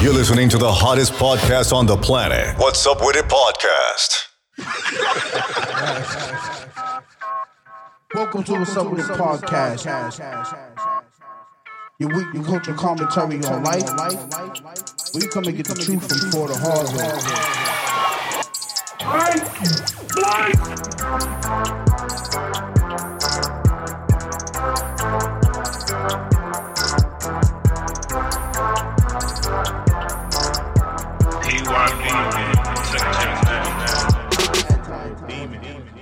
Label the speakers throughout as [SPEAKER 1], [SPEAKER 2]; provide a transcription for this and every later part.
[SPEAKER 1] You're listening to the hottest podcast on the planet. What's Up With It Podcast.
[SPEAKER 2] Welcome to What's Up With It podcast. Your weekly culture commentary on life. We come and get the truth from for the hard way.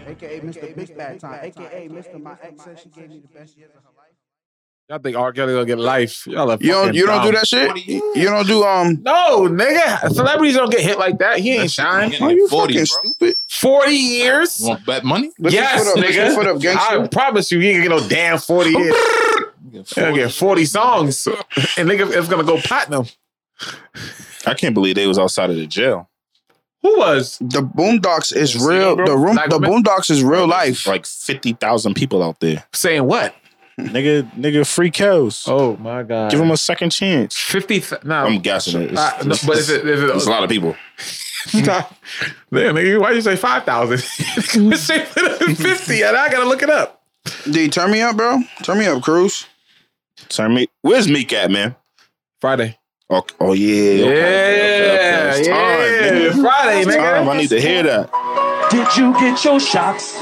[SPEAKER 2] AKA Mr. Big Bad Time. AKA Mr. My ex said she gave me the best years of her life.
[SPEAKER 3] Y'all think R. Kelly gonna get life? Y'all are
[SPEAKER 4] You don't
[SPEAKER 3] fucking
[SPEAKER 4] you don't do
[SPEAKER 3] dumb.
[SPEAKER 4] that shit. You don't do um.
[SPEAKER 3] No, nigga. Celebrities don't get hit like that. He ain't shine.
[SPEAKER 4] Are
[SPEAKER 5] 40,
[SPEAKER 4] you fucking
[SPEAKER 5] bro.
[SPEAKER 4] stupid?
[SPEAKER 3] Forty years.
[SPEAKER 5] Want bet money?
[SPEAKER 4] Lift your
[SPEAKER 3] yes,
[SPEAKER 4] foot up, lift your
[SPEAKER 3] nigga.
[SPEAKER 4] foot up, gangster.
[SPEAKER 3] I promise you, he ain't get no damn forty years. He'll get forty songs, and nigga, it's gonna go platinum.
[SPEAKER 4] I can't believe they was outside of the jail.
[SPEAKER 3] Who was?
[SPEAKER 4] The Boondocks is
[SPEAKER 3] See,
[SPEAKER 4] real.
[SPEAKER 3] bro,
[SPEAKER 4] The room.
[SPEAKER 3] black
[SPEAKER 4] The
[SPEAKER 3] women-
[SPEAKER 4] Boondocks is real life.
[SPEAKER 5] Like fifty thousand people out there.
[SPEAKER 3] Saying what?
[SPEAKER 4] nigga, nigga, free cows.
[SPEAKER 3] Oh my god.
[SPEAKER 4] Give him a second chance.
[SPEAKER 3] fifty. Th- nah,
[SPEAKER 5] Uh, I'm guessing it. It's,
[SPEAKER 3] Uh, no, but is it- is it-
[SPEAKER 5] it's a lot of people.
[SPEAKER 3] Nah. Damn, nigga, why you say five thousand? Say fifty, and I gotta look it up.
[SPEAKER 4] D, turn me up, bro. Turn me up, Cruz.
[SPEAKER 5] Turn me. Where's Meek at, man?
[SPEAKER 3] Friday.
[SPEAKER 5] Oh, oh yeah.
[SPEAKER 3] Yeah,
[SPEAKER 5] okay, okay, okay. It's time,
[SPEAKER 3] yeah.
[SPEAKER 5] nigga.
[SPEAKER 3] Friday,
[SPEAKER 5] It's
[SPEAKER 3] nigga.
[SPEAKER 5] time. I need to hear that.
[SPEAKER 6] Did you get your shots?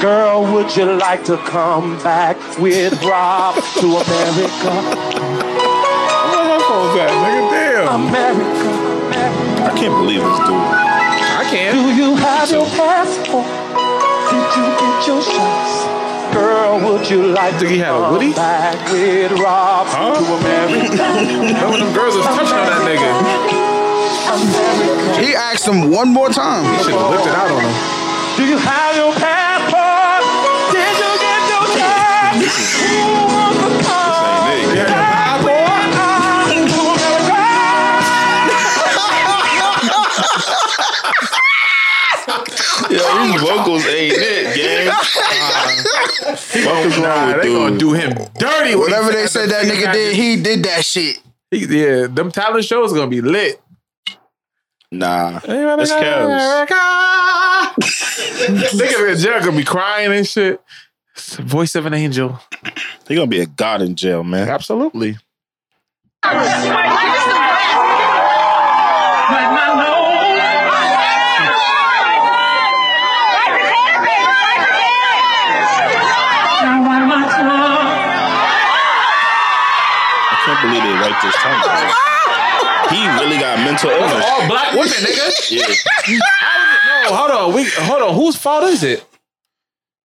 [SPEAKER 6] Girl, would you like to come back with Rob to America?
[SPEAKER 3] Where my phone's at, nigga? Damn.
[SPEAKER 6] America,
[SPEAKER 5] I can't believe this dude.
[SPEAKER 3] I can't.
[SPEAKER 6] do you have your passport? Did you get your shots? Girl, would you like to
[SPEAKER 3] Think he had a
[SPEAKER 6] come
[SPEAKER 3] Woody?
[SPEAKER 6] back with Rob to America?
[SPEAKER 3] Remember them girls was touching on that nigga.
[SPEAKER 6] America,
[SPEAKER 4] He asked him one more time.
[SPEAKER 3] Should have lifted out on him.
[SPEAKER 6] do you have your passport? Did you get your shots? Who wants to come
[SPEAKER 5] Hey, nigga.
[SPEAKER 3] Yeah. boy.
[SPEAKER 6] back to America?
[SPEAKER 5] Yo, these vocals ain't it, gang. Fuck is wrong
[SPEAKER 3] Nah,
[SPEAKER 5] with
[SPEAKER 3] they gonna
[SPEAKER 5] dude?
[SPEAKER 3] do him dirty. when he
[SPEAKER 4] Whatever they said that nigga did, he did that shit.
[SPEAKER 3] He- yeah, them talent shows gonna be lit.
[SPEAKER 5] Nah,
[SPEAKER 3] It's
[SPEAKER 5] It's Cavs.
[SPEAKER 3] Niggas in jail gonna be crying and shit. It's the voice of an angel.
[SPEAKER 5] He gonna be a god in jail, man.
[SPEAKER 3] Absolutely.
[SPEAKER 5] I can't believe they wiped his tongue. out. He really got mental illness.
[SPEAKER 3] All black women, nigga.
[SPEAKER 5] Yeah.
[SPEAKER 3] No, hold on. Oh, We hold on. Whose fault is it?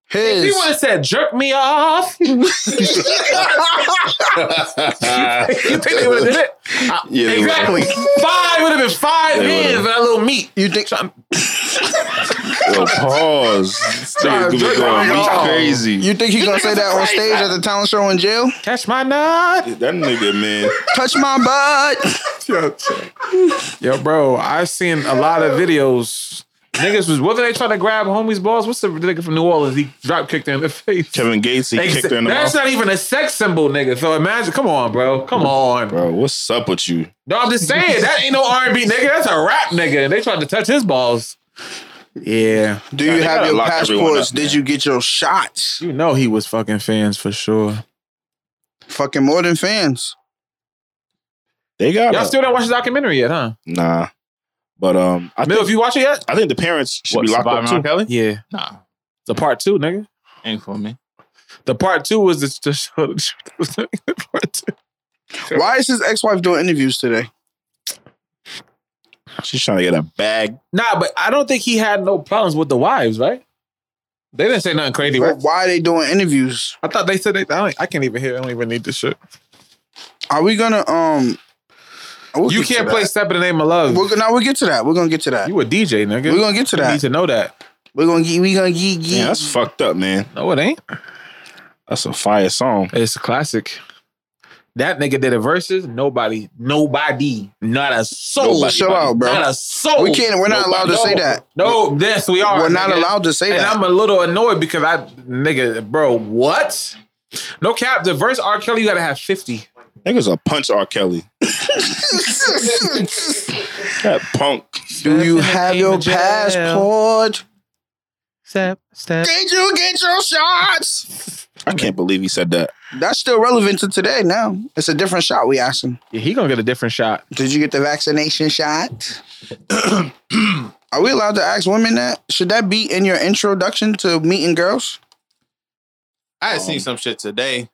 [SPEAKER 3] He
[SPEAKER 4] His.
[SPEAKER 3] would have said, "Jerk me off." You think they would have did it? Uh,
[SPEAKER 5] Yeah, they
[SPEAKER 3] exactly. Five would have been five
[SPEAKER 5] They
[SPEAKER 3] hands
[SPEAKER 5] would've.
[SPEAKER 3] for that little meat.
[SPEAKER 4] You think?
[SPEAKER 5] Yo, pause. This
[SPEAKER 3] Nah,
[SPEAKER 5] nigga gonna
[SPEAKER 3] Drake
[SPEAKER 5] go
[SPEAKER 3] already
[SPEAKER 5] weak
[SPEAKER 3] gone.
[SPEAKER 5] crazy.
[SPEAKER 4] You think he gonna say that on stage at the talent show in jail?
[SPEAKER 3] Catch my nut.
[SPEAKER 5] that nigga, man.
[SPEAKER 4] Touch my butt.
[SPEAKER 3] Yo, bro, I've seen a lot of videos. Niggas was wasn't they trying to grab homies' balls? What's the nigga from New Orleans? He drop kicked her in the face.
[SPEAKER 5] Kevin Gates, he
[SPEAKER 3] They
[SPEAKER 5] kicked
[SPEAKER 3] said-
[SPEAKER 5] her in the
[SPEAKER 3] that's
[SPEAKER 5] mouth.
[SPEAKER 3] not even a sex symbol, nigga. So imagine, come on, bro, come on.
[SPEAKER 5] Bro, what's up with you?
[SPEAKER 3] No, I'm just saying that ain't no R and B, nigga. That's a rap, nigga. And they tried to touch his balls. Yeah,
[SPEAKER 4] Do
[SPEAKER 5] Nah,
[SPEAKER 4] you
[SPEAKER 5] they
[SPEAKER 4] have
[SPEAKER 5] gotta
[SPEAKER 4] your
[SPEAKER 5] lock everyone
[SPEAKER 4] passports?
[SPEAKER 5] up,
[SPEAKER 4] Did
[SPEAKER 5] man.
[SPEAKER 4] you get your shots?
[SPEAKER 3] you know he was fucking fans for sure.
[SPEAKER 4] Fucking more than fans.
[SPEAKER 5] They got
[SPEAKER 3] Y'all
[SPEAKER 5] him.
[SPEAKER 3] still do not watch the documentary yet, huh?
[SPEAKER 5] nah. But um, I
[SPEAKER 3] Mill,
[SPEAKER 5] think
[SPEAKER 3] if you watch it yet,
[SPEAKER 5] I think the parents should be locked up too.
[SPEAKER 3] Kelly? Yeah,
[SPEAKER 7] Nah,
[SPEAKER 3] the part two, nigga.
[SPEAKER 7] ain't for me.
[SPEAKER 3] The part two was the, the show. The part two.
[SPEAKER 4] Why is his ex-wife doing interviews today?
[SPEAKER 5] She's trying to get a bag.
[SPEAKER 3] Nah, but I don't think he had no problems with the wives, right? They didn't say nothing crazy, right?
[SPEAKER 4] Why are they doing interviews?
[SPEAKER 3] I thought they said they. I, don't, I can't even hear. I don't even need this shit.
[SPEAKER 4] Are we gonna um? we'll
[SPEAKER 3] you
[SPEAKER 4] get to
[SPEAKER 3] can't
[SPEAKER 4] that.
[SPEAKER 3] play "Step in the Name of Love."
[SPEAKER 4] We're gonna. Now we'll get to that. We're gonna get to that.
[SPEAKER 3] you a DJ, nigga.
[SPEAKER 4] We're gonna get to
[SPEAKER 3] You need
[SPEAKER 4] that.
[SPEAKER 3] to know that.
[SPEAKER 4] We're gonna get. We gonna get. get.
[SPEAKER 5] Yeah, that's fucked up, man.
[SPEAKER 3] No, it ain't.
[SPEAKER 5] That's a fire song.
[SPEAKER 3] It's a classic. That nigga did a versus. Nobody, nobody, not a soul.
[SPEAKER 5] Nobody.
[SPEAKER 4] Chill out, bro.
[SPEAKER 3] Not a soul.
[SPEAKER 4] We can't. We're not allowed to say that.
[SPEAKER 3] No, yes, we are.
[SPEAKER 4] We're not
[SPEAKER 3] nigga.
[SPEAKER 4] allowed to say
[SPEAKER 3] And
[SPEAKER 4] that.
[SPEAKER 3] I'm a little annoyed because I, nigga, bro, what? No cap. The verse R. Kelly, you gotta have fifty.
[SPEAKER 5] Niggas will punch R. Kelly. that punk.
[SPEAKER 4] Do you
[SPEAKER 7] Stepping
[SPEAKER 4] have
[SPEAKER 7] in
[SPEAKER 4] your
[SPEAKER 7] jail.
[SPEAKER 4] passport?
[SPEAKER 7] Step, step.
[SPEAKER 4] Did you get your shots?
[SPEAKER 5] I can't believe he said that.
[SPEAKER 4] That's still relevant to today now. It's a different shot we asked him.
[SPEAKER 3] Yeah, he gonna get a different shot.
[SPEAKER 4] Did you get the vaccination shot? Are we allowed to ask women that? Should that be in your introduction to meeting girls?
[SPEAKER 8] I had seen some shit today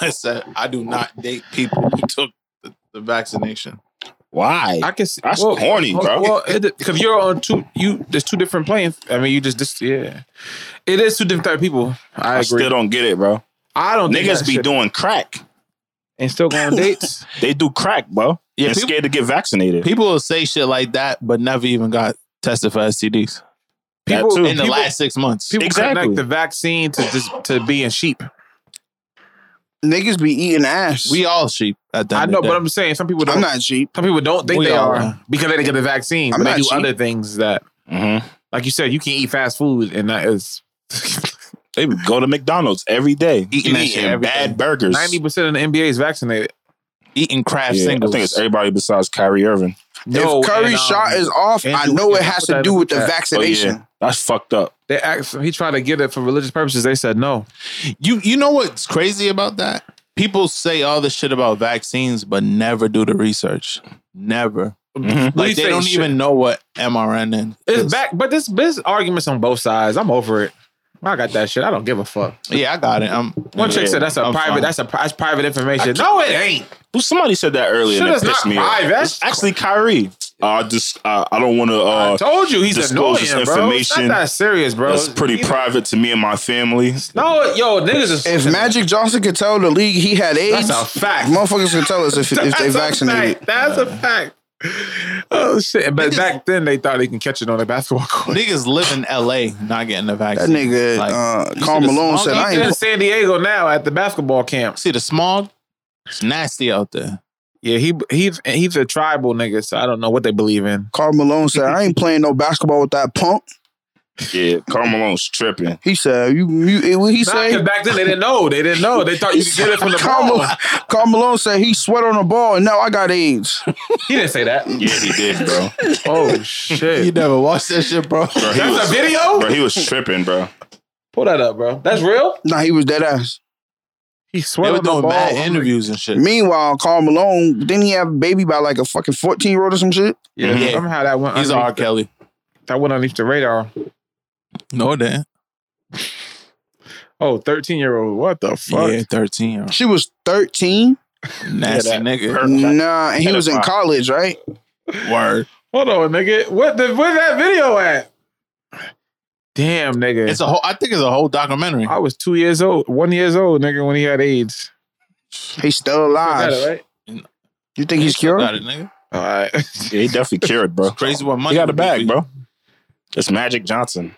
[SPEAKER 8] that said I do not date people who took the, the vaccination.
[SPEAKER 5] Why?
[SPEAKER 3] I can see
[SPEAKER 5] That's corny, bro.
[SPEAKER 3] Well, because you're on two. You there's two different playing. I mean, you just this. Yeah, it is two different type of people. I,
[SPEAKER 5] I,
[SPEAKER 3] agree.
[SPEAKER 5] still don't get it, bro.
[SPEAKER 3] I don't think
[SPEAKER 5] Niggas
[SPEAKER 3] that
[SPEAKER 5] be
[SPEAKER 3] shit-
[SPEAKER 5] doing crack.
[SPEAKER 3] and still going on dates.
[SPEAKER 5] They do crack, bro.
[SPEAKER 8] Yeah,
[SPEAKER 5] Yeah, and
[SPEAKER 8] people-
[SPEAKER 5] scared to get vaccinated.
[SPEAKER 8] People will say shit like that, but never even got tested for STDs
[SPEAKER 5] That
[SPEAKER 3] People
[SPEAKER 5] too.
[SPEAKER 8] in the last six months.
[SPEAKER 3] People
[SPEAKER 5] Exactly.
[SPEAKER 3] connect the vaccine to just to being sheep.
[SPEAKER 4] Niggas be eating ass.
[SPEAKER 8] We all sheep at that.
[SPEAKER 3] I know, but I'm saying some people don't.
[SPEAKER 4] I'm not cheap.
[SPEAKER 3] some people don't think
[SPEAKER 8] We
[SPEAKER 3] they
[SPEAKER 8] are.
[SPEAKER 3] are, because they didn't get the vaccine.
[SPEAKER 4] I'm
[SPEAKER 3] but they
[SPEAKER 4] not
[SPEAKER 3] do
[SPEAKER 4] cheap.
[SPEAKER 3] other things that,
[SPEAKER 5] Mhm.
[SPEAKER 3] like you said, you can eat fast food and that is
[SPEAKER 5] They would go to McDonald's every day,
[SPEAKER 8] Eating
[SPEAKER 5] eating,
[SPEAKER 8] that shit every day.
[SPEAKER 5] bad burgers.
[SPEAKER 3] ninety percent of the NBA is vaccinated.
[SPEAKER 8] eating craft
[SPEAKER 5] Yeah, I
[SPEAKER 8] singles.
[SPEAKER 5] think it's everybody besides Kyrie Irving.
[SPEAKER 3] No,
[SPEAKER 4] if Curry
[SPEAKER 3] and, um,
[SPEAKER 4] shot is off, I
[SPEAKER 3] Andrew-
[SPEAKER 4] know it
[SPEAKER 3] Andrew
[SPEAKER 4] has
[SPEAKER 3] put
[SPEAKER 4] to
[SPEAKER 3] that
[SPEAKER 4] do
[SPEAKER 3] in
[SPEAKER 4] with
[SPEAKER 3] the
[SPEAKER 4] the
[SPEAKER 3] chat.
[SPEAKER 5] Oh,
[SPEAKER 4] vaccination.
[SPEAKER 5] yeah. That's fucked up.
[SPEAKER 3] They asked. He tried to get it for religious purposes. They said no.
[SPEAKER 8] You you know what's crazy about that? People say all this shit about vaccines, but never do the research. Never.
[SPEAKER 5] Mm-hmm.
[SPEAKER 8] Like they
[SPEAKER 3] say
[SPEAKER 8] don't
[SPEAKER 3] shit.
[SPEAKER 8] even know what mRNA is.
[SPEAKER 3] It's back, but this this arguments on both sides. I'm over it. I got that shit. I don't give a fuck.
[SPEAKER 8] Yeah, I got it. I'm
[SPEAKER 3] One
[SPEAKER 5] Yeah,
[SPEAKER 3] chick said that's a
[SPEAKER 8] I'm
[SPEAKER 3] private.
[SPEAKER 8] fine.
[SPEAKER 3] That's a pri- that's private information. No, it ain't.
[SPEAKER 5] Who somebody said that earlier
[SPEAKER 3] Shit
[SPEAKER 5] and it
[SPEAKER 3] is
[SPEAKER 5] pissed
[SPEAKER 3] not
[SPEAKER 5] me off.
[SPEAKER 3] live. That's-
[SPEAKER 5] It's actually Kyrie. I just uh, I don't want
[SPEAKER 3] I
[SPEAKER 5] to. Uh,
[SPEAKER 3] told you he's annoying,
[SPEAKER 5] disclose this
[SPEAKER 3] bro. It's not
[SPEAKER 5] information.
[SPEAKER 3] that serious, bro.
[SPEAKER 5] that's pretty
[SPEAKER 3] He's-
[SPEAKER 5] private to me and my family.
[SPEAKER 3] No, yo, niggas is
[SPEAKER 4] If Magic Johnson could tell the league he had AIDS,
[SPEAKER 3] That's a fact.
[SPEAKER 4] motherfuckers could tell us if, if they
[SPEAKER 3] That's a
[SPEAKER 4] vaccinated.
[SPEAKER 3] fact. That's a fact. Oh shit! But back then they thought they can catch it on a basketball court.
[SPEAKER 8] niggas live in LA not getting the
[SPEAKER 4] That
[SPEAKER 8] vaccine.
[SPEAKER 4] nigga,
[SPEAKER 8] Like,
[SPEAKER 4] uh,
[SPEAKER 8] you
[SPEAKER 4] Carl
[SPEAKER 8] see the
[SPEAKER 4] Malone
[SPEAKER 8] small
[SPEAKER 4] said, I
[SPEAKER 3] He's in
[SPEAKER 4] ain't.
[SPEAKER 3] San Diego now at the basketball camp.
[SPEAKER 8] see the smog? It's nasty out there.
[SPEAKER 3] Yeah, he he's he's a tribal nigga, so I don't know what they believe in.
[SPEAKER 4] Carl Malone said, I ain't playing no basketball with that punk.
[SPEAKER 5] Yeah, Carmelone's tripping.
[SPEAKER 4] He said, you, you what he
[SPEAKER 3] Nah, 'cause
[SPEAKER 4] said?
[SPEAKER 3] back then they didn't know. They didn't know. They thought you could get it from the
[SPEAKER 4] Karl
[SPEAKER 3] ball.
[SPEAKER 4] Malone- Karl Malone said he sweat on the ball and now I got AIDS.
[SPEAKER 3] He didn't say that.
[SPEAKER 5] Yeah, he did, bro.
[SPEAKER 3] Oh shit!
[SPEAKER 8] never watched that shit, bro.
[SPEAKER 5] Bro, he
[SPEAKER 3] That's
[SPEAKER 5] was,
[SPEAKER 3] a video.
[SPEAKER 5] bro, he was tripping, bro.
[SPEAKER 3] Pull that up, bro. That's real.
[SPEAKER 4] nah, he was dead ass.
[SPEAKER 3] He
[SPEAKER 8] They
[SPEAKER 3] sweated
[SPEAKER 8] were
[SPEAKER 3] on the
[SPEAKER 8] doing
[SPEAKER 3] ball.
[SPEAKER 8] bad interviews and shit.
[SPEAKER 4] Meanwhile, Carl Malone, didn't he have a baby by like a fucking 14 year old or some shit?
[SPEAKER 3] Yeah,
[SPEAKER 8] Yeah.
[SPEAKER 3] somehow that went.
[SPEAKER 8] Mm-hmm. He's
[SPEAKER 3] underneath
[SPEAKER 8] R.
[SPEAKER 3] the-
[SPEAKER 8] Kelly.
[SPEAKER 3] That went underneath the radar.
[SPEAKER 8] No, that.
[SPEAKER 3] Oh, 13 year old. What the fuck?
[SPEAKER 8] Yeah, 13.
[SPEAKER 4] She was 13?
[SPEAKER 8] Nasty
[SPEAKER 5] Yeah, that
[SPEAKER 8] nigga.
[SPEAKER 5] hurt.
[SPEAKER 4] Nah, and he was in
[SPEAKER 5] Pedophile.
[SPEAKER 4] college, right?
[SPEAKER 8] Word.
[SPEAKER 3] Hold on, nigga. What the where that video at? Damn, nigga.
[SPEAKER 8] It's a whole I think it's a whole documentary.
[SPEAKER 3] I was two years old, one years old, nigga, when he had AIDS.
[SPEAKER 4] He's still alive.
[SPEAKER 3] Got it, right?
[SPEAKER 4] You think he's cured?
[SPEAKER 8] Got it, nigga.
[SPEAKER 3] All right.
[SPEAKER 5] Yeah, he definitely cured, bro.
[SPEAKER 8] Crazy what
[SPEAKER 5] He
[SPEAKER 8] money.
[SPEAKER 5] got a
[SPEAKER 8] would be for
[SPEAKER 5] bag,
[SPEAKER 8] you.
[SPEAKER 5] bro. It's Magic Johnson.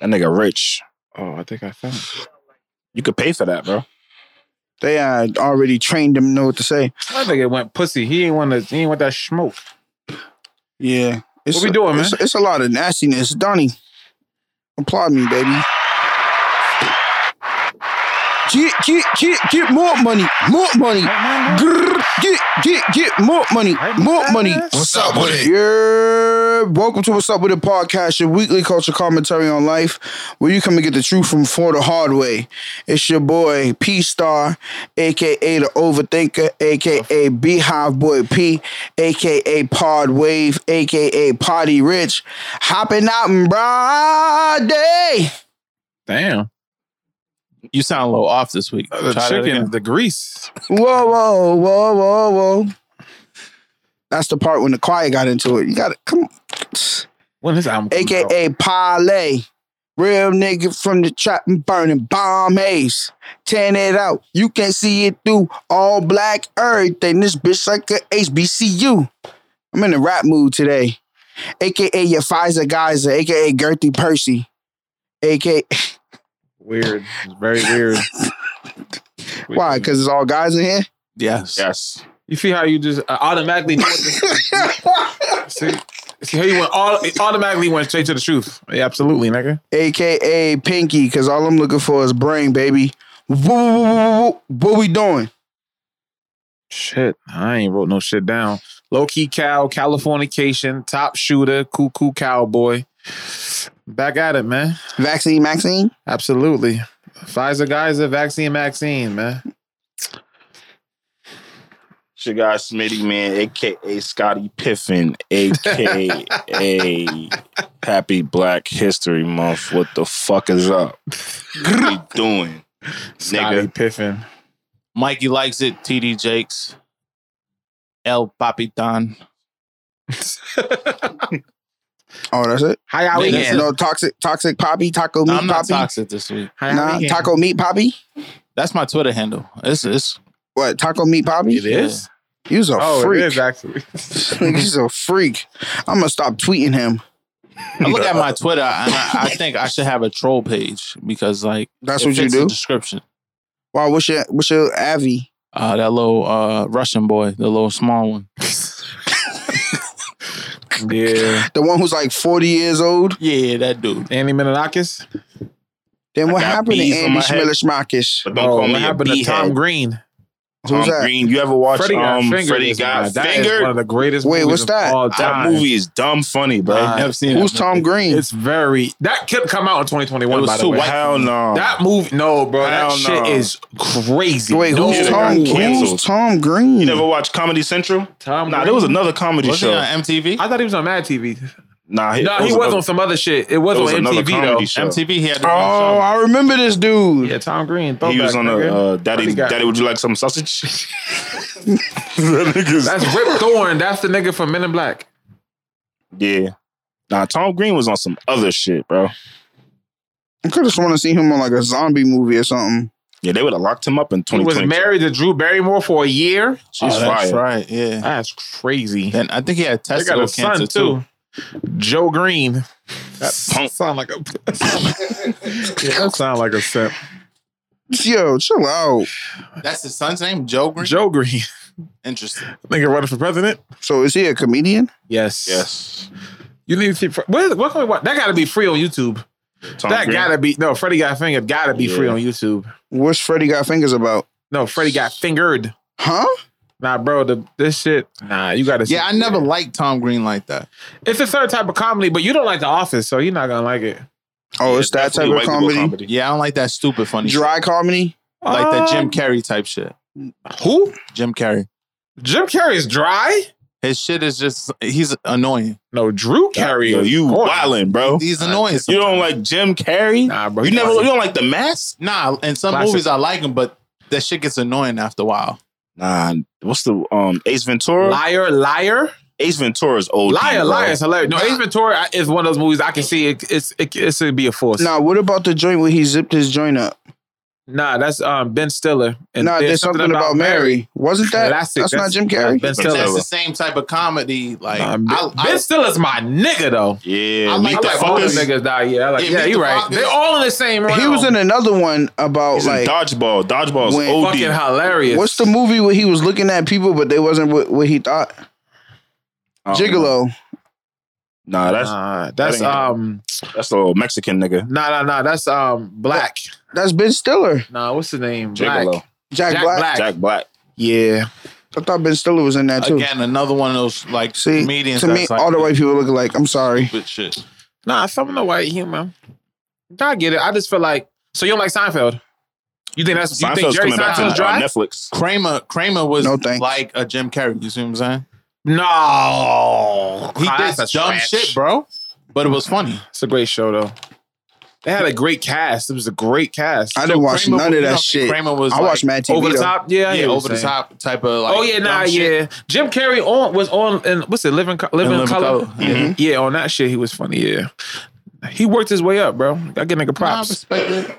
[SPEAKER 5] That nigga rich.
[SPEAKER 3] Oh, I think I found. it.
[SPEAKER 5] You could pay for that, bro.
[SPEAKER 4] They had already trained him to know what to say.
[SPEAKER 3] My nigga went pussy. He ain't want to. He ain't want that smoke.
[SPEAKER 4] Yeah. It's
[SPEAKER 3] What we
[SPEAKER 4] a-
[SPEAKER 3] doing,
[SPEAKER 4] it's,
[SPEAKER 3] man?
[SPEAKER 4] It's a lot of nastiness. Donnie, applaud me, baby. Get, get, get, get more money. More money. Grrr. Get, get, get more money. More money.
[SPEAKER 1] What's up with it?
[SPEAKER 4] Yeah. Welcome to What's Up With It podcast, your weekly culture commentary on life, where you come and get the truth from for the hard way. It's your boy P Star, aka the Overthinker, aka Beehive Boy P, aka Pod Wave, aka Potty Rich, hopping out in broad day.
[SPEAKER 3] Damn. Uh,
[SPEAKER 8] You sound a little off this week.
[SPEAKER 3] The
[SPEAKER 8] Try that
[SPEAKER 3] chicken,
[SPEAKER 8] again.
[SPEAKER 3] the grease.
[SPEAKER 4] Whoa, whoa, whoa, whoa, whoa. That's the part when the choir got into it. You got to come. on.
[SPEAKER 3] When his album? comes out.
[SPEAKER 4] aka Parlay. Real nigga from the trap and burning bomb haze. Tan it out. You can see it through all black everything. This bitch like a HBCU. I'm in a rap mood today. AKA your Pfizer Geyser, AKA Gertie Percy. AKA
[SPEAKER 3] Weird. It's very weird.
[SPEAKER 4] why? Cause it's all guys in here?
[SPEAKER 8] Yes.
[SPEAKER 5] Yes.
[SPEAKER 3] you see how you just uh, automatically. see, see how you went all it automatically went straight to the truth. Yeah, absolutely, nigga.
[SPEAKER 4] AKA Pinky, cause all I'm looking for is brain, baby. Woo, woo, woo, woo, woo. What we doing?
[SPEAKER 3] Shit, I ain't wrote no shit down. Low key cow, Californication, top shooter, cuckoo cowboy. Back at it, man.
[SPEAKER 4] Vaccine, vaccine.
[SPEAKER 3] Absolutely. Pfizer guys, a vaccine, vaccine, man.
[SPEAKER 5] It's your guy Smitty Man, aka Scotty Piffin, aka Happy Black History Month. What the fuck is up? What are you doing?
[SPEAKER 3] Scotty Piffin.
[SPEAKER 8] Mikey likes it. TD Jakes. El Papitan.
[SPEAKER 4] Oh, that's it.
[SPEAKER 3] How y'all
[SPEAKER 8] Nigga.
[SPEAKER 3] weekend?
[SPEAKER 4] No toxic, toxic poppy, taco meat
[SPEAKER 8] I'm not
[SPEAKER 4] poppy.
[SPEAKER 8] toxic this week.
[SPEAKER 3] How y'all
[SPEAKER 4] Nah,
[SPEAKER 3] weekend?
[SPEAKER 4] taco meat poppy.
[SPEAKER 8] That's my Twitter handle. It's it's
[SPEAKER 4] What taco meat poppy?
[SPEAKER 3] It is?
[SPEAKER 4] You's a
[SPEAKER 3] Oh,
[SPEAKER 4] freak.
[SPEAKER 3] it is actually.
[SPEAKER 4] He's a freak. I'm gonna stop tweeting him.
[SPEAKER 8] I look at my Twitter and I, I think I should have a troll page because like
[SPEAKER 4] That's
[SPEAKER 8] it
[SPEAKER 4] what you
[SPEAKER 8] fits the
[SPEAKER 4] do.
[SPEAKER 8] description.
[SPEAKER 4] Wow, what's your what's your avi?
[SPEAKER 8] Uh, that little uh, Russian boy, the little small one.
[SPEAKER 3] yeah.
[SPEAKER 4] The one who's like 40 years old.
[SPEAKER 8] Yeah, that dude.
[SPEAKER 3] Andy Menonakis?
[SPEAKER 4] Then what
[SPEAKER 5] I got
[SPEAKER 4] happened to
[SPEAKER 5] bees on
[SPEAKER 4] Andy
[SPEAKER 5] my head.
[SPEAKER 4] Schmillerschmakish?
[SPEAKER 5] But don't
[SPEAKER 3] Oh,
[SPEAKER 5] call
[SPEAKER 3] what
[SPEAKER 5] me a
[SPEAKER 3] happened to
[SPEAKER 5] beehead.
[SPEAKER 3] Tom Green?
[SPEAKER 5] Tom
[SPEAKER 4] Who's that?
[SPEAKER 5] Green. You ever watch
[SPEAKER 3] Freddie got
[SPEAKER 5] um,
[SPEAKER 3] fingered.
[SPEAKER 5] Freddie
[SPEAKER 3] is
[SPEAKER 5] got
[SPEAKER 3] my- That is one of
[SPEAKER 5] fingered?
[SPEAKER 3] the greatest
[SPEAKER 4] Wait,
[SPEAKER 3] movies
[SPEAKER 4] what's
[SPEAKER 3] of
[SPEAKER 4] that?
[SPEAKER 3] all
[SPEAKER 5] That
[SPEAKER 3] time.
[SPEAKER 5] movie is dumb funny, bro.
[SPEAKER 3] Nah.
[SPEAKER 8] Never seen
[SPEAKER 4] Who's
[SPEAKER 8] that.
[SPEAKER 4] Tom Green?
[SPEAKER 3] It's very that could come out in 2021.
[SPEAKER 8] It was
[SPEAKER 3] by the
[SPEAKER 8] too
[SPEAKER 3] way.
[SPEAKER 8] white.
[SPEAKER 5] Hell no.
[SPEAKER 4] Um,
[SPEAKER 3] That movie, no, bro. That
[SPEAKER 5] Hell
[SPEAKER 3] shit
[SPEAKER 5] no.
[SPEAKER 3] is crazy.
[SPEAKER 4] Wait,
[SPEAKER 3] no,
[SPEAKER 4] who's
[SPEAKER 5] it got
[SPEAKER 4] Tom?
[SPEAKER 5] canceled.
[SPEAKER 4] Who's Tom Green?
[SPEAKER 5] you never watch Comedy Central?
[SPEAKER 3] Tom
[SPEAKER 5] Nah,
[SPEAKER 3] Green?
[SPEAKER 5] there was another comedy
[SPEAKER 8] Was he
[SPEAKER 5] show.
[SPEAKER 8] on MTV?
[SPEAKER 3] I thought he was on Mad TV.
[SPEAKER 5] Nah, he,
[SPEAKER 3] No,
[SPEAKER 5] there
[SPEAKER 3] he was
[SPEAKER 5] another-
[SPEAKER 3] on some other shit. It was,
[SPEAKER 5] there was
[SPEAKER 3] on
[SPEAKER 5] another
[SPEAKER 3] MTV though.
[SPEAKER 5] comedy show.
[SPEAKER 8] MTV. He had his
[SPEAKER 4] Oh,
[SPEAKER 8] own show.
[SPEAKER 4] I remember this dude.
[SPEAKER 3] Yeah, Tom Green.
[SPEAKER 5] He was
[SPEAKER 3] throwback,
[SPEAKER 5] on a
[SPEAKER 3] nigga.
[SPEAKER 5] uh, daddy.
[SPEAKER 3] Freddie got-
[SPEAKER 5] Daddy, would you like some sausage? That nigga's-
[SPEAKER 3] That's Rip Thorne. That's the nigga from Men in Black.
[SPEAKER 5] yeah. Nah, Tom Green was on some other shit, bro.
[SPEAKER 4] I could just want to see him on like a zombie movie or something.
[SPEAKER 5] Yeah, they would have locked him up in
[SPEAKER 3] He was
[SPEAKER 5] 2020.
[SPEAKER 3] married to Drew Barrymore for a year.
[SPEAKER 5] She's
[SPEAKER 8] Oh,
[SPEAKER 5] fire.
[SPEAKER 8] that's right. Yeah.
[SPEAKER 3] That's crazy.
[SPEAKER 8] Then I think he had
[SPEAKER 3] They got
[SPEAKER 8] testicle
[SPEAKER 3] a son
[SPEAKER 8] cancer too.
[SPEAKER 3] too. Joe Green. That
[SPEAKER 5] punk.
[SPEAKER 3] sound like a. yeah, that sound like a simp.
[SPEAKER 4] Yo, chill out.
[SPEAKER 8] That's his son's name, Joe Green.
[SPEAKER 3] Joe Green.
[SPEAKER 8] Interesting.
[SPEAKER 3] Nigga running for president.
[SPEAKER 4] So is he a comedian?
[SPEAKER 3] Yes.
[SPEAKER 5] Yes.
[SPEAKER 3] You need to see. Fre- What, what can we watch? That got to be free on YouTube.
[SPEAKER 5] Tom
[SPEAKER 3] that
[SPEAKER 5] Green.
[SPEAKER 3] gotta be no. Freddie got fingered. Gotta be free
[SPEAKER 5] Oh, Yeah.
[SPEAKER 3] on YouTube.
[SPEAKER 4] What's Freddie Got Fingers about?
[SPEAKER 3] No, Freddie got fingered.
[SPEAKER 4] Huh?
[SPEAKER 3] Nah, bro, the, this shit. Nah, you gotta. see-
[SPEAKER 8] Yeah, I never liked Tom Green like that.
[SPEAKER 3] It's a certain type of comedy, but you don't like The Office, so you're not gonna like it.
[SPEAKER 4] Oh,
[SPEAKER 5] Yeah,
[SPEAKER 4] it's that type
[SPEAKER 5] definitely
[SPEAKER 4] of
[SPEAKER 5] white people
[SPEAKER 4] comedy.
[SPEAKER 8] Yeah, I don't like that stupid funny shit.
[SPEAKER 4] Dry comedy.
[SPEAKER 8] Like that Jim
[SPEAKER 3] Um,
[SPEAKER 8] Carrey type shit.
[SPEAKER 3] Who?
[SPEAKER 8] Jim Carrey.
[SPEAKER 3] Jim Carrey is dry.
[SPEAKER 8] His shit is just he's annoying.
[SPEAKER 3] No, Drew Carrey.
[SPEAKER 5] Yo,
[SPEAKER 3] is
[SPEAKER 5] you
[SPEAKER 3] corny.
[SPEAKER 5] wildin', bro.
[SPEAKER 8] He's annoying.
[SPEAKER 5] You don't
[SPEAKER 8] sometimes.
[SPEAKER 5] like Jim Carrey?
[SPEAKER 3] Nah, bro.
[SPEAKER 5] you
[SPEAKER 3] he's
[SPEAKER 5] never. You
[SPEAKER 3] corny.
[SPEAKER 5] don't like The Mask?
[SPEAKER 8] Nah, in some
[SPEAKER 3] Classic.
[SPEAKER 8] movies I like him, but that shit gets annoying after a while.
[SPEAKER 5] Nah. What's the um Ace Ventura?
[SPEAKER 3] liar, liar,
[SPEAKER 5] Ace Ventura's old.
[SPEAKER 3] liar, liar. It's hilarious. No, Ace Ventura is one of those movies I can see. It, it's it, it's gonna be a force.
[SPEAKER 4] Now, what about the joint where he zipped his joint up?
[SPEAKER 3] nah, that's um Ben Stiller.
[SPEAKER 4] nah, there's something, about, Mary. Wasn't that?
[SPEAKER 3] Classic.
[SPEAKER 4] That's, not Jim Carrey.
[SPEAKER 3] Ben
[SPEAKER 5] Tell
[SPEAKER 8] That's
[SPEAKER 3] Stiller.
[SPEAKER 5] her.
[SPEAKER 8] the same type of comedy. Like
[SPEAKER 3] Nah, ben,
[SPEAKER 8] I, I,
[SPEAKER 3] Ben Stiller's my nigga though.
[SPEAKER 5] Yeah,
[SPEAKER 8] I
[SPEAKER 5] meet
[SPEAKER 8] like-
[SPEAKER 5] the
[SPEAKER 3] I like all them
[SPEAKER 5] fuckers.
[SPEAKER 3] niggas die. Yeah, I like,
[SPEAKER 8] Yeah,
[SPEAKER 3] yeah,
[SPEAKER 8] Meet
[SPEAKER 3] you
[SPEAKER 8] the
[SPEAKER 3] right.
[SPEAKER 8] Fockers.
[SPEAKER 3] They're all in the same round.
[SPEAKER 4] He was in another one about
[SPEAKER 5] He's
[SPEAKER 4] Oh, like
[SPEAKER 5] in dodgeball. Dodgeball's
[SPEAKER 4] When-
[SPEAKER 5] OD.
[SPEAKER 3] fucking hilarious.
[SPEAKER 4] what's the movie where he was looking at people, but they wasn't what, what he thought.
[SPEAKER 5] Oh,
[SPEAKER 4] Gigolo.
[SPEAKER 5] Nah, that's
[SPEAKER 3] Nah, that's
[SPEAKER 5] That ain't-
[SPEAKER 3] um,
[SPEAKER 5] that's the old Mexican nigga.
[SPEAKER 3] nah, nah, nah. That's um, black.
[SPEAKER 4] That's Ben Stiller.
[SPEAKER 3] Nah, what's the name? Black.
[SPEAKER 5] Gigolo.
[SPEAKER 4] Jack,
[SPEAKER 3] Jack
[SPEAKER 4] Black.
[SPEAKER 3] Black.
[SPEAKER 5] Jack Black.
[SPEAKER 3] Yeah.
[SPEAKER 4] I thought Ben Stiller was in that too.
[SPEAKER 8] again another one of those like
[SPEAKER 4] See,
[SPEAKER 8] comedians.
[SPEAKER 4] to me,
[SPEAKER 8] that's like
[SPEAKER 4] all the white people look alike. I'm sorry.
[SPEAKER 8] stupid shit.
[SPEAKER 3] Nah, some of the white humor. I get it. I just feel like so you don't like Seinfeld. You think that's you think
[SPEAKER 5] Seinfeld's
[SPEAKER 3] Jerry
[SPEAKER 5] coming back to
[SPEAKER 3] Seinfeld's
[SPEAKER 5] uh,
[SPEAKER 3] dry?
[SPEAKER 5] Netflix.
[SPEAKER 8] Kramer Kramer was
[SPEAKER 4] No thanks.
[SPEAKER 8] like a Jim Carrey. You see what I'm saying?
[SPEAKER 3] No,
[SPEAKER 8] He
[SPEAKER 3] Ah,
[SPEAKER 8] did dumb
[SPEAKER 3] that's trash.
[SPEAKER 8] shit, bro. But it was funny.
[SPEAKER 3] It's a great show though. They had a great cast. It was a great cast.
[SPEAKER 4] I didn't watch
[SPEAKER 8] Kramer-
[SPEAKER 4] none
[SPEAKER 8] you
[SPEAKER 4] of
[SPEAKER 8] don't
[SPEAKER 4] that
[SPEAKER 8] think
[SPEAKER 4] shit.
[SPEAKER 8] Kramer was
[SPEAKER 4] I
[SPEAKER 8] like-
[SPEAKER 4] watched Mad TV.
[SPEAKER 3] over the
[SPEAKER 4] though.
[SPEAKER 3] top, yeah, I
[SPEAKER 8] yeah,
[SPEAKER 3] hear what
[SPEAKER 8] over the
[SPEAKER 3] you're saying.
[SPEAKER 8] top type of like.
[SPEAKER 3] oh yeah, nah,
[SPEAKER 8] dumb shit.
[SPEAKER 3] yeah. Jim Carrey on was on and what's it, Living Co- Living,
[SPEAKER 8] In Living
[SPEAKER 3] Color. Mm-hmm.
[SPEAKER 8] Color.
[SPEAKER 3] Yeah. yeah, on that shit, he was funny. Yeah, he worked his way up, bro. I give nigga
[SPEAKER 8] Nah, I
[SPEAKER 3] props.
[SPEAKER 8] respect it.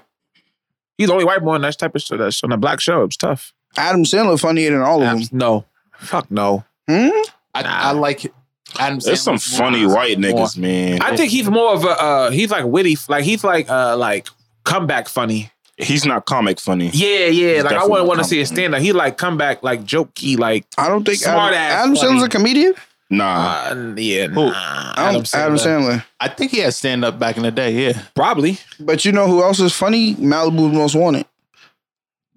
[SPEAKER 3] He's the only white boy on that type of show. That show, on a black show, it was tough.
[SPEAKER 4] Adam Sandler funnier than all of them.
[SPEAKER 3] No, fuck no.
[SPEAKER 4] Hmm?
[SPEAKER 8] I, I like Adam.
[SPEAKER 5] There's some
[SPEAKER 8] Sandler's
[SPEAKER 5] funny
[SPEAKER 8] movies
[SPEAKER 5] white
[SPEAKER 8] more.
[SPEAKER 5] niggas, man.
[SPEAKER 3] I think he's more of a uh, he's like witty, like he's like uh like comeback funny.
[SPEAKER 5] He's not comic funny.
[SPEAKER 3] Yeah, yeah.
[SPEAKER 5] He's
[SPEAKER 3] like I
[SPEAKER 5] definitely
[SPEAKER 3] wouldn't want to see a
[SPEAKER 5] comic funny.
[SPEAKER 3] stand up. He like comeback like jokey like
[SPEAKER 4] I don't think
[SPEAKER 3] Smart
[SPEAKER 4] Adam,
[SPEAKER 3] ass
[SPEAKER 4] Adam
[SPEAKER 3] funny.
[SPEAKER 4] Sandler's a comedian.
[SPEAKER 5] Nah,
[SPEAKER 3] uh, yeah.
[SPEAKER 8] Who?
[SPEAKER 3] Nah,
[SPEAKER 4] I don't, Adam, Sandler.
[SPEAKER 8] I think he had stand up back in the day. Yeah,
[SPEAKER 3] probably.
[SPEAKER 4] But you know who else is funny? Malibu's Most Wanted.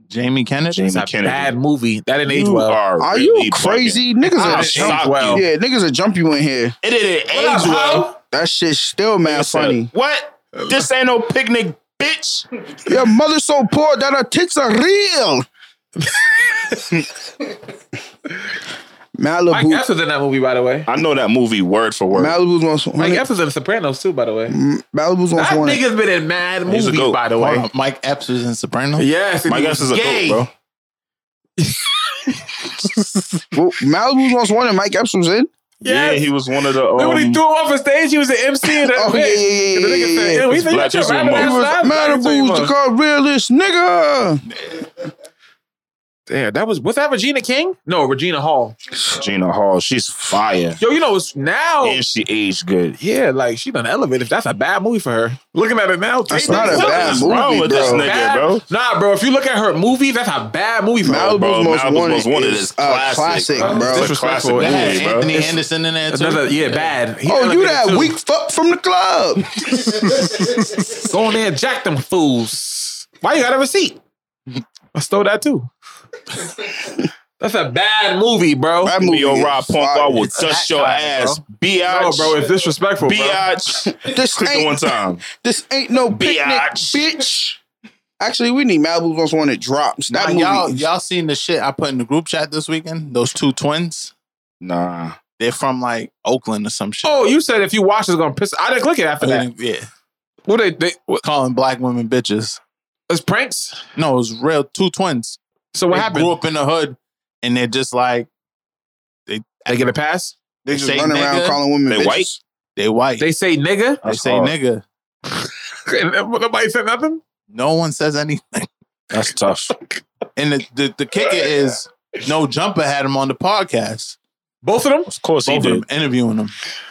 [SPEAKER 8] Jamie Kennedy.
[SPEAKER 5] Jamie
[SPEAKER 3] It's a
[SPEAKER 5] Kennedy.
[SPEAKER 3] bad movie. That didn't age
[SPEAKER 5] You
[SPEAKER 3] well.
[SPEAKER 5] are,
[SPEAKER 4] Are
[SPEAKER 5] really
[SPEAKER 4] you crazy? Niggas
[SPEAKER 5] Fucking,
[SPEAKER 4] are
[SPEAKER 5] I
[SPEAKER 4] jump.
[SPEAKER 5] shocked
[SPEAKER 3] well.
[SPEAKER 5] you.
[SPEAKER 4] Yeah, niggas are jump you in here.
[SPEAKER 5] It didn't age well.
[SPEAKER 4] That shit's still mad funny.
[SPEAKER 5] What? This ain't no picnic, bitch.
[SPEAKER 4] Your mother's so poor that her tits are real.
[SPEAKER 3] Mike
[SPEAKER 4] Malibu.
[SPEAKER 3] Epps was in that movie, by the way.
[SPEAKER 5] I know that movie word for word.
[SPEAKER 4] Malibu's most
[SPEAKER 3] Mike
[SPEAKER 4] wanted.
[SPEAKER 3] Epps was in The Sopranos too, by the way.
[SPEAKER 4] Malibu's
[SPEAKER 3] That
[SPEAKER 4] most wanted.
[SPEAKER 3] nigga's been in mad
[SPEAKER 5] He's a
[SPEAKER 3] movies,
[SPEAKER 5] goat.
[SPEAKER 3] by the
[SPEAKER 8] Hold
[SPEAKER 3] way.
[SPEAKER 8] on, Mike Epps was in Soprano.
[SPEAKER 3] Yes, and
[SPEAKER 5] My
[SPEAKER 3] he
[SPEAKER 5] guess
[SPEAKER 3] was
[SPEAKER 5] is a goat,
[SPEAKER 3] gay.
[SPEAKER 5] bro.
[SPEAKER 4] Well, Malibu's most wanted. Mike Epps was in.
[SPEAKER 5] Yeah, he was one of the.
[SPEAKER 3] Then when he
[SPEAKER 5] um,
[SPEAKER 3] threw him off the stage, he was an MC. And
[SPEAKER 4] Oh, yeah, yeah, yeah,
[SPEAKER 3] The nigga
[SPEAKER 4] yeah,
[SPEAKER 3] said,
[SPEAKER 4] yeah.
[SPEAKER 3] "Ew," he said, "You
[SPEAKER 5] Black
[SPEAKER 3] your
[SPEAKER 5] History
[SPEAKER 3] rabbit
[SPEAKER 5] Month.
[SPEAKER 3] ass
[SPEAKER 5] He was
[SPEAKER 3] lives, I can tell you
[SPEAKER 4] Malibu's the
[SPEAKER 3] what."
[SPEAKER 4] car realist nigga.
[SPEAKER 3] Damn, that was was that Regina King? No, Regina Hall.
[SPEAKER 5] Gina Hall, she's fire.
[SPEAKER 3] Yo, you know it's now.
[SPEAKER 5] And she aged good.
[SPEAKER 3] Yeah, like she done elevated. That's a bad movie for her. Looking at it now,
[SPEAKER 4] That's
[SPEAKER 3] three
[SPEAKER 4] not a
[SPEAKER 3] days later,
[SPEAKER 4] bad
[SPEAKER 3] it's
[SPEAKER 5] What's
[SPEAKER 4] movie,
[SPEAKER 5] wrong with this
[SPEAKER 4] bro.
[SPEAKER 5] nigga, bro?
[SPEAKER 3] Nah, bro. If you look at her movies, that's a bad movie for her.
[SPEAKER 4] Malibu's
[SPEAKER 5] Bro,
[SPEAKER 4] most
[SPEAKER 5] Malibu's
[SPEAKER 4] wanted.
[SPEAKER 5] Most Wanted
[SPEAKER 4] is
[SPEAKER 5] is
[SPEAKER 4] a
[SPEAKER 5] classic,
[SPEAKER 4] classic, bro.
[SPEAKER 5] It's a classic
[SPEAKER 3] Disrespectful.
[SPEAKER 5] movie,
[SPEAKER 8] That had
[SPEAKER 5] bro.
[SPEAKER 8] Anthony Anderson in there too.
[SPEAKER 3] Another, yeah, bad. He
[SPEAKER 4] Oh, you
[SPEAKER 3] elevated
[SPEAKER 4] that
[SPEAKER 3] too.
[SPEAKER 4] weak fuck from the club.
[SPEAKER 3] Go in there and jack them fools. Why you got a receipt? I stole that too. That's a bad movie, bro.
[SPEAKER 4] That
[SPEAKER 5] Me
[SPEAKER 4] movie
[SPEAKER 5] or
[SPEAKER 4] is
[SPEAKER 5] Rob Punk,
[SPEAKER 4] fire.
[SPEAKER 5] I will dust your
[SPEAKER 3] kind,
[SPEAKER 5] ass,
[SPEAKER 3] No,
[SPEAKER 5] biatch,
[SPEAKER 3] bro, it's disrespectful, bro.
[SPEAKER 5] biatch.
[SPEAKER 4] This
[SPEAKER 5] Click it
[SPEAKER 4] ain't-
[SPEAKER 5] one time.
[SPEAKER 4] This ain't no picnic,
[SPEAKER 5] Biatch.
[SPEAKER 4] bitch. Actually, we need Malibu's most wanted drops. That
[SPEAKER 8] Nah,
[SPEAKER 4] movie.
[SPEAKER 8] y'all,
[SPEAKER 4] is-
[SPEAKER 8] y'all seen the shit I put in the group chat this weekend? Those two twins.
[SPEAKER 5] Nah,
[SPEAKER 8] They're from like Oakland or some shit.
[SPEAKER 3] Oh, you said if you watch it's gonna piss. I didn't click it after that.
[SPEAKER 8] yeah.
[SPEAKER 3] What they, they what,
[SPEAKER 8] Calling black women bitches.
[SPEAKER 3] it's pranks?
[SPEAKER 8] No, it was real. Two twins.
[SPEAKER 3] So what
[SPEAKER 8] they
[SPEAKER 3] happened?
[SPEAKER 8] Grew up in the hood, and they're just like
[SPEAKER 3] They get a pass.
[SPEAKER 4] they just
[SPEAKER 8] say
[SPEAKER 4] run around
[SPEAKER 8] nigga,
[SPEAKER 4] calling women
[SPEAKER 5] they
[SPEAKER 4] bitches.
[SPEAKER 5] white?
[SPEAKER 8] they white. They,
[SPEAKER 3] They say nigga,
[SPEAKER 5] That's
[SPEAKER 8] say
[SPEAKER 5] hard.
[SPEAKER 8] nigga.
[SPEAKER 3] and nobody said nothing.
[SPEAKER 8] No one says anything.
[SPEAKER 5] That's tough.
[SPEAKER 8] And the the, the kicker is, no jumper had him on the podcast.
[SPEAKER 3] Both of them.
[SPEAKER 5] Of course he
[SPEAKER 8] Both of them
[SPEAKER 5] did.
[SPEAKER 8] interviewing him.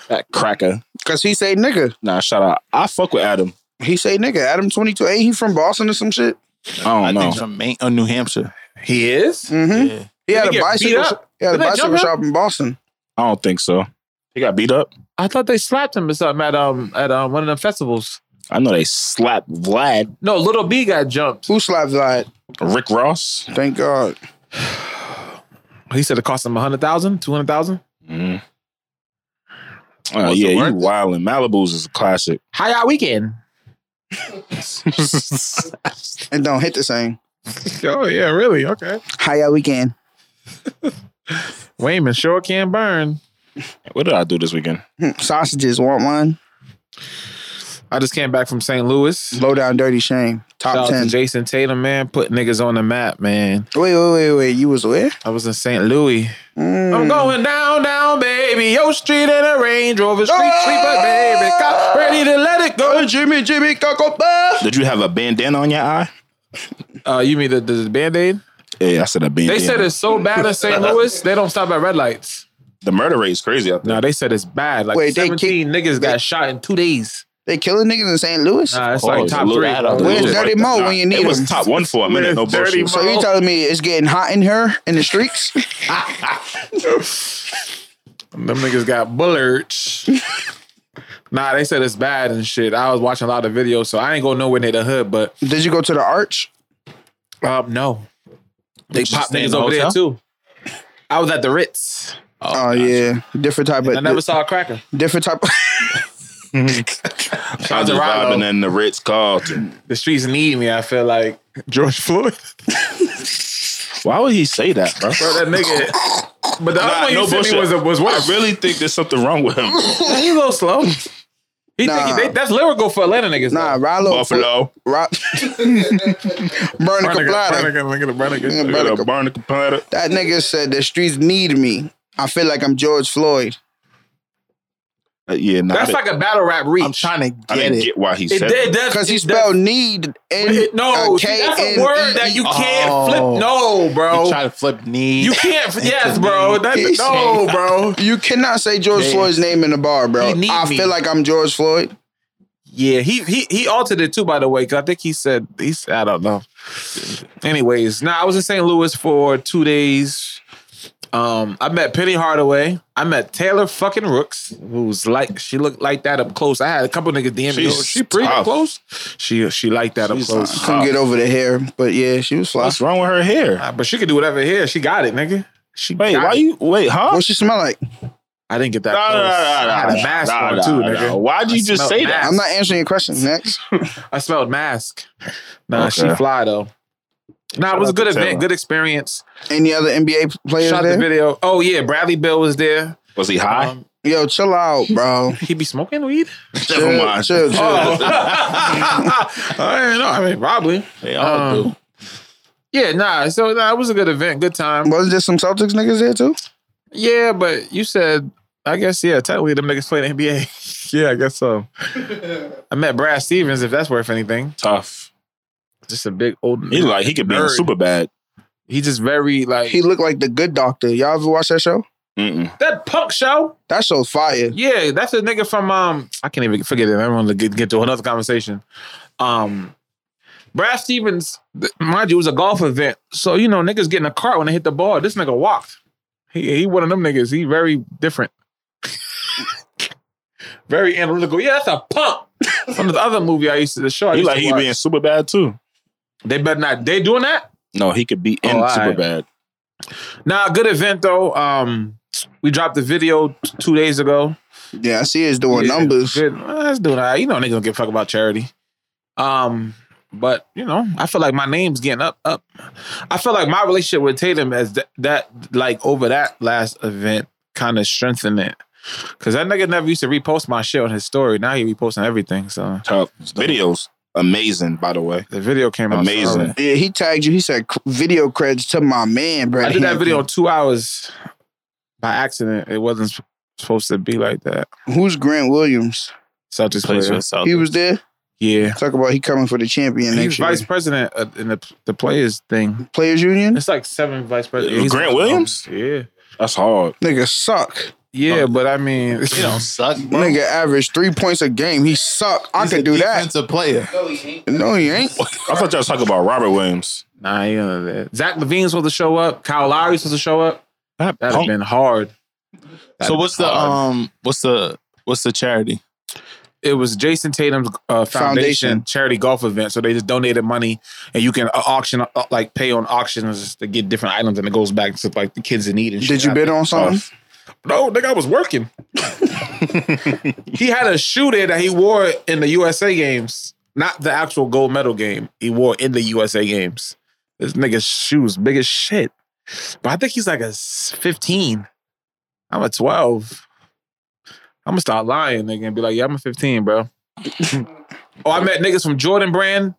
[SPEAKER 5] That cracker.
[SPEAKER 4] Cause he say nigga.
[SPEAKER 5] Nah, shout out. I fuck with Adam.
[SPEAKER 4] He say nigga. Adam twenty two. Ain't he from Boston or some shit?
[SPEAKER 5] I
[SPEAKER 8] I
[SPEAKER 5] don't know.
[SPEAKER 8] think from Maine or New Hampshire.
[SPEAKER 3] He is.
[SPEAKER 4] Mm-hmm.
[SPEAKER 8] Yeah.
[SPEAKER 4] He
[SPEAKER 3] They
[SPEAKER 4] had a
[SPEAKER 3] get beat
[SPEAKER 4] bicycle.
[SPEAKER 3] up.
[SPEAKER 4] He had a
[SPEAKER 3] Didn't they
[SPEAKER 4] bicycle
[SPEAKER 3] jump him?
[SPEAKER 4] shop in Boston.
[SPEAKER 5] I don't think so. He got beat up.
[SPEAKER 3] I thought they slapped him or something at um at um one of them festivals.
[SPEAKER 5] I know they slapped Vlad,
[SPEAKER 3] No, little B got jumped.
[SPEAKER 4] Who slapped that?
[SPEAKER 5] Rick Ross.
[SPEAKER 4] Thank God.
[SPEAKER 3] He said it cost him a hundred thousand, two hundred thousand.
[SPEAKER 5] Mm. Oh
[SPEAKER 8] Was it
[SPEAKER 5] yeah, you
[SPEAKER 8] worth it?
[SPEAKER 5] wildin'. Malibu's is a classic.
[SPEAKER 3] How y'all weekend?
[SPEAKER 4] And don't hit the same.
[SPEAKER 3] Oh yeah, really? Okay.
[SPEAKER 4] How y'all weekend?
[SPEAKER 3] Wayman sure can burn.
[SPEAKER 5] What did I do this weekend?
[SPEAKER 4] Hmm. Sausages want one.
[SPEAKER 3] I just came back from St. Louis.
[SPEAKER 4] Low down dirty shame.
[SPEAKER 3] Shout
[SPEAKER 4] Top
[SPEAKER 3] out to
[SPEAKER 4] ten.
[SPEAKER 3] Jason Tatum, man, put niggas on the map, man.
[SPEAKER 4] Wait, wait, wait, wait. You was where?
[SPEAKER 3] I was in St. Louis.
[SPEAKER 4] Mm.
[SPEAKER 3] I'm going down, down, baby. Yo, street in a Range Rover, street sweeper, baby. Cop ready to let it go.
[SPEAKER 4] Oh, Jimmy, Jimmy, Coco Puff.
[SPEAKER 5] Did you have a bandana on your eye?
[SPEAKER 3] Uh, you mean the, the, the band aid?
[SPEAKER 5] Yeah, I said a bandana.
[SPEAKER 3] They said it's so bad in St. Louis, they don't stop at red lights.
[SPEAKER 5] the murder rate is crazy out there.
[SPEAKER 3] No, they said it's bad. Like
[SPEAKER 4] Wait, they
[SPEAKER 3] 17 niggas
[SPEAKER 4] they-
[SPEAKER 3] got shot in two days.
[SPEAKER 4] They killing niggas in St. Louis.
[SPEAKER 3] Nah, it's
[SPEAKER 5] Oh,
[SPEAKER 3] like
[SPEAKER 5] it's
[SPEAKER 3] top
[SPEAKER 5] a little
[SPEAKER 3] three.
[SPEAKER 5] add up.
[SPEAKER 4] Where's
[SPEAKER 5] It was
[SPEAKER 4] Dirty
[SPEAKER 5] like
[SPEAKER 4] Mo
[SPEAKER 5] the-
[SPEAKER 4] when you need
[SPEAKER 5] It was
[SPEAKER 4] him?
[SPEAKER 5] top one for a minute. No
[SPEAKER 3] Where's Dirty
[SPEAKER 5] bullshit.
[SPEAKER 3] Mo?
[SPEAKER 4] so you telling me it's getting hot in here in the streets?
[SPEAKER 3] Them niggas got bullards. nah, they said it's bad and shit. I was watching a lot of videos, so I ain't go nowhere near the hood, but
[SPEAKER 4] Did you go to the arch?
[SPEAKER 3] um, no. They
[SPEAKER 8] just
[SPEAKER 3] pop
[SPEAKER 8] stay in
[SPEAKER 3] niggas
[SPEAKER 8] the
[SPEAKER 3] over there
[SPEAKER 8] hotel?
[SPEAKER 3] too. I was at the Ritz.
[SPEAKER 4] Oh, yeah, different type
[SPEAKER 3] I
[SPEAKER 4] of
[SPEAKER 3] never saw a cracker.
[SPEAKER 4] different type. Of,
[SPEAKER 5] I was
[SPEAKER 3] Shout out to
[SPEAKER 5] vibing
[SPEAKER 3] Rallo.
[SPEAKER 5] in the Ritz Carlton.
[SPEAKER 3] The streets need me, I feel like. George Floyd.
[SPEAKER 5] Why would he say that, bro?
[SPEAKER 3] Bro, that nigga. But the
[SPEAKER 5] Nah,
[SPEAKER 3] other one
[SPEAKER 5] no
[SPEAKER 3] you sent
[SPEAKER 5] bullshit.
[SPEAKER 3] me was, was
[SPEAKER 5] I
[SPEAKER 3] worse.
[SPEAKER 5] really think there's something wrong with him.
[SPEAKER 3] He a little slow. He
[SPEAKER 4] Nah.
[SPEAKER 3] think he- they, that's lyrical for Atlanta niggas.
[SPEAKER 4] nah,
[SPEAKER 3] though.
[SPEAKER 4] Rallo.
[SPEAKER 5] Buffalo.
[SPEAKER 4] Ra- Burnica Plata.
[SPEAKER 3] Brannigan, Brannigan,
[SPEAKER 4] Nigga,
[SPEAKER 5] Look at
[SPEAKER 4] Burnica-
[SPEAKER 5] the Barnacle platter.
[SPEAKER 4] That nigga said the streets need me. I feel like I'm George Floyd.
[SPEAKER 5] Uh, Yeah, nah,
[SPEAKER 3] That's
[SPEAKER 5] I,
[SPEAKER 3] like a battle rap reach.
[SPEAKER 8] I'm trying to get
[SPEAKER 5] I didn't
[SPEAKER 8] it.
[SPEAKER 5] get why he
[SPEAKER 3] it,
[SPEAKER 5] said
[SPEAKER 3] did- it
[SPEAKER 5] that.
[SPEAKER 3] does
[SPEAKER 4] Because he
[SPEAKER 3] it
[SPEAKER 4] spelled need
[SPEAKER 3] does-
[SPEAKER 4] in
[SPEAKER 3] it- no.
[SPEAKER 4] uh,
[SPEAKER 3] see, that's a
[SPEAKER 5] E.
[SPEAKER 4] K-N-E-E.
[SPEAKER 3] word that you can't
[SPEAKER 8] E. Oh.
[SPEAKER 3] flip. No, bro.
[SPEAKER 8] You try to flip
[SPEAKER 3] Oh.
[SPEAKER 8] knees.
[SPEAKER 3] You can't. Yes, bro. That,
[SPEAKER 4] He's
[SPEAKER 5] E.
[SPEAKER 3] no, bro.
[SPEAKER 4] You cannot say George
[SPEAKER 8] Man.
[SPEAKER 4] Floyd's name in the bar, bro.
[SPEAKER 3] You need
[SPEAKER 4] I
[SPEAKER 3] me.
[SPEAKER 4] feel like I'm George Floyd.
[SPEAKER 3] Yeah, he he he altered it too. By the way, because I think he said he said I don't know. Anyways, nah, I was in St. Louis for two days. Um, I met Penny Hardaway. I met Taylor fucking Rooks, who's like she looked like that up close. I had a couple niggas DM me.
[SPEAKER 5] She's
[SPEAKER 3] "Yo, She pretty
[SPEAKER 5] tough.
[SPEAKER 3] close. She she liked that
[SPEAKER 4] She's-
[SPEAKER 3] up close.
[SPEAKER 4] I couldn't get over the hair, but yeah, she was fly.
[SPEAKER 5] What's wrong with her hair?
[SPEAKER 3] Uh, but she could do whatever here. She got it, nigga. She
[SPEAKER 5] Wait,
[SPEAKER 3] got
[SPEAKER 5] why
[SPEAKER 3] it.
[SPEAKER 5] you? Wait, huh?
[SPEAKER 4] What she smell like?
[SPEAKER 3] I didn't get that
[SPEAKER 5] Nah,
[SPEAKER 3] close.
[SPEAKER 5] nah, nah,
[SPEAKER 3] I had a
[SPEAKER 5] nah,
[SPEAKER 3] mask
[SPEAKER 5] nah,
[SPEAKER 3] on
[SPEAKER 5] nah,
[SPEAKER 3] too,
[SPEAKER 5] nah.
[SPEAKER 3] nigga.
[SPEAKER 5] Why'd you
[SPEAKER 3] I
[SPEAKER 5] just
[SPEAKER 3] smelled
[SPEAKER 5] say that?
[SPEAKER 3] mask.
[SPEAKER 4] I'm not answering your question. Next,
[SPEAKER 3] I smelled mask. Nah, she
[SPEAKER 5] Okay.
[SPEAKER 3] fly though. Nah, it was a
[SPEAKER 5] out to
[SPEAKER 3] good
[SPEAKER 5] Taylor.
[SPEAKER 3] event, good experience.
[SPEAKER 4] any other NBA players
[SPEAKER 3] Shot the
[SPEAKER 4] there?
[SPEAKER 3] video. Oh yeah, Bradley Bill was there.
[SPEAKER 5] Was he high?
[SPEAKER 3] Um,
[SPEAKER 4] Yo, chill out, bro.
[SPEAKER 3] he be smoking weed.
[SPEAKER 5] Never mind.
[SPEAKER 4] Chill, chill.
[SPEAKER 3] Oh, I don't know. I mean, probably.
[SPEAKER 8] They all
[SPEAKER 3] Um,
[SPEAKER 8] do.
[SPEAKER 3] Yeah, nah. So nah, it was a good event, good time.
[SPEAKER 4] Wasn't there some Celtics niggas there too?
[SPEAKER 3] Yeah, but you said, I guess yeah. Technically, the niggas play in the NBA. yeah, I guess so. I met Brad Stevens, if that's worth anything.
[SPEAKER 5] Tough.
[SPEAKER 3] Just a big old.
[SPEAKER 5] He like he could be in
[SPEAKER 3] Nerd.
[SPEAKER 5] super bad.
[SPEAKER 3] He just very like
[SPEAKER 4] He looked like the good doctor. Y'all ever watch that show?
[SPEAKER 5] Mm-mm.
[SPEAKER 3] that punk show.
[SPEAKER 4] That show's fire.
[SPEAKER 3] Yeah, that's a nigga from um. I can't even forget it. I want to get get to another conversation. Um, Brad Stevens, th- mind you, it was a golf event, so you know niggas get in a cart when they hit the ball. This nigga walked. He he one of them niggas. He very different. very analytical. Yeah, that's a punk. From the other movie I used to the show. I
[SPEAKER 5] He
[SPEAKER 3] used
[SPEAKER 5] like
[SPEAKER 3] to
[SPEAKER 5] he
[SPEAKER 3] watch.
[SPEAKER 5] be in super bad too.
[SPEAKER 3] They better not. They doing that.
[SPEAKER 5] No, he could be in
[SPEAKER 3] Oh, all
[SPEAKER 5] super
[SPEAKER 3] right.
[SPEAKER 5] bad.
[SPEAKER 3] Nah, good event though. Um, we dropped the video t- two days ago.
[SPEAKER 4] Yeah, I see it's doing
[SPEAKER 3] Yeah,
[SPEAKER 4] numbers.
[SPEAKER 3] Good. Well, let's do that. You know, niggas don't give a fuck about charity. Um, but you know, I feel like my name's getting up, up. I feel like my relationship with Tatum as th- that, like over that last event, kind of strengthened it. Cause that nigga never used to repost my shit on his story. Now he reposting everything. So
[SPEAKER 5] Tough. Videos amazing, by the way.
[SPEAKER 3] the video came out
[SPEAKER 5] Amazing.
[SPEAKER 3] solid.
[SPEAKER 4] Yeah, he tagged you. He said "C- video creds to my man, Brad.
[SPEAKER 3] I did that
[SPEAKER 4] Hampton."
[SPEAKER 3] video in two hours by accident. It wasn't sp- supposed to be like that.
[SPEAKER 4] Who's Grant Williams?
[SPEAKER 3] Celtics
[SPEAKER 8] Plays for
[SPEAKER 3] player.
[SPEAKER 8] the Celtics.
[SPEAKER 4] He was there.
[SPEAKER 3] Yeah.
[SPEAKER 4] Talk about he coming for the champion
[SPEAKER 3] He's
[SPEAKER 4] next year.
[SPEAKER 3] vice president of- in the the players thing.
[SPEAKER 4] Players Union.
[SPEAKER 3] It's like seven vice presidents. He's-
[SPEAKER 5] Grant Williams?
[SPEAKER 3] Yeah. Oh.
[SPEAKER 5] That's hard.
[SPEAKER 4] Nigga suck.
[SPEAKER 3] Yeah, but I mean,
[SPEAKER 8] He don't suck, bro.
[SPEAKER 4] Nigga average three points a game. He suck. I
[SPEAKER 8] He's
[SPEAKER 4] could
[SPEAKER 8] a
[SPEAKER 4] do that.
[SPEAKER 8] defensive player.
[SPEAKER 4] No, he ain't.
[SPEAKER 5] I thought y'all was talking about Robert Williams.
[SPEAKER 3] nah, he none of that. Zach Levine's supposed to show up. Kyle Lowry's supposed to show up.
[SPEAKER 5] That
[SPEAKER 3] That'd have
[SPEAKER 5] punk.
[SPEAKER 3] been hard.
[SPEAKER 8] So what's the
[SPEAKER 3] hard.
[SPEAKER 8] um what's the what's the charity?
[SPEAKER 3] It was Jason Tatum's uh, foundation,
[SPEAKER 4] Foundation.
[SPEAKER 3] charity golf event. So they just donated money, and you can uh, auction, uh, like pay on auctions to get different items, and it goes back to like the kids in need. And
[SPEAKER 4] Did
[SPEAKER 3] shit.
[SPEAKER 4] you bid on something?
[SPEAKER 3] No, nigga, I was working. he had a shoe there that he wore in the USA games, not the actual gold medal game. He wore in the USA games. This nigga's shoes big as shit, but I think he's like a s- fifteen. I'm a twelve. I'm gonna start lying, nigga, and be like, "Yeah, I'm a fifteen, bro." oh, I met niggas from Jordan Brand.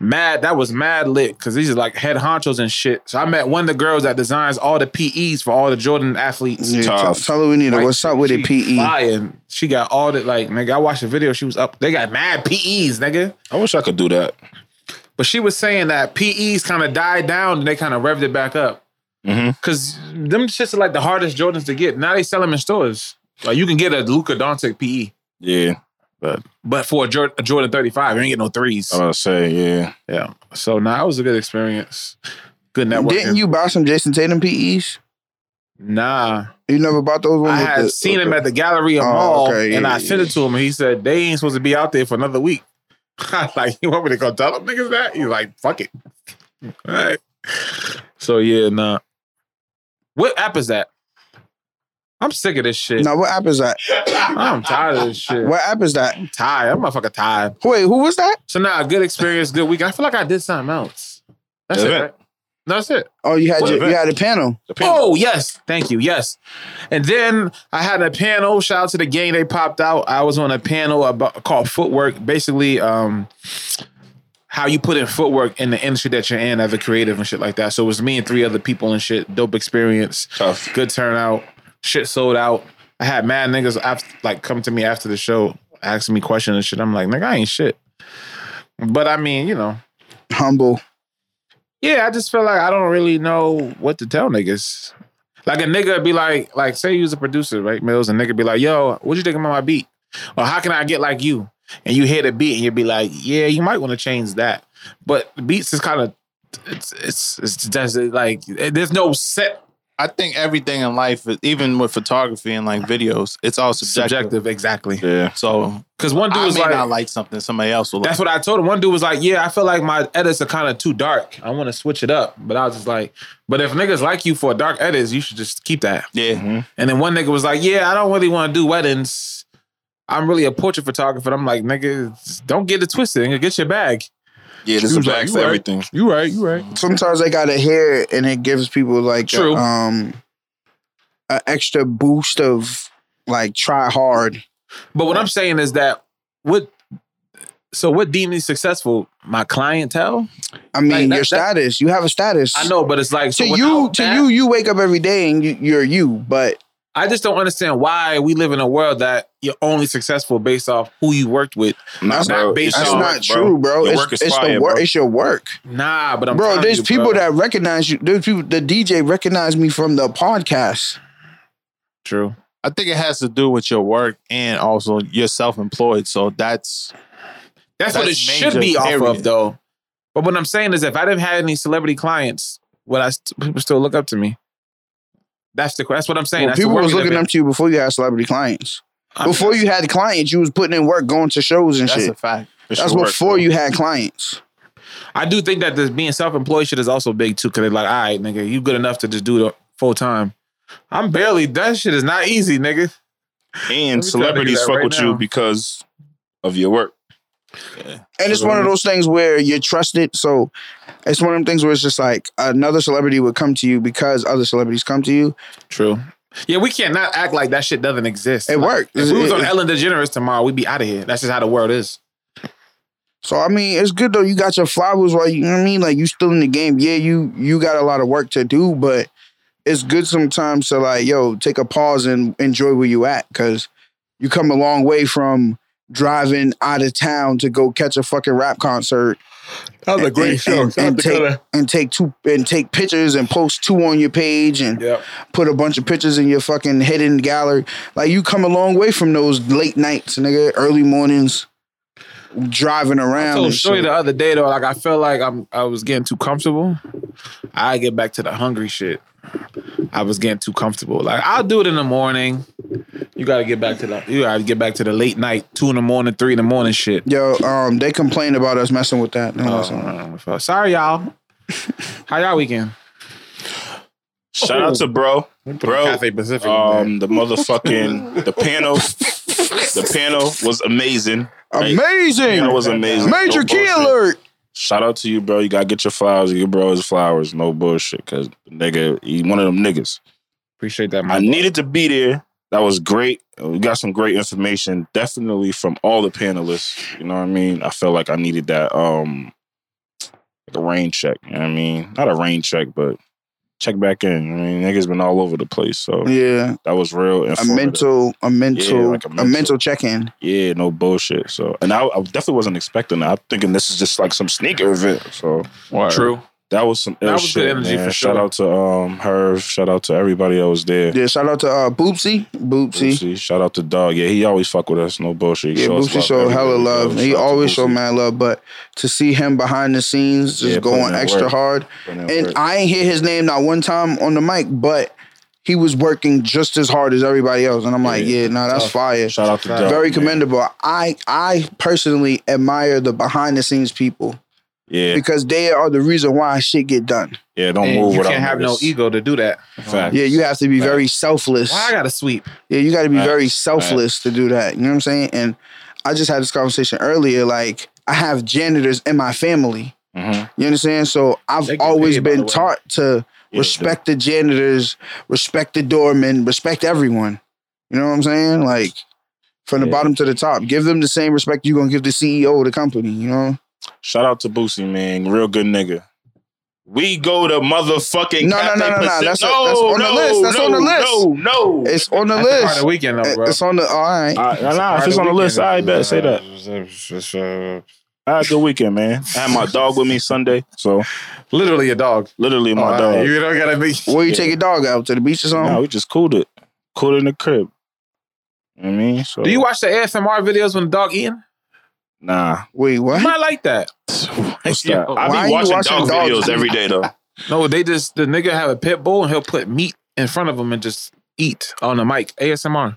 [SPEAKER 3] Mad, that was mad lit because these are like head honchos and shit. So I met one of the girls that designs all the PEs for all the Jordan athletes.
[SPEAKER 4] Yeah,
[SPEAKER 5] Tough.
[SPEAKER 4] t- tell her we need it.
[SPEAKER 3] Right.
[SPEAKER 4] What's up with it, E?
[SPEAKER 3] She
[SPEAKER 4] PE?
[SPEAKER 3] Flying. She got all that, like, nigga, I watched the video. She was up. They got mad PEs, nigga.
[SPEAKER 5] I wish I could do that.
[SPEAKER 3] But she was saying that PEs kind of died down and they kind of revved it back up.
[SPEAKER 4] Mm-hmm.
[SPEAKER 5] Mhm.
[SPEAKER 3] Cause them shits are like the hardest Jordans to get. Now they sell them in stores. Like you can get a Luka Doncic PE,
[SPEAKER 5] Yeah.
[SPEAKER 3] but for a, Jor- a Jordan 35, you ain't get no threes.
[SPEAKER 5] I
[SPEAKER 4] Oh.
[SPEAKER 5] was gonna say, yeah.
[SPEAKER 3] yeah. So now nah, it was a good experience. Good networking.
[SPEAKER 4] Didn't you buy some Jason Tatum PEs?
[SPEAKER 3] Nah.
[SPEAKER 4] You never bought those ones?
[SPEAKER 3] I
[SPEAKER 4] with
[SPEAKER 3] had
[SPEAKER 4] the-
[SPEAKER 3] seen
[SPEAKER 4] with
[SPEAKER 3] him
[SPEAKER 4] the-
[SPEAKER 3] at the gallery
[SPEAKER 4] Oh,
[SPEAKER 3] mall,
[SPEAKER 4] okay,
[SPEAKER 3] and
[SPEAKER 4] yeah,
[SPEAKER 3] I sent
[SPEAKER 4] yeah.
[SPEAKER 3] it to him. And he said they ain't supposed to be out there for another week. like, you want me to go tell them niggas that? He's like, fuck it. All right. So yeah, nah. What app is that? I'm sick of this shit.
[SPEAKER 4] Now what app is that?
[SPEAKER 3] I'm tired of this shit.
[SPEAKER 4] What app is that?
[SPEAKER 3] I'm tired. I'm motherfucking tired.
[SPEAKER 4] Wait, who was that?
[SPEAKER 3] So now, nah, good experience, good week. I feel like I did something else. That's it.
[SPEAKER 5] Event.
[SPEAKER 3] Right? No, that's it.
[SPEAKER 4] Oh, you had
[SPEAKER 5] What
[SPEAKER 4] your,
[SPEAKER 5] event?
[SPEAKER 4] you had a panel.
[SPEAKER 5] The pimp.
[SPEAKER 3] Oh yes, thank you. Yes, and then I had a panel. Shout out to the gang they popped out. I was on a panel about called footwork. Basically, um, how you put in footwork in the industry that you're in as a creative and shit like that. So it was me and three other people and shit. Dope experience.
[SPEAKER 5] Tough.
[SPEAKER 3] Good turnout. Shit sold out. I had mad niggas after, like come to me after the show asking me questions and shit. I'm like, nigga, I ain't shit. But I mean, you know,
[SPEAKER 4] Humble.
[SPEAKER 3] yeah, I just feel like I don't really know what to tell niggas. Like a nigga be like, like say you was a producer, right, Mills, and nigga be like, yo, what you think about my beat? Or how can I get like you? And you hear the beat and you be like, yeah, you might want to change that. But beats is kind of, it's it's it's just like eh, there's no set
[SPEAKER 8] I think everything in life, even with photography and like videos, it's all subjective.
[SPEAKER 3] Subjective, exactly.
[SPEAKER 5] Yeah.
[SPEAKER 8] So
[SPEAKER 3] Because one dude
[SPEAKER 8] I
[SPEAKER 3] was
[SPEAKER 8] may
[SPEAKER 3] like,
[SPEAKER 8] not like something somebody else will.
[SPEAKER 3] that's
[SPEAKER 8] like.
[SPEAKER 3] what I told him. One dude was like, yeah, I feel like my edits are kind of too dark. I want to switch it up. But I was just like, but if niggas like you for dark edits, you should just keep that.
[SPEAKER 8] Yeah.
[SPEAKER 5] Mm-hmm.
[SPEAKER 3] And then one nigga was like, yeah, I don't really want to do weddings. I'm really a portrait photographer. And I'm like, nigga, don't get it twisted. Nigga, get your bag.
[SPEAKER 5] Yeah,
[SPEAKER 3] He
[SPEAKER 5] this is
[SPEAKER 3] was like,
[SPEAKER 5] back to
[SPEAKER 3] "You right."
[SPEAKER 5] everything.
[SPEAKER 3] You right, you right.
[SPEAKER 4] Sometimes I gotta hear it, and it gives people like
[SPEAKER 3] True.
[SPEAKER 4] A, um an extra boost of like try hard.
[SPEAKER 3] But what I'm saying is that what so what deemed me successful? My clientele?
[SPEAKER 4] I mean,
[SPEAKER 3] that-
[SPEAKER 4] your
[SPEAKER 3] that-
[SPEAKER 4] status. you have a status.
[SPEAKER 3] I know, but it's like so
[SPEAKER 4] To you,
[SPEAKER 3] without
[SPEAKER 4] to
[SPEAKER 3] that,
[SPEAKER 4] you, you wake up every day and you, you're you. But
[SPEAKER 3] I just don't understand why we live in a world that you're only successful based off who you worked with.
[SPEAKER 5] Nah,
[SPEAKER 4] That's
[SPEAKER 3] not
[SPEAKER 5] bro,
[SPEAKER 3] based
[SPEAKER 5] it's
[SPEAKER 4] that's
[SPEAKER 3] on-
[SPEAKER 5] your
[SPEAKER 4] not
[SPEAKER 5] work,
[SPEAKER 4] true, bro.
[SPEAKER 5] Your
[SPEAKER 4] It's,
[SPEAKER 5] work is
[SPEAKER 4] it's
[SPEAKER 5] fire,
[SPEAKER 4] the work.
[SPEAKER 5] bro.
[SPEAKER 4] It's your work,
[SPEAKER 3] Nah, but I'm
[SPEAKER 4] bro.
[SPEAKER 3] telling
[SPEAKER 4] There's
[SPEAKER 3] you,
[SPEAKER 4] people
[SPEAKER 3] bro.
[SPEAKER 4] that recognize you. There's people. The DJ recognized me from the podcast.
[SPEAKER 3] true.
[SPEAKER 8] I think it has to do with your work and also you're self-employed. So that's
[SPEAKER 3] That's, what it
[SPEAKER 8] That's
[SPEAKER 3] should
[SPEAKER 8] major,
[SPEAKER 3] be off
[SPEAKER 8] period.
[SPEAKER 3] of though. But what I'm saying is, if I didn't have any celebrity clients, would I st- people still look up to me? That's the that's what I'm saying.
[SPEAKER 4] Well,
[SPEAKER 3] That's the
[SPEAKER 4] people
[SPEAKER 3] world
[SPEAKER 4] was
[SPEAKER 3] we live
[SPEAKER 4] looking
[SPEAKER 3] in.
[SPEAKER 4] up to you before you had celebrity clients.
[SPEAKER 3] I'm-
[SPEAKER 4] Before you had clients, you was putting in work, going to shows and
[SPEAKER 8] that's
[SPEAKER 4] shit.
[SPEAKER 8] a fact.
[SPEAKER 5] It's
[SPEAKER 4] That's
[SPEAKER 5] your work,
[SPEAKER 4] before
[SPEAKER 5] bro.
[SPEAKER 4] you had clients.
[SPEAKER 3] I do think that this being self-employed shit is also big too, because they're like, all right, nigga, you good enough to just do it full time. I'm barely that shit is not easy, nigga. Let
[SPEAKER 5] And
[SPEAKER 3] me tell
[SPEAKER 5] celebrities
[SPEAKER 3] niggas that
[SPEAKER 5] fuck
[SPEAKER 3] right
[SPEAKER 5] with
[SPEAKER 3] now.
[SPEAKER 5] you because of your work.
[SPEAKER 4] And it's one of those things where you're trusted. So it's one of them things where it's just like another celebrity would come to you because other celebrities come to you.
[SPEAKER 3] True. Yeah, we can't not act like that shit doesn't exist.
[SPEAKER 4] It
[SPEAKER 3] Like,
[SPEAKER 4] worked.
[SPEAKER 3] If we was on
[SPEAKER 4] It-
[SPEAKER 3] Ellen DeGeneres tomorrow, we'd be out of here. That's just how the world is.
[SPEAKER 4] So I mean, it's good though. You got your flowers while you, you know what I mean? Like you still in the game. Yeah, you you got a lot of work to do, but it's good sometimes to like, yo, take a pause and enjoy where you at. Cause you come a long way from driving out of town to go catch a fucking rap concert
[SPEAKER 3] That
[SPEAKER 4] and- and- And, and take, and take two and take pictures and post two on your page and
[SPEAKER 3] Yep.
[SPEAKER 4] put a bunch of pictures in your fucking hidden gallery. Like you come a long way from those late nights, nigga, early mornings, driving
[SPEAKER 3] I
[SPEAKER 4] around.
[SPEAKER 3] told
[SPEAKER 4] and
[SPEAKER 3] Shorty
[SPEAKER 4] shit.
[SPEAKER 3] the other day though, like I felt like I'm I was getting too comfortable. I get back to the hungry shit. I was getting too comfortable. Like I'll do it in the morning. You gotta get back to the you gotta get back to the late night, two in the morning, three in the morning shit.
[SPEAKER 4] Yo, um, they complained about us messing with that. No, that's all right.
[SPEAKER 3] Uh, Sorry y'all. How y'all weekend?
[SPEAKER 5] Shout out to
[SPEAKER 4] Oh.
[SPEAKER 5] bro. Bro.
[SPEAKER 3] Cafe Pacific. Um,
[SPEAKER 5] Um, the motherfucking the panel, the panel was amazing. Right?
[SPEAKER 4] Amazing.
[SPEAKER 5] Panel was amazing.
[SPEAKER 4] Major
[SPEAKER 5] No
[SPEAKER 4] key
[SPEAKER 5] bullshit.
[SPEAKER 4] alert.
[SPEAKER 5] Shout out to you, bro. You gotta get your flowers. Your bro his flowers. No bullshit, cause the nigga, he one of them niggas.
[SPEAKER 3] Appreciate that.
[SPEAKER 5] I
[SPEAKER 3] Man.
[SPEAKER 5] needed to be there. That was great. We got some great information, definitely from all the panelists. You know what I mean? I felt like I needed that, um, like a rain check. You know what I mean? Not a rain check, but check back in. I mean, niggas been all over the place, so
[SPEAKER 4] Yeah,
[SPEAKER 5] that was real.
[SPEAKER 4] Mm-hmm. a
[SPEAKER 5] informative.
[SPEAKER 4] mental, a mental,
[SPEAKER 5] like a
[SPEAKER 4] a mental,
[SPEAKER 5] mental.
[SPEAKER 4] check-in.
[SPEAKER 5] Yeah, no bullshit. So, and I, I definitely wasn't expecting that. I'm thinking this is just like some sneaker event. So,
[SPEAKER 3] True.
[SPEAKER 5] that was some
[SPEAKER 3] That
[SPEAKER 5] ill
[SPEAKER 3] was good
[SPEAKER 5] shit,
[SPEAKER 3] energy
[SPEAKER 5] man.
[SPEAKER 3] for
[SPEAKER 5] Shout
[SPEAKER 3] sure.
[SPEAKER 5] out to um Herb. Shout out to everybody that was there.
[SPEAKER 4] Yeah, shout out to uh, Boopsy, Boopsy.
[SPEAKER 5] Oopsie. Shout out to Dog. Yeah, he always fuck with us. No bullshit. He
[SPEAKER 4] Yeah,
[SPEAKER 5] show us
[SPEAKER 4] Boosie showed
[SPEAKER 5] Everybody
[SPEAKER 4] hella
[SPEAKER 5] we
[SPEAKER 4] love.
[SPEAKER 5] love. Shout
[SPEAKER 4] He
[SPEAKER 5] out to
[SPEAKER 4] always showed
[SPEAKER 5] Boosie.
[SPEAKER 4] mad love, but to see him behind the scenes just
[SPEAKER 5] Yeah, putting in
[SPEAKER 4] going extra
[SPEAKER 5] work.
[SPEAKER 4] hard.
[SPEAKER 5] Putting in
[SPEAKER 4] And
[SPEAKER 5] work.
[SPEAKER 4] I ain't hear his name not one time on the mic, but he was working just as hard as everybody else. And I'm like,
[SPEAKER 5] Yeah.
[SPEAKER 4] yeah, no, nah, that's fire.
[SPEAKER 5] Shout out to Dog.
[SPEAKER 4] Very
[SPEAKER 5] man.
[SPEAKER 4] commendable. I I personally admire the behind the scenes people
[SPEAKER 5] Yeah,
[SPEAKER 4] because they are the reason why shit get done.
[SPEAKER 5] yeah. Don't
[SPEAKER 3] And
[SPEAKER 5] move
[SPEAKER 3] you
[SPEAKER 5] without
[SPEAKER 3] can't have no
[SPEAKER 5] niggas.
[SPEAKER 3] ego to do that.
[SPEAKER 5] Fact.
[SPEAKER 4] Yeah, you have to be
[SPEAKER 5] Right.
[SPEAKER 4] very selfless.
[SPEAKER 3] Why I gotta sweep?
[SPEAKER 4] Yeah, you got to be
[SPEAKER 5] Right.
[SPEAKER 4] very selfless to do that. You know what I'm saying? And I just had this conversation earlier. Like, I have janitors in my family.
[SPEAKER 5] Mhm.
[SPEAKER 4] You understand? So I've
[SPEAKER 3] They get
[SPEAKER 4] always
[SPEAKER 3] paid, by the
[SPEAKER 4] been
[SPEAKER 3] way.
[SPEAKER 4] taught to
[SPEAKER 5] Yeah,
[SPEAKER 4] respect the janitors, respect the doorman, respect everyone. You know what I'm saying? Like, from the
[SPEAKER 5] Yeah.
[SPEAKER 4] bottom to the top, give them the same respect you're gonna give the CEO of the company. You know?
[SPEAKER 5] Shout out to Boosie, man. Real good nigga. We go to motherfucking
[SPEAKER 4] No, no,
[SPEAKER 5] Cafe
[SPEAKER 4] no, no, no.
[SPEAKER 5] Pacific-
[SPEAKER 4] That's a-
[SPEAKER 5] no,
[SPEAKER 4] that's on the
[SPEAKER 5] no,
[SPEAKER 4] list. That's
[SPEAKER 5] no,
[SPEAKER 4] on the list.
[SPEAKER 5] No, no.
[SPEAKER 4] It's on the
[SPEAKER 3] That's the part of
[SPEAKER 4] list.
[SPEAKER 3] the weekend though, bro. Uh,
[SPEAKER 4] It's on the. All right.
[SPEAKER 5] All right, nah, nah, if it's on the list, I bet say that. I had a good weekend, man. I had my dog with me Sunday, so
[SPEAKER 3] Literally a dog.
[SPEAKER 5] literally my
[SPEAKER 3] Oh,
[SPEAKER 5] dog.
[SPEAKER 3] You don't gotta be.
[SPEAKER 4] Where you
[SPEAKER 5] Yeah.
[SPEAKER 4] take your dog out to the beach or something?
[SPEAKER 5] No, we just cooled it, cooled it in the crib. You know what I mean, so
[SPEAKER 3] Do you watch the ASMR videos when the dog eating?
[SPEAKER 5] Nah,
[SPEAKER 4] Wait, what?
[SPEAKER 3] You might like that.
[SPEAKER 5] what's that? I
[SPEAKER 4] Why
[SPEAKER 5] be
[SPEAKER 4] you
[SPEAKER 5] watching
[SPEAKER 4] watching
[SPEAKER 5] dog
[SPEAKER 4] dogs?
[SPEAKER 5] videos every day though.
[SPEAKER 3] No, they just the nigga have a pit bull and he'll put meat in front of them and just eat on the mic. ASMR.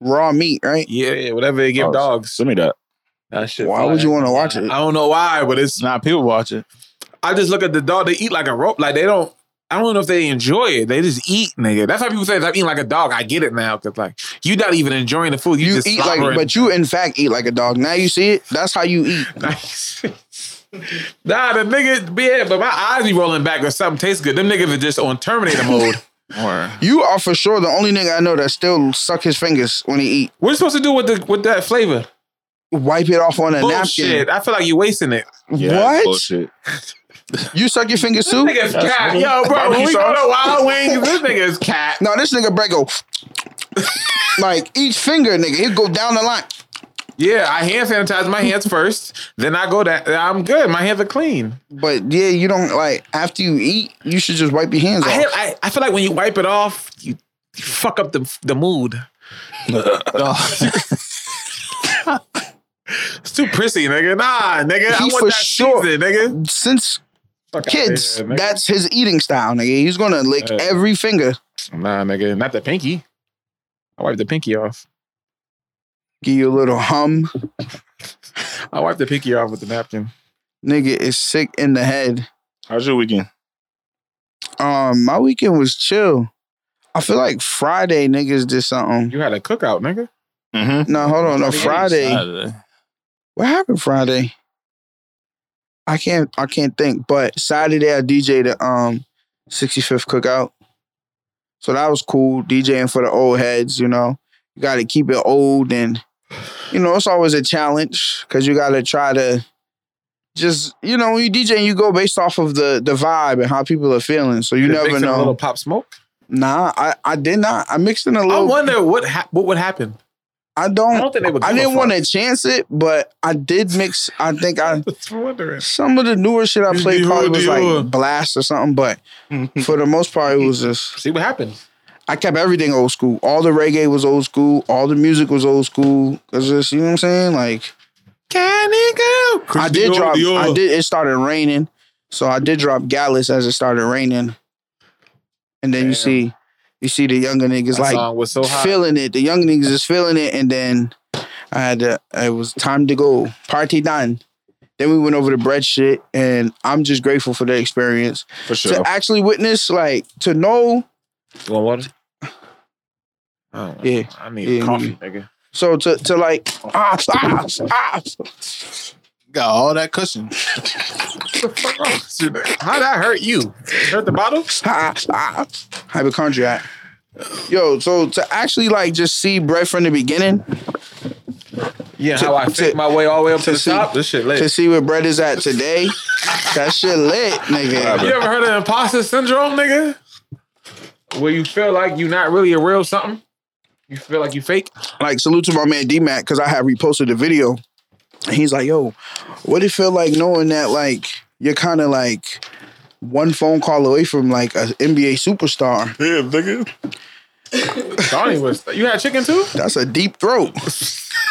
[SPEAKER 4] Raw meat, right?
[SPEAKER 3] Yeah, yeah whatever they give
[SPEAKER 5] Oh,
[SPEAKER 3] dogs.
[SPEAKER 5] Send me that.
[SPEAKER 3] That shit
[SPEAKER 4] Why
[SPEAKER 3] fly.
[SPEAKER 4] would you want to watch it?
[SPEAKER 3] I don't know why, but it's.
[SPEAKER 8] Nah, people watch it.
[SPEAKER 3] I just look at the dog. They eat like a rope. Like they don't. I don't know if they enjoy it. They just eat, nigga. That's why people say I'm eating like a dog. I get it now because like you're not even enjoying the food. You,
[SPEAKER 4] You
[SPEAKER 3] just
[SPEAKER 4] eat like, but you in fact eat like a dog. Now you see it. That's how you eat.
[SPEAKER 3] nah, the nigga. Yeah, but my eyes be rolling back or something tastes good. Them niggas are just on Terminator mode.
[SPEAKER 8] Or
[SPEAKER 4] You are for sure the only nigga I know that still suck his fingers when he eat.
[SPEAKER 3] What are you supposed to do with the with that flavor?
[SPEAKER 4] Wipe it off on a
[SPEAKER 3] Bullshit. I feel like you're wasting it.
[SPEAKER 4] napkin.
[SPEAKER 5] Yeah,
[SPEAKER 4] what?
[SPEAKER 5] Bullshit.
[SPEAKER 4] You suck your fingers too?
[SPEAKER 3] Nigga's cat. Yo, bro, when we go to Wild Wings, this nigga's cat.
[SPEAKER 4] No, this nigga break go like each finger, nigga. He'd go down the line.
[SPEAKER 3] Yeah, I hand sanitize my hands first. Then I go that I'm good. My hands are clean.
[SPEAKER 4] But yeah, you don't like after you eat, you should just wipe your hands
[SPEAKER 3] I,
[SPEAKER 4] off.
[SPEAKER 3] have, I, I feel like when you wipe it off, you, you fuck up the the mood. it's too prissy, nigga. Nah, nigga. I
[SPEAKER 4] He
[SPEAKER 3] want
[SPEAKER 4] for
[SPEAKER 3] that
[SPEAKER 4] sure-
[SPEAKER 3] season, nigga.
[SPEAKER 4] Since
[SPEAKER 3] Fuck outta
[SPEAKER 4] kids,
[SPEAKER 3] here, nigga.
[SPEAKER 4] that's his eating style, nigga. He's gonna lick
[SPEAKER 3] Yeah.
[SPEAKER 4] every finger.
[SPEAKER 3] nah, nigga. Not the pinky. I wiped the pinky off.
[SPEAKER 4] Give you a little hum.
[SPEAKER 3] I wiped the pinky off with the napkin.
[SPEAKER 4] Nigga is sick in the head.
[SPEAKER 5] How's your weekend?
[SPEAKER 4] Um, my weekend was chill. I feel like Friday niggas did something.
[SPEAKER 3] You had a cookout, nigga.
[SPEAKER 5] Mm-hmm.
[SPEAKER 4] No, hold on. No, Friday.
[SPEAKER 8] Saturday.
[SPEAKER 4] What happened Friday? I can't. I can't think. But Saturday, I DJ'd the um 65th cookout. So that was cool. DJing for the old heads. You know, you got to keep it old, and you know it's always a challenge because you got to try to just you know when you DJ, you go based off of the the vibe and how people are feeling. So you
[SPEAKER 3] Did it
[SPEAKER 4] never
[SPEAKER 3] mix in A little
[SPEAKER 4] know.
[SPEAKER 3] pop smoke.
[SPEAKER 4] Nah, I I did not. I mixed in a
[SPEAKER 3] I
[SPEAKER 4] little.
[SPEAKER 3] wonder what hap what would happen.
[SPEAKER 4] I don't.
[SPEAKER 3] I don't think they would.
[SPEAKER 4] I didn't want to chance it, but I did mix. I think I
[SPEAKER 3] I'm wondering.
[SPEAKER 4] some of the newer shit I played
[SPEAKER 3] Dior,
[SPEAKER 4] probably was
[SPEAKER 3] Dior.
[SPEAKER 4] like blast or something, but for the most part, it was just
[SPEAKER 3] See what happens.
[SPEAKER 4] I kept everything old school. All the reggae was old school. All the music was old school. Cause just you know what I'm saying? Like
[SPEAKER 3] Can it go?
[SPEAKER 4] I
[SPEAKER 3] Chris
[SPEAKER 4] did
[SPEAKER 3] Dior,
[SPEAKER 4] drop.
[SPEAKER 3] Dior.
[SPEAKER 4] I did. It started raining, so I did drop Gallus as it started raining, and then
[SPEAKER 3] Damn.
[SPEAKER 4] you see, you see the younger niggas
[SPEAKER 3] That
[SPEAKER 4] like
[SPEAKER 3] song was so hot.
[SPEAKER 4] feeling it. The young niggas is feeling it, and then I had to. It was time to go. Party done. Then we went over the bread shit, and I'm just grateful for the experience
[SPEAKER 5] For sure.
[SPEAKER 4] to actually witness, like to know.
[SPEAKER 3] You want water? Oh,
[SPEAKER 4] Yeah.
[SPEAKER 3] I need
[SPEAKER 4] Yeah.
[SPEAKER 3] coffee, nigga.
[SPEAKER 4] So to to like ah ah ah.
[SPEAKER 8] Got all that cushion.
[SPEAKER 3] How that hurt you? Hurt the bottle?
[SPEAKER 4] ah, ah, hypochondriac. Yo, so to actually like just see bread from the beginning,
[SPEAKER 3] Yeah, how I fake
[SPEAKER 4] to-
[SPEAKER 3] my way all the way up to, the
[SPEAKER 4] see-
[SPEAKER 3] top. This shit
[SPEAKER 4] to
[SPEAKER 3] lit.
[SPEAKER 4] see where bread is at today, that shit lit, nigga.
[SPEAKER 3] You ever heard of imposter syndrome, nigga? Where you feel like you're not really a real something? You feel like you fake?
[SPEAKER 4] Like salute to my man D Mac because I had reposted the video, and he's like, "Yo, what it feel like knowing that like you're kind of like one phone call away from like an NBA superstar?
[SPEAKER 5] Damn, nigga.
[SPEAKER 3] Donnie was. You had chicken too?
[SPEAKER 4] That's a deep throat."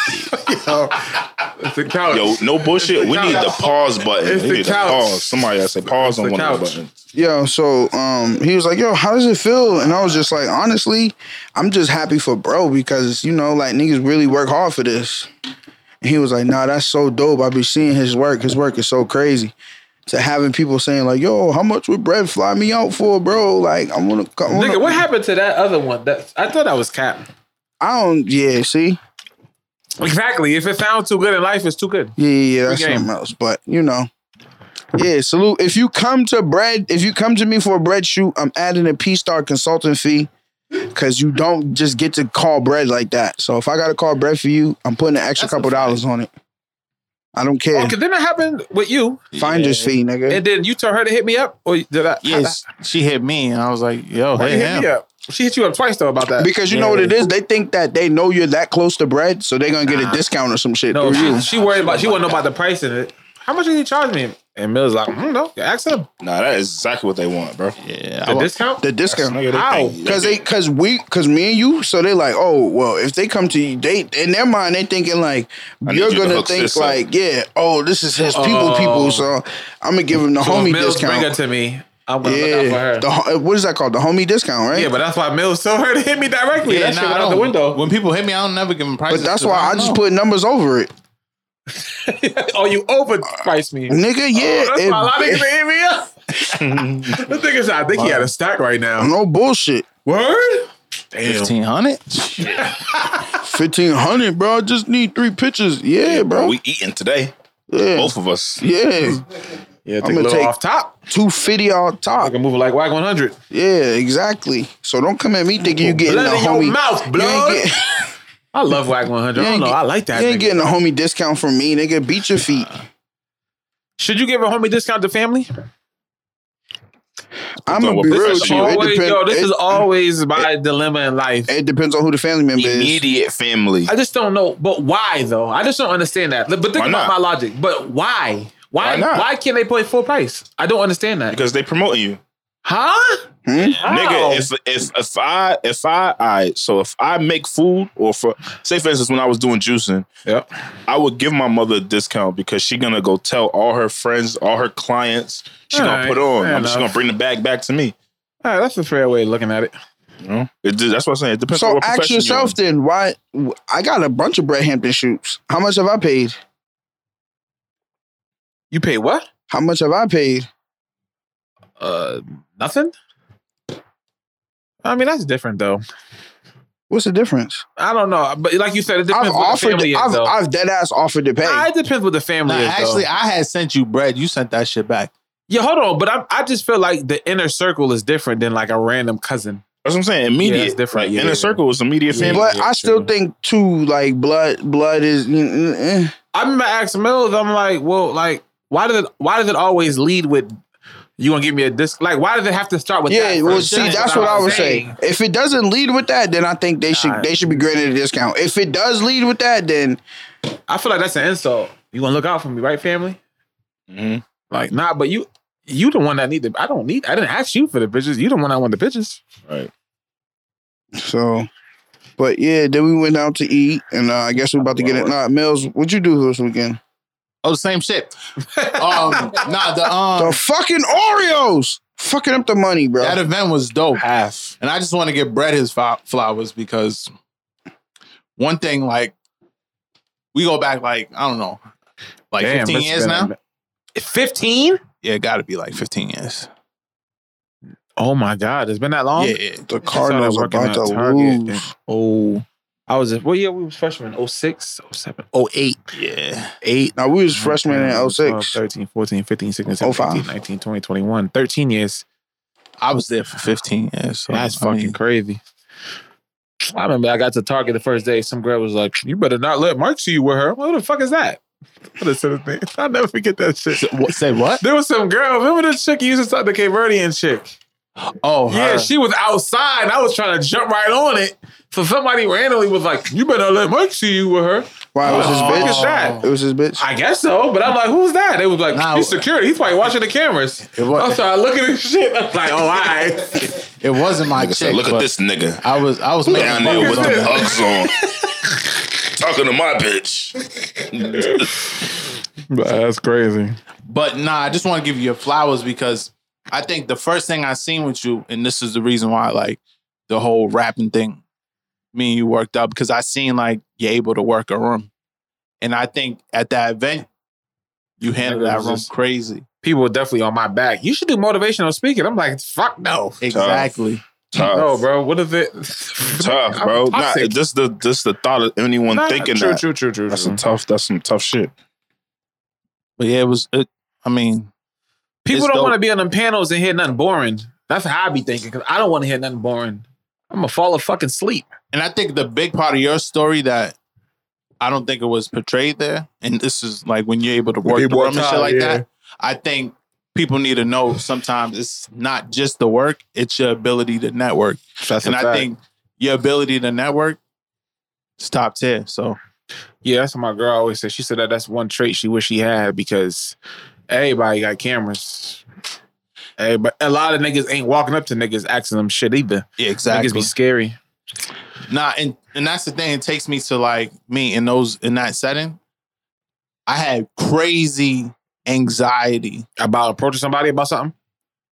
[SPEAKER 3] It's a couch.
[SPEAKER 5] Yo, no bullshit. We need the pause button.
[SPEAKER 3] It's
[SPEAKER 5] we
[SPEAKER 3] the
[SPEAKER 5] need the
[SPEAKER 3] couch.
[SPEAKER 5] pause. Somebody else say pause on
[SPEAKER 3] the
[SPEAKER 5] one of the
[SPEAKER 3] couch.
[SPEAKER 5] buttons.
[SPEAKER 4] Yo, so um, he was like, "Yo, how does it feel?" And I was just like, "Honestly, I'm just happy for bro because you know, like niggas really work hard for this." And he was like, "Nah, that's so dope. I be seeing his work. His work is so crazy." To having people saying like, "Yo, how much would bread fly me out for, bro?" Like, I wanna, I, wanna,
[SPEAKER 3] Nigga, what happened to that other one? That I thought that was cap.
[SPEAKER 4] I don't. Yeah, see,
[SPEAKER 3] Exactly. If it sounds too good in life, it's too good.
[SPEAKER 4] yeah, yeah, yeah, that's
[SPEAKER 3] Free game.
[SPEAKER 4] something else. But you know, yeah, salute. If you come to bread, if you come to me for a bread shoot, I'm adding a P Star consulting fee. Cause you don't just get to call bread like that. So if I gotta call bread for you, I'm putting an extra
[SPEAKER 8] That's a
[SPEAKER 4] couple
[SPEAKER 8] fact.
[SPEAKER 4] dollars on it. I don't care.
[SPEAKER 3] Okay, then it happened with you,
[SPEAKER 4] Finder's fee, nigga.
[SPEAKER 3] and then you told her to hit me up, or did I?
[SPEAKER 8] Yes, she hit me, and I was like, "Yo,
[SPEAKER 3] Why
[SPEAKER 8] hey,
[SPEAKER 3] you hit me
[SPEAKER 8] him.
[SPEAKER 3] up? She hit you up twice though about that.
[SPEAKER 4] because you know what it is, they think that they know you're that close to bread, so they're gonna get a discount or some shit
[SPEAKER 3] no,
[SPEAKER 4] through
[SPEAKER 3] she,
[SPEAKER 4] you.
[SPEAKER 3] she worried about. She wanna know about the price of it. How much did he charge me? And Mills like, mm, no, ask him
[SPEAKER 5] Nah, that is exactly what they want, bro.
[SPEAKER 8] Yeah,
[SPEAKER 3] the discount.
[SPEAKER 4] The discount.
[SPEAKER 5] Nigga, they
[SPEAKER 3] Ow.
[SPEAKER 5] think-
[SPEAKER 4] Cause they, cause we, cause me and you, so they like, oh, well, if they come to you, they in their mind they thinking like
[SPEAKER 5] need
[SPEAKER 4] you're
[SPEAKER 5] you to
[SPEAKER 4] gonna
[SPEAKER 5] hook
[SPEAKER 4] think
[SPEAKER 5] this up.
[SPEAKER 4] like, yeah, oh, this is his people,
[SPEAKER 3] Oh.
[SPEAKER 4] people, so I'm gonna give him the
[SPEAKER 3] So
[SPEAKER 4] homie
[SPEAKER 3] Mills bring her
[SPEAKER 4] discount.
[SPEAKER 3] to me. I'm gonna look out for
[SPEAKER 4] Yeah,
[SPEAKER 3] her.
[SPEAKER 4] the, ho- uh, what is that called? The homie discount, right?
[SPEAKER 3] yeah, but that's why Mills told her to hit me directly. that shit
[SPEAKER 8] nah, I
[SPEAKER 3] went out the
[SPEAKER 8] don't-
[SPEAKER 3] window.
[SPEAKER 8] When people hit me, I don't never give them
[SPEAKER 4] but
[SPEAKER 8] prices.
[SPEAKER 4] that's
[SPEAKER 8] 'cause
[SPEAKER 4] why I
[SPEAKER 8] don't
[SPEAKER 4] just
[SPEAKER 8] know.
[SPEAKER 4] put numbers over it,
[SPEAKER 3] oh, you overpriced me.
[SPEAKER 4] nigga. Yeah,
[SPEAKER 3] Oh, that's
[SPEAKER 4] it-
[SPEAKER 3] why a lot of
[SPEAKER 4] it-
[SPEAKER 3] niggas hit me up. the thing is, I think he had a stack right now.
[SPEAKER 4] no bullshit.
[SPEAKER 3] Word? Damn.
[SPEAKER 8] fifteen hundred.
[SPEAKER 4] Fifteen hundred, bro. I just need three pitches. Yeah, bro.
[SPEAKER 5] We eating today.
[SPEAKER 4] yeah,
[SPEAKER 5] Both of us.
[SPEAKER 4] yeah.
[SPEAKER 3] Yeah, take
[SPEAKER 4] I'ma
[SPEAKER 3] a little
[SPEAKER 4] take-
[SPEAKER 3] off top.
[SPEAKER 4] Two fifty on
[SPEAKER 3] I
[SPEAKER 4] top.
[SPEAKER 3] can move it like WAG 100.
[SPEAKER 4] Yeah, exactly. So don't come at me thinking you getting the
[SPEAKER 3] Blood in your
[SPEAKER 4] homie.
[SPEAKER 3] mouth,
[SPEAKER 4] you ain't,
[SPEAKER 3] blood.
[SPEAKER 4] get-
[SPEAKER 3] I love WAG 100. I
[SPEAKER 4] you
[SPEAKER 3] don't
[SPEAKER 4] ain't
[SPEAKER 3] know.
[SPEAKER 4] get-
[SPEAKER 3] I like that.
[SPEAKER 4] you ain't
[SPEAKER 3] nigga.
[SPEAKER 4] getting a homie discount from me, nigga. Beat your feet.
[SPEAKER 3] Should you give a homie discount to family?
[SPEAKER 4] I'm gonna
[SPEAKER 5] what
[SPEAKER 4] be
[SPEAKER 5] This
[SPEAKER 4] real
[SPEAKER 5] is
[SPEAKER 4] with you. It,
[SPEAKER 3] always,
[SPEAKER 4] depend-
[SPEAKER 3] yo, this
[SPEAKER 4] it,
[SPEAKER 3] is always my dilemma in life.
[SPEAKER 4] it depends on who the family member is.
[SPEAKER 5] Immediate family.
[SPEAKER 3] I just don't know, but why though? I just don't understand that. But think
[SPEAKER 5] Why
[SPEAKER 3] about
[SPEAKER 5] not?
[SPEAKER 3] my logic. But why? Why?
[SPEAKER 5] Why
[SPEAKER 3] Why,
[SPEAKER 5] not?
[SPEAKER 3] can't they play full price? I don't understand that.
[SPEAKER 5] Because they promoting you.
[SPEAKER 3] Huh? How?
[SPEAKER 5] Nigga, if if if I if I I so if I make food or for say for instance when I was doing juicing,
[SPEAKER 3] Yep.
[SPEAKER 5] I would give my mother a discount because she gonna go tell all her friends, all her clients, she
[SPEAKER 3] All
[SPEAKER 5] gonna
[SPEAKER 3] right,
[SPEAKER 5] put on.
[SPEAKER 3] fair
[SPEAKER 5] I'm just
[SPEAKER 3] enough.
[SPEAKER 5] gonna bring the bag back to me.
[SPEAKER 3] All right, Ah, that's a fair way of looking at it.
[SPEAKER 5] You know? It just- that's what I'm saying. It depends on
[SPEAKER 4] So
[SPEAKER 5] what
[SPEAKER 4] ask
[SPEAKER 5] profession
[SPEAKER 4] yourself then, why I got a bunch of Brett Hampton shoots. How much have I paid?
[SPEAKER 3] You pay what?
[SPEAKER 4] How much have I paid?
[SPEAKER 3] Uh, nothing. I mean, that's different though.
[SPEAKER 4] What's the difference?
[SPEAKER 3] I don't know, but like you said, it depends
[SPEAKER 4] I've
[SPEAKER 3] what the
[SPEAKER 4] offered
[SPEAKER 3] family
[SPEAKER 4] I've,
[SPEAKER 3] is. Though.
[SPEAKER 4] I've dead ass offered to pay.
[SPEAKER 3] Nah, it depends what the family
[SPEAKER 8] Nah,
[SPEAKER 3] is.
[SPEAKER 8] actually,
[SPEAKER 3] though.
[SPEAKER 8] I had sent you bread. You sent that shit back.
[SPEAKER 3] yeah, hold on, but I, I just feel like the inner circle is different than like a random cousin.
[SPEAKER 5] you in. That's what I'm saying.
[SPEAKER 3] Yeah,
[SPEAKER 5] Immediate.
[SPEAKER 3] it's different.
[SPEAKER 5] Like,
[SPEAKER 3] Yeah,
[SPEAKER 5] inner
[SPEAKER 3] yeah,
[SPEAKER 5] circle is immediate
[SPEAKER 3] Yeah.
[SPEAKER 5] family.
[SPEAKER 4] but
[SPEAKER 3] yeah,
[SPEAKER 4] I still
[SPEAKER 3] true.
[SPEAKER 4] think too, like blood, blood is. mm, mm, eh.
[SPEAKER 3] I remember asking Mills, I'm like, well, like, why does it why does it always lead with you gonna give me a disc? Like, why does it have to start with
[SPEAKER 4] Yeah,
[SPEAKER 3] that
[SPEAKER 4] well,
[SPEAKER 3] first?
[SPEAKER 4] see, that's what I would say. If it doesn't lead with that, then I think they should
[SPEAKER 3] Nah.
[SPEAKER 4] they should be granted a discount. If it does lead with that, then
[SPEAKER 3] I feel like that's an insult. You gonna look out for me, right, family?
[SPEAKER 4] Mm-hmm.
[SPEAKER 5] Mhm.
[SPEAKER 3] Like, nah, but you you the one that need the I don't need I didn't ask you for the bitches. You the one I want the bitches.
[SPEAKER 4] so. But yeah, then we went out to eat, and uh, I guess we're about to get it. Nah, Mills, what you do this weekend?
[SPEAKER 8] Oh, the same shit. Um, nah, the um,
[SPEAKER 4] The fucking Oreos, fucking up the money, bro.
[SPEAKER 8] that event was dope. Half, and I just want to give Brett his fo- flowers because one thing, like, we go back like I don't know, like
[SPEAKER 3] Damn,
[SPEAKER 8] fifteen
[SPEAKER 3] it's
[SPEAKER 8] years
[SPEAKER 3] been
[SPEAKER 8] now.
[SPEAKER 3] a- 15?
[SPEAKER 8] Yeah, got to be like fifteen years.
[SPEAKER 3] Oh my god, it's been that long?
[SPEAKER 8] yeah, yeah.
[SPEAKER 4] the Cardinals
[SPEAKER 3] I
[SPEAKER 4] are
[SPEAKER 3] started working
[SPEAKER 4] about to
[SPEAKER 3] at Target.
[SPEAKER 4] lose.
[SPEAKER 3] Oh. I was well, yeah, we was Oh freshmen, 06, 07,
[SPEAKER 4] Oh,
[SPEAKER 3] 08,
[SPEAKER 8] Yeah.
[SPEAKER 3] 8,
[SPEAKER 4] Now we was
[SPEAKER 3] 9,
[SPEAKER 4] freshmen
[SPEAKER 3] 10,
[SPEAKER 4] in
[SPEAKER 3] 12,
[SPEAKER 4] 06.
[SPEAKER 3] 13, 14, 15, 16, 17,
[SPEAKER 4] 05.
[SPEAKER 3] 18, 19, 20, 21. 13 years.
[SPEAKER 8] I was there for 15 years. So
[SPEAKER 3] That's
[SPEAKER 8] I mean,
[SPEAKER 3] fucking crazy. I remember I got to Target the first day. Some girl was like, You better not let Mark see you with her. I'm like, What the fuck is that? What is that thing? I'll never forget that shit.
[SPEAKER 8] What, say what?
[SPEAKER 3] There was some girl. Remember this chick you used to talk the Cape Verdean chick?
[SPEAKER 8] Oh,
[SPEAKER 3] Yeah,
[SPEAKER 8] her.
[SPEAKER 3] she was outside. And I was trying to jump right on it. So somebody randomly was like, You better not let Mark see you with her.
[SPEAKER 4] Why it was his
[SPEAKER 3] Oh. Look at
[SPEAKER 4] bitch?
[SPEAKER 3] that.
[SPEAKER 4] It was his bitch.
[SPEAKER 3] I guess so, but I'm like, who's that? They was like,
[SPEAKER 8] Nah,
[SPEAKER 3] he's security. He's probably watching the cameras.
[SPEAKER 8] It wa-
[SPEAKER 3] I'm sorry, looking at this shit. I'm like, oh, all right.
[SPEAKER 8] it wasn't my
[SPEAKER 5] Nigga
[SPEAKER 8] chick.
[SPEAKER 5] said, Look at
[SPEAKER 8] but
[SPEAKER 5] this nigga
[SPEAKER 8] I was I was making
[SPEAKER 5] down
[SPEAKER 8] fun
[SPEAKER 5] there
[SPEAKER 8] of
[SPEAKER 5] with
[SPEAKER 8] her.
[SPEAKER 5] the hugs on, talking to my bitch.
[SPEAKER 3] That's crazy.
[SPEAKER 8] But nah, I just want to give you your flowers because I think the first thing I seen with you, and this is the reason why like the whole rapping thing, me and you worked up because I seen like you're able to work a room, and I think at that event you handled
[SPEAKER 3] Nigga, it
[SPEAKER 8] that
[SPEAKER 3] was
[SPEAKER 8] room
[SPEAKER 3] just-
[SPEAKER 8] crazy.
[SPEAKER 3] People were definitely on my back. You should do motivational speaking. I'm like, fuck no.
[SPEAKER 8] Exactly.
[SPEAKER 5] Tough,
[SPEAKER 3] No, bro. What if it?
[SPEAKER 5] tough, bro.
[SPEAKER 3] I'm
[SPEAKER 5] Nah,
[SPEAKER 3] toxic.
[SPEAKER 5] just the just the thought of anyone
[SPEAKER 3] Nah,
[SPEAKER 5] thinking
[SPEAKER 3] true,
[SPEAKER 5] that.
[SPEAKER 3] true, true, true,
[SPEAKER 5] That's
[SPEAKER 3] true.
[SPEAKER 5] some tough. That's some tough shit.
[SPEAKER 8] But yeah, it was. It, I mean,
[SPEAKER 3] People
[SPEAKER 8] It's
[SPEAKER 3] don't
[SPEAKER 8] dope.
[SPEAKER 3] want to be on them panels and hear nothing boring. That's how I be thinking because I don't want to hear nothing boring. I'm gonna fall a fucking sleep.
[SPEAKER 8] And I think the big part of your story that I don't think it was portrayed there, and this is like when you're able to work
[SPEAKER 3] It
[SPEAKER 8] the room
[SPEAKER 3] worked
[SPEAKER 8] and shit
[SPEAKER 3] out,
[SPEAKER 8] like
[SPEAKER 3] yeah.
[SPEAKER 8] that. I think people need to know sometimes it's not just the work, it's your ability to network.
[SPEAKER 3] That's
[SPEAKER 8] and I think your ability to network is top tier. So
[SPEAKER 3] Yeah, that's what my girl always said. She said that that's one trait she wish she had because everybody got cameras. Hey, but a lot of niggas ain't walking up to niggas asking them shit either.
[SPEAKER 8] yeah,
[SPEAKER 3] Niggas be scary.
[SPEAKER 8] Nah, and and that's the thing. It takes me to like me in those in that setting. I had crazy anxiety
[SPEAKER 3] About approaching somebody about something?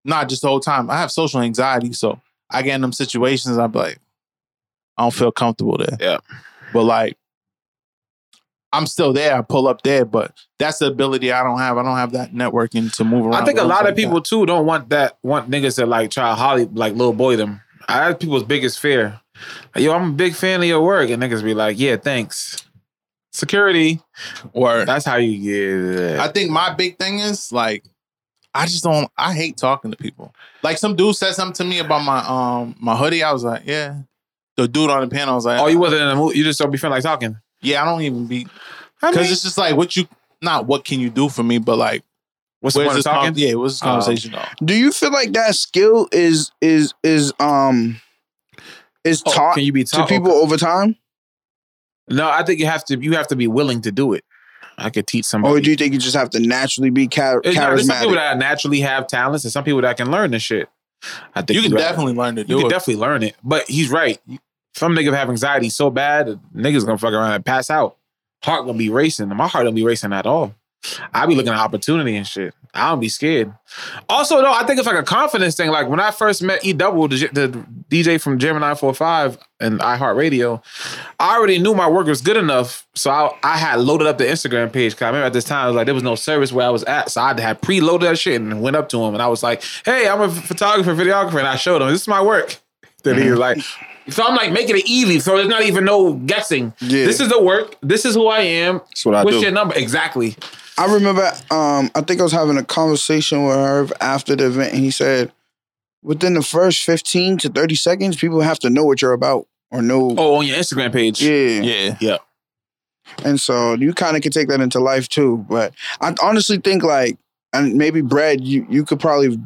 [SPEAKER 8] Not just the whole time. I have social anxiety, so I get in them situations. I'm like, I don't feel comfortable there.
[SPEAKER 3] Yeah.
[SPEAKER 8] But like, I'm still there. I pull up there, but that's the ability I don't have. I don't have that networking to move around.
[SPEAKER 3] I think a
[SPEAKER 8] with
[SPEAKER 3] lot
[SPEAKER 8] like
[SPEAKER 3] of people too don't want that want niggas to like try to holly like little boy them. I that's people's biggest fear. Yo, I'm a big fan of your work, and niggas be like, "Yeah, thanks." Security.
[SPEAKER 8] that. Or
[SPEAKER 3] That's how you get. It.
[SPEAKER 8] I think my big thing is like I just don't I hate talking to people. Like some dude said something to me about my um my hoodie. I was like, yeah. The dude on the panel was like,
[SPEAKER 3] oh, you wasn't in a movie. You just don't be feeling like talking.
[SPEAKER 8] yeah, I don't even be
[SPEAKER 3] I
[SPEAKER 8] because
[SPEAKER 3] mean,
[SPEAKER 8] it's just like what you not what can you do for me, but like
[SPEAKER 3] what's the
[SPEAKER 8] where's
[SPEAKER 3] point of
[SPEAKER 8] this
[SPEAKER 3] talking?
[SPEAKER 8] con- yeah, what's this
[SPEAKER 3] Oh.
[SPEAKER 8] conversation about?
[SPEAKER 4] Do you feel like that skill is is is um is
[SPEAKER 3] Oh,
[SPEAKER 4] taught
[SPEAKER 3] can you be
[SPEAKER 4] to
[SPEAKER 3] taught?
[SPEAKER 4] people over time,
[SPEAKER 3] No, I think you have to. You have to be willing to do it. I could teach somebody.
[SPEAKER 4] or do you think you just have to naturally be char-
[SPEAKER 3] It's not- there's some people
[SPEAKER 4] charismatic?
[SPEAKER 3] that naturally have talents, and some people that can learn this shit. I think
[SPEAKER 8] You can
[SPEAKER 3] gotta-
[SPEAKER 8] definitely learn to
[SPEAKER 3] You
[SPEAKER 8] do
[SPEAKER 3] can
[SPEAKER 8] it.
[SPEAKER 3] definitely learn it, but he's right. Some nigga have anxiety so bad, niggas gonna fuck around and pass out. Heart gonna be racing. My heart don't be racing at all. I be looking at opportunity and shit. I don't be scared. Also, though, I think it's like a confidence thing. Like when I first met E Double, the, J- the DJ from Gemini 45 and iHeartRadio, I already knew my work was good enough. So I, I had loaded up the Instagram page. Cause I remember at this time, it was like there was no service where I was at. So I had preloaded that shit and went up to him and I was like, hey, I'm a photographer, videographer. And I showed him, this is my work. Then he was like, so I'm like making it easy. So there's not even no guessing.
[SPEAKER 4] Yeah.
[SPEAKER 3] This is the work. This is who I am.
[SPEAKER 5] That's what I
[SPEAKER 3] What's
[SPEAKER 5] do.
[SPEAKER 3] your number? Exactly.
[SPEAKER 4] I remember, um, I think I was having a conversation with Herb after the event, and he said, within the first fifteen to thirty seconds, people have to know what you're about or know.
[SPEAKER 3] Oh, on your Instagram page.
[SPEAKER 4] Yeah.
[SPEAKER 8] Yeah.
[SPEAKER 4] and so you kind of can take that into life too. But I honestly think like, and maybe Brad, you you could probably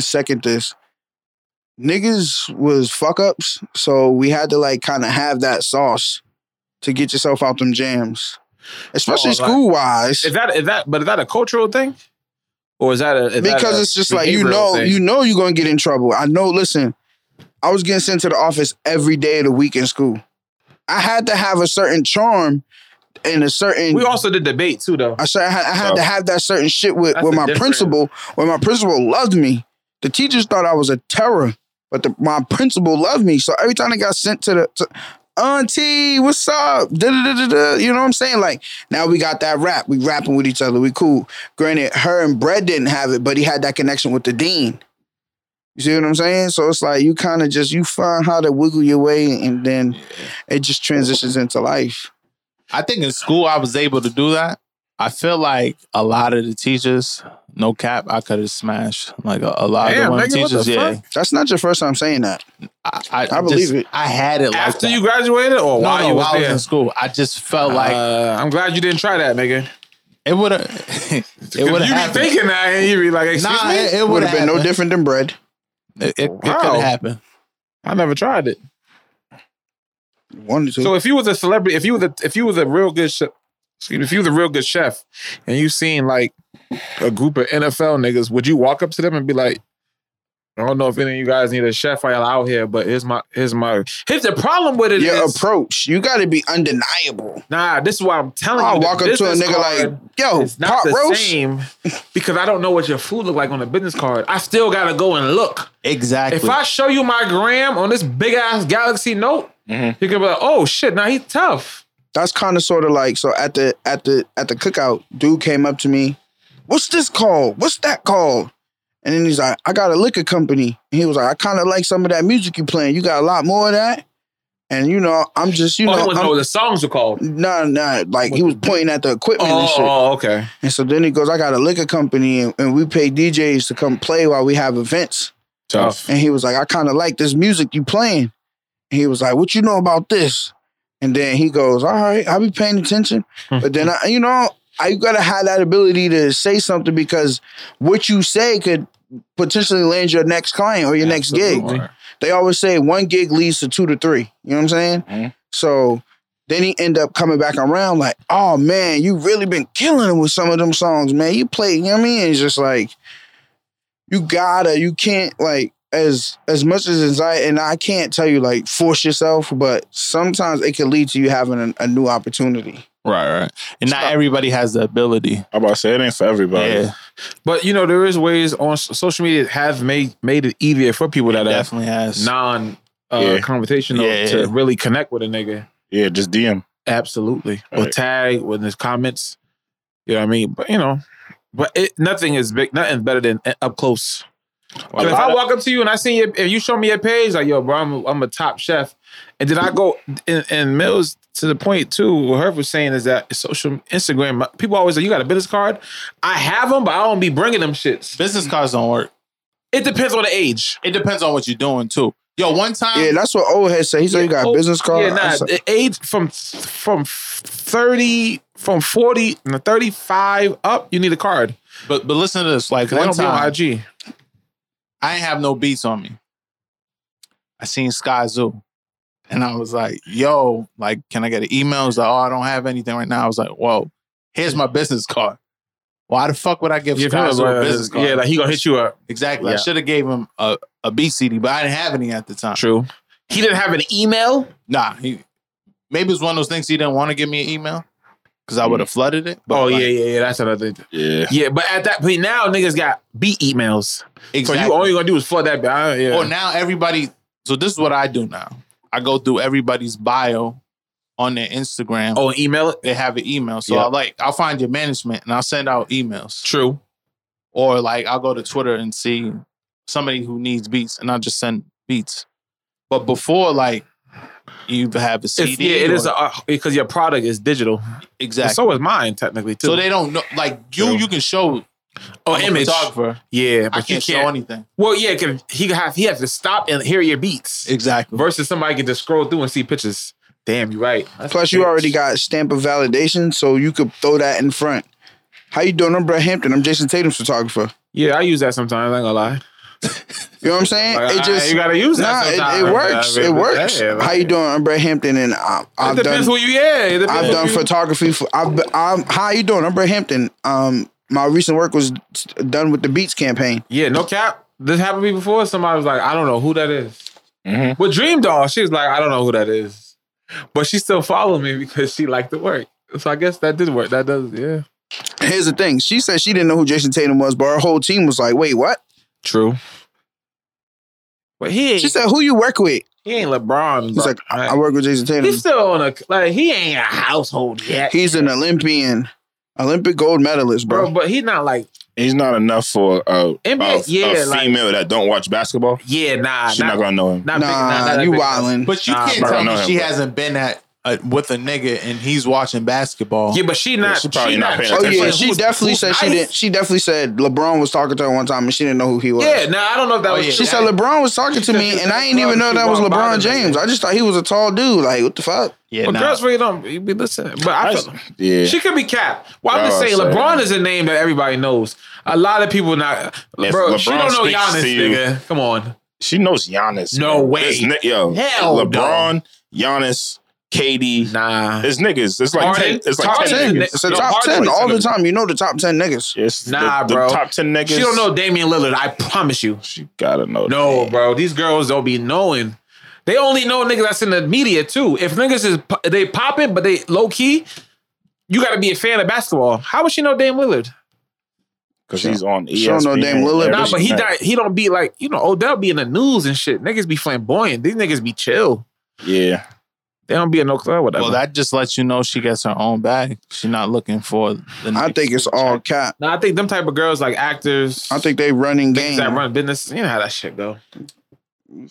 [SPEAKER 4] second this. Niggas was fuck ups, so we had to like kind of have that sauce to get yourself out them jams,
[SPEAKER 3] Oh,
[SPEAKER 4] especially
[SPEAKER 3] like-
[SPEAKER 4] school wise.
[SPEAKER 3] Is that is that but is that a cultural thing? Or is that a is that
[SPEAKER 4] because
[SPEAKER 3] a
[SPEAKER 4] it's just like you
[SPEAKER 3] behavioral
[SPEAKER 4] know
[SPEAKER 3] thing?
[SPEAKER 4] you know you're gonna get in trouble i know listen i was getting sent to the office every day of the week in school i had to have a certain charm and a certain
[SPEAKER 3] we also did debate too though.
[SPEAKER 4] I said I had, I had
[SPEAKER 5] Oh.
[SPEAKER 4] to have that certain shit with,
[SPEAKER 3] That's
[SPEAKER 4] with
[SPEAKER 3] a
[SPEAKER 4] my
[SPEAKER 3] different-
[SPEAKER 4] principal. When my principal loved me, the teachers thought I was a terror, but the, my principal loved me. So every time I got sent to the to, auntie, what's up? Da, da, da, da, da. You know what I'm saying? Like now we got that rap. We rapping with each other. We cool. Granted, her and Brett didn't have it, but he had that connection with the dean. You see what I'm saying? So it's like you kind of just you find how to wiggle your way, and then it just transitions into life.
[SPEAKER 8] I think in school I was able to do that. I feel like a lot of the teachers, no cap, I could have smashed like a, a lot
[SPEAKER 3] Damn,
[SPEAKER 8] of the women
[SPEAKER 3] nigga, what the
[SPEAKER 8] teachers. Yeah,
[SPEAKER 3] fuck?
[SPEAKER 4] That's not your first time saying that.
[SPEAKER 8] I, I,
[SPEAKER 4] I believe
[SPEAKER 8] just-
[SPEAKER 4] it.
[SPEAKER 8] I had it like
[SPEAKER 3] After
[SPEAKER 8] that.
[SPEAKER 3] you graduated or
[SPEAKER 8] No,
[SPEAKER 3] while
[SPEAKER 8] no,
[SPEAKER 3] you was
[SPEAKER 8] while I was
[SPEAKER 3] there?
[SPEAKER 8] in school, I just felt like
[SPEAKER 3] uh, I'm glad you didn't try that, nigga.
[SPEAKER 8] it would have. it
[SPEAKER 3] 'Cause
[SPEAKER 8] would
[SPEAKER 3] You
[SPEAKER 8] have
[SPEAKER 3] be thinking that and you be like, excuse
[SPEAKER 8] Nah,
[SPEAKER 3] me?
[SPEAKER 8] Ah, it,
[SPEAKER 4] Would
[SPEAKER 8] would
[SPEAKER 4] have been no different than Brett.
[SPEAKER 8] It,
[SPEAKER 3] Wow.
[SPEAKER 8] could have happened.
[SPEAKER 3] I never tried it.
[SPEAKER 4] Wanted to.
[SPEAKER 3] So if you was a celebrity, if you was a if you was a real good chef, excuse me, if you was a real good chef and you seen like a group of NFL niggas, would you walk up to them and be like, I don't know if any of you guys need a chef while out here, but here's my here's my here's the problem with it.
[SPEAKER 4] your
[SPEAKER 3] is-
[SPEAKER 4] approach. You got to be undeniable.
[SPEAKER 3] Nah, this is why I'm telling
[SPEAKER 4] I
[SPEAKER 3] you. the
[SPEAKER 4] walk up to a
[SPEAKER 3] business
[SPEAKER 4] nigga
[SPEAKER 3] card
[SPEAKER 4] like, yo,
[SPEAKER 3] is not
[SPEAKER 4] Oh, pot
[SPEAKER 3] the
[SPEAKER 4] roast.
[SPEAKER 3] same because I don't know what your food look like on the business card. I still gotta go and look.
[SPEAKER 8] Exactly.
[SPEAKER 3] If I show you my gram on this big ass Galaxy Note, you can be like, oh shit, now he's tough.
[SPEAKER 4] That's kind of sort of like so at the at the at the cookout, dude came up to me, what's this called? What's that called? And then he's like, I got a liquor company. And he was like, I kind of like some of that music you playing. You got a lot more of that. And you know, I'm just you
[SPEAKER 3] oh,
[SPEAKER 4] know,
[SPEAKER 3] he wouldn't know
[SPEAKER 4] I'm-
[SPEAKER 3] what the songs are called.
[SPEAKER 4] nah, nah. Like he was pointing at the equipment and shit.
[SPEAKER 3] Oh, okay.
[SPEAKER 4] And so then he goes, I got a liquor company and, and we pay DJs to come play while we have events.
[SPEAKER 3] Tough.
[SPEAKER 4] And he was like, I kind of like this music you playing. And he was like, What you know about this? And then he goes, All right, I'll be paying attention. but then, I, you know, I got to have that ability to say something because what you say could potentially land your next client or your next gig. They always say one gig leads to two to three. You know what I'm saying?
[SPEAKER 5] Mhm.
[SPEAKER 4] So then he end up coming back around like, oh man, you really been killing him with some of them songs, man. You play, you know what I mean? It's just like, you gotta, you can't like as as much as anxiety, and I can't tell you like force yourself, but sometimes it can lead to you having a, a new opportunity.
[SPEAKER 8] right, right. And not
[SPEAKER 4] Stop.
[SPEAKER 8] everybody has the ability.
[SPEAKER 5] I'm about to say it ain't for everybody.
[SPEAKER 8] Yeah.
[SPEAKER 3] But you know, there is ways on s- social media that have made made it easier for people that are
[SPEAKER 8] definitely has.
[SPEAKER 3] non uh,
[SPEAKER 5] Yeah.
[SPEAKER 3] conversational
[SPEAKER 8] Yeah,
[SPEAKER 3] to
[SPEAKER 8] yeah.
[SPEAKER 3] really connect with a nigga.
[SPEAKER 5] Yeah, just DM.
[SPEAKER 3] Absolutely. Or
[SPEAKER 5] Right.
[SPEAKER 3] tag with his comments. You know what I mean? But you know, but it, nothing is big. Nothing better than uh, up close.
[SPEAKER 5] A
[SPEAKER 3] If
[SPEAKER 5] lot
[SPEAKER 3] I
[SPEAKER 5] of-
[SPEAKER 3] walk up to you and I see you, if you show me your page, like yo, bro, I'm a, I'm a top chef, and then I go and, and Mills to the point too. What Herb was saying is that social Instagram my- people always say you got a business card. I have them, but I don't be bringing them shits.
[SPEAKER 8] Business cards don't work.
[SPEAKER 3] It depends on the age.
[SPEAKER 8] It depends on what you're doing too. Yo, one time,
[SPEAKER 4] Yeah, that's what old head said. He said you got a
[SPEAKER 3] Oh,
[SPEAKER 4] business card.
[SPEAKER 3] Yeah,
[SPEAKER 4] I
[SPEAKER 3] nah,
[SPEAKER 4] said-
[SPEAKER 3] the age from from thirty, from forty, no, thirty five up, you need a card.
[SPEAKER 8] but but listen to this. Like
[SPEAKER 3] Cause they
[SPEAKER 8] one
[SPEAKER 3] don't be
[SPEAKER 8] time,
[SPEAKER 3] on IG.
[SPEAKER 8] I ain't have no beats on me. I seen Sky Zoo. And I was like, yo, like, can I get an email? He's like, oh, I don't have anything right now. I was like, whoa, here's my business card. Why the fuck would I give
[SPEAKER 3] You feel
[SPEAKER 8] Sky
[SPEAKER 3] me,
[SPEAKER 8] Zoo a
[SPEAKER 3] bro?
[SPEAKER 8] business card?
[SPEAKER 3] uh, Yeah, like he gonna hit you up.
[SPEAKER 8] exactly. I
[SPEAKER 3] Yeah.
[SPEAKER 8] should have gave him a, a beat CD, but I didn't have any at the time.
[SPEAKER 3] True. He didn't have an email.
[SPEAKER 8] Nah, he maybe it's one of those things he didn't want to give me an email because I would have flooded it.
[SPEAKER 3] Oh
[SPEAKER 8] like,
[SPEAKER 3] yeah, yeah, yeah. That's another. Thing.
[SPEAKER 5] Yeah.
[SPEAKER 3] Yeah, but at that point now, niggas got beat emails.
[SPEAKER 8] exactly.
[SPEAKER 3] So you all you gonna do is flood that. I, yeah.
[SPEAKER 8] Or now everybody. So this is what I do now. I go through everybody's bio on their Instagram.
[SPEAKER 3] oh, email it.
[SPEAKER 8] they have an email. So
[SPEAKER 3] Yeah.
[SPEAKER 8] I like I'll find your management and I'll send out emails.
[SPEAKER 3] True.
[SPEAKER 8] Or like I'll go to Twitter and see somebody who needs beats and I'll just send beats. But before like you have a CD.
[SPEAKER 3] It's, yeah, it
[SPEAKER 8] or-
[SPEAKER 3] is a, uh, because your product is digital. And
[SPEAKER 8] exactly. So,
[SPEAKER 3] so is mine technically too.
[SPEAKER 8] they don't know like you
[SPEAKER 3] True.
[SPEAKER 8] you can show
[SPEAKER 3] oh,
[SPEAKER 8] I'm a
[SPEAKER 3] image.
[SPEAKER 8] photographer.
[SPEAKER 3] Yeah, but
[SPEAKER 8] I can't
[SPEAKER 3] you
[SPEAKER 8] show
[SPEAKER 3] can't.
[SPEAKER 8] anything.
[SPEAKER 3] well, yeah, because he have he has to stop and hear your beats
[SPEAKER 8] Exactly.
[SPEAKER 3] versus somebody can just scroll through and see pictures. Damn, you're right. That's
[SPEAKER 4] Plus,
[SPEAKER 3] a
[SPEAKER 4] you
[SPEAKER 3] bitch.
[SPEAKER 4] already got stamp of validation, so you could throw that in front. How you doing? I'm Brett Hampton. I'm Jason Tatum's photographer.
[SPEAKER 3] Yeah, I use that sometimes. I ain't gonna lie.
[SPEAKER 4] You know what I'm saying?
[SPEAKER 3] Like,
[SPEAKER 4] it
[SPEAKER 3] I-
[SPEAKER 4] just
[SPEAKER 3] you gotta use
[SPEAKER 4] nah,
[SPEAKER 3] that.
[SPEAKER 4] it,
[SPEAKER 3] sometimes.
[SPEAKER 4] it works.
[SPEAKER 3] Yeah,
[SPEAKER 4] It works.
[SPEAKER 3] yeah, like-
[SPEAKER 4] How you doing? I'm Brett Hampton, and I, I've
[SPEAKER 3] it depends
[SPEAKER 4] done.
[SPEAKER 3] who you. Yeah, it depends
[SPEAKER 4] I've
[SPEAKER 3] who
[SPEAKER 4] done
[SPEAKER 3] you-
[SPEAKER 4] photography. For, I've, been- I'm, how you doing? I'm Brett Hampton. Um, my recent work was done with the Beats campaign.
[SPEAKER 3] Yeah, no cap. This happened to me before. Somebody was like, I don't know who that is.
[SPEAKER 5] Mhm.
[SPEAKER 3] With Dream Doll, she was like, I don't know who that is. But she still followed me because she liked the work. So I guess that did work. That does, yeah.
[SPEAKER 4] Here's the thing. She said she didn't know who Jason Tatum was, but her whole team was like, "Wait, what?"
[SPEAKER 3] True. But he ain't,
[SPEAKER 4] She said, "Who you work with?"
[SPEAKER 3] he ain't LeBron.
[SPEAKER 4] He's
[SPEAKER 3] bro.
[SPEAKER 4] like, "I, I work with Jason Tatum."
[SPEAKER 3] he's still on a like he ain't a household yet,
[SPEAKER 4] He's an Olympian, Olympic gold medalist,
[SPEAKER 3] bro.
[SPEAKER 4] bro.
[SPEAKER 3] But he's not like
[SPEAKER 5] He's not enough for a, a,
[SPEAKER 3] NBA
[SPEAKER 5] a
[SPEAKER 3] yeah, like-
[SPEAKER 5] female that don't watch basketball.
[SPEAKER 3] yeah, nah,
[SPEAKER 5] She's
[SPEAKER 3] not,
[SPEAKER 5] not
[SPEAKER 3] not,
[SPEAKER 5] gonna know him.
[SPEAKER 3] big, nah,
[SPEAKER 4] Nah,
[SPEAKER 3] not that
[SPEAKER 4] you
[SPEAKER 3] big.
[SPEAKER 4] wildin'.
[SPEAKER 8] But you
[SPEAKER 3] Nah,
[SPEAKER 8] can't
[SPEAKER 5] bro, I
[SPEAKER 8] tell
[SPEAKER 5] know
[SPEAKER 8] me
[SPEAKER 5] him,
[SPEAKER 8] she
[SPEAKER 5] bro.
[SPEAKER 8] hasn't been at uh, with a nigga and he's watching basketball.
[SPEAKER 3] Yeah, but she not.
[SPEAKER 5] she probably
[SPEAKER 3] she
[SPEAKER 5] not paying
[SPEAKER 4] Oh
[SPEAKER 5] attention.
[SPEAKER 4] yeah,
[SPEAKER 5] Who's-
[SPEAKER 4] she definitely
[SPEAKER 3] who's
[SPEAKER 4] said she
[SPEAKER 3] nice?
[SPEAKER 4] didn't. She definitely said LeBron was talking to her one time and she didn't know who he was.
[SPEAKER 3] Yeah, nah, I don't know if that
[SPEAKER 8] Oh,
[SPEAKER 3] was.
[SPEAKER 8] yeah.
[SPEAKER 4] She
[SPEAKER 3] true.
[SPEAKER 4] said LeBron was talking to me, and I didn't even know that was LeBron James. I just thought he was a tall dude. Like, what the fuck?
[SPEAKER 8] yeah,
[SPEAKER 3] Well,
[SPEAKER 8] nah.
[SPEAKER 3] girls really don't you be listening. But I, feel,
[SPEAKER 5] yeah.
[SPEAKER 3] she could be capped. Well, I'm
[SPEAKER 5] Bro,
[SPEAKER 3] just saying,
[SPEAKER 5] I'm
[SPEAKER 3] LeBron
[SPEAKER 5] saying.
[SPEAKER 3] is a name that everybody knows. A lot of people not.
[SPEAKER 5] If
[SPEAKER 3] Bro, she
[SPEAKER 5] LeBron
[SPEAKER 3] don't know
[SPEAKER 5] speaks
[SPEAKER 3] Giannis,
[SPEAKER 5] to you-
[SPEAKER 3] nigga. Come on.
[SPEAKER 5] She knows Giannis.
[SPEAKER 3] No
[SPEAKER 5] bro.
[SPEAKER 3] way.
[SPEAKER 5] This ni- yo,
[SPEAKER 3] Hell no.
[SPEAKER 5] LeBron, Giannis, KD.
[SPEAKER 3] Nah.
[SPEAKER 5] It's niggas. It's like
[SPEAKER 3] Harden.
[SPEAKER 5] ten. It's like
[SPEAKER 3] Top
[SPEAKER 5] ten.
[SPEAKER 3] ten.
[SPEAKER 5] niggas.
[SPEAKER 4] It's the
[SPEAKER 3] No,
[SPEAKER 4] top
[SPEAKER 3] hard
[SPEAKER 4] ten
[SPEAKER 3] place
[SPEAKER 4] all
[SPEAKER 3] to
[SPEAKER 4] the
[SPEAKER 3] do.
[SPEAKER 4] time. You know the top ten niggas.
[SPEAKER 5] It's the-
[SPEAKER 3] Nah,
[SPEAKER 5] the,
[SPEAKER 3] bro.
[SPEAKER 5] top ten niggas.
[SPEAKER 3] She don't know Damian Lillard. I promise you.
[SPEAKER 5] She gotta know.
[SPEAKER 3] No, bro. These girls don't be knowing. They only know niggas that's in the media too. If niggas is po- they popping, but they low key, you got to be a fan of basketball. How would she know Dame Lillard?
[SPEAKER 5] because she's on. ESPN.
[SPEAKER 4] She don't
[SPEAKER 8] E
[SPEAKER 4] know Dame Lillard.
[SPEAKER 5] every
[SPEAKER 3] Nah, but he
[SPEAKER 5] night.
[SPEAKER 3] not, he don't be like you know Odell be in the news and shit. Niggas be flamboyant. These niggas be chill.
[SPEAKER 5] Yeah,
[SPEAKER 3] They don't be in no club whatever.
[SPEAKER 8] Well, that just lets you know she gets her own bag. She's not looking for the.
[SPEAKER 4] I
[SPEAKER 8] next
[SPEAKER 4] think it's
[SPEAKER 8] check.
[SPEAKER 4] all cap.
[SPEAKER 3] Nah, I think them type of girls like actors.
[SPEAKER 4] I think they running
[SPEAKER 3] niggas
[SPEAKER 4] game,
[SPEAKER 3] that run business. You know how that shit go.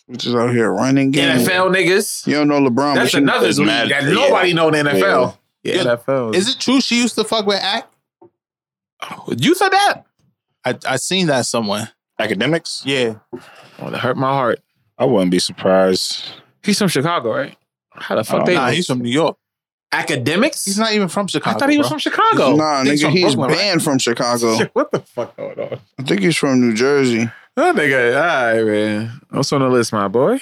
[SPEAKER 4] which is out here running game.
[SPEAKER 3] NFL niggas.
[SPEAKER 4] You don't know LeBron.
[SPEAKER 3] That's
[SPEAKER 4] but you-
[SPEAKER 3] another
[SPEAKER 5] it's
[SPEAKER 3] league
[SPEAKER 5] mad-
[SPEAKER 3] that
[SPEAKER 5] yeah.
[SPEAKER 3] nobody know in the NFL. Yeah,
[SPEAKER 8] Yeah.
[SPEAKER 3] NFL.
[SPEAKER 8] Is it true she used to fuck with Act?
[SPEAKER 3] you said that?
[SPEAKER 8] I I seen that somewhere.
[SPEAKER 5] academics.
[SPEAKER 8] Yeah,
[SPEAKER 3] Oh, that hurt my heart.
[SPEAKER 5] I wouldn't be surprised.
[SPEAKER 3] He's from Chicago, right? How the fuck
[SPEAKER 5] Oh,
[SPEAKER 3] they?
[SPEAKER 8] nah, he's from New York.
[SPEAKER 3] academics.
[SPEAKER 8] He's not even from Chicago.
[SPEAKER 3] I thought he was
[SPEAKER 8] bro.
[SPEAKER 3] from Chicago.
[SPEAKER 4] Nah,
[SPEAKER 8] He's
[SPEAKER 4] nigga,
[SPEAKER 8] from
[SPEAKER 4] he's
[SPEAKER 8] Brooklyn, right?
[SPEAKER 4] banned from Chicago.
[SPEAKER 3] Shit, what the fuck going on?
[SPEAKER 4] I think he's from New Jersey.
[SPEAKER 3] That nigga, all right, man. What's on the list, my boy?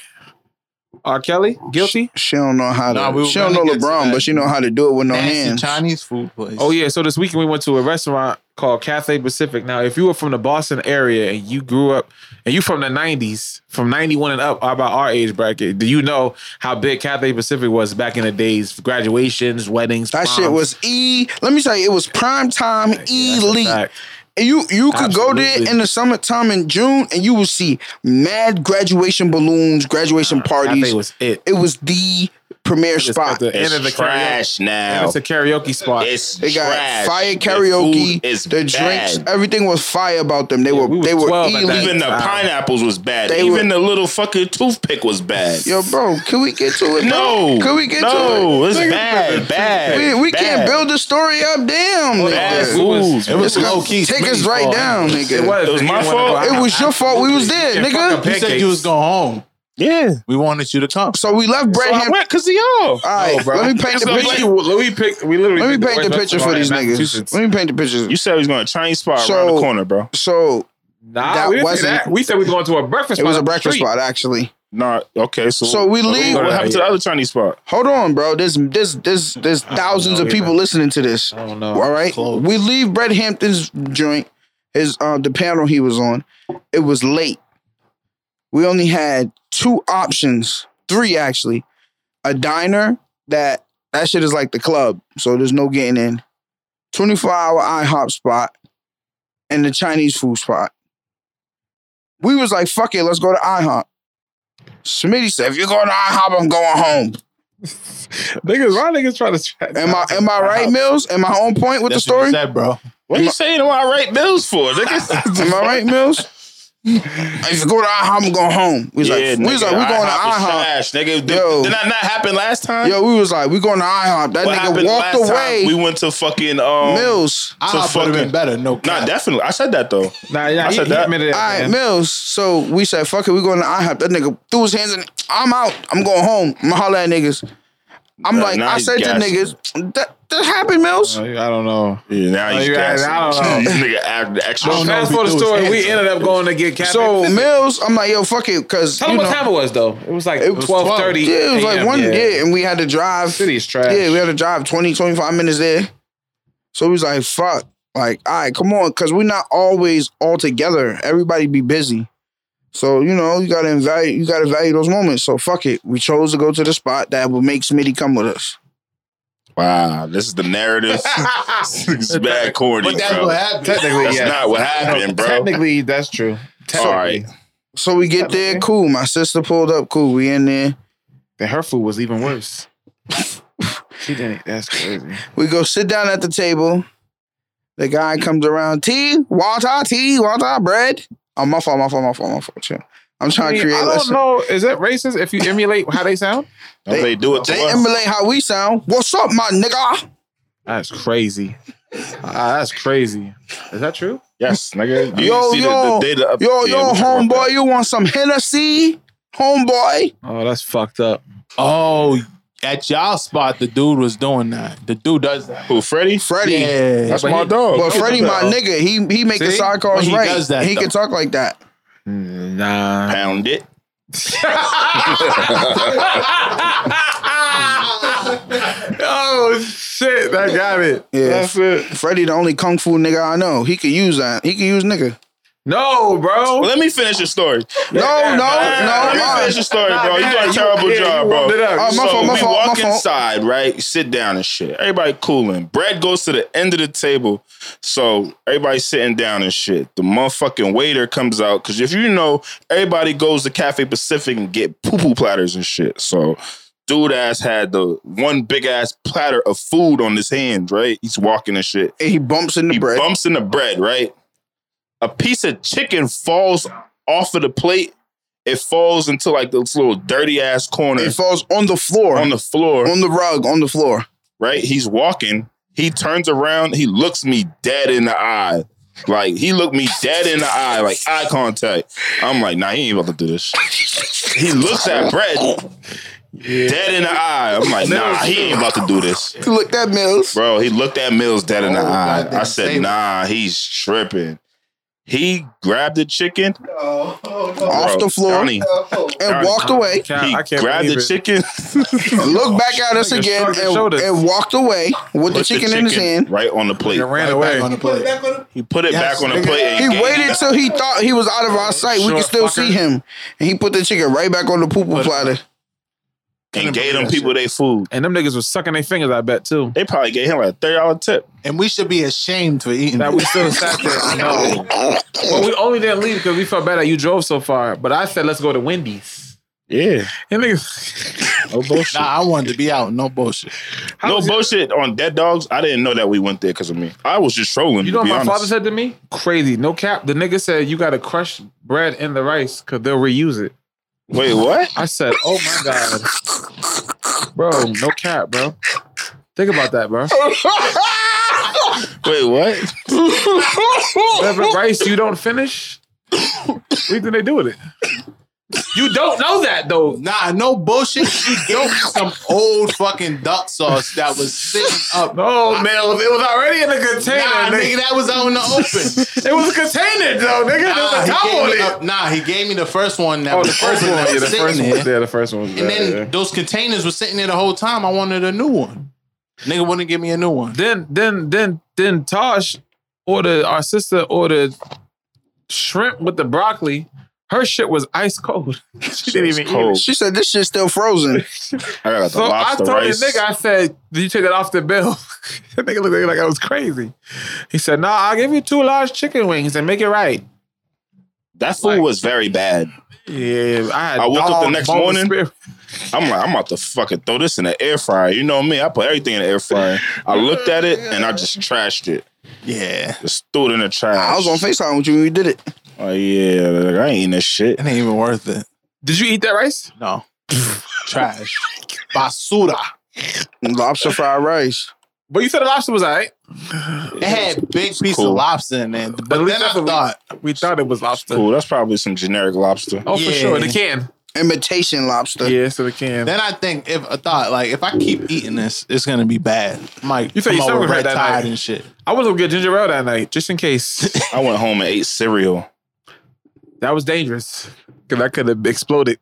[SPEAKER 3] R. Kelly, guilty.
[SPEAKER 4] She don't know how to.
[SPEAKER 8] Nah, we were
[SPEAKER 4] she don't know
[SPEAKER 8] gonna get to
[SPEAKER 4] LeBron,
[SPEAKER 8] that.
[SPEAKER 4] but she know how to do it with no
[SPEAKER 8] Nasty
[SPEAKER 4] hands.
[SPEAKER 8] Chinese food place.
[SPEAKER 3] Oh yeah. So this weekend we went to a restaurant called Cathay Pacific. Now, if you were from the Boston area and you grew up and you from the '90s, from '91 and up, are about our age bracket, do you know how big Cathay Pacific was back in the days? Graduations, weddings.
[SPEAKER 4] That shit
[SPEAKER 3] proms?
[SPEAKER 4] was E. Let me tell you, it was prime time
[SPEAKER 3] Yeah, that's a
[SPEAKER 4] elite.
[SPEAKER 3] fact.
[SPEAKER 4] And you you could go there
[SPEAKER 3] Absolutely.
[SPEAKER 4] in the summertime in June, and you will see mad graduation balloons, graduation
[SPEAKER 3] I
[SPEAKER 4] parties.
[SPEAKER 3] think was it.
[SPEAKER 4] it was the premier
[SPEAKER 3] It's at
[SPEAKER 4] spot.
[SPEAKER 3] the
[SPEAKER 5] It's
[SPEAKER 3] end of the karaoke.
[SPEAKER 5] trash now.
[SPEAKER 3] It's a karaoke spot.
[SPEAKER 5] It's
[SPEAKER 4] They got
[SPEAKER 5] trash.
[SPEAKER 4] fire
[SPEAKER 5] The
[SPEAKER 4] karaoke.
[SPEAKER 5] food is
[SPEAKER 4] The, drinks,
[SPEAKER 5] bad.
[SPEAKER 4] everything was fire about them. They were
[SPEAKER 3] we was
[SPEAKER 4] they were
[SPEAKER 3] 12 at that
[SPEAKER 4] elite.
[SPEAKER 5] Even the
[SPEAKER 3] Wow.
[SPEAKER 5] pineapples was bad.
[SPEAKER 4] They
[SPEAKER 5] Even
[SPEAKER 4] were-
[SPEAKER 5] the little fucking toothpick was bad.
[SPEAKER 4] Yo, bro, can we get to it? bro?
[SPEAKER 5] no,
[SPEAKER 4] can we get
[SPEAKER 5] no,
[SPEAKER 4] to it?
[SPEAKER 5] it's
[SPEAKER 4] Nigga,
[SPEAKER 5] bad, bad.
[SPEAKER 4] We, we
[SPEAKER 5] bad.
[SPEAKER 4] can't build the story up. Damn,
[SPEAKER 5] Bad
[SPEAKER 4] nigga.
[SPEAKER 3] It was-
[SPEAKER 5] foods.
[SPEAKER 8] It was
[SPEAKER 4] It's gonna
[SPEAKER 8] low key.
[SPEAKER 4] take us right down, nigga.
[SPEAKER 3] It was.
[SPEAKER 5] It was
[SPEAKER 3] You
[SPEAKER 5] my
[SPEAKER 3] wanna
[SPEAKER 5] fault?
[SPEAKER 3] go out.
[SPEAKER 4] It was your fault. We was there,
[SPEAKER 3] Yeah,
[SPEAKER 4] nigga.
[SPEAKER 3] fucking
[SPEAKER 8] You said
[SPEAKER 3] pancakes.
[SPEAKER 8] you was going home.
[SPEAKER 5] Yeah.
[SPEAKER 8] We wanted you to come.
[SPEAKER 4] So we left
[SPEAKER 5] So I
[SPEAKER 4] Breadham.
[SPEAKER 5] went because of y'all.
[SPEAKER 4] All right,
[SPEAKER 3] bro.
[SPEAKER 4] let me paint the
[SPEAKER 5] So,
[SPEAKER 4] picture.
[SPEAKER 5] like,
[SPEAKER 3] Let me- let me pick. We literally.
[SPEAKER 4] Let me
[SPEAKER 3] picked
[SPEAKER 4] paint the
[SPEAKER 3] worst
[SPEAKER 4] picture for
[SPEAKER 3] restaurant
[SPEAKER 4] these
[SPEAKER 3] in
[SPEAKER 4] niggas.
[SPEAKER 3] Massachusetts.
[SPEAKER 4] Let me paint the picture.
[SPEAKER 5] You said we was going to Chinese spot around
[SPEAKER 4] So-
[SPEAKER 5] the corner, bro.
[SPEAKER 4] So
[SPEAKER 3] Nah,
[SPEAKER 4] That
[SPEAKER 3] we didn't say
[SPEAKER 4] wasn't-
[SPEAKER 3] that. We said we was going to a breakfast.
[SPEAKER 4] it
[SPEAKER 3] spot
[SPEAKER 4] was a
[SPEAKER 3] up the
[SPEAKER 4] breakfast
[SPEAKER 3] street.
[SPEAKER 4] spot, actually.
[SPEAKER 5] Nah, okay. So,
[SPEAKER 4] So we
[SPEAKER 5] what
[SPEAKER 4] leave-
[SPEAKER 5] happened to the other Chinese spot?
[SPEAKER 4] Hold on, bro. There's there's there's there's thousands of
[SPEAKER 3] know
[SPEAKER 4] people
[SPEAKER 3] either.
[SPEAKER 4] listening to this.
[SPEAKER 3] I don't know.
[SPEAKER 4] All right,
[SPEAKER 3] Close.
[SPEAKER 4] we leave Brett Hampton's joint. His uh, the panel he was on. It was late. We only had two options, three actually. A diner that that shit is like the club, so there's no getting in. Twenty four hour IHOP spot, and the Chinese food spot. We was like, fuck it, let's go to IHOP. Smitty said, if you're going to IHOP, I'm going home.
[SPEAKER 3] Niggas, why niggas trying to? track
[SPEAKER 4] Am I
[SPEAKER 3] down
[SPEAKER 4] am I
[SPEAKER 3] my
[SPEAKER 4] right,
[SPEAKER 3] house?
[SPEAKER 4] Mills? Am I on point with
[SPEAKER 8] That's
[SPEAKER 4] the story?
[SPEAKER 8] what you said, bro.
[SPEAKER 5] What are you saying? Am I right bills for? Nigga?
[SPEAKER 4] Am I right, Mills? if you go to IHOP, I'm going home. We was like, we was like, we going to
[SPEAKER 5] IHOP is
[SPEAKER 4] IHOP.
[SPEAKER 5] trash, Nigga, did,
[SPEAKER 4] Yo.
[SPEAKER 5] did that not happen last time?
[SPEAKER 4] Yo, we was like, we going to IHOP. That
[SPEAKER 5] what
[SPEAKER 4] nigga
[SPEAKER 5] happened
[SPEAKER 4] walked
[SPEAKER 5] last
[SPEAKER 4] away.
[SPEAKER 5] time? We went to fucking um,
[SPEAKER 4] Mills.
[SPEAKER 8] I
[SPEAKER 5] So
[SPEAKER 8] would have
[SPEAKER 5] fucking-
[SPEAKER 8] been Ah, better. No,
[SPEAKER 5] Nah,
[SPEAKER 8] cap.
[SPEAKER 5] definitely. I said that though.
[SPEAKER 3] Nah, yeah,
[SPEAKER 5] I
[SPEAKER 3] he,
[SPEAKER 5] said
[SPEAKER 3] he
[SPEAKER 5] that.
[SPEAKER 3] admitted that.
[SPEAKER 4] All right,
[SPEAKER 3] man.
[SPEAKER 4] Mills. So we said, fuck it, we going to IHOP. That nigga threw his hands in. I'm out. I'm going home. I'm holler at niggas. I'm
[SPEAKER 5] Nah,
[SPEAKER 4] like,
[SPEAKER 5] now
[SPEAKER 4] I
[SPEAKER 5] he's
[SPEAKER 4] said to
[SPEAKER 5] gassing.
[SPEAKER 4] niggas, that, that happened, Mills.
[SPEAKER 3] Oh, I don't know.
[SPEAKER 5] Yeah, now
[SPEAKER 3] Oh,
[SPEAKER 5] he's
[SPEAKER 3] you right.
[SPEAKER 5] gassing.
[SPEAKER 3] I don't know.
[SPEAKER 5] This nigga act extra.
[SPEAKER 8] don't know
[SPEAKER 3] Fast
[SPEAKER 8] if he
[SPEAKER 3] forward the
[SPEAKER 8] threw his
[SPEAKER 3] story.
[SPEAKER 8] hands
[SPEAKER 3] We
[SPEAKER 8] up.
[SPEAKER 3] ended up going to get Cafe
[SPEAKER 4] so
[SPEAKER 3] Pacific.
[SPEAKER 4] Mills, I'm like, yo, fuck it, because
[SPEAKER 3] Tell
[SPEAKER 4] you
[SPEAKER 3] them
[SPEAKER 4] know,
[SPEAKER 3] what time it was though. It was like
[SPEAKER 4] It was
[SPEAKER 3] twelve thirty.
[SPEAKER 4] yeah, it was like one, yeah.
[SPEAKER 3] day.
[SPEAKER 4] and we had to drive.
[SPEAKER 3] City is trash.
[SPEAKER 4] Yeah, we had to drive 20, 25 minutes there. So we was like, fuck. Like, all right, come on. Cause we're not always all together. Everybody be busy. So, you know, you gotta value you gotta value those moments. So fuck it. We chose to go to the spot that would make Smitty come with us.
[SPEAKER 5] Wow, this is the narrative. it's bad corny,
[SPEAKER 8] But that's
[SPEAKER 5] bro.
[SPEAKER 8] what happened.
[SPEAKER 3] Technically,
[SPEAKER 5] That's
[SPEAKER 3] yeah.
[SPEAKER 5] not what happened, bro.
[SPEAKER 3] Technically, that's true.
[SPEAKER 5] All right.
[SPEAKER 4] So we get there, cool. My sister pulled up, cool. We in there.
[SPEAKER 3] Then her food was even worse. she didn't. That's crazy.
[SPEAKER 4] We go sit down at the table. The guy comes around, tea, water, tea, water, bread. Oh, my fault, my fault, my fault, my fault. Chill. I'm
[SPEAKER 3] I,
[SPEAKER 4] trying
[SPEAKER 3] mean,
[SPEAKER 4] to create
[SPEAKER 3] I don't
[SPEAKER 4] lessons.
[SPEAKER 3] know. Is that racist if you emulate how they sound?
[SPEAKER 5] Don't they, do it to
[SPEAKER 4] They
[SPEAKER 5] us?
[SPEAKER 4] emulate how we sound. What's up, my nigga?
[SPEAKER 3] That's crazy. Ah, that's crazy. Is that true?
[SPEAKER 5] yes, nigga. You
[SPEAKER 4] Yo,
[SPEAKER 5] see the-
[SPEAKER 4] yo,
[SPEAKER 5] the data up-
[SPEAKER 4] Yo,
[SPEAKER 5] Yeah,
[SPEAKER 4] yo,
[SPEAKER 5] we can work
[SPEAKER 4] homeboy, you want some Hennessy? Homeboy.
[SPEAKER 3] Oh, that's fucked up.
[SPEAKER 8] Oh, at y'all spot, the dude was doing that. The dude does
[SPEAKER 5] that.
[SPEAKER 8] that.
[SPEAKER 5] Who, Freddie?
[SPEAKER 4] Freddie.
[SPEAKER 8] Yeah.
[SPEAKER 5] That's
[SPEAKER 3] But
[SPEAKER 5] my
[SPEAKER 3] he-
[SPEAKER 5] dog.
[SPEAKER 4] But Freddie, my
[SPEAKER 5] Pound
[SPEAKER 4] nigga, he he make the
[SPEAKER 3] See?
[SPEAKER 4] side calls
[SPEAKER 8] But he
[SPEAKER 4] right.
[SPEAKER 8] does that,
[SPEAKER 4] he can
[SPEAKER 8] though.
[SPEAKER 4] talk like that.
[SPEAKER 3] Nah.
[SPEAKER 5] Pound it.
[SPEAKER 3] oh shit! That got it.
[SPEAKER 4] Yeah.
[SPEAKER 3] That's it.
[SPEAKER 4] Freddie, the only kung fu nigga I know. He could use that. He could use nigga.
[SPEAKER 3] No, bro.
[SPEAKER 5] Well, let me finish your story.
[SPEAKER 4] No, no, no.
[SPEAKER 5] Let me
[SPEAKER 4] uh,
[SPEAKER 5] finish your story,
[SPEAKER 3] Nah,
[SPEAKER 5] bro. Oh, You
[SPEAKER 3] nah,
[SPEAKER 5] doing a
[SPEAKER 3] you-
[SPEAKER 5] terrible
[SPEAKER 3] yeah, you
[SPEAKER 5] job,
[SPEAKER 3] warmed it
[SPEAKER 5] bro. Oh,
[SPEAKER 3] up.
[SPEAKER 4] All right, my
[SPEAKER 5] so
[SPEAKER 4] fault, my
[SPEAKER 5] we
[SPEAKER 4] fault, my
[SPEAKER 5] walk
[SPEAKER 4] fault.
[SPEAKER 5] inside, right? Sit down and shit. Everybody cooling. Brad goes to the end of the table, so everybody's sitting down and shit. The motherfucking waiter comes out because if you know, everybody goes to Cafe Pacific and get poo poo platters and shit. So. Dude ass had the one big ass platter of food on his hand, right? He's walking and shit
[SPEAKER 4] he bumps in the
[SPEAKER 5] he
[SPEAKER 4] bread.
[SPEAKER 5] bumps in the bread, right? A piece of chicken falls off of the plate. It falls into like this little dirty ass corner
[SPEAKER 4] He falls on the floor.
[SPEAKER 5] on the floor,
[SPEAKER 4] on the rug, on the floor.
[SPEAKER 5] right? He's walking. He turns around. He looks me dead in the eye. Like he looked me dead in the eye, like eye contact. I'm like, nah, he ain't about to do this. He looks at bread dead in the eye. I'm like, nah, he ain't about to do this.
[SPEAKER 4] Look that Mills.
[SPEAKER 5] Bro, he looked at Mills dead in the
[SPEAKER 8] Oh,
[SPEAKER 5] eye.
[SPEAKER 8] goddamn,
[SPEAKER 5] I said,
[SPEAKER 8] same.
[SPEAKER 5] nah, he's tripping. He grabbed the chicken
[SPEAKER 3] Oh,
[SPEAKER 4] off
[SPEAKER 5] bro,
[SPEAKER 4] the floor
[SPEAKER 5] Donnie,
[SPEAKER 4] and
[SPEAKER 5] Donnie.
[SPEAKER 4] walked away.
[SPEAKER 3] Can't-
[SPEAKER 5] he
[SPEAKER 3] I can't
[SPEAKER 5] grabbed
[SPEAKER 3] believe
[SPEAKER 5] the
[SPEAKER 3] it.
[SPEAKER 5] chicken,
[SPEAKER 4] Looked back at us
[SPEAKER 3] Nigga
[SPEAKER 4] again
[SPEAKER 3] shrugged his
[SPEAKER 4] and,
[SPEAKER 3] shoulders.
[SPEAKER 4] and walked away with the
[SPEAKER 5] put
[SPEAKER 4] chicken, in his hand.
[SPEAKER 5] right on the plate.
[SPEAKER 3] It ran
[SPEAKER 8] Back on
[SPEAKER 3] away.
[SPEAKER 8] the plate.
[SPEAKER 5] He put it
[SPEAKER 8] Yes,
[SPEAKER 5] back on the
[SPEAKER 8] nigga.
[SPEAKER 5] plate.
[SPEAKER 4] He
[SPEAKER 5] And gave
[SPEAKER 4] waited till he thought he was out of our sight. we
[SPEAKER 3] Sure,
[SPEAKER 4] could still see
[SPEAKER 3] fucker.
[SPEAKER 4] him, and he put the chicken right back on the poo poo platter.
[SPEAKER 5] and gave them people their food.
[SPEAKER 3] And them niggas was sucking their fingers, I bet too.
[SPEAKER 5] They probably gave him like a thirty dollar tip.
[SPEAKER 8] And we should be ashamed for eating
[SPEAKER 3] That we still sat there. I know. Well, we only didn't leave because we felt bad that you drove so far. But I said, let's go to Wendy's.
[SPEAKER 5] Yeah,
[SPEAKER 3] And niggas,
[SPEAKER 5] no bullshit.
[SPEAKER 8] Nah, I wanted to be out. No bullshit.
[SPEAKER 3] How
[SPEAKER 5] no
[SPEAKER 3] was it-
[SPEAKER 5] bullshit on dead dogs. I didn't know that we went there because of me. I was just trolling.
[SPEAKER 3] You
[SPEAKER 5] to
[SPEAKER 3] know what
[SPEAKER 5] be
[SPEAKER 3] my
[SPEAKER 5] honest.
[SPEAKER 3] father said to me? Crazy. No cap. The nigga said, you got to crush bread in the rice because they'll reuse it.
[SPEAKER 5] Wait, what?
[SPEAKER 3] I said, oh my God. Bro, no cap, bro. Think about that, bro.
[SPEAKER 5] Wait, what?
[SPEAKER 3] Whatever rice you don't finish, what do you think they do with it? You don't know that, though.
[SPEAKER 8] Nah, no bullshit. She gave me some old fucking duck sauce that was sitting up.
[SPEAKER 3] Oh, No, man. It was already in a container.
[SPEAKER 8] Nah,
[SPEAKER 3] nigga.
[SPEAKER 8] nigga, that was out in the open.
[SPEAKER 3] It was a container, though, nigga.
[SPEAKER 8] Nah,
[SPEAKER 3] There's a
[SPEAKER 8] he
[SPEAKER 3] top
[SPEAKER 8] gave
[SPEAKER 3] on
[SPEAKER 8] me
[SPEAKER 3] it.
[SPEAKER 8] the- nah, he gave me the first one that
[SPEAKER 3] Oh,
[SPEAKER 8] was
[SPEAKER 3] the first one. Yeah, the first one.
[SPEAKER 8] there.
[SPEAKER 3] was there. the first one. was
[SPEAKER 8] And
[SPEAKER 3] there,
[SPEAKER 8] then
[SPEAKER 3] yeah.
[SPEAKER 8] those containers were sitting there the whole time. I wanted a new one. Nigga wouldn't give me a new one.
[SPEAKER 3] then then then then Tosh ordered our sister ordered shrimp with the broccoli. Her shit was ice cold. she didn't even eat
[SPEAKER 5] cold.
[SPEAKER 3] it.
[SPEAKER 4] She said this shit's still frozen.
[SPEAKER 5] I got the
[SPEAKER 3] So I
[SPEAKER 5] lobster
[SPEAKER 3] told
[SPEAKER 5] rice.
[SPEAKER 3] the nigga, I said, "Did you take that off the bill?" that nigga looked at me like I was crazy. He said, "Nah, I'll give you two large chicken wings and make it right."
[SPEAKER 5] that food was very bad.
[SPEAKER 3] Yeah, I had
[SPEAKER 5] I woke up the
[SPEAKER 3] dog
[SPEAKER 5] next
[SPEAKER 3] bone
[SPEAKER 5] morning.
[SPEAKER 3] spirit.
[SPEAKER 5] I'm like, I'm about to fucking throw this in the air fryer. You know me. I put everything in the air fryer. I looked at it and I just trashed it.
[SPEAKER 8] Yeah.
[SPEAKER 5] Just threw it in the trash.
[SPEAKER 4] I was on Facetime with you when we did it.
[SPEAKER 5] Oh yeah, like, I ain't eating this shit.
[SPEAKER 8] It ain't even worth it.
[SPEAKER 3] Did you eat that rice?
[SPEAKER 8] No. Trash. Basura.
[SPEAKER 4] Lobster fried rice.
[SPEAKER 3] But you said the lobster was alright.
[SPEAKER 8] It had big piece
[SPEAKER 5] cool.
[SPEAKER 8] of lobster in there. But
[SPEAKER 3] least
[SPEAKER 8] then I
[SPEAKER 3] that's what we-
[SPEAKER 8] thought,
[SPEAKER 3] We thought it was lobster.
[SPEAKER 5] Cool. That's probably some generic lobster.
[SPEAKER 3] Oh, for
[SPEAKER 8] Yeah.
[SPEAKER 3] sure, the can.
[SPEAKER 4] Imitation lobster.
[SPEAKER 3] Yeah, so the can.
[SPEAKER 8] then I think if I thought like if I keep eating this, it's gonna be bad. I'm like
[SPEAKER 3] You
[SPEAKER 8] you
[SPEAKER 3] said you
[SPEAKER 8] come over
[SPEAKER 3] stomach hurt
[SPEAKER 8] red
[SPEAKER 3] that
[SPEAKER 8] tide
[SPEAKER 3] night.
[SPEAKER 8] and shit.
[SPEAKER 3] I was gonna get ginger ale that night just in case.
[SPEAKER 5] I went home and ate cereal.
[SPEAKER 3] That was dangerous because I could have exploded.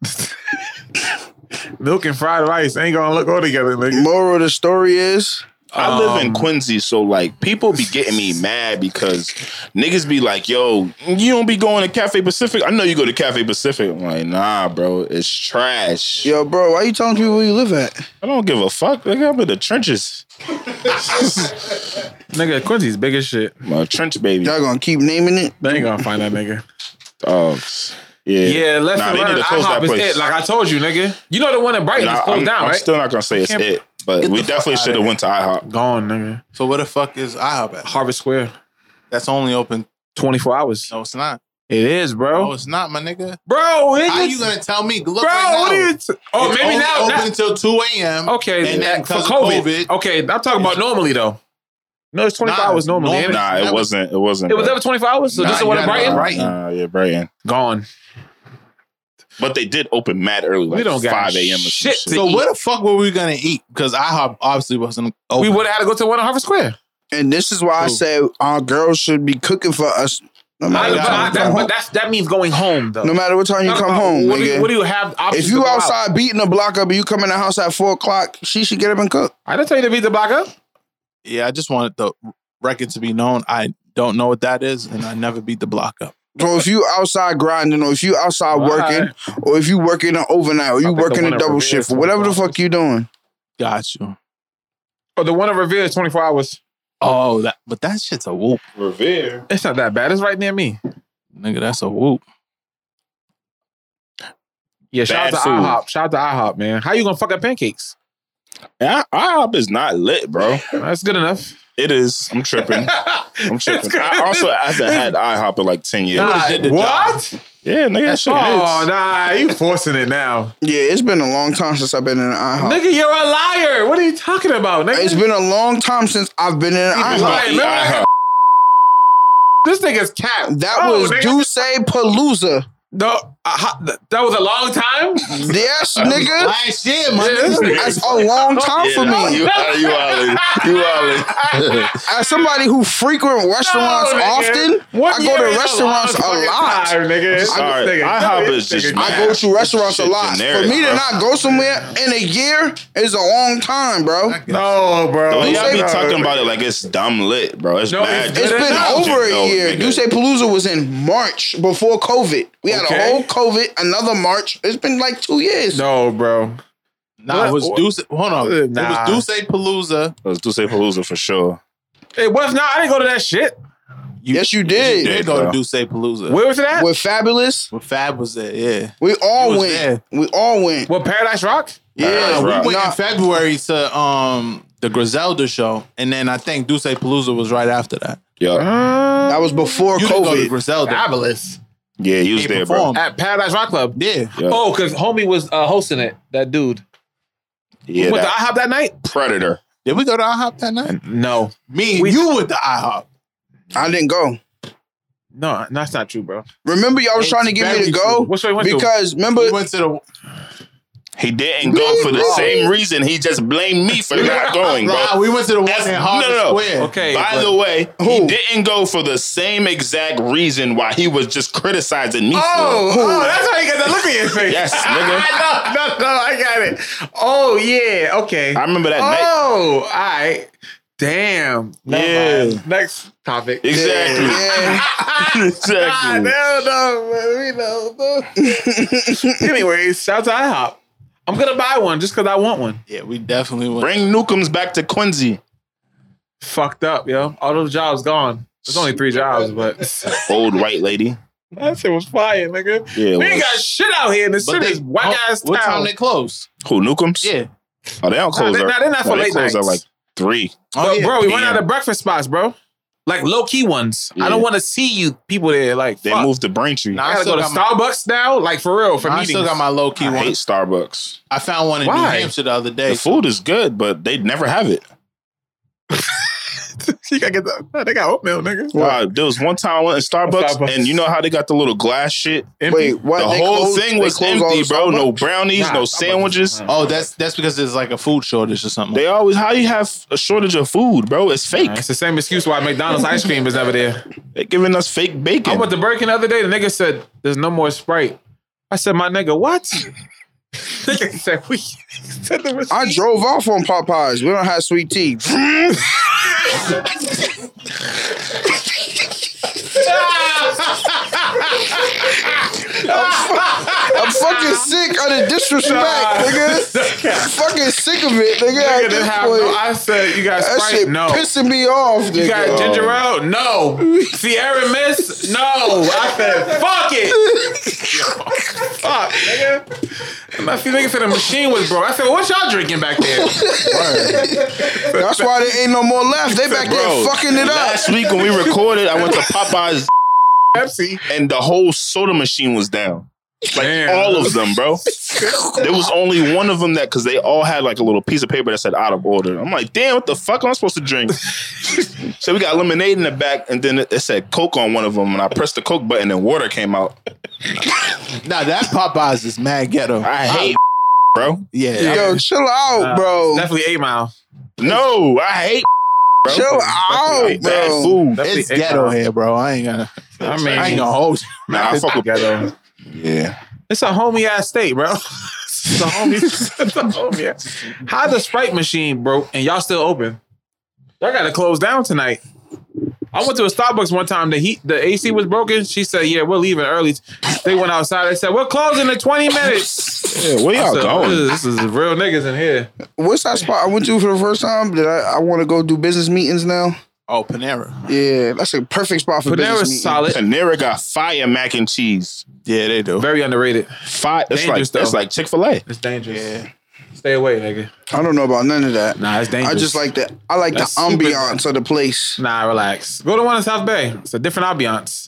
[SPEAKER 3] Milk and fried rice ain't gonna look all together, nigga.
[SPEAKER 4] Moral of the story is
[SPEAKER 5] I live
[SPEAKER 8] Um,
[SPEAKER 5] in Quincy, so like people be getting me mad because niggas be like, "Yo, you don't be going to Cafe Pacific." I know you go to Cafe Pacific. I'm like, nah, bro, it's trash.
[SPEAKER 4] yo, bro, why you telling people where you live at?
[SPEAKER 5] I don't give a fuck. Nigga, I'm in the trenches.
[SPEAKER 3] Nigga, Quincy's big as shit.
[SPEAKER 5] I'm a trench baby.
[SPEAKER 4] Y'all gonna keep naming it?
[SPEAKER 3] They ain't gonna find that nigga.
[SPEAKER 5] Dogs. Yeah,
[SPEAKER 3] Yeah, let's
[SPEAKER 5] Nah, they
[SPEAKER 3] learn.
[SPEAKER 5] need to close that
[SPEAKER 3] IHOP is
[SPEAKER 5] place.
[SPEAKER 3] it. Like I told you, nigga. You know the one in Brighton
[SPEAKER 5] Nah,
[SPEAKER 3] is
[SPEAKER 5] I'm,
[SPEAKER 3] closed down,
[SPEAKER 5] I'm
[SPEAKER 3] right?
[SPEAKER 5] still not gonna say it's
[SPEAKER 3] Can't-
[SPEAKER 5] it, but we definitely should have went to IHOP.
[SPEAKER 3] Gone, nigga.
[SPEAKER 8] So where the fuck is IHOP at?
[SPEAKER 3] Harvest Square,
[SPEAKER 8] That's only open.
[SPEAKER 3] twenty four hours.
[SPEAKER 8] No, it's not.
[SPEAKER 3] It is,
[SPEAKER 8] No,
[SPEAKER 3] bro.
[SPEAKER 8] it's not, my nigga.
[SPEAKER 3] Bro, nigga.
[SPEAKER 8] Oh, How you gonna tell me? Look
[SPEAKER 3] bro,
[SPEAKER 8] right now.
[SPEAKER 3] what are you? T- oh,
[SPEAKER 8] It's
[SPEAKER 3] maybe
[SPEAKER 8] only
[SPEAKER 3] now.
[SPEAKER 8] Open
[SPEAKER 3] now-
[SPEAKER 8] until two a.m.
[SPEAKER 3] Okay,
[SPEAKER 8] And then
[SPEAKER 3] for
[SPEAKER 8] 'cause of
[SPEAKER 3] COVID.
[SPEAKER 8] COVID.
[SPEAKER 3] Okay, I'm talking about normally though. No, it's 24
[SPEAKER 8] Nah,
[SPEAKER 3] hours normally.
[SPEAKER 8] normal-
[SPEAKER 3] ain't it?
[SPEAKER 5] Nah, it
[SPEAKER 8] That was-
[SPEAKER 5] wasn't. It wasn't.
[SPEAKER 3] It was
[SPEAKER 5] bro.
[SPEAKER 3] ever 24 hours. So
[SPEAKER 8] Nah,
[SPEAKER 3] this is
[SPEAKER 8] you
[SPEAKER 3] what in
[SPEAKER 8] gotta-
[SPEAKER 3] Brighton.
[SPEAKER 8] Brighton?
[SPEAKER 5] Nah, yeah, Brighton.
[SPEAKER 3] Gone.
[SPEAKER 5] But they did open mad early, like
[SPEAKER 3] We don't got
[SPEAKER 5] five a.m. or some
[SPEAKER 3] shit
[SPEAKER 5] shit.
[SPEAKER 3] to
[SPEAKER 8] So where the fuck were we gonna eat? Because IHOP obviously wasn't
[SPEAKER 3] We
[SPEAKER 8] open.
[SPEAKER 3] would have had to go to one on Harvard Square.
[SPEAKER 4] And this is why I said our girls should be cooking for us. No
[SPEAKER 3] I-
[SPEAKER 4] matter
[SPEAKER 3] but
[SPEAKER 4] what
[SPEAKER 3] I-
[SPEAKER 4] time you
[SPEAKER 3] that,
[SPEAKER 4] come
[SPEAKER 3] but
[SPEAKER 4] home.
[SPEAKER 3] that's, that means going home, though.
[SPEAKER 4] No matter what time you
[SPEAKER 3] Not
[SPEAKER 4] come
[SPEAKER 3] about-
[SPEAKER 4] home,
[SPEAKER 3] what do, you,
[SPEAKER 4] nigga.
[SPEAKER 3] what do you have? Options
[SPEAKER 4] If you
[SPEAKER 3] to go out?
[SPEAKER 4] outside beating the block up and you come in the house at four o'clock, she should get up and cook.
[SPEAKER 3] I didn't tell you to beat the block up.
[SPEAKER 8] yeah, I just wanted the record to be known. I don't know what that is, and I never beat the block up.
[SPEAKER 4] So if you outside grinding, or if you outside
[SPEAKER 3] All
[SPEAKER 4] working,
[SPEAKER 3] right.
[SPEAKER 4] or if you working an overnight, or you
[SPEAKER 3] think the
[SPEAKER 4] working
[SPEAKER 3] one
[SPEAKER 4] a
[SPEAKER 3] over
[SPEAKER 4] double
[SPEAKER 3] there
[SPEAKER 4] shift,
[SPEAKER 3] is
[SPEAKER 4] or whatever the
[SPEAKER 3] 24
[SPEAKER 4] fuck you doing,
[SPEAKER 8] Got you.
[SPEAKER 3] Oh, the one in Revere is 24 hours.
[SPEAKER 8] Oh, that but that shit's a whoop,
[SPEAKER 5] Revere.
[SPEAKER 3] It's not that bad. It's right near me.
[SPEAKER 8] nigga. That's a whoop.
[SPEAKER 3] Yeah, shout out
[SPEAKER 5] Bad
[SPEAKER 3] to
[SPEAKER 5] food.
[SPEAKER 3] IHOP. Shout out to IHOP, man. How you gonna fuck up pancakes?
[SPEAKER 5] I, IHOP is not lit, bro.
[SPEAKER 3] That's good enough.
[SPEAKER 5] It is. I'm tripping. I'm tripping. I also I haven't had IHOP in like ten years.
[SPEAKER 3] Nah,
[SPEAKER 8] did the
[SPEAKER 3] what?
[SPEAKER 5] Yeah, nigga, that shit
[SPEAKER 3] Oh,
[SPEAKER 5] hits.
[SPEAKER 3] nah, you forcing it now,
[SPEAKER 4] yeah, it's been a long time since I've been in an IHOP.
[SPEAKER 3] nigga. You're a liar. What are you talking about, nigga?
[SPEAKER 4] It's been a long time since I've been in an
[SPEAKER 3] He's
[SPEAKER 4] IHOP.
[SPEAKER 3] lying. Remember that-
[SPEAKER 5] IHOP.
[SPEAKER 3] this nigga's cap.
[SPEAKER 4] That
[SPEAKER 3] Oh,
[SPEAKER 4] was
[SPEAKER 3] nigga.
[SPEAKER 4] Duce Palooza.
[SPEAKER 3] No, uh, ho- th- that was a long time.
[SPEAKER 4] Yes, nigga.
[SPEAKER 8] Last year, my
[SPEAKER 3] Yeah, this
[SPEAKER 8] nigga.
[SPEAKER 3] nigga-
[SPEAKER 4] That's a long time for
[SPEAKER 5] Yeah,
[SPEAKER 4] me.
[SPEAKER 5] You uh, you wildin'. You wildin'.
[SPEAKER 4] As somebody who frequent restaurants
[SPEAKER 3] No, Oh, nigga.
[SPEAKER 4] often,
[SPEAKER 3] One
[SPEAKER 4] I
[SPEAKER 3] year
[SPEAKER 4] go
[SPEAKER 3] is
[SPEAKER 4] to restaurants a
[SPEAKER 3] long
[SPEAKER 4] lot.
[SPEAKER 3] fucking Time, nigga. This
[SPEAKER 5] sorry.
[SPEAKER 3] nigga-
[SPEAKER 5] IHOP
[SPEAKER 3] this
[SPEAKER 5] is just
[SPEAKER 3] nigga-
[SPEAKER 5] mad.
[SPEAKER 4] I go to restaurants a
[SPEAKER 5] Shit
[SPEAKER 4] lot.
[SPEAKER 5] generic,
[SPEAKER 4] For me to
[SPEAKER 5] bro.
[SPEAKER 4] not go somewhere in a year is a long time, bro.
[SPEAKER 3] No, bro.
[SPEAKER 5] Don't y'all be
[SPEAKER 4] say-
[SPEAKER 5] talking about it like it's dumb lit, bro. It's
[SPEAKER 3] No,
[SPEAKER 5] bad.
[SPEAKER 3] it's
[SPEAKER 4] It's
[SPEAKER 3] good
[SPEAKER 4] been
[SPEAKER 3] enough.
[SPEAKER 4] over a
[SPEAKER 5] No,
[SPEAKER 4] year.
[SPEAKER 5] nigga.
[SPEAKER 4] Duce Palooza was in March before COVID. We had
[SPEAKER 3] Okay.
[SPEAKER 4] a whole COVID, another March. It's been like two years.
[SPEAKER 3] No, bro.
[SPEAKER 8] Nah, it was
[SPEAKER 3] What-
[SPEAKER 8] Deuce. Hold on.
[SPEAKER 3] Nah.
[SPEAKER 8] It was Deuce Palooza.
[SPEAKER 5] Let's do say Palooza for sure.
[SPEAKER 3] It was not. I didn't go to that shit.
[SPEAKER 4] yes, you did.
[SPEAKER 8] They go to Deuce Palooza.
[SPEAKER 3] Where was it at?
[SPEAKER 4] We're fabulous.
[SPEAKER 8] Where Fab was there, yeah.
[SPEAKER 4] We
[SPEAKER 8] It
[SPEAKER 4] all
[SPEAKER 8] was
[SPEAKER 4] went.
[SPEAKER 8] there.
[SPEAKER 4] We all went.
[SPEAKER 3] What Paradise Rock?
[SPEAKER 4] yeah,
[SPEAKER 5] That's
[SPEAKER 8] we
[SPEAKER 5] right.
[SPEAKER 8] went in
[SPEAKER 4] Nah,
[SPEAKER 8] February to um the Griselda show, and then I think Duce Palooza was right after that.
[SPEAKER 5] Yeah,
[SPEAKER 4] that was before
[SPEAKER 8] You didn't go to
[SPEAKER 4] COVID.
[SPEAKER 8] Griselda.
[SPEAKER 3] Fabulous
[SPEAKER 5] yeah, you was
[SPEAKER 8] They
[SPEAKER 5] there, bro.
[SPEAKER 8] performed.
[SPEAKER 3] at Paradise Rock Club.
[SPEAKER 8] Yeah.
[SPEAKER 5] Yeah.
[SPEAKER 3] Oh, because homie was uh, hosting it. That dude.
[SPEAKER 5] Yeah,
[SPEAKER 3] Went to
[SPEAKER 5] that
[SPEAKER 3] IHOP that night?
[SPEAKER 5] Predator.
[SPEAKER 8] Did we go to IHOP that night?
[SPEAKER 3] No,
[SPEAKER 8] Me and
[SPEAKER 3] We-
[SPEAKER 8] you went to IHOP.
[SPEAKER 4] I didn't go.
[SPEAKER 3] no, that's not true, bro.
[SPEAKER 4] Remember, y'all was
[SPEAKER 8] It's
[SPEAKER 4] trying to get me
[SPEAKER 8] very
[SPEAKER 4] to go
[SPEAKER 3] Which way went to?
[SPEAKER 4] because remember
[SPEAKER 8] We went to the
[SPEAKER 5] He didn't go for the same reason. He just blamed me for not going, bro.
[SPEAKER 8] nah, we went to the one
[SPEAKER 5] That's-
[SPEAKER 8] in Harvard
[SPEAKER 5] no, no, no.
[SPEAKER 8] Square.
[SPEAKER 3] Okay,
[SPEAKER 5] By
[SPEAKER 3] but-
[SPEAKER 5] the way,
[SPEAKER 4] Who?
[SPEAKER 5] he didn't go for the same exact reason why he was just criticizing me.
[SPEAKER 3] Oh,
[SPEAKER 5] for.
[SPEAKER 3] oh, that's how you got that look in your face.
[SPEAKER 5] Yes, nigga.
[SPEAKER 3] I know. No, no, I got it. Oh, yeah. Okay.
[SPEAKER 5] I remember that night.
[SPEAKER 3] oh, all right. Damn. Never
[SPEAKER 5] Yeah.
[SPEAKER 3] mind. Next topic.
[SPEAKER 5] Exactly.
[SPEAKER 3] Ah,
[SPEAKER 5] exactly.
[SPEAKER 3] no, no, we know. Anyways, shout to IHOP. I'm gonna buy one just because I want one.
[SPEAKER 8] Yeah, we definitely went.
[SPEAKER 5] Bring Newcombs back to Quincy.
[SPEAKER 3] Fucked up, yo. All those jobs gone. There's only three jobs, but
[SPEAKER 5] Old white lady.
[SPEAKER 3] that shit was fire, nigga.
[SPEAKER 5] Yeah.
[SPEAKER 3] we ain't
[SPEAKER 5] was-
[SPEAKER 3] got shit out here in the
[SPEAKER 8] But
[SPEAKER 3] city. Oh,
[SPEAKER 8] they-
[SPEAKER 3] Whack ass
[SPEAKER 8] what time
[SPEAKER 3] town.
[SPEAKER 8] they close?
[SPEAKER 5] Who Newcombs?
[SPEAKER 8] Yeah.
[SPEAKER 5] Oh, they don't
[SPEAKER 3] Nah,
[SPEAKER 5] close.
[SPEAKER 3] they,
[SPEAKER 5] at-
[SPEAKER 3] nah, they're not
[SPEAKER 5] no,
[SPEAKER 3] for
[SPEAKER 5] they
[SPEAKER 3] late
[SPEAKER 5] close
[SPEAKER 3] nights.
[SPEAKER 5] at like three.
[SPEAKER 8] Oh,
[SPEAKER 3] but
[SPEAKER 8] yeah.
[SPEAKER 3] bro, we went
[SPEAKER 5] PM.
[SPEAKER 3] out of breakfast spots, bro. Like low key ones. I
[SPEAKER 5] Yeah.
[SPEAKER 3] don't want to see you people there. Like
[SPEAKER 5] They
[SPEAKER 3] fuck.
[SPEAKER 5] moved to Braintree.
[SPEAKER 8] Nah,
[SPEAKER 3] I
[SPEAKER 8] I
[SPEAKER 3] gotta
[SPEAKER 8] still
[SPEAKER 3] go to
[SPEAKER 8] got my-
[SPEAKER 3] Starbucks now. Like for real, for
[SPEAKER 8] I
[SPEAKER 3] meetings.
[SPEAKER 8] still got my low key
[SPEAKER 5] I
[SPEAKER 8] one.
[SPEAKER 5] hate Starbucks.
[SPEAKER 8] I found one in New
[SPEAKER 3] Why?
[SPEAKER 8] Hampshire the other day.
[SPEAKER 5] The food is good, but they never have it.
[SPEAKER 3] you gotta get the, they got oatmeal, nigga.
[SPEAKER 5] Wow, there was one time I went in Starbucks,
[SPEAKER 3] Starbucks.
[SPEAKER 5] and you know how they got the little glass shit?
[SPEAKER 4] wait, what?
[SPEAKER 5] the
[SPEAKER 4] They
[SPEAKER 5] whole
[SPEAKER 4] closed-
[SPEAKER 5] thing
[SPEAKER 4] they
[SPEAKER 5] was
[SPEAKER 4] closed all
[SPEAKER 5] empty,
[SPEAKER 4] the
[SPEAKER 5] bro. No
[SPEAKER 4] Starbucks?
[SPEAKER 5] brownies,
[SPEAKER 3] Nah,
[SPEAKER 5] no
[SPEAKER 3] Starbucks is-
[SPEAKER 5] sandwiches.
[SPEAKER 3] Nah.
[SPEAKER 8] Oh, that's that's because there's like a food shortage or something.
[SPEAKER 5] They always how you have a shortage of food, bro. It's fake.
[SPEAKER 3] It's the same excuse why McDonald's ice cream is never there.
[SPEAKER 5] They're giving us fake bacon.
[SPEAKER 3] I went to Burger King the other day. The nigga said, "There's no more Sprite." I said, "My nigga, what?" nigga said, "We." he said there was-
[SPEAKER 4] I drove off on Popeyes. We don't have sweet tea. I'm fucking sick of the disrespect,
[SPEAKER 3] Nah.
[SPEAKER 4] nigga. I'm fucking sick of it, nigga.
[SPEAKER 3] Nigga
[SPEAKER 4] at
[SPEAKER 3] didn't
[SPEAKER 4] this
[SPEAKER 3] have
[SPEAKER 4] point,
[SPEAKER 3] no- I said, "You got
[SPEAKER 4] that
[SPEAKER 3] Sprite?"
[SPEAKER 4] shit
[SPEAKER 3] No.
[SPEAKER 4] pissing me off, nigga.
[SPEAKER 3] You got ginger ale? No. Sierra Miss? No. I said, fuck it. fuck, nigga. And I feel nigga said the machine was broke. I said, what y'all drinking back there?
[SPEAKER 4] That's why there ain't no more left. They back
[SPEAKER 5] Bro,
[SPEAKER 4] there fucking it up.
[SPEAKER 5] Last week when we recorded, I went to Popeyes
[SPEAKER 3] Pepsi.
[SPEAKER 5] and the whole soda machine was down. Like
[SPEAKER 3] Damn.
[SPEAKER 5] all of them, bro. there was only one of them that because they all had like a little piece of paper that said out of order. I'm like, damn, what the fuck am I supposed to drink? so we got lemonade in the back, and then it, it said Coke on one of them, and I pressed the Coke button, and water came out.
[SPEAKER 8] Now that Popeyes is mad ghetto.
[SPEAKER 5] I hate, bro.
[SPEAKER 8] Yeah,
[SPEAKER 4] Yo, chill out, bro.
[SPEAKER 3] Definitely 8 Mile.
[SPEAKER 5] No, I hate. Bro.
[SPEAKER 4] Chill
[SPEAKER 5] I
[SPEAKER 4] out,
[SPEAKER 5] hate bad
[SPEAKER 4] bro.
[SPEAKER 5] food.
[SPEAKER 3] Definitely
[SPEAKER 8] it's ghetto here, bro. I ain't gonna.
[SPEAKER 3] I mean,
[SPEAKER 8] I ain't gonna hold. you.
[SPEAKER 5] Nah, I fuck with
[SPEAKER 3] ghetto.
[SPEAKER 5] yeah.
[SPEAKER 3] It's a homie ass state, bro. It's a homie. it's a homie ass. How the Sprite machine broke and y'all still open? Y'all gotta close down tonight. I went to a Starbucks one time. The heat, the AC was broken. She said, "Yeah, we're leaving early." They went outside. They said, "We're closing in twenty minutes."
[SPEAKER 5] Yeah, where y'all
[SPEAKER 3] So,
[SPEAKER 8] uh,
[SPEAKER 5] going?
[SPEAKER 3] This is real niggas in here.
[SPEAKER 4] What's that spot I went to for the first time? That I, I want to go do business meetings now.
[SPEAKER 8] Oh, Panera.
[SPEAKER 4] Yeah, that's a perfect spot for business
[SPEAKER 3] Panera's
[SPEAKER 4] meetings.
[SPEAKER 3] solid,
[SPEAKER 5] Panera got fire mac and cheese.
[SPEAKER 8] Yeah, they do.
[SPEAKER 3] very underrated.
[SPEAKER 5] Fire. That's
[SPEAKER 3] Dangerous,
[SPEAKER 5] like that's
[SPEAKER 3] though.
[SPEAKER 5] like Chick Fil A.
[SPEAKER 3] It's dangerous. Stay away, nigga.
[SPEAKER 4] I don't know about none of that.
[SPEAKER 3] Nah, it's
[SPEAKER 4] I
[SPEAKER 3] dangerous.
[SPEAKER 4] just like the I like
[SPEAKER 3] That's
[SPEAKER 4] the
[SPEAKER 3] super-
[SPEAKER 4] ambiance of the place.
[SPEAKER 3] Nah, relax. Go to one in South Bay. It's a different ambiance.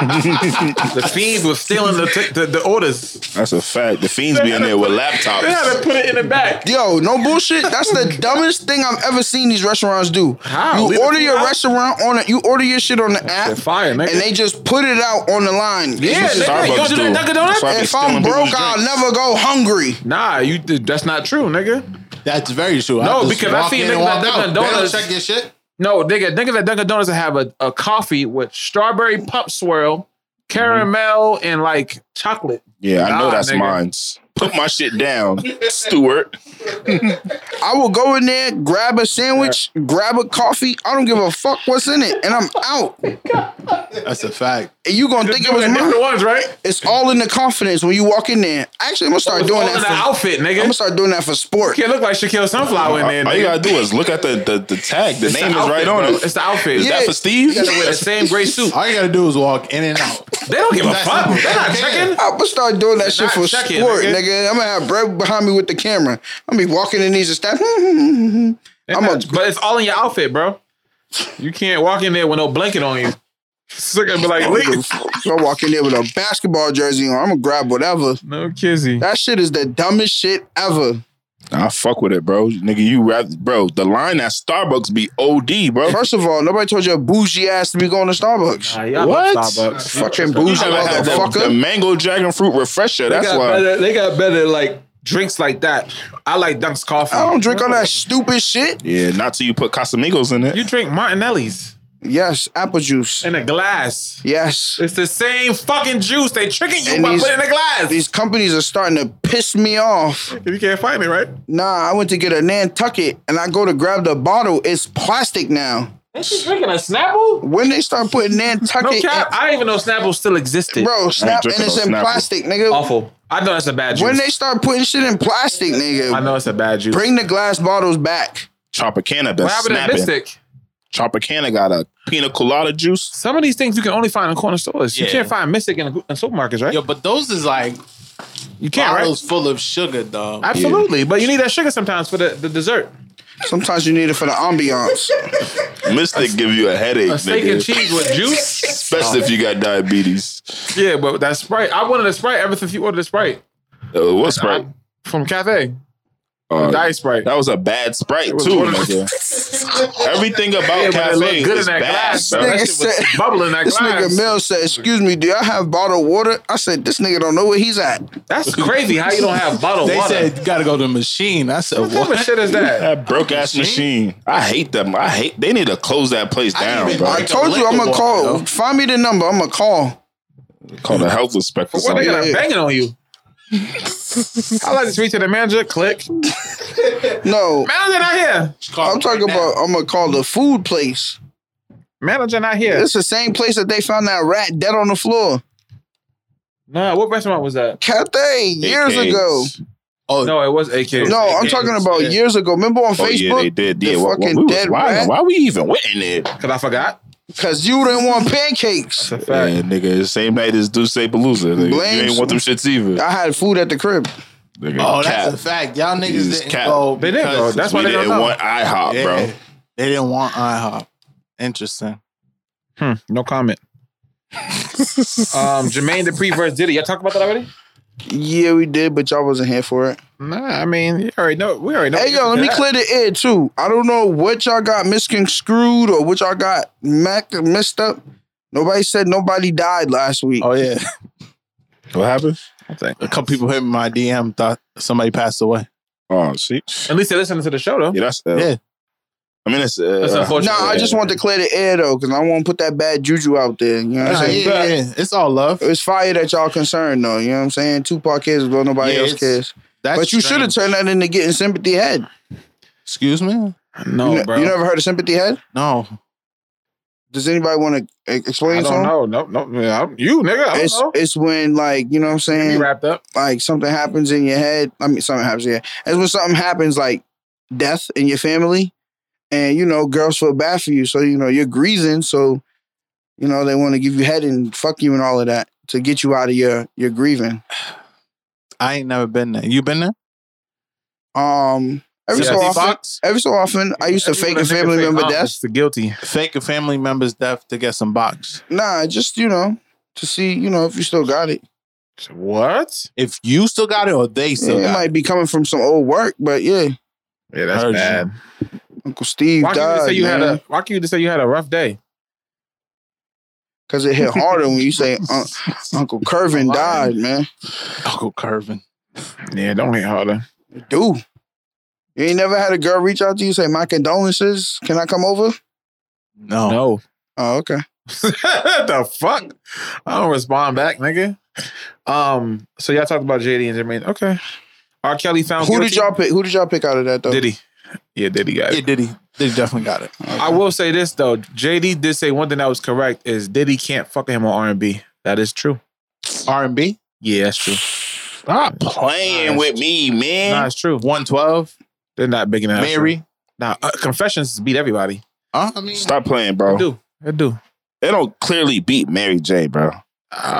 [SPEAKER 3] the fiends were stealing the, t- the the orders.
[SPEAKER 5] That's a fact. The fiends be in there with
[SPEAKER 3] They had to
[SPEAKER 5] laptops.
[SPEAKER 3] put it in the back.
[SPEAKER 4] Yo, no bullshit. That's the dumbest thing I've ever seen these restaurants do.
[SPEAKER 3] How? Leave
[SPEAKER 4] You
[SPEAKER 3] the
[SPEAKER 4] order
[SPEAKER 3] food
[SPEAKER 4] your
[SPEAKER 3] out?
[SPEAKER 4] restaurant on it. You order your shit on the app,
[SPEAKER 3] fire, nigga.
[SPEAKER 4] and they just put it out on the line.
[SPEAKER 3] yeah,
[SPEAKER 5] That's what
[SPEAKER 3] nigga, you
[SPEAKER 5] Starbucks
[SPEAKER 3] gonna do that
[SPEAKER 5] do.
[SPEAKER 3] Dunkin' Donuts?
[SPEAKER 5] Starbucks
[SPEAKER 4] If
[SPEAKER 5] stealing
[SPEAKER 4] I'm
[SPEAKER 5] people's
[SPEAKER 4] broke,
[SPEAKER 5] drinks.
[SPEAKER 4] I'll never go hungry.
[SPEAKER 3] Nah, you did. That's not true, nigga.
[SPEAKER 8] That's very true.
[SPEAKER 3] No,
[SPEAKER 8] just
[SPEAKER 3] because I
[SPEAKER 8] walk
[SPEAKER 3] seen
[SPEAKER 8] in and
[SPEAKER 3] niggas at
[SPEAKER 8] walk out.
[SPEAKER 3] Dunkin'
[SPEAKER 8] They don't
[SPEAKER 3] Donuts.
[SPEAKER 8] check your shit.
[SPEAKER 3] No, nigga, niggas at Dunkin' Donuts that have a, a coffee with strawberry pump swirl, caramel, and like chocolate.
[SPEAKER 5] Yeah, I know
[SPEAKER 3] Nah,
[SPEAKER 5] that's
[SPEAKER 3] nigga.
[SPEAKER 5] mine's. Put my shit down, Stuart.
[SPEAKER 4] I will go in there, grab a sandwich, grab a coffee. I don't give a fuck what's in it, and I'm out. And
[SPEAKER 8] That's a fact.
[SPEAKER 4] you gonna think it was mine?
[SPEAKER 3] different ones, right?
[SPEAKER 4] It's all in the confidence when you walk in there. Actually, I'm gonna start doing
[SPEAKER 3] All
[SPEAKER 4] that.
[SPEAKER 3] in the
[SPEAKER 4] For, I'm
[SPEAKER 3] outfit, nigga.
[SPEAKER 4] gonna start doing that for sport.
[SPEAKER 3] Can't look like Shaquille Sunflower in there.
[SPEAKER 5] All you
[SPEAKER 3] nigga.
[SPEAKER 5] gotta do is look at the the, the tag. The
[SPEAKER 3] It's
[SPEAKER 5] Oh, name
[SPEAKER 3] the
[SPEAKER 5] is
[SPEAKER 3] outfit,
[SPEAKER 5] right on
[SPEAKER 3] bro.
[SPEAKER 5] it.
[SPEAKER 3] It's the outfit.
[SPEAKER 5] Is that for Steve?
[SPEAKER 3] The same gray suit.
[SPEAKER 8] All you gotta do is walk in and out.
[SPEAKER 3] They don't give a fuck. They're not checking.
[SPEAKER 4] I'm gonna start doing that shit
[SPEAKER 3] not
[SPEAKER 4] for
[SPEAKER 3] checking,
[SPEAKER 4] sport,
[SPEAKER 3] nigga.
[SPEAKER 4] nigga. I'm gonna have Brett behind me with the camera. I'm gonna be walking in these and stuff. I'm
[SPEAKER 3] I'm
[SPEAKER 4] a,
[SPEAKER 3] but it's all in your outfit, bro. You can't walk in there with no blanket on you. So gonna be like, "Leave."
[SPEAKER 4] I'm walking there with a basketball jersey on. I'm gonna grab whatever.
[SPEAKER 3] no kizzy.
[SPEAKER 4] That shit is the dumbest shit ever.
[SPEAKER 5] I fuck with it, bro. Nigga, you rap, bro. The line at Starbucks be OD, bro.
[SPEAKER 4] First of all, nobody told you a bougie ass to be going to Starbucks.
[SPEAKER 5] What?
[SPEAKER 4] Fucking
[SPEAKER 5] You
[SPEAKER 4] bougie
[SPEAKER 5] haven't had that- the
[SPEAKER 4] motherfucker.
[SPEAKER 5] mango dragon fruit refresher.
[SPEAKER 3] They
[SPEAKER 5] That's
[SPEAKER 3] got
[SPEAKER 5] why.
[SPEAKER 3] better. They got better like drinks like that. I like Dunk's coffee.
[SPEAKER 4] I don't drink all that stupid shit.
[SPEAKER 5] Yeah, not till you put Casamigos in it.
[SPEAKER 3] You drink Martinelli's
[SPEAKER 4] Yes, apple juice.
[SPEAKER 3] in a glass.
[SPEAKER 4] Yes.
[SPEAKER 3] It's the same fucking juice. They tricking you
[SPEAKER 4] And
[SPEAKER 3] by
[SPEAKER 4] these-
[SPEAKER 3] putting in a glass.
[SPEAKER 4] These companies are starting to piss me off.
[SPEAKER 3] you can't find it, right?
[SPEAKER 4] Nah, I went to get a Nantucket and I go to grab the bottle. It's plastic now.
[SPEAKER 3] Ain't she drinking a Snapple?
[SPEAKER 4] When they start putting
[SPEAKER 3] No
[SPEAKER 4] Nantucket,
[SPEAKER 3] cap. I didn't even know Snapple still
[SPEAKER 4] in,
[SPEAKER 3] existed.
[SPEAKER 4] bro, snap and
[SPEAKER 5] drinking
[SPEAKER 4] it's
[SPEAKER 5] no
[SPEAKER 4] in
[SPEAKER 5] Snapple.
[SPEAKER 4] plastic, nigga.
[SPEAKER 3] Awful. I know that's a bad juice.
[SPEAKER 4] When they start putting shit in plastic,
[SPEAKER 3] I
[SPEAKER 4] nigga,
[SPEAKER 3] know it's a bad juice.
[SPEAKER 4] bring the glass bottles back.
[SPEAKER 5] Chopper Canna
[SPEAKER 3] what
[SPEAKER 5] that's
[SPEAKER 3] happened to
[SPEAKER 5] snapping.
[SPEAKER 3] Mystic?
[SPEAKER 5] Chopper Canna got a pina colada juice.
[SPEAKER 3] Some of these things you can only find in corner stores. You
[SPEAKER 8] Yeah.
[SPEAKER 3] can't find Mystic in, in supermarkets, right?
[SPEAKER 8] Yo, but those is like
[SPEAKER 3] you can't, right?
[SPEAKER 8] bottles full of sugar, dog.
[SPEAKER 3] Absolutely. But you need that sugar sometimes for the, the dessert.
[SPEAKER 4] Sometimes you need it for the ambiance.
[SPEAKER 5] Mystic give you a headache,
[SPEAKER 3] A steak and
[SPEAKER 5] nigga.
[SPEAKER 3] cheese with juice.
[SPEAKER 5] Especially if you got diabetes.
[SPEAKER 3] yeah, but that Sprite. I wanted a Sprite ever since you ordered a Sprite
[SPEAKER 5] Uh, what Sprite?
[SPEAKER 3] from Cafe.
[SPEAKER 5] Uh,
[SPEAKER 3] Diet Sprite.
[SPEAKER 5] that was a bad Sprite,
[SPEAKER 3] was
[SPEAKER 5] too,
[SPEAKER 3] one of the-
[SPEAKER 5] nigga. Everything about
[SPEAKER 3] Yeah, but it
[SPEAKER 5] cafe
[SPEAKER 3] looked good in
[SPEAKER 5] is
[SPEAKER 3] that
[SPEAKER 5] bad,
[SPEAKER 3] glass,
[SPEAKER 5] bro.
[SPEAKER 3] bro. That
[SPEAKER 4] Nigga
[SPEAKER 3] shit was
[SPEAKER 4] said-
[SPEAKER 3] bubbling in that
[SPEAKER 4] This
[SPEAKER 3] glass.
[SPEAKER 4] nigga Mel said, "Excuse me, do y'all have bottled water?" I said, "This nigga don't know where he's at."
[SPEAKER 3] That's crazy how you don't have bottled
[SPEAKER 8] They
[SPEAKER 3] water.
[SPEAKER 8] said you gotta go to the machine. I said,
[SPEAKER 3] what type of
[SPEAKER 8] what?
[SPEAKER 3] shit is that?
[SPEAKER 5] That broke ass machine. I hate them. I hate. They need to close that place
[SPEAKER 8] didn't
[SPEAKER 5] down,
[SPEAKER 8] even
[SPEAKER 5] bro.
[SPEAKER 4] I
[SPEAKER 8] a
[SPEAKER 4] told you,
[SPEAKER 8] liquor
[SPEAKER 4] I'm gonna
[SPEAKER 8] water,
[SPEAKER 4] call.
[SPEAKER 8] though.
[SPEAKER 4] Find me the number. I'm gonna call.
[SPEAKER 5] Call the health inspector.
[SPEAKER 3] What they
[SPEAKER 5] something.
[SPEAKER 3] got a banging on you? I like to speak to the manager. Click.
[SPEAKER 4] No,
[SPEAKER 3] Manager not here.
[SPEAKER 4] I'm talking about. I'm gonna call the food place.
[SPEAKER 3] Manager not here.
[SPEAKER 4] It's the same place that they found that rat dead on the floor.
[SPEAKER 3] Nah, what restaurant was that?
[SPEAKER 4] Cathay years
[SPEAKER 5] AKs.
[SPEAKER 4] ago.
[SPEAKER 8] Oh,
[SPEAKER 3] No, it was AK.
[SPEAKER 4] No, I'm talking about years ago. Remember on
[SPEAKER 5] Oh
[SPEAKER 4] Facebook?
[SPEAKER 5] yeah, they did.
[SPEAKER 4] The
[SPEAKER 5] Yeah, well,
[SPEAKER 4] fucking
[SPEAKER 5] we was
[SPEAKER 4] dead
[SPEAKER 5] wilding.
[SPEAKER 4] rat.
[SPEAKER 5] Why we even went in there?
[SPEAKER 3] Because I forgot.
[SPEAKER 4] Cause you didn't want pancakes.
[SPEAKER 3] It's a fact.
[SPEAKER 5] Yeah, nigga, the same night as Duce Palooza. Nigga. You
[SPEAKER 4] Blame
[SPEAKER 5] ain't want them shits either.
[SPEAKER 4] I had food at the crib.
[SPEAKER 5] Nigga,
[SPEAKER 8] Oh, that's
[SPEAKER 5] cap.
[SPEAKER 8] a fact. Y'all niggas
[SPEAKER 5] He's
[SPEAKER 8] didn't
[SPEAKER 5] cap.
[SPEAKER 8] go.
[SPEAKER 3] They didn't go.
[SPEAKER 8] because-
[SPEAKER 3] That's why
[SPEAKER 5] we
[SPEAKER 3] they don't
[SPEAKER 5] didn't
[SPEAKER 3] know.
[SPEAKER 5] want IHOP,
[SPEAKER 8] oh, Yeah.
[SPEAKER 5] bro.
[SPEAKER 8] They didn't want IHOP. Interesting.
[SPEAKER 3] Hmm, no comment. um, Jermaine Dupri versus Diddy. Y'all talked about that already?
[SPEAKER 4] Yeah, we did, but y'all wasn't here for it.
[SPEAKER 3] Nah, I mean, you already know. We already know.
[SPEAKER 4] Hey, yo, let me
[SPEAKER 3] That-
[SPEAKER 4] clear the air too. I don't know what y'all got misconstrued or what y'all got mac- messed up. Nobody said nobody died last week.
[SPEAKER 8] Oh yeah,
[SPEAKER 5] What happened?
[SPEAKER 8] a couple people hit my DM thought somebody passed away.
[SPEAKER 5] Oh, see,
[SPEAKER 3] At least they're listening to the show, though.
[SPEAKER 5] yeah, that's uh,
[SPEAKER 8] Yeah.
[SPEAKER 5] I mean, it's uh,
[SPEAKER 3] That's unfortunate.
[SPEAKER 4] No, I just want to clear the air though, because I want to put that bad juju out there. You know what I'm
[SPEAKER 8] Nah,
[SPEAKER 4] saying?
[SPEAKER 8] yeah, yeah, it's all love.
[SPEAKER 4] It's fire that y'all concerned though. You know what I'm saying? Tupac cares, but nobody
[SPEAKER 8] Yeah,
[SPEAKER 4] else
[SPEAKER 8] it's-
[SPEAKER 4] cares.
[SPEAKER 8] That's
[SPEAKER 4] but you should have
[SPEAKER 8] strange.
[SPEAKER 4] turned that into getting sympathy head.
[SPEAKER 8] Excuse me.
[SPEAKER 3] No,
[SPEAKER 4] you, ne-
[SPEAKER 3] bro.
[SPEAKER 4] you never heard of sympathy head?
[SPEAKER 8] No,
[SPEAKER 4] Does anybody want to
[SPEAKER 3] I
[SPEAKER 4] explain
[SPEAKER 3] don't
[SPEAKER 4] something?
[SPEAKER 3] know. Nope, nope. Yeah, I'm- you, nigga. I don't
[SPEAKER 4] It's
[SPEAKER 3] know.
[SPEAKER 4] it's when like you know what I'm
[SPEAKER 3] You
[SPEAKER 4] saying.
[SPEAKER 3] wrapped up.
[SPEAKER 4] like something happens in your head. I mean, something happens. Yeah, it's when something happens like death in your family, and you know, girls feel bad for you, so you know you're greasing, so you know they want to give you head and fuck you and all of that to get you out of your your grieving.
[SPEAKER 8] I ain't never been there. You been there?
[SPEAKER 4] Um, every so
[SPEAKER 3] Sympathy
[SPEAKER 4] often,
[SPEAKER 8] Fox?
[SPEAKER 4] every so often, I used to fake a family member death.
[SPEAKER 3] The guilty.
[SPEAKER 8] Fake a family member's death to get some box.
[SPEAKER 4] Nah, just you know. To see, you know, if you still got it,
[SPEAKER 3] What?
[SPEAKER 8] If you still got it or they still
[SPEAKER 4] yeah, it
[SPEAKER 8] got it.
[SPEAKER 4] might be coming from some old work, but yeah,
[SPEAKER 3] Yeah, that's
[SPEAKER 8] Heard you.
[SPEAKER 3] bad.
[SPEAKER 4] Uncle Steve
[SPEAKER 3] Why can't you just
[SPEAKER 4] died
[SPEAKER 3] say you had
[SPEAKER 4] man.
[SPEAKER 3] a? Why can't you just say you had a rough day?
[SPEAKER 4] Cause it hit harder when you say Un- Uncle Curvin died, man.
[SPEAKER 8] Uncle Curvin.
[SPEAKER 3] Yeah, don't hit harder.
[SPEAKER 4] Dude, you ain't never had a girl reach out to you say, "My condolences, can I come over?"
[SPEAKER 8] No.
[SPEAKER 3] No.
[SPEAKER 4] Oh, okay.
[SPEAKER 3] the fuck? I don't respond back, nigga. Um, so y'all talked about JD and Jermaine. Okay. R. Kelly found
[SPEAKER 4] Who
[SPEAKER 3] guilty.
[SPEAKER 4] did y'all pick? Who did y'all pick out of that though?
[SPEAKER 3] Diddy. Yeah, Diddy got
[SPEAKER 8] Yeah,
[SPEAKER 3] it.
[SPEAKER 8] Diddy. Diddy definitely got it.
[SPEAKER 3] I will say this though. JD did say one thing that was correct is Diddy can't fuck him on R and B. That is true.
[SPEAKER 8] R and B.
[SPEAKER 3] Yeah, that's true.
[SPEAKER 5] Stop playing with me, man.
[SPEAKER 3] Nah, it's true.
[SPEAKER 8] One twelve.
[SPEAKER 3] They're not big enough.
[SPEAKER 8] Mary.
[SPEAKER 3] Nah, uh, confessions beat everybody.
[SPEAKER 8] Uh, I mean,
[SPEAKER 5] Stop playing, bro.
[SPEAKER 3] They do. They do.
[SPEAKER 5] They don't clearly beat Mary J, bro.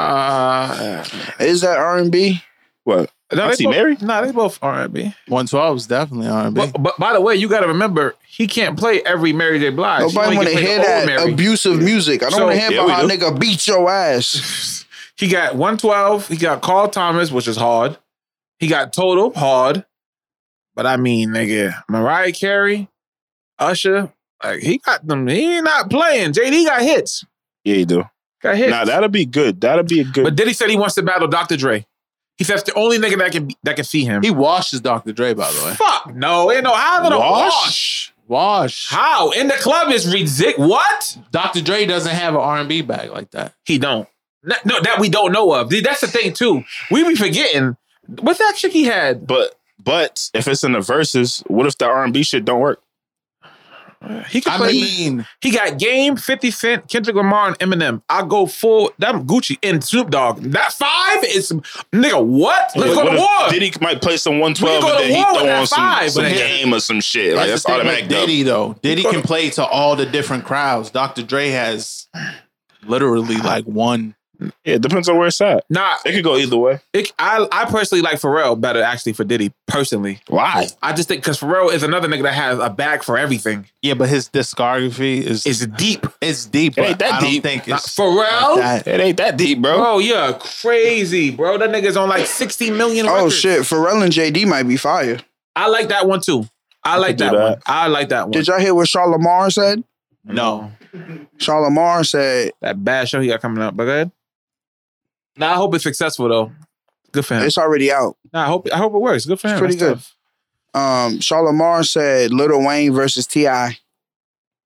[SPEAKER 3] Uh,
[SPEAKER 4] Is that R and B?
[SPEAKER 5] What?
[SPEAKER 3] no,
[SPEAKER 5] I
[SPEAKER 3] they
[SPEAKER 5] see
[SPEAKER 3] both,
[SPEAKER 5] Mary?
[SPEAKER 3] Nah, they both R and B.
[SPEAKER 8] one twelve is definitely R and B.
[SPEAKER 3] But, but by the way, you got to remember he can't play every Mary J. Blige. He only
[SPEAKER 4] Nobody want
[SPEAKER 3] can play
[SPEAKER 4] to
[SPEAKER 3] the
[SPEAKER 4] hear
[SPEAKER 3] old
[SPEAKER 4] that
[SPEAKER 3] Mary.
[SPEAKER 4] abusive music. I don't
[SPEAKER 3] So-
[SPEAKER 4] want to hear
[SPEAKER 5] Yeah,
[SPEAKER 4] about
[SPEAKER 5] we
[SPEAKER 4] how
[SPEAKER 5] do.
[SPEAKER 4] nigga beat your ass.
[SPEAKER 3] He got 112. He got Carl Thomas, which is hard. He got Total, hard. But I mean, nigga, Mariah Carey, Usher, like he got them. He ain't not playing. JD got hits.
[SPEAKER 5] Yeah, you do.
[SPEAKER 3] Got hits.
[SPEAKER 5] Nah, that'll be good. That'll be a good.
[SPEAKER 3] but Diddy said he wants to battle Dr. Dre. He said that's the only nigga that can that can see him.
[SPEAKER 8] He washes Dr. Dre, by the way.
[SPEAKER 3] Fuck no, ain't no how gonna wash?
[SPEAKER 5] Wash?
[SPEAKER 8] Wash.
[SPEAKER 3] How in the club is ridiculous. What?
[SPEAKER 8] Dr. Dre doesn't have an R and B bag like that.
[SPEAKER 3] He don't. No, no, that we don't know of. That's the thing too. We be forgetting. What's that chick he had?
[SPEAKER 5] but but if it's in the verses, what if the R and B shit don't work?
[SPEAKER 3] He could
[SPEAKER 8] I
[SPEAKER 3] play.
[SPEAKER 8] mean,
[SPEAKER 3] he got Game, Fifty Cent, Kendrick Lamar, and Eminem. I go full. That Gucci and Snoop Dogg. That five is nigga. What? Let's
[SPEAKER 5] What
[SPEAKER 3] go to
[SPEAKER 5] if
[SPEAKER 3] war.
[SPEAKER 5] Diddy might play some one twelve
[SPEAKER 3] We go
[SPEAKER 5] and
[SPEAKER 3] to
[SPEAKER 5] then he
[SPEAKER 3] war with
[SPEAKER 5] throw
[SPEAKER 3] that
[SPEAKER 5] on some,
[SPEAKER 3] five,
[SPEAKER 5] some
[SPEAKER 3] but here-
[SPEAKER 5] game or some shit. Like that's
[SPEAKER 8] that's the thing with
[SPEAKER 5] automatic. dub.
[SPEAKER 8] Diddy though. Diddy can play to all the different crowds. Dr. Dre has literally like one.
[SPEAKER 5] Yeah, it depends on where it's at.
[SPEAKER 3] Nah,
[SPEAKER 5] It could go either way.
[SPEAKER 3] it, I I personally like Pharrell better actually for Diddy personally.
[SPEAKER 5] Why?
[SPEAKER 3] I just think because Pharrell is another nigga that has a bag for everything.
[SPEAKER 8] Yeah, but his discography is
[SPEAKER 3] It's deep.
[SPEAKER 8] it's
[SPEAKER 5] It
[SPEAKER 8] deep. But
[SPEAKER 5] ain't that
[SPEAKER 8] I don't
[SPEAKER 5] deep.
[SPEAKER 8] think
[SPEAKER 3] Nah,
[SPEAKER 8] it's
[SPEAKER 3] Pharrell,
[SPEAKER 8] that.
[SPEAKER 5] It ain't that deep, bro.
[SPEAKER 3] bro, you're crazy, bro. That nigga's on like sixty million.
[SPEAKER 4] Oh
[SPEAKER 3] records.
[SPEAKER 4] shit, Pharrell and JD might be fire.
[SPEAKER 3] I like that one too. I like
[SPEAKER 5] could do
[SPEAKER 3] that,
[SPEAKER 5] that.
[SPEAKER 3] one. I like that one.
[SPEAKER 4] Did y'all hear what Shaw Lamar said?
[SPEAKER 8] No,
[SPEAKER 4] Shaw Lamar said
[SPEAKER 3] that bad show he got coming up. But go ahead. Nah, I hope it's successful though. Good for him.
[SPEAKER 4] it's already out.
[SPEAKER 3] Nah, I hope I hope it works. Good for
[SPEAKER 4] It's
[SPEAKER 3] him.
[SPEAKER 4] pretty
[SPEAKER 3] That's
[SPEAKER 4] good.
[SPEAKER 3] tough.
[SPEAKER 4] Um, Shaw Lamar said Lil Wayne versus Ti.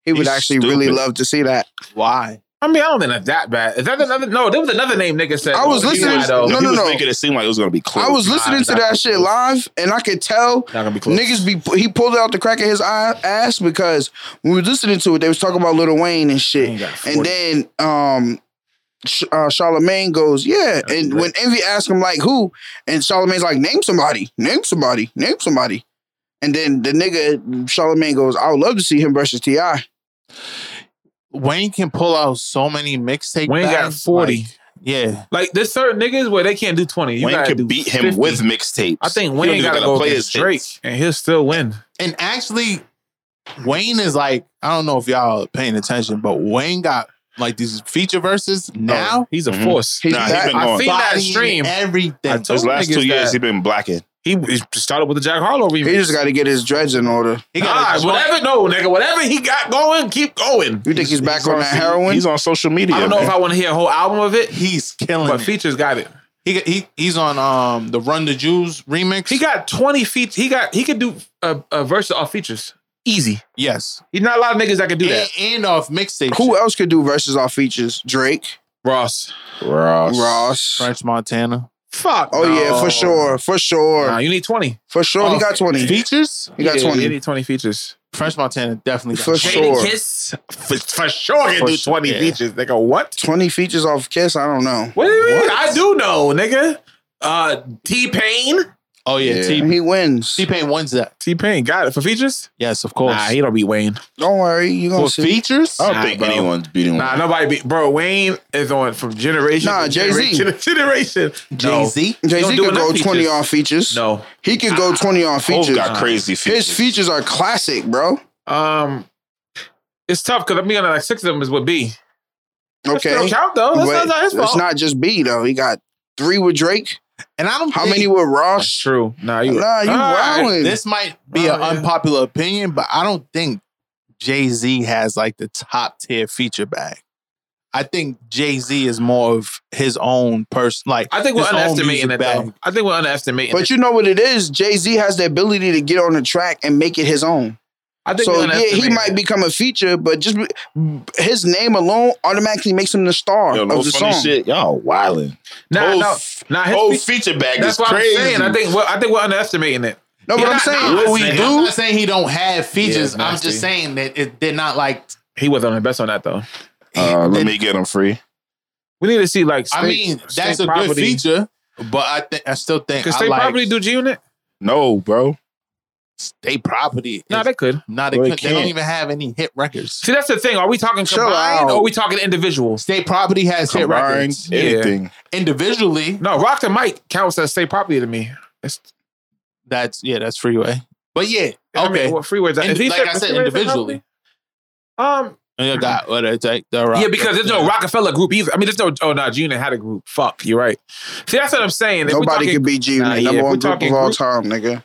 [SPEAKER 4] He would
[SPEAKER 5] He's
[SPEAKER 4] actually really
[SPEAKER 5] stupid.
[SPEAKER 4] love to see that.
[SPEAKER 8] why?
[SPEAKER 3] I mean, I don't think that's that bad. Is that another? No, there was another name nigga said.
[SPEAKER 4] I was
[SPEAKER 3] He's
[SPEAKER 4] listening-
[SPEAKER 3] not, though.
[SPEAKER 4] No,
[SPEAKER 5] he
[SPEAKER 4] no,
[SPEAKER 5] was
[SPEAKER 4] no.
[SPEAKER 5] making it seem like it was gonna be close.
[SPEAKER 4] I was listening to
[SPEAKER 3] nah,
[SPEAKER 4] that
[SPEAKER 3] nah,
[SPEAKER 4] shit
[SPEAKER 3] close.
[SPEAKER 4] live, and I could tell
[SPEAKER 3] Not gonna be close.
[SPEAKER 4] Niggas be he pulled out the crack of his eye, ass because when we was listening to it, they was talking about Lil Wayne and
[SPEAKER 3] Ain't
[SPEAKER 4] shit.
[SPEAKER 3] got 40.
[SPEAKER 4] And then um Sh- uh, Charlemagne goes, yeah. And when Envy asked him like who, and Charlemagne's like, name somebody, name somebody, name somebody. And then the nigga Charlemagne goes, I would love to see him versus Ti.
[SPEAKER 8] Wayne can pull out so many mixtape.
[SPEAKER 3] Wayne got
[SPEAKER 8] bags,
[SPEAKER 3] 40.
[SPEAKER 8] like, yeah,
[SPEAKER 3] Like there's certain niggas where they can't do twenty. You
[SPEAKER 5] Wayne
[SPEAKER 3] gotta do
[SPEAKER 5] could beat him
[SPEAKER 3] 50.
[SPEAKER 5] with mixtapes.
[SPEAKER 3] I think
[SPEAKER 5] He don't
[SPEAKER 3] Wayne
[SPEAKER 5] even
[SPEAKER 3] gotta,
[SPEAKER 5] gotta
[SPEAKER 3] go
[SPEAKER 5] play
[SPEAKER 3] against
[SPEAKER 5] his
[SPEAKER 3] Drake,
[SPEAKER 5] hits.
[SPEAKER 3] and he'll still win.
[SPEAKER 8] and actually, Wayne is like I don't know if y'all are paying attention, but Wayne got like these feature verses now.
[SPEAKER 3] he's a
[SPEAKER 5] Mhm.
[SPEAKER 3] force.
[SPEAKER 4] He's
[SPEAKER 5] Nah, he
[SPEAKER 4] back-
[SPEAKER 5] been
[SPEAKER 3] I
[SPEAKER 5] going.
[SPEAKER 3] seen that
[SPEAKER 8] Bodying
[SPEAKER 3] stream. I
[SPEAKER 8] everything.
[SPEAKER 3] told
[SPEAKER 5] His last
[SPEAKER 3] niggas
[SPEAKER 5] two years,
[SPEAKER 3] that.
[SPEAKER 5] he been blacking.
[SPEAKER 3] He he started with the Jack Harlow remix.
[SPEAKER 4] he just got to get his dreads in order.
[SPEAKER 8] He
[SPEAKER 3] Nah,
[SPEAKER 8] got a joint-
[SPEAKER 3] whatever, no, nigga, whatever he got going, keep going.
[SPEAKER 4] You think he's, back on that
[SPEAKER 5] so-
[SPEAKER 4] heroin?
[SPEAKER 5] He's on social media.
[SPEAKER 3] I don't know
[SPEAKER 5] man.
[SPEAKER 3] if I want to hear a whole album of it,
[SPEAKER 8] He's killing
[SPEAKER 3] but
[SPEAKER 8] it.
[SPEAKER 3] features got it.
[SPEAKER 8] He, he he's on um the Run the Jews remix.
[SPEAKER 3] He got twenty feet. He got he could do a, a verse off features easy.
[SPEAKER 8] yes,
[SPEAKER 3] He's not a lot of niggas that can do that.
[SPEAKER 8] and, and off mixtape.
[SPEAKER 4] who
[SPEAKER 8] shit.
[SPEAKER 4] else could do versus our features? Drake,
[SPEAKER 3] Ross,
[SPEAKER 5] Ross.
[SPEAKER 4] Ross.
[SPEAKER 8] French Montana
[SPEAKER 3] fuck.
[SPEAKER 4] Oh yeah, for
[SPEAKER 3] Ah, no.
[SPEAKER 4] sure, for sure,
[SPEAKER 3] Nah, you need twenty.
[SPEAKER 4] for sure. he
[SPEAKER 8] Oh,
[SPEAKER 4] got twenty.
[SPEAKER 8] features.
[SPEAKER 4] He got
[SPEAKER 3] Yeah, You
[SPEAKER 4] twenty.
[SPEAKER 3] need twenty features.
[SPEAKER 8] French Montana definitely got
[SPEAKER 4] For
[SPEAKER 8] it.
[SPEAKER 4] sure.
[SPEAKER 3] Jada Kiss for, for sure can
[SPEAKER 8] For
[SPEAKER 3] do
[SPEAKER 8] sure,
[SPEAKER 3] twenty
[SPEAKER 8] yeah.
[SPEAKER 3] features. They go what?
[SPEAKER 4] 20 features off Kiss? I don't know.
[SPEAKER 3] What do you mean? I do know, nigga. Uh, T Pain.
[SPEAKER 8] Oh yeah, T
[SPEAKER 4] He wins.
[SPEAKER 8] T Pain wins that.
[SPEAKER 3] T Pain got it for features.
[SPEAKER 8] Yes, of course.
[SPEAKER 3] Nah, he Oh. don't beat Wayne.
[SPEAKER 4] Don't worry, you gonna
[SPEAKER 8] for
[SPEAKER 4] see.
[SPEAKER 8] features,
[SPEAKER 5] I don't
[SPEAKER 3] Nah,
[SPEAKER 5] think
[SPEAKER 3] bro.
[SPEAKER 5] anyone's beating him.
[SPEAKER 3] Nah, nobody beat bro. Wayne is on from generation.
[SPEAKER 4] Nah,
[SPEAKER 3] to
[SPEAKER 4] Jay-Z.
[SPEAKER 3] generation to Generation.
[SPEAKER 8] Jay Z.
[SPEAKER 4] Jay
[SPEAKER 3] Don't
[SPEAKER 4] Z
[SPEAKER 3] do
[SPEAKER 4] could
[SPEAKER 3] enough
[SPEAKER 4] go
[SPEAKER 3] features.
[SPEAKER 4] twenty off features.
[SPEAKER 3] No. Ah,
[SPEAKER 4] he could go twenty off
[SPEAKER 5] Hov
[SPEAKER 4] features.
[SPEAKER 5] got crazy features.
[SPEAKER 4] His features are classic, bro.
[SPEAKER 3] No. Um, it's tough because I'm being like six of them is with B.
[SPEAKER 4] Okay,
[SPEAKER 3] Don't count though. Oh, That's
[SPEAKER 4] But
[SPEAKER 3] not- not his
[SPEAKER 4] it's
[SPEAKER 3] fault.
[SPEAKER 4] not just B though. He got three with Drake.
[SPEAKER 8] And I don't.
[SPEAKER 4] How
[SPEAKER 8] think-
[SPEAKER 4] many with
[SPEAKER 3] That's
[SPEAKER 4] Ross?
[SPEAKER 3] true. Nah, you.
[SPEAKER 4] Nah, you
[SPEAKER 3] All right.
[SPEAKER 4] wildin'.
[SPEAKER 8] This might be
[SPEAKER 3] Oh,
[SPEAKER 8] an
[SPEAKER 3] yeah.
[SPEAKER 8] unpopular opinion, but I don't think Jay Z has like the top tier feature bag. I think Jay Z is more of his own person. Like
[SPEAKER 3] I think we're
[SPEAKER 8] his own
[SPEAKER 3] underestimating
[SPEAKER 8] music
[SPEAKER 3] it
[SPEAKER 8] bag.
[SPEAKER 3] though. I think we're underestimating.
[SPEAKER 4] But
[SPEAKER 3] it.
[SPEAKER 4] you know what it is? Jay Z has the ability to get on the track and make it his own.
[SPEAKER 3] I think
[SPEAKER 4] So
[SPEAKER 3] we
[SPEAKER 4] yeah, he
[SPEAKER 3] underestimated
[SPEAKER 4] might
[SPEAKER 3] it.
[SPEAKER 4] become a feature, but just be- his name alone automatically makes him the star
[SPEAKER 5] Yo,
[SPEAKER 4] of
[SPEAKER 5] no
[SPEAKER 4] the
[SPEAKER 5] funny
[SPEAKER 4] song.
[SPEAKER 5] shit. Y'all wildin'.
[SPEAKER 3] Nah,
[SPEAKER 5] whole
[SPEAKER 3] no,
[SPEAKER 5] f-
[SPEAKER 3] nah, his
[SPEAKER 5] Whole
[SPEAKER 3] fe-
[SPEAKER 5] feature bag
[SPEAKER 3] That's
[SPEAKER 5] is
[SPEAKER 3] what
[SPEAKER 5] crazy.
[SPEAKER 3] I'm saying. I think we're, I think we're underestimating it.
[SPEAKER 4] No, but
[SPEAKER 3] You're
[SPEAKER 4] I'm
[SPEAKER 3] not-
[SPEAKER 4] saying
[SPEAKER 3] nah,
[SPEAKER 5] What we
[SPEAKER 3] man,
[SPEAKER 5] do-
[SPEAKER 8] I'm not saying he don't have features.
[SPEAKER 3] it's
[SPEAKER 8] I'm
[SPEAKER 3] nasty.
[SPEAKER 8] just saying that it, they're not like.
[SPEAKER 3] He wasn't the best on that though.
[SPEAKER 5] Uh, let me get him free.
[SPEAKER 3] We need to see like. State,
[SPEAKER 8] I mean, that's
[SPEAKER 3] state
[SPEAKER 8] a good
[SPEAKER 3] property.
[SPEAKER 8] feature, but I think I still think
[SPEAKER 3] Could
[SPEAKER 8] I
[SPEAKER 3] state
[SPEAKER 8] like
[SPEAKER 3] property do G Unit?
[SPEAKER 5] No, bro.
[SPEAKER 8] state property.
[SPEAKER 3] No, nah, they could.
[SPEAKER 8] not a
[SPEAKER 5] Well, they
[SPEAKER 8] good, they don't
[SPEAKER 5] can't.
[SPEAKER 8] even have any hit records.
[SPEAKER 3] See, that's the thing. Are we talking
[SPEAKER 4] Chill
[SPEAKER 3] combined
[SPEAKER 4] out.
[SPEAKER 3] or are we talking individuals?
[SPEAKER 8] State property has hit
[SPEAKER 5] Combined,
[SPEAKER 8] records
[SPEAKER 3] Yeah.
[SPEAKER 5] anything.
[SPEAKER 8] individually.
[SPEAKER 3] No, Rock the Mic counts as state property to me. It's,
[SPEAKER 8] That's yeah, that's freeway. But yeah,
[SPEAKER 3] I mean,
[SPEAKER 8] okay.
[SPEAKER 3] what freeways?
[SPEAKER 8] Indi-
[SPEAKER 3] Is he
[SPEAKER 8] like I said,
[SPEAKER 3] freeways
[SPEAKER 8] individually.
[SPEAKER 3] property? Um,
[SPEAKER 8] Yeah, got what I take the rock.
[SPEAKER 3] yeah, because there's no Rockefeller group either. I mean, there's no. Oh no, G Unit had a group. Fuck, you're right. See, that's what I'm saying. If we're
[SPEAKER 4] nobody
[SPEAKER 3] talking-
[SPEAKER 4] could beat G
[SPEAKER 3] Nah,
[SPEAKER 4] Unit,
[SPEAKER 3] yeah,
[SPEAKER 4] number
[SPEAKER 3] if we're
[SPEAKER 4] one group
[SPEAKER 3] talking
[SPEAKER 4] of all
[SPEAKER 3] group-
[SPEAKER 4] time, nigga.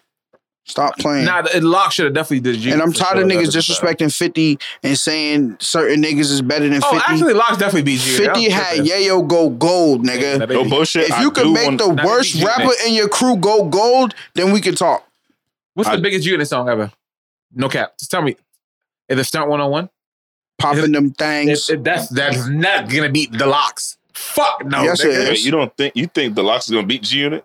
[SPEAKER 4] Stop playing.
[SPEAKER 3] Nah, the- Lock should have definitely did G.
[SPEAKER 4] and I'm
[SPEAKER 3] for
[SPEAKER 4] tired
[SPEAKER 3] sure.
[SPEAKER 4] of niggas
[SPEAKER 3] That's a fact.
[SPEAKER 4] disrespecting 50 and saying certain niggas is better than 50.
[SPEAKER 3] Oh, actually, Lock's definitely beat G.
[SPEAKER 4] 50 had Yayo go gold, nigga.
[SPEAKER 5] No bullshit.
[SPEAKER 4] If
[SPEAKER 5] I
[SPEAKER 4] you
[SPEAKER 5] do
[SPEAKER 4] can make
[SPEAKER 5] want-
[SPEAKER 4] the
[SPEAKER 3] Nah,
[SPEAKER 4] worst
[SPEAKER 3] they beat
[SPEAKER 4] rapper in your crew go gold, then we can talk.
[SPEAKER 3] What's
[SPEAKER 5] I-
[SPEAKER 3] the biggest G Unit song ever? No cap. Just tell me. Is it Stunt 101?
[SPEAKER 4] Popping them
[SPEAKER 3] If,
[SPEAKER 4] things.
[SPEAKER 3] if that's that's not gonna beat the locks. Fuck no.
[SPEAKER 4] Yes,
[SPEAKER 3] Oh, nigga.
[SPEAKER 4] it
[SPEAKER 5] Wait, you don't think you think the locks is gonna beat G Unit?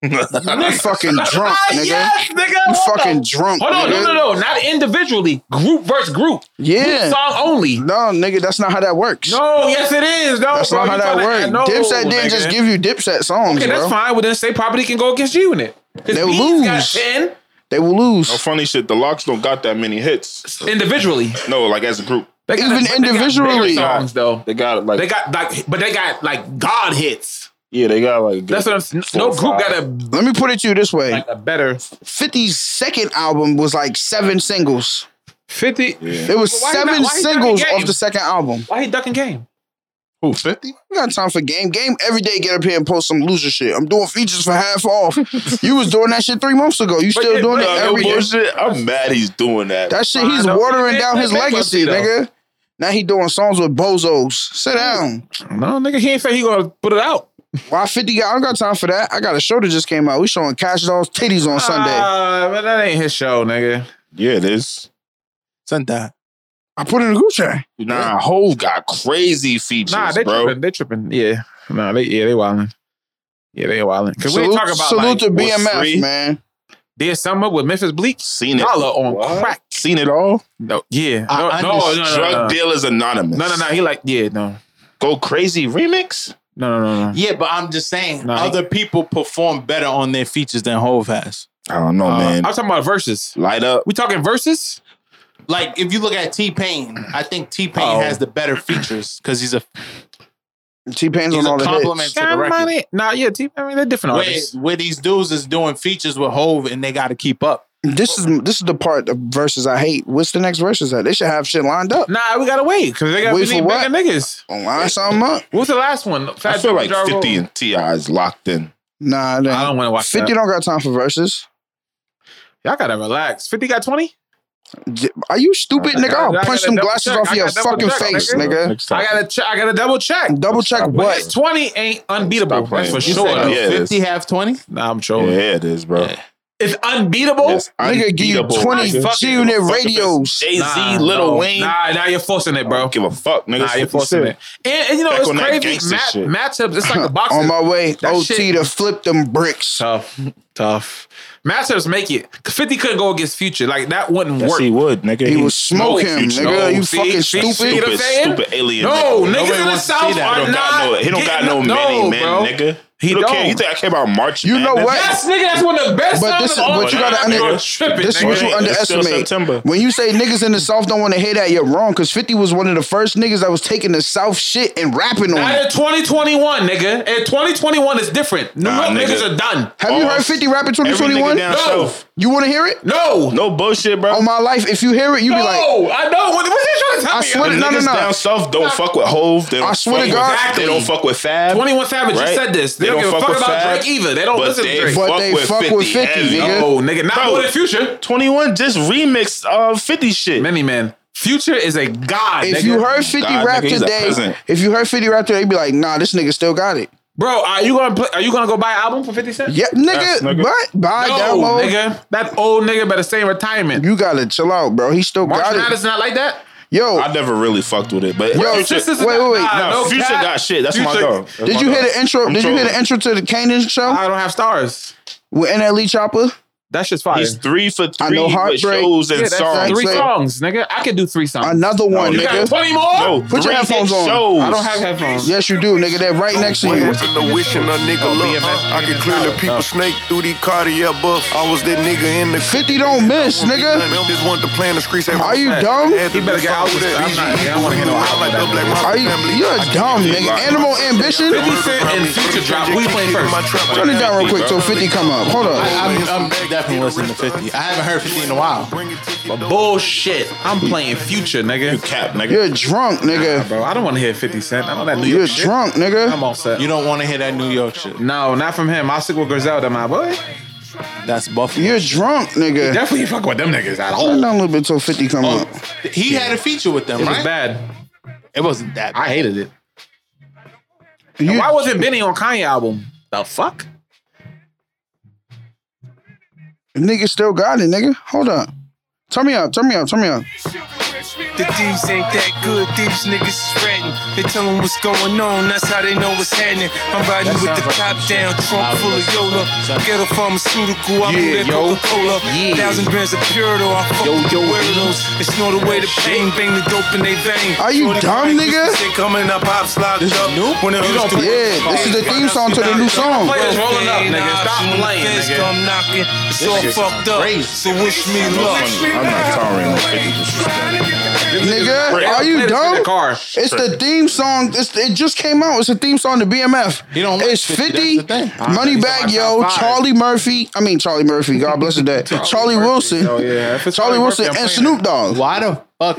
[SPEAKER 4] You fucking drunk, nigga.
[SPEAKER 3] yes, nigga.
[SPEAKER 4] You
[SPEAKER 3] hold
[SPEAKER 4] fucking
[SPEAKER 3] on.
[SPEAKER 4] drunk.
[SPEAKER 3] Hold on, no,
[SPEAKER 4] nigga.
[SPEAKER 3] no, no, not individually. Group versus group.
[SPEAKER 4] Yeah.
[SPEAKER 3] Song only.
[SPEAKER 4] No, nigga, that's not how that works.
[SPEAKER 3] No, yes, it is. No,
[SPEAKER 4] that's
[SPEAKER 3] bro,
[SPEAKER 4] not how
[SPEAKER 3] you
[SPEAKER 4] that
[SPEAKER 3] tryna-
[SPEAKER 4] works.
[SPEAKER 3] no,
[SPEAKER 4] Dipset didn't
[SPEAKER 3] nigga.
[SPEAKER 4] just give you Dipset songs,
[SPEAKER 3] Okay,
[SPEAKER 4] bro.
[SPEAKER 3] that's fine. Well, then say property can go against G Unit.
[SPEAKER 4] They'll
[SPEAKER 3] Got
[SPEAKER 4] lose.
[SPEAKER 3] ten
[SPEAKER 4] They will lose.
[SPEAKER 5] no funny shit. The locks don't got that many hits.
[SPEAKER 3] individually.
[SPEAKER 5] No, like as a group,
[SPEAKER 3] They got-
[SPEAKER 4] Even
[SPEAKER 3] they got bigger
[SPEAKER 4] individually.
[SPEAKER 3] songs though.
[SPEAKER 5] they got like
[SPEAKER 3] They got like, but they got like God hits.
[SPEAKER 5] yeah, they got like.
[SPEAKER 3] That's what I'm. saying.
[SPEAKER 5] Four
[SPEAKER 3] No
[SPEAKER 5] or
[SPEAKER 3] group
[SPEAKER 5] five.
[SPEAKER 3] got a
[SPEAKER 4] Let me put it to you this way
[SPEAKER 3] like a better
[SPEAKER 4] 50's second album was like seven singles.
[SPEAKER 3] fifty.
[SPEAKER 5] Yeah.
[SPEAKER 4] It was
[SPEAKER 3] Why he not-
[SPEAKER 4] seven
[SPEAKER 3] why he not in
[SPEAKER 4] singles
[SPEAKER 3] the game?
[SPEAKER 4] off the second album.
[SPEAKER 3] Why he ducking game?
[SPEAKER 8] who fifty.
[SPEAKER 4] We got time for game. Game every day get up here and post some loser shit. I'm doing features for half off. you was doing that shit three months ago. You still
[SPEAKER 3] yeah,
[SPEAKER 4] doing
[SPEAKER 3] but
[SPEAKER 4] it
[SPEAKER 5] No, no
[SPEAKER 4] every day.
[SPEAKER 5] bullshit. I'm mad he's doing that.
[SPEAKER 4] That shit,
[SPEAKER 3] Fine,
[SPEAKER 4] he's
[SPEAKER 3] though.
[SPEAKER 4] watering
[SPEAKER 3] Yeah,
[SPEAKER 4] down his
[SPEAKER 3] yeah,
[SPEAKER 4] legacy,
[SPEAKER 3] yeah,
[SPEAKER 4] nigga. Now he doing songs with bozos. Sit down.
[SPEAKER 3] No, nigga, he ain't say he gonna put it out.
[SPEAKER 4] Why 50 got, I don't got time for that. I got a show that just came out. We showing Cash Doll's titties on Sunday.
[SPEAKER 3] Uh, but that ain't his show, nigga.
[SPEAKER 5] yeah, it is.
[SPEAKER 8] Sunday.
[SPEAKER 4] I put it in the group chat.
[SPEAKER 5] Nah, Hove got crazy features,
[SPEAKER 3] Nah, they
[SPEAKER 5] bro.
[SPEAKER 3] tripping. They tripping. Yeah. Nah, they yeah, they wildin'. Yeah, they wildin'. Cause we ain't
[SPEAKER 4] Salute,
[SPEAKER 3] talking about
[SPEAKER 4] salute
[SPEAKER 3] like
[SPEAKER 4] to
[SPEAKER 5] what's
[SPEAKER 4] BMF,
[SPEAKER 5] free.
[SPEAKER 4] man.
[SPEAKER 3] their summer with Memphis Bleak.
[SPEAKER 5] Seen it.
[SPEAKER 3] Dollar on
[SPEAKER 5] What?
[SPEAKER 3] crack.
[SPEAKER 5] Seen it all.
[SPEAKER 3] No, yeah.
[SPEAKER 8] I
[SPEAKER 3] No, no, no,
[SPEAKER 8] understand.
[SPEAKER 3] no,
[SPEAKER 5] Drug
[SPEAKER 3] no, no.
[SPEAKER 5] dealers anonymous.
[SPEAKER 3] No, no, no. He like, yeah, no.
[SPEAKER 5] Go crazy remix.
[SPEAKER 3] No, no, no, no.
[SPEAKER 8] Yeah, but I'm just saying
[SPEAKER 3] Nah, he-
[SPEAKER 8] other people perform better on their features than Hove has.
[SPEAKER 5] I don't know,
[SPEAKER 3] Uh,
[SPEAKER 5] man.
[SPEAKER 3] I'm talking about verses.
[SPEAKER 5] Light up.
[SPEAKER 3] We talking verses?
[SPEAKER 8] Like if you look at T Pain, I think T Pain
[SPEAKER 3] Oh.
[SPEAKER 8] has the better features because he's a
[SPEAKER 4] T Pain's
[SPEAKER 8] he's
[SPEAKER 4] on
[SPEAKER 8] a
[SPEAKER 4] all the hits.
[SPEAKER 8] compliment to the record.
[SPEAKER 3] Money. Nah, yeah, T- I mean they're different
[SPEAKER 8] Where,
[SPEAKER 3] artists.
[SPEAKER 8] where these dudes is doing features with Hove and they got to keep up.
[SPEAKER 4] This is this is the part of verses I hate. What's the next verses that they should have shit lined up?
[SPEAKER 3] Nah, we gotta wait because they got
[SPEAKER 4] Wait
[SPEAKER 3] we
[SPEAKER 4] for
[SPEAKER 3] need
[SPEAKER 4] what?
[SPEAKER 3] bigger niggas.
[SPEAKER 4] Line something up.
[SPEAKER 3] What was the last one? Fat
[SPEAKER 5] I feel like
[SPEAKER 3] Jar Rule?
[SPEAKER 5] 50 and Ti is locked in.
[SPEAKER 4] Nah,
[SPEAKER 3] I
[SPEAKER 4] then.
[SPEAKER 3] don't want to watch
[SPEAKER 4] Fifty
[SPEAKER 3] 50
[SPEAKER 4] don't got time for verses.
[SPEAKER 3] Y'all gotta relax. 50 got 20?
[SPEAKER 4] J- Are you stupid,
[SPEAKER 3] I
[SPEAKER 4] nigga? I'll
[SPEAKER 3] gotta
[SPEAKER 4] punch them
[SPEAKER 3] double
[SPEAKER 4] glasses
[SPEAKER 3] check.
[SPEAKER 4] off
[SPEAKER 3] I
[SPEAKER 4] your
[SPEAKER 3] gotta double
[SPEAKER 4] fucking
[SPEAKER 3] check,
[SPEAKER 4] face,
[SPEAKER 3] nigga.
[SPEAKER 4] nigga.
[SPEAKER 5] Next time.
[SPEAKER 3] I gotta check. I gotta double check.
[SPEAKER 4] Double check
[SPEAKER 5] Stop
[SPEAKER 3] But
[SPEAKER 4] what?
[SPEAKER 3] his 20 ain't unbeatable.
[SPEAKER 5] Stop playing,
[SPEAKER 3] That's for
[SPEAKER 5] bro.
[SPEAKER 3] sure.
[SPEAKER 5] Yeah, it is.
[SPEAKER 8] Fifty have twenty.
[SPEAKER 3] Nah, I'm
[SPEAKER 5] Yeah,
[SPEAKER 3] trolling.
[SPEAKER 5] it is, bro.
[SPEAKER 3] It's unbeatable?
[SPEAKER 5] It's
[SPEAKER 4] Nigga, give you
[SPEAKER 5] unbeatable,
[SPEAKER 4] 20
[SPEAKER 5] nigga.
[SPEAKER 4] G Unit
[SPEAKER 5] Fuck if it's
[SPEAKER 4] radios.
[SPEAKER 5] Jay Z,
[SPEAKER 3] Nah,
[SPEAKER 5] Little
[SPEAKER 3] no.
[SPEAKER 5] Wayne.
[SPEAKER 3] Nah, now you're forcing it,
[SPEAKER 5] I
[SPEAKER 3] bro.
[SPEAKER 5] don't give a fuck, nigga.
[SPEAKER 3] Nah,
[SPEAKER 5] It's
[SPEAKER 3] you're
[SPEAKER 5] 50
[SPEAKER 3] forcing
[SPEAKER 5] Cent.
[SPEAKER 3] it. And, and you know,
[SPEAKER 5] Back on that
[SPEAKER 3] it's crazy.
[SPEAKER 5] gangsta
[SPEAKER 3] Mat-
[SPEAKER 5] shit.
[SPEAKER 3] matchups, it's like a boxing.
[SPEAKER 4] On my way,
[SPEAKER 3] That
[SPEAKER 4] OT
[SPEAKER 3] shit-
[SPEAKER 4] to flip them bricks.
[SPEAKER 3] tough, tough. Matchups make it. 50 couldn't go against Future. Like, that wouldn't
[SPEAKER 5] Yes,
[SPEAKER 3] work.
[SPEAKER 5] he would, nigga.
[SPEAKER 4] He would smoke
[SPEAKER 5] smoked
[SPEAKER 4] him,
[SPEAKER 5] Future.
[SPEAKER 4] nigga.
[SPEAKER 5] No,
[SPEAKER 4] you
[SPEAKER 3] see, see,
[SPEAKER 4] fucking stupid.
[SPEAKER 3] see, You know what I'm
[SPEAKER 5] Stupid,
[SPEAKER 3] saying?
[SPEAKER 5] stupid alien.
[SPEAKER 3] No,
[SPEAKER 5] nigga.
[SPEAKER 3] niggas in the
[SPEAKER 8] wants to see
[SPEAKER 3] South
[SPEAKER 8] that.
[SPEAKER 5] He
[SPEAKER 3] are
[SPEAKER 5] don't got
[SPEAKER 3] not.
[SPEAKER 5] no. He don't got no
[SPEAKER 3] getting-
[SPEAKER 5] many men,
[SPEAKER 3] bro.
[SPEAKER 5] nigga.
[SPEAKER 3] He
[SPEAKER 5] don't.
[SPEAKER 3] don't.
[SPEAKER 5] Care. You think I care about March?
[SPEAKER 4] You know
[SPEAKER 5] Madness?
[SPEAKER 4] what?
[SPEAKER 3] Yes, nigga, that's one of the best.
[SPEAKER 4] But
[SPEAKER 3] songs
[SPEAKER 4] this
[SPEAKER 3] of
[SPEAKER 4] is-
[SPEAKER 3] all
[SPEAKER 4] but you gotta
[SPEAKER 3] time. You're
[SPEAKER 4] under-
[SPEAKER 3] tripping,
[SPEAKER 4] This is
[SPEAKER 3] nigga.
[SPEAKER 4] what you
[SPEAKER 5] It's still September.
[SPEAKER 4] underestimate. When you say niggas in the South don't want to hear that, you're wrong. Because 50 was one of the first niggas that was taking the South shit and rapping on
[SPEAKER 3] Not
[SPEAKER 4] it.
[SPEAKER 3] in 2021, nigga. In 2021 is different. New
[SPEAKER 5] Nah,
[SPEAKER 3] York
[SPEAKER 5] nigga.
[SPEAKER 3] niggas are done.
[SPEAKER 4] Have you
[SPEAKER 5] all-
[SPEAKER 4] heard 50 rapping
[SPEAKER 5] Every nigga
[SPEAKER 4] 2021?
[SPEAKER 5] down
[SPEAKER 3] No.
[SPEAKER 5] south.
[SPEAKER 4] You want to hear it?
[SPEAKER 3] No,
[SPEAKER 5] No bullshit, bro.
[SPEAKER 4] On my life, if you hear it, you be like,
[SPEAKER 3] no, I know. What, what you trying to tell
[SPEAKER 4] I
[SPEAKER 3] me?
[SPEAKER 4] swear to-
[SPEAKER 5] Niggas
[SPEAKER 4] no, no, no.
[SPEAKER 5] down south don't fuck with Hove. They don't
[SPEAKER 4] I swear
[SPEAKER 5] fuck
[SPEAKER 4] to
[SPEAKER 5] with-
[SPEAKER 4] God.
[SPEAKER 5] they don't fuck with Fab.
[SPEAKER 3] 21 Savage
[SPEAKER 5] Right?
[SPEAKER 3] just said this. They, don't, give a fuck,
[SPEAKER 5] with
[SPEAKER 3] about
[SPEAKER 5] Fab,
[SPEAKER 3] Drake either. They don't
[SPEAKER 5] but
[SPEAKER 3] listen to
[SPEAKER 5] they
[SPEAKER 3] Drake.
[SPEAKER 4] But they fuck with 50,
[SPEAKER 5] heavy.
[SPEAKER 4] nigga.
[SPEAKER 3] no, nigga, not
[SPEAKER 5] Bro.
[SPEAKER 3] more than Future.
[SPEAKER 5] 21 just remixed uh 50 shit.
[SPEAKER 3] Many man, Future is a god.
[SPEAKER 4] if
[SPEAKER 3] nigga.
[SPEAKER 4] you heard 50
[SPEAKER 5] God,
[SPEAKER 4] rap
[SPEAKER 5] nigga, he's a
[SPEAKER 4] today,
[SPEAKER 5] peasant.
[SPEAKER 4] if you heard 50 rap today, you be like, nah, this nigga still got it.
[SPEAKER 3] Bro, are you gonna play, are you gonna go buy an album for fifty cents?
[SPEAKER 4] Yeah, nigga,
[SPEAKER 5] Yes, nigga.
[SPEAKER 4] but buy
[SPEAKER 3] No,
[SPEAKER 4] download.
[SPEAKER 3] nigga. That old nigga better stay in retirement.
[SPEAKER 4] You gotta chill out, bro. He still
[SPEAKER 3] March
[SPEAKER 4] got it.
[SPEAKER 3] Madness not like that.
[SPEAKER 4] Yo,
[SPEAKER 5] I never really fucked with it, but
[SPEAKER 4] Yo,
[SPEAKER 5] Future-
[SPEAKER 4] just
[SPEAKER 3] Sisters
[SPEAKER 4] Wait,
[SPEAKER 3] not-
[SPEAKER 4] wait, wait.
[SPEAKER 5] nah,
[SPEAKER 3] no
[SPEAKER 5] Future
[SPEAKER 3] cap.
[SPEAKER 5] got shit. That's my
[SPEAKER 3] Future-
[SPEAKER 5] dog. That's
[SPEAKER 4] did
[SPEAKER 5] my
[SPEAKER 4] you hear
[SPEAKER 5] dog.
[SPEAKER 4] the intro?
[SPEAKER 5] I'm
[SPEAKER 4] did you hear the
[SPEAKER 5] trolling.
[SPEAKER 4] intro to the Kanan show
[SPEAKER 3] I don't have stars.
[SPEAKER 4] with NLE Chopper?
[SPEAKER 3] That shit's fire.
[SPEAKER 5] He's three for
[SPEAKER 4] I
[SPEAKER 5] three
[SPEAKER 4] know
[SPEAKER 5] with
[SPEAKER 4] Heartbreak.
[SPEAKER 5] shows and
[SPEAKER 3] yeah, that's
[SPEAKER 5] songs.
[SPEAKER 3] three
[SPEAKER 4] Say-
[SPEAKER 3] songs, nigga. I could do three songs.
[SPEAKER 4] Another one,
[SPEAKER 5] no,
[SPEAKER 3] you got
[SPEAKER 4] nigga.
[SPEAKER 3] twenty more?
[SPEAKER 5] No,
[SPEAKER 4] Put your
[SPEAKER 5] three
[SPEAKER 4] headphones
[SPEAKER 5] hit
[SPEAKER 4] on.
[SPEAKER 5] Shows.
[SPEAKER 3] I don't have headphones.
[SPEAKER 4] Yes, you do, nigga. They're right next to you.
[SPEAKER 9] What's in the wishing a nigga look? I can clearly peep a snake through the Cartier buff. I was that nigga in the
[SPEAKER 4] Fifty don't miss, nigga.
[SPEAKER 9] Just want to play in the streets.
[SPEAKER 4] Are you dumb?
[SPEAKER 3] He better get out with it. I'm not. I don't want to get no out with that.
[SPEAKER 4] Are you? You're dumb, nigga. Animal ambition.
[SPEAKER 3] Fifty Cent and Future drop. Who you playing first?
[SPEAKER 4] Turn it down real quick till fifty come up. Hold up.
[SPEAKER 8] I'm, I'm definitely listening to 50. I haven't heard 50 in a while.
[SPEAKER 3] Bullshit. I'm playing Future,
[SPEAKER 5] You
[SPEAKER 3] nigga.
[SPEAKER 5] cap, nigga.
[SPEAKER 4] You're drunk, nigga.
[SPEAKER 3] Bro, I don't want to hear Fifty Cent. I want that New York
[SPEAKER 4] You're
[SPEAKER 3] shit.
[SPEAKER 4] drunk, nigga.
[SPEAKER 3] I'm all set.
[SPEAKER 8] You don't want to hear that New York shit.
[SPEAKER 3] No, not from him. I'll stick with Griselda, my boy.
[SPEAKER 8] That's Buffalo.
[SPEAKER 4] You're drunk, nigga.
[SPEAKER 3] Definitely fuck with them niggas at
[SPEAKER 4] Turn
[SPEAKER 3] home.
[SPEAKER 4] down a little bit till fifty come
[SPEAKER 3] Oh.
[SPEAKER 4] up.
[SPEAKER 8] He had a feature with them,
[SPEAKER 3] It was
[SPEAKER 8] right?
[SPEAKER 3] bad.
[SPEAKER 8] It wasn't that.
[SPEAKER 3] I hated it.
[SPEAKER 4] You,
[SPEAKER 3] Why wasn't Benny on Kanye album? The fuck?
[SPEAKER 4] nigga still got it, nigga. Hold up. Turn me up. Turn me up. Turn me up.
[SPEAKER 10] The thieves ain't that good, these niggas is ratting. They tell 'em what's going on, that's how they know what's happening. I'm riding with the top down, trunk full of Yola. Get a pharmaceutical, I'm
[SPEAKER 3] Yeah,
[SPEAKER 10] yeah, that
[SPEAKER 3] yo.
[SPEAKER 10] Coca Cola.
[SPEAKER 3] Yeah.
[SPEAKER 10] Thousand grams of Purito, I fuck
[SPEAKER 3] Yo,
[SPEAKER 10] with the
[SPEAKER 3] yo,
[SPEAKER 10] weirdos. They snort away the pain, bang the dope in they vein.
[SPEAKER 4] Are you
[SPEAKER 10] Shorty
[SPEAKER 4] dumb,
[SPEAKER 10] crying,
[SPEAKER 4] nigga?
[SPEAKER 10] Christmas, They coming up, I've slouched up.
[SPEAKER 8] new?
[SPEAKER 10] When the
[SPEAKER 8] You
[SPEAKER 10] hood's
[SPEAKER 8] don't
[SPEAKER 10] too-
[SPEAKER 4] Yeah, this is the theme song to the new song.
[SPEAKER 3] Play this rolling up, nigga. Stop
[SPEAKER 10] Option,
[SPEAKER 3] playing,
[SPEAKER 10] fence
[SPEAKER 3] nigga.
[SPEAKER 10] Come knocking, it's all fucked up. So wish me luck.
[SPEAKER 5] I'm not tolerating no 50 disrespect.
[SPEAKER 4] Nigga,
[SPEAKER 3] Play
[SPEAKER 4] are
[SPEAKER 3] this
[SPEAKER 4] you
[SPEAKER 3] in the
[SPEAKER 4] dumb?
[SPEAKER 3] car.
[SPEAKER 4] It's the theme song. It's, it just came out. It's a theme song to BMF.
[SPEAKER 8] He don't like
[SPEAKER 4] it's 50,
[SPEAKER 8] 50, that's the thing.
[SPEAKER 4] Money
[SPEAKER 3] he's
[SPEAKER 4] Bag
[SPEAKER 3] on my
[SPEAKER 4] Yo,
[SPEAKER 3] top five.
[SPEAKER 4] Charlie Murphy. I mean, Charlie Murphy. God bless his dad. Charlie
[SPEAKER 3] Murphy.
[SPEAKER 4] Wilson.
[SPEAKER 3] Oh, yeah. If it's
[SPEAKER 4] Charlie
[SPEAKER 3] Charlie
[SPEAKER 4] Wilson
[SPEAKER 3] Murphy, I'm
[SPEAKER 4] and
[SPEAKER 3] playing
[SPEAKER 4] Snoop Dogg.
[SPEAKER 8] Why the fuck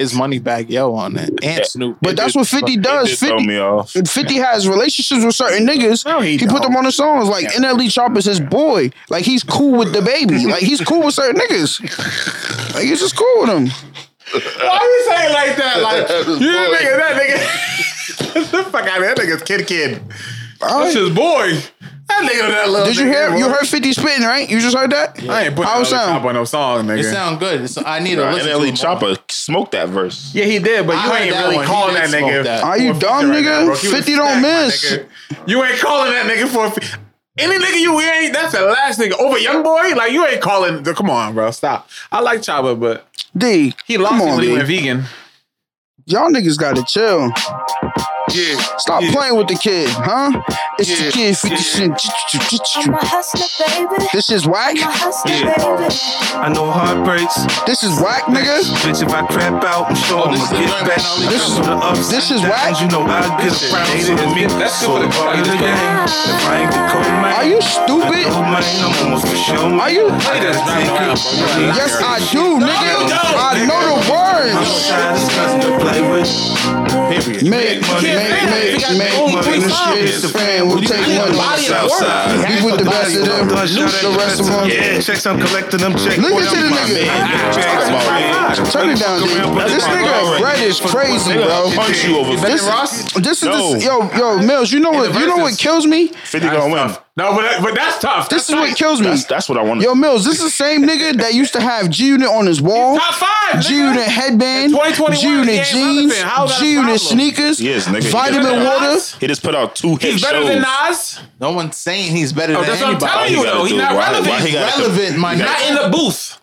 [SPEAKER 8] is Moneybag Yo on that? And Snoop.
[SPEAKER 4] But that's what 50
[SPEAKER 5] It
[SPEAKER 4] does.
[SPEAKER 5] did throw
[SPEAKER 4] 50,
[SPEAKER 5] me off.
[SPEAKER 4] 50 has relationships with certain niggas.
[SPEAKER 3] No, he
[SPEAKER 4] he put
[SPEAKER 3] don't.
[SPEAKER 4] them on the songs. Like, NLE Chopper's his boy. Like, he's cool with the baby. Like, he's cool with certain niggas. Like, he's just cool with them.
[SPEAKER 3] Why you say it like that? Like
[SPEAKER 5] That's
[SPEAKER 3] you
[SPEAKER 5] boy.
[SPEAKER 3] nigga, that nigga. the fuck out of here. that nigga's kid kid.
[SPEAKER 4] All
[SPEAKER 3] That's
[SPEAKER 4] right.
[SPEAKER 3] his boy. That nigga that little.
[SPEAKER 4] Did you
[SPEAKER 3] nigga,
[SPEAKER 4] hear?
[SPEAKER 3] bro.
[SPEAKER 4] You heard 50 spitting, right? You just heard that?
[SPEAKER 3] I ain't putting E
[SPEAKER 4] How
[SPEAKER 3] How
[SPEAKER 4] it sound?
[SPEAKER 3] on no song, nigga.
[SPEAKER 8] It sound good. It's, I need to
[SPEAKER 5] Nah,
[SPEAKER 8] listen to
[SPEAKER 5] NLE
[SPEAKER 8] it more.
[SPEAKER 5] E Chopper smoked that verse.
[SPEAKER 3] yeah, he did, but
[SPEAKER 8] I
[SPEAKER 3] you
[SPEAKER 8] heard
[SPEAKER 3] ain't
[SPEAKER 8] that
[SPEAKER 3] really
[SPEAKER 8] one. He
[SPEAKER 3] calling
[SPEAKER 8] did
[SPEAKER 3] that
[SPEAKER 8] smoke
[SPEAKER 3] nigga.
[SPEAKER 8] that.
[SPEAKER 4] Are you
[SPEAKER 3] for a
[SPEAKER 4] dumb,
[SPEAKER 3] feature right now,
[SPEAKER 4] nigga?
[SPEAKER 3] bro. He was
[SPEAKER 4] 50 don't
[SPEAKER 3] stacked, my
[SPEAKER 4] miss.
[SPEAKER 3] nigga. You ain't calling that nigga for a fe- any nigga you ain't. That's the last nigga over young boy. Like you ain't calling. The, come on, bro, stop. I like Chaba, but
[SPEAKER 4] D,
[SPEAKER 3] he lost
[SPEAKER 4] come
[SPEAKER 3] me
[SPEAKER 4] on,
[SPEAKER 3] when he
[SPEAKER 4] D.
[SPEAKER 3] went vegan.
[SPEAKER 4] Y'all niggas gotta chill.
[SPEAKER 9] Yeah.
[SPEAKER 4] Stop playing with the kid, huh? It's the kid 50 Cent. This is whack.
[SPEAKER 10] I know heartbreaks.
[SPEAKER 4] This is whack, nigga.
[SPEAKER 10] Bitch, if I crap out, I'm
[SPEAKER 3] Oh,
[SPEAKER 10] sure I'ma
[SPEAKER 8] this is
[SPEAKER 10] get
[SPEAKER 8] the
[SPEAKER 10] back.
[SPEAKER 8] Grand Ole
[SPEAKER 4] This is-
[SPEAKER 10] So the ups
[SPEAKER 4] this
[SPEAKER 10] and
[SPEAKER 4] is
[SPEAKER 10] downs,
[SPEAKER 4] whack.
[SPEAKER 10] You know I get a frown on me.
[SPEAKER 3] That's
[SPEAKER 10] So
[SPEAKER 3] good for the
[SPEAKER 10] part of the
[SPEAKER 3] party.
[SPEAKER 10] game. If I ain't the cold man,
[SPEAKER 4] Are you stupid?
[SPEAKER 10] cold man, I'm almost for sure.
[SPEAKER 4] Are you?
[SPEAKER 3] Play this right now, bro.
[SPEAKER 4] Yes, I do, nigga. I know the words. Make money, make, make, make money. This shit is the fan. We'll take one.
[SPEAKER 5] Southside.
[SPEAKER 4] We with the best of them. The rest of them.
[SPEAKER 10] Checks I'm collecting them checks.
[SPEAKER 4] Listen to the nigga. Turn it down, dude. This nigga bread is crazy, bro.
[SPEAKER 5] Nigga, punch you over
[SPEAKER 4] This,
[SPEAKER 5] 50.
[SPEAKER 4] this is
[SPEAKER 5] No.
[SPEAKER 4] this, yo yo Mills. You know what? You know what
[SPEAKER 3] verses.
[SPEAKER 4] kills me?
[SPEAKER 5] 50 gonna win.
[SPEAKER 3] No, but that, but that's tough.
[SPEAKER 4] This
[SPEAKER 3] That's
[SPEAKER 4] is what
[SPEAKER 3] tight.
[SPEAKER 4] kills me.
[SPEAKER 5] That's that's what I wanted.
[SPEAKER 4] Yo Mills, this is the same nigga that used to have G Unit on his wall.
[SPEAKER 3] Top five, nigga.
[SPEAKER 4] G Unit headband,
[SPEAKER 3] In 2021,
[SPEAKER 4] G Unit
[SPEAKER 3] he ain't
[SPEAKER 4] jeans,
[SPEAKER 3] relevant. How is that a
[SPEAKER 4] G Unit
[SPEAKER 3] problem?
[SPEAKER 4] sneakers,
[SPEAKER 5] He is, nigga. He
[SPEAKER 4] vitamin
[SPEAKER 5] better
[SPEAKER 4] water.
[SPEAKER 3] Nas?
[SPEAKER 5] He just put out two hit
[SPEAKER 3] He's better
[SPEAKER 5] shows.
[SPEAKER 3] than Nas.
[SPEAKER 8] No one's saying he's better
[SPEAKER 3] Oh,
[SPEAKER 8] than
[SPEAKER 3] that's what I'm
[SPEAKER 8] anybody.
[SPEAKER 3] telling you,
[SPEAKER 5] Why he
[SPEAKER 3] though.
[SPEAKER 5] gotta do
[SPEAKER 3] He's
[SPEAKER 5] it?
[SPEAKER 3] not
[SPEAKER 5] Why-
[SPEAKER 3] relevant.
[SPEAKER 5] why he gotta-
[SPEAKER 8] relevant, my
[SPEAKER 5] He
[SPEAKER 8] nigga.
[SPEAKER 5] gotta-
[SPEAKER 3] Not in the booth.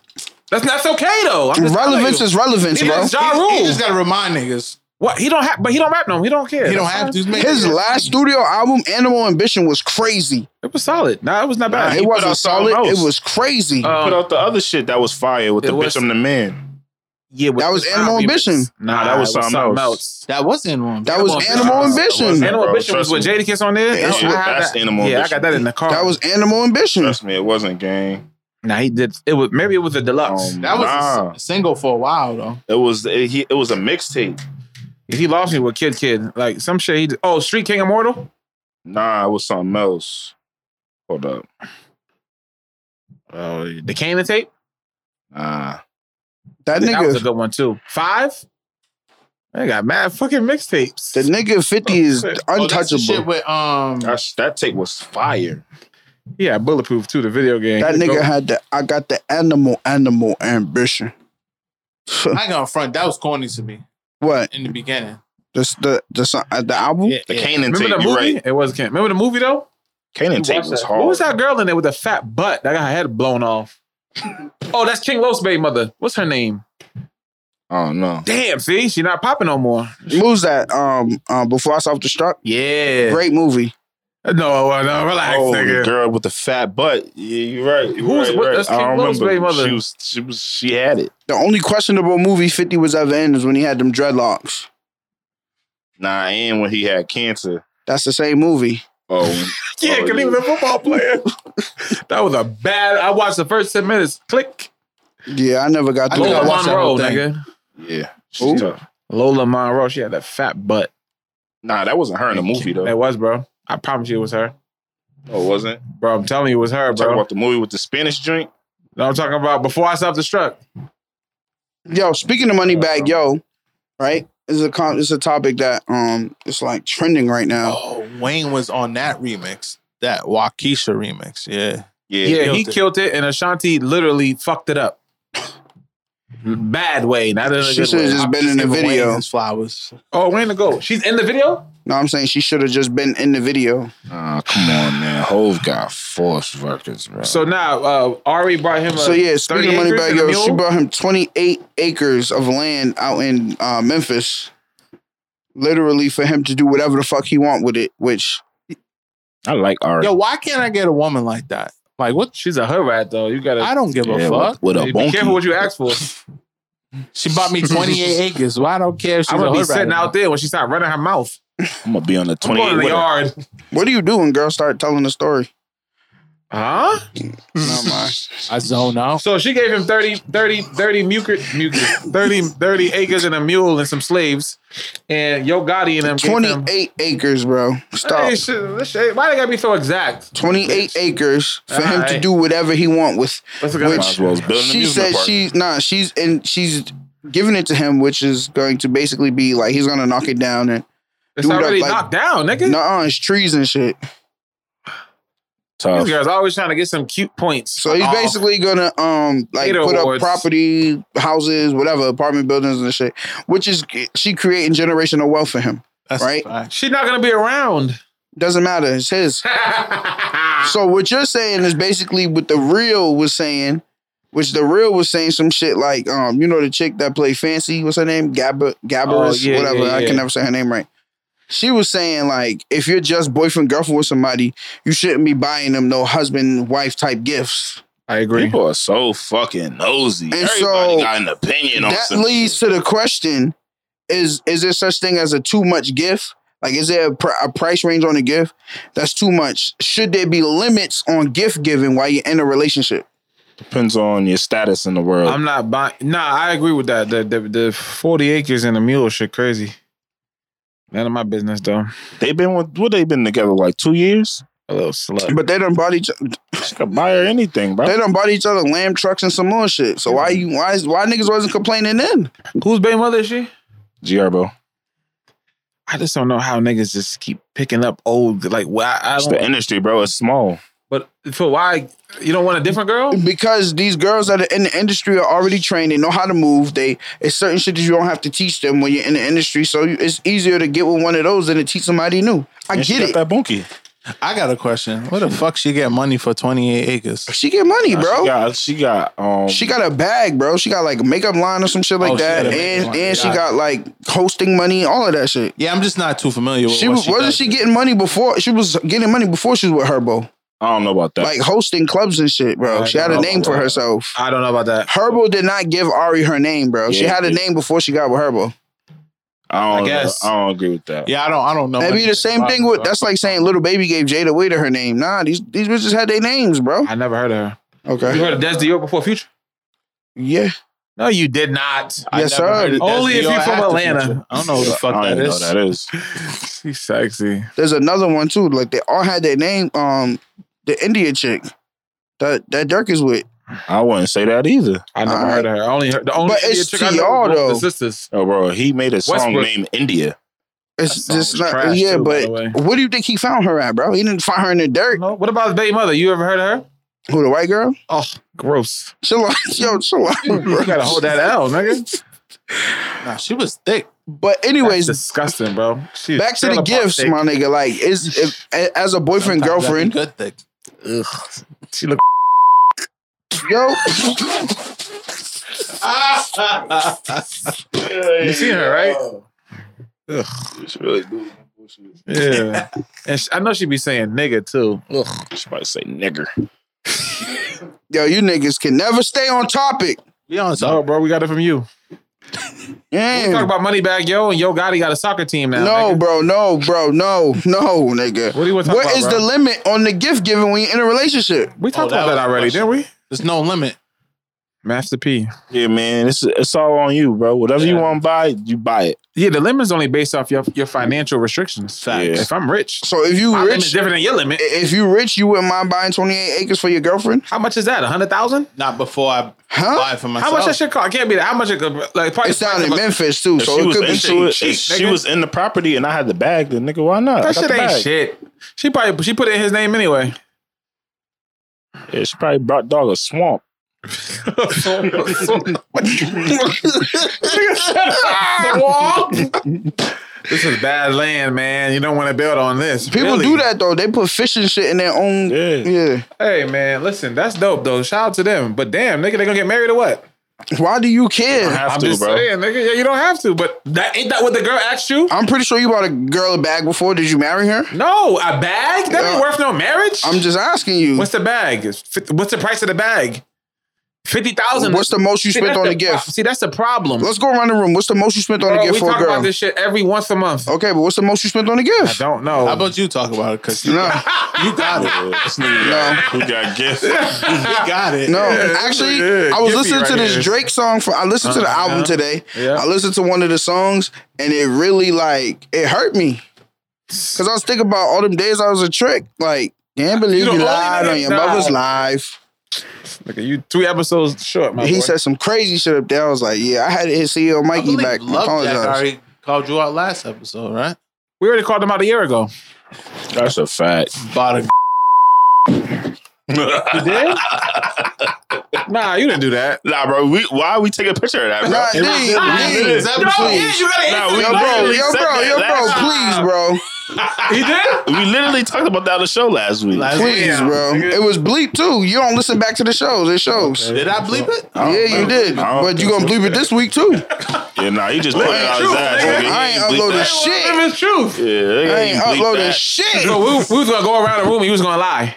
[SPEAKER 3] That's that's okay though. I'm just telling
[SPEAKER 4] Relevance
[SPEAKER 3] you.
[SPEAKER 4] is relevance,
[SPEAKER 3] He
[SPEAKER 4] bro.
[SPEAKER 3] just Ja Rule.
[SPEAKER 8] He just gotta remind niggas.
[SPEAKER 3] what he don't have, but he don't rap no. more. He don't care.
[SPEAKER 8] He don't
[SPEAKER 3] That's
[SPEAKER 8] have to.
[SPEAKER 3] fine.
[SPEAKER 8] He's making-
[SPEAKER 4] His last studio album, Animal Ambition, was crazy.
[SPEAKER 3] It was solid. Nah, it was not bad.
[SPEAKER 4] It
[SPEAKER 5] put
[SPEAKER 4] wasn't
[SPEAKER 5] out something
[SPEAKER 4] solid. It
[SPEAKER 5] else.
[SPEAKER 4] was crazy.
[SPEAKER 3] Um,
[SPEAKER 5] put out the other shit that was fire with
[SPEAKER 3] It
[SPEAKER 5] the
[SPEAKER 3] was-
[SPEAKER 5] bitch I'm the man.
[SPEAKER 3] yeah, with
[SPEAKER 4] that was
[SPEAKER 3] the
[SPEAKER 4] Animal
[SPEAKER 3] Snob
[SPEAKER 4] Ambition.
[SPEAKER 3] remix. Nah,
[SPEAKER 5] That was something else.
[SPEAKER 8] That wasn't one.
[SPEAKER 4] That was Animal Ambition.
[SPEAKER 3] Animal
[SPEAKER 5] bro,
[SPEAKER 3] Ambition was with
[SPEAKER 5] trust
[SPEAKER 3] Jadakiss on there.
[SPEAKER 5] Yeah,
[SPEAKER 3] That's- I had
[SPEAKER 5] that's
[SPEAKER 3] that.
[SPEAKER 5] Animal
[SPEAKER 3] Yeah, I
[SPEAKER 5] Ambition.
[SPEAKER 3] got that in the car. Hmm.
[SPEAKER 4] That was Animal Ambition.
[SPEAKER 5] Trust me, it wasn't gang.
[SPEAKER 3] Nah, he did. It was maybe it was a deluxe.
[SPEAKER 5] Um,
[SPEAKER 8] That was a
[SPEAKER 5] nah.
[SPEAKER 8] s- single for a while though.
[SPEAKER 5] It was it, he, it was a mixtape.
[SPEAKER 3] he lost me with Kid Kid, like some shit. He did. Oh, Street King Immortal.
[SPEAKER 5] Nah, it was something else. Hold up.
[SPEAKER 3] Oh, the Canaan tape.
[SPEAKER 5] Nah.
[SPEAKER 3] That
[SPEAKER 4] That
[SPEAKER 3] was a
[SPEAKER 4] nigga.
[SPEAKER 3] good one too. Five. I got mad fucking mixtapes.
[SPEAKER 4] The nigga 50 is
[SPEAKER 8] Oh, that's the
[SPEAKER 4] untouchable.
[SPEAKER 8] shit with um.
[SPEAKER 5] That's, that tape was fire.
[SPEAKER 3] Yeah, bulletproof too. The video game.
[SPEAKER 4] that
[SPEAKER 3] Go-
[SPEAKER 4] nigga had the I got the animal animal ambition.
[SPEAKER 8] I ain't gonna front. That was corny to me
[SPEAKER 4] What?
[SPEAKER 8] in the beginning.
[SPEAKER 4] This the the song, uh, the album?
[SPEAKER 8] Yeah,
[SPEAKER 5] The
[SPEAKER 8] yeah.
[SPEAKER 5] Canaan
[SPEAKER 3] Remember
[SPEAKER 5] tape,
[SPEAKER 3] the
[SPEAKER 5] you
[SPEAKER 3] movie?
[SPEAKER 5] right.
[SPEAKER 3] It was Ken. Remember the movie though?
[SPEAKER 5] Canaan tape was hard.
[SPEAKER 3] What was that girl in there with a fat butt that got her head blown off? oh, that's King Los baby mother. What's her name?
[SPEAKER 5] Oh no.
[SPEAKER 3] Damn, see, she not popping no more.
[SPEAKER 4] Moves that um uh, before I self destruct.
[SPEAKER 3] Yeah.
[SPEAKER 4] Great movie.
[SPEAKER 3] No, uh, no, relax,
[SPEAKER 5] Oh, the
[SPEAKER 3] nigga.
[SPEAKER 5] girl with the fat butt. Yeah, you're right. You're
[SPEAKER 3] Who's-
[SPEAKER 5] right,
[SPEAKER 3] what-
[SPEAKER 5] right.
[SPEAKER 3] that's
[SPEAKER 5] I
[SPEAKER 3] King
[SPEAKER 5] don't
[SPEAKER 3] Louis'
[SPEAKER 5] remember.
[SPEAKER 3] baby mother.
[SPEAKER 5] She was, she was, she had it.
[SPEAKER 4] The only questionable movie 50 was ever in is when he had them dreadlocks.
[SPEAKER 5] Nah, and when he had cancer.
[SPEAKER 4] That's the same movie.
[SPEAKER 5] Oh,
[SPEAKER 3] Yeah,
[SPEAKER 5] oh,
[SPEAKER 3] because he was a football player. that was a bad. I watched the first ten minutes. Click.
[SPEAKER 4] Yeah, I never got
[SPEAKER 8] I
[SPEAKER 4] through
[SPEAKER 8] think
[SPEAKER 3] Lola
[SPEAKER 8] I
[SPEAKER 4] that.
[SPEAKER 8] watched that
[SPEAKER 3] Monroe,
[SPEAKER 8] whole thing.
[SPEAKER 3] nigga.
[SPEAKER 5] yeah. She's
[SPEAKER 4] Who?
[SPEAKER 5] tough.
[SPEAKER 3] Lola Monroe. She had that fat butt.
[SPEAKER 5] Nah, that wasn't her in the movie though.
[SPEAKER 3] That was, bro. I promise you, it was her,
[SPEAKER 5] Oh, it wasn't.
[SPEAKER 3] bro. I'm telling you, it was her,
[SPEAKER 5] Talking
[SPEAKER 3] bro.
[SPEAKER 5] about the movie with the Spanish drink.
[SPEAKER 3] no, I'm talking about before I self destruct.
[SPEAKER 4] Yo, speaking of money back, yo, right? It's a con- it's a topic that um it's like trending right now.
[SPEAKER 8] Oh, Wayne was on that remix, that Waukesha remix. Yeah,
[SPEAKER 5] Yeah.
[SPEAKER 3] Yeah,
[SPEAKER 8] killed
[SPEAKER 3] he
[SPEAKER 8] it.
[SPEAKER 3] killed it, and Ashanti literally fucked it up. Bad way, not in a
[SPEAKER 4] She
[SPEAKER 3] good
[SPEAKER 4] should've
[SPEAKER 3] way.
[SPEAKER 4] just-
[SPEAKER 8] I'm
[SPEAKER 4] been in the
[SPEAKER 8] giving Wayne
[SPEAKER 4] video.
[SPEAKER 8] his flowers.
[SPEAKER 3] Oh, Wayne to go. She's in the video.
[SPEAKER 4] No, I'm saying she should have just been in the video.
[SPEAKER 5] Nah, Ah, come on, man. Hove got forced records, bro.
[SPEAKER 3] So now uh, Ari brought him. A
[SPEAKER 4] So yeah,
[SPEAKER 3] 30
[SPEAKER 4] speaking of money
[SPEAKER 3] acres
[SPEAKER 4] back,
[SPEAKER 3] and a
[SPEAKER 4] yo, she
[SPEAKER 3] mule?
[SPEAKER 4] brought him 28 acres of land out in uh, Memphis, literally for him to do whatever the fuck he want with it. Which
[SPEAKER 5] I like Ari.
[SPEAKER 8] Yo, why can't I get a woman like that? Like what?
[SPEAKER 3] She's a her rat though. You gotta.
[SPEAKER 8] I don't give
[SPEAKER 5] Yeah,
[SPEAKER 8] a fuck.
[SPEAKER 5] with, with a
[SPEAKER 3] Be
[SPEAKER 5] bonky.
[SPEAKER 3] careful what you ask for.
[SPEAKER 8] She bought me 28 acres. Well, I don't care if she's
[SPEAKER 3] I'm gonna
[SPEAKER 8] a
[SPEAKER 3] be
[SPEAKER 8] hood rat or
[SPEAKER 3] sitting
[SPEAKER 8] not.
[SPEAKER 3] out there when she start running her mouth.
[SPEAKER 5] I'm gonna be on the
[SPEAKER 3] I'm going to
[SPEAKER 5] 28
[SPEAKER 3] the
[SPEAKER 5] with her.
[SPEAKER 3] yard.
[SPEAKER 4] what do you do when girls start telling the story?
[SPEAKER 3] Huh?
[SPEAKER 4] Never mind.
[SPEAKER 8] I zone out.
[SPEAKER 3] So she gave him 30, 30, 30 mucus, mucus, 30, 30 acres and a mule and some slaves. And Yo Gotti and them gave him.
[SPEAKER 4] 28 acres, bro. Stop.
[SPEAKER 3] Hey, shit, this shit- why they gotta be so exact?
[SPEAKER 4] 28 acres for him to
[SPEAKER 3] Alright.
[SPEAKER 4] do whatever he want with.
[SPEAKER 3] Let's look at
[SPEAKER 4] Which-
[SPEAKER 5] Might as well as build an
[SPEAKER 4] She
[SPEAKER 5] amusement
[SPEAKER 4] said
[SPEAKER 5] park.
[SPEAKER 4] she's nah, she's and she's giving it to him, which is going to basically be like he's gonna knock it down and
[SPEAKER 3] It's
[SPEAKER 4] dude up
[SPEAKER 3] already
[SPEAKER 4] like-
[SPEAKER 3] knocked down, nigga.
[SPEAKER 4] nah, it's trees and shit.
[SPEAKER 5] Tough.
[SPEAKER 3] These girls always trying to get some cute points. Oh,
[SPEAKER 4] So he's
[SPEAKER 3] off.
[SPEAKER 4] basically gonna um like
[SPEAKER 3] Gator
[SPEAKER 4] put
[SPEAKER 3] awards.
[SPEAKER 4] up property, houses, whatever, apartment buildings and shit, which is she creating generational wealth for him.
[SPEAKER 8] That's
[SPEAKER 4] Right?
[SPEAKER 8] a fact.
[SPEAKER 3] She's not gonna be around.
[SPEAKER 4] Doesn't matter, it's his. so what you're saying is basically what the real was saying, which the real was saying some shit like um you know the chick that played Fancy, what's her name, Gabba Gabberus,
[SPEAKER 3] Oh, yeah,
[SPEAKER 4] whatever.
[SPEAKER 3] yeah,
[SPEAKER 4] I
[SPEAKER 3] yeah.
[SPEAKER 4] can never say her name right. She was saying like if you're just boyfriend girlfriend with somebody, you shouldn't be buying them no husband wife type gifts.
[SPEAKER 3] I agree.
[SPEAKER 5] People are so fucking nosy.
[SPEAKER 4] And
[SPEAKER 5] Everybody
[SPEAKER 4] so,
[SPEAKER 5] got an opinion on
[SPEAKER 4] that
[SPEAKER 5] some
[SPEAKER 4] leads
[SPEAKER 5] shit.
[SPEAKER 4] to the question: Is is there such thing as a too much gift? Like, is there a, pr- a price range on a gift that's too much? Should there be limits on gift giving while you're in a relationship?
[SPEAKER 5] depends on your status in the world.
[SPEAKER 3] I'm not buying. Nah, I agree with that. The, the the 40 acres and a mule shit crazy. None of my business though.
[SPEAKER 5] They've been with what they been together like two years.
[SPEAKER 3] A little slut.
[SPEAKER 4] But they don't bought each they
[SPEAKER 5] She could buy her anything, bro.
[SPEAKER 4] don't bought each other lamb trucks and some more shit. So why you why is, why niggas wasn't complaining then?
[SPEAKER 3] Whose baby mother is she?
[SPEAKER 5] Gerbo.
[SPEAKER 3] I just don't know how niggas just keep picking up old like why I
[SPEAKER 5] It's
[SPEAKER 3] don't.
[SPEAKER 5] the industry, bro. It's small.
[SPEAKER 3] But for why you don't want a different girl?
[SPEAKER 4] Because these girls that are in the industry are already trained. They know how to move. They it's certain shit that you don't have to teach them when you're in the industry. So you, it's easier to get with one of those than to teach somebody new. I
[SPEAKER 5] And she
[SPEAKER 4] get
[SPEAKER 5] got
[SPEAKER 4] it.
[SPEAKER 5] that bunkie.
[SPEAKER 8] I got a question. Where the fuck she get money for 28 acres?
[SPEAKER 4] She get money, bro.
[SPEAKER 5] She got she got um
[SPEAKER 4] She got a bag, bro. She got like a makeup line or some shit like
[SPEAKER 8] Oh, she
[SPEAKER 4] that,
[SPEAKER 8] got a makeup
[SPEAKER 4] and
[SPEAKER 8] line.
[SPEAKER 4] and she
[SPEAKER 8] Got it.
[SPEAKER 4] got like hosting money, all of that shit.
[SPEAKER 8] Yeah, I'm just not too familiar with
[SPEAKER 4] She
[SPEAKER 8] what
[SPEAKER 4] was, wasn't
[SPEAKER 8] does.
[SPEAKER 4] she getting money before she was getting money before she was with Herbo,
[SPEAKER 5] I don't know about that.
[SPEAKER 4] like hosting clubs and shit, bro.
[SPEAKER 3] I
[SPEAKER 4] She had a
[SPEAKER 3] know.
[SPEAKER 4] name for herself.
[SPEAKER 3] I don't know about that.
[SPEAKER 4] Herbo did not give Ari her name, bro. she
[SPEAKER 5] Yeah,
[SPEAKER 4] had a
[SPEAKER 5] yeah.
[SPEAKER 4] name before she got with Herbo.
[SPEAKER 5] I don't
[SPEAKER 3] I guess.
[SPEAKER 5] I don't agree with that.
[SPEAKER 8] Yeah, I don't. I don't know.
[SPEAKER 4] That'd be the
[SPEAKER 8] anything
[SPEAKER 4] same
[SPEAKER 8] about
[SPEAKER 4] thing
[SPEAKER 8] it,
[SPEAKER 4] with
[SPEAKER 8] so-
[SPEAKER 4] that's like saying little baby gave Jada Waiter her name. Nah, these these bitches had their names, bro.
[SPEAKER 3] I never heard of her. You
[SPEAKER 4] Okay,
[SPEAKER 3] heard of Des Dior before Future?
[SPEAKER 4] yeah,
[SPEAKER 3] No, you did not.
[SPEAKER 8] I
[SPEAKER 4] yes
[SPEAKER 8] never heard
[SPEAKER 4] sir.
[SPEAKER 8] of that.
[SPEAKER 3] Only if
[SPEAKER 8] Dior
[SPEAKER 3] you're from
[SPEAKER 8] after
[SPEAKER 3] Atlanta.
[SPEAKER 8] Future. I don't know who the fuck
[SPEAKER 5] I
[SPEAKER 8] that
[SPEAKER 5] don't even
[SPEAKER 8] is.
[SPEAKER 5] know that is.
[SPEAKER 3] She's sexy.
[SPEAKER 4] There's another one too. Like they all had their name. Um, the India chick that that Dirk is with.
[SPEAKER 5] I wouldn't say that either.
[SPEAKER 3] I never heard of her. I only heard the only
[SPEAKER 4] But
[SPEAKER 3] Indian
[SPEAKER 4] it's
[SPEAKER 3] chick I
[SPEAKER 4] TR
[SPEAKER 3] know was
[SPEAKER 4] though.
[SPEAKER 3] the sisters.
[SPEAKER 5] Oh, bro, he made a song
[SPEAKER 3] Westbrook.
[SPEAKER 5] named India.
[SPEAKER 4] It's just not.
[SPEAKER 3] trash,
[SPEAKER 4] yeah,
[SPEAKER 3] too, by
[SPEAKER 4] but
[SPEAKER 3] the way.
[SPEAKER 4] what do you think he found her at, bro? He didn't find her in the dirt.
[SPEAKER 3] No, what about his baby mother? You ever heard of her?
[SPEAKER 4] Who the white girl?
[SPEAKER 3] Oh, gross.
[SPEAKER 4] Chill out, yo, chill out.
[SPEAKER 3] You
[SPEAKER 4] Bro.
[SPEAKER 3] gotta hold that L, nigga.
[SPEAKER 8] Nah, she was thick.
[SPEAKER 4] But
[SPEAKER 3] That's
[SPEAKER 4] anyways,
[SPEAKER 3] disgusting, bro. She is
[SPEAKER 4] back to the
[SPEAKER 3] trailer park
[SPEAKER 4] gifts,
[SPEAKER 3] thick.
[SPEAKER 4] my nigga. Like, is if, a- as a boyfriend girlfriend,
[SPEAKER 8] Good thick.
[SPEAKER 3] Ugh. She look
[SPEAKER 4] yo,
[SPEAKER 3] you seen her, right? Ugh. Yeah. And sh I know she be saying nigga too. Ugh.
[SPEAKER 5] She probably say nigger.
[SPEAKER 4] yo, you niggas can never stay on topic.
[SPEAKER 8] We on top.
[SPEAKER 3] No, bro, we got it from you. We talk
[SPEAKER 4] Damn.
[SPEAKER 3] about Moneybag Yo and Yo Gotti got a soccer team now.
[SPEAKER 4] No,
[SPEAKER 3] nigga.
[SPEAKER 4] bro, no, bro, no, no, nigga.
[SPEAKER 3] What do you wanna talk
[SPEAKER 4] What
[SPEAKER 3] about,
[SPEAKER 4] is
[SPEAKER 3] bro?
[SPEAKER 4] the limit on the gift giving when you're in a relationship?
[SPEAKER 3] we talked
[SPEAKER 8] Oh, that
[SPEAKER 3] about that
[SPEAKER 8] was a
[SPEAKER 3] already, didn't we?
[SPEAKER 8] There's no limit.
[SPEAKER 3] Master P.
[SPEAKER 5] Yeah, man, it's it's all on you, bro. Whatever you want to buy, you buy it.
[SPEAKER 3] Yeah, the limit's only based off your, your financial restrictions.
[SPEAKER 5] Yeah.
[SPEAKER 3] If I'm rich,
[SPEAKER 4] So if you
[SPEAKER 3] my limit's
[SPEAKER 4] rich, i-
[SPEAKER 3] different than your limit.
[SPEAKER 4] if you rich, you wouldn't mind buying 28 acres for your girlfriend,
[SPEAKER 3] How much is that? A hundred thousand?
[SPEAKER 8] Not before I
[SPEAKER 4] huh?
[SPEAKER 8] buy it for myself.
[SPEAKER 3] How much that shit cost? It can't be that. How much it could like probably
[SPEAKER 4] It's down in
[SPEAKER 3] like,
[SPEAKER 4] Memphis too,
[SPEAKER 5] If
[SPEAKER 4] so
[SPEAKER 5] she
[SPEAKER 4] it
[SPEAKER 5] was
[SPEAKER 4] could be
[SPEAKER 5] into it,
[SPEAKER 4] cheap.
[SPEAKER 5] if
[SPEAKER 3] cheap,
[SPEAKER 5] she
[SPEAKER 3] nigga.
[SPEAKER 5] was in the property and I had the bag, then nigga, why not? I
[SPEAKER 3] That
[SPEAKER 5] got
[SPEAKER 3] shit
[SPEAKER 5] the
[SPEAKER 3] ain't
[SPEAKER 5] bag.
[SPEAKER 3] shit. She probably she put it in his name anyway.
[SPEAKER 5] Yeah, she probably brought dog a swamp.
[SPEAKER 3] This is bad land, man. You don't want to build on this.
[SPEAKER 4] People
[SPEAKER 3] Really.
[SPEAKER 4] do that though. They put fish and shit in their own.
[SPEAKER 5] Yeah.
[SPEAKER 4] Yeah.
[SPEAKER 3] Hey, man, listen, that's dope though. Shout out to them. But damn, nigga, they gonna get married or what?
[SPEAKER 4] Why do you
[SPEAKER 5] I
[SPEAKER 4] care?
[SPEAKER 5] have
[SPEAKER 3] I'm
[SPEAKER 5] to,
[SPEAKER 3] just
[SPEAKER 5] bro.
[SPEAKER 3] saying, nigga. Yeah, you don't have to. But that ain't that what the girl asked you?
[SPEAKER 4] I'm pretty sure you bought a girl a bag before. Did you marry her?
[SPEAKER 3] No, a bag that
[SPEAKER 4] Yeah.
[SPEAKER 3] ain't worth no marriage.
[SPEAKER 4] I'm just asking you.
[SPEAKER 3] What's the bag? It's fif- What's the price of the bag? Fifty thousand.
[SPEAKER 4] What's the most you spent on a gift?
[SPEAKER 3] See, that's the problem.
[SPEAKER 4] Let's go around the room. What's the most you spent on
[SPEAKER 3] Bro,
[SPEAKER 4] a gift
[SPEAKER 3] we
[SPEAKER 4] for
[SPEAKER 3] talk
[SPEAKER 4] a girl?
[SPEAKER 3] about this shit every once a month.
[SPEAKER 4] Okay, but what's the most you spent on a
[SPEAKER 3] I
[SPEAKER 4] gift?
[SPEAKER 3] don't know.
[SPEAKER 8] How about you talk about it? Cause you,
[SPEAKER 4] No,
[SPEAKER 8] you got it.
[SPEAKER 5] This nigga got, we got gifts.
[SPEAKER 8] You got it.
[SPEAKER 4] no.
[SPEAKER 3] Yeah,
[SPEAKER 4] Actually,
[SPEAKER 3] yeah,
[SPEAKER 4] I was
[SPEAKER 3] Gimpy
[SPEAKER 4] listening to
[SPEAKER 3] right
[SPEAKER 4] this
[SPEAKER 3] here.
[SPEAKER 4] Drake song. From I listened to the
[SPEAKER 3] Uh-huh.
[SPEAKER 4] album today.
[SPEAKER 3] Yeah.
[SPEAKER 4] I listened to one of the songs, and it really like it hurt me because I was thinking about all them days I was a trick. Like, can't believe
[SPEAKER 3] the
[SPEAKER 4] you,
[SPEAKER 3] only
[SPEAKER 4] lied on
[SPEAKER 3] nigga-
[SPEAKER 4] your
[SPEAKER 3] Nah.
[SPEAKER 4] mother's life.
[SPEAKER 3] Look at you, three episodes short, my
[SPEAKER 4] he
[SPEAKER 3] boy.
[SPEAKER 4] said some crazy shit up there. I was like, yeah, I had to hit CEO
[SPEAKER 8] I
[SPEAKER 4] Mikey
[SPEAKER 8] believe
[SPEAKER 4] back. I
[SPEAKER 8] Love Jack
[SPEAKER 4] apologize.
[SPEAKER 8] already called you out last episode, right?
[SPEAKER 3] we already called him out a year ago.
[SPEAKER 5] That's a fact.
[SPEAKER 8] Bought a
[SPEAKER 3] You did? nah, you didn't do that.
[SPEAKER 5] Nah, bro. We, why we take a picture of that, bro?
[SPEAKER 4] Nah,
[SPEAKER 5] It was- it
[SPEAKER 4] D, D,
[SPEAKER 5] was-
[SPEAKER 4] Yo, please.
[SPEAKER 3] you gotta
[SPEAKER 5] Nah,
[SPEAKER 3] answer
[SPEAKER 5] we- we
[SPEAKER 4] Yo, bro,
[SPEAKER 5] literally
[SPEAKER 4] yo,
[SPEAKER 5] said
[SPEAKER 4] bro,
[SPEAKER 5] that
[SPEAKER 4] yo, bro,
[SPEAKER 5] last
[SPEAKER 4] please,
[SPEAKER 5] time.
[SPEAKER 4] bro.
[SPEAKER 3] He did?
[SPEAKER 5] We literally talked about that on the show last week.
[SPEAKER 8] last
[SPEAKER 4] Please,
[SPEAKER 3] Yeah,
[SPEAKER 4] bro.
[SPEAKER 3] nigga.
[SPEAKER 4] It was bleep too. You don't listen back to the shows. It shows.
[SPEAKER 8] Did I bleep it?
[SPEAKER 4] Yeah, you did.
[SPEAKER 5] I don't
[SPEAKER 4] But you
[SPEAKER 5] think
[SPEAKER 4] gonna
[SPEAKER 5] so.
[SPEAKER 4] bleep it this week too.
[SPEAKER 5] Yeah, nah, he just put it out his
[SPEAKER 3] Truth,
[SPEAKER 5] ass.
[SPEAKER 3] nigga.
[SPEAKER 5] nigga.
[SPEAKER 4] I
[SPEAKER 5] He
[SPEAKER 4] ain't
[SPEAKER 5] bleeped
[SPEAKER 4] uploaded
[SPEAKER 5] that.
[SPEAKER 4] shit.
[SPEAKER 3] Tell him his truth.
[SPEAKER 5] Yeah, they
[SPEAKER 4] I
[SPEAKER 5] ain't
[SPEAKER 4] ain't
[SPEAKER 5] bleeped
[SPEAKER 4] uploading
[SPEAKER 5] that.
[SPEAKER 4] shit.
[SPEAKER 3] So we, we was gonna go around the room and he was gonna lie.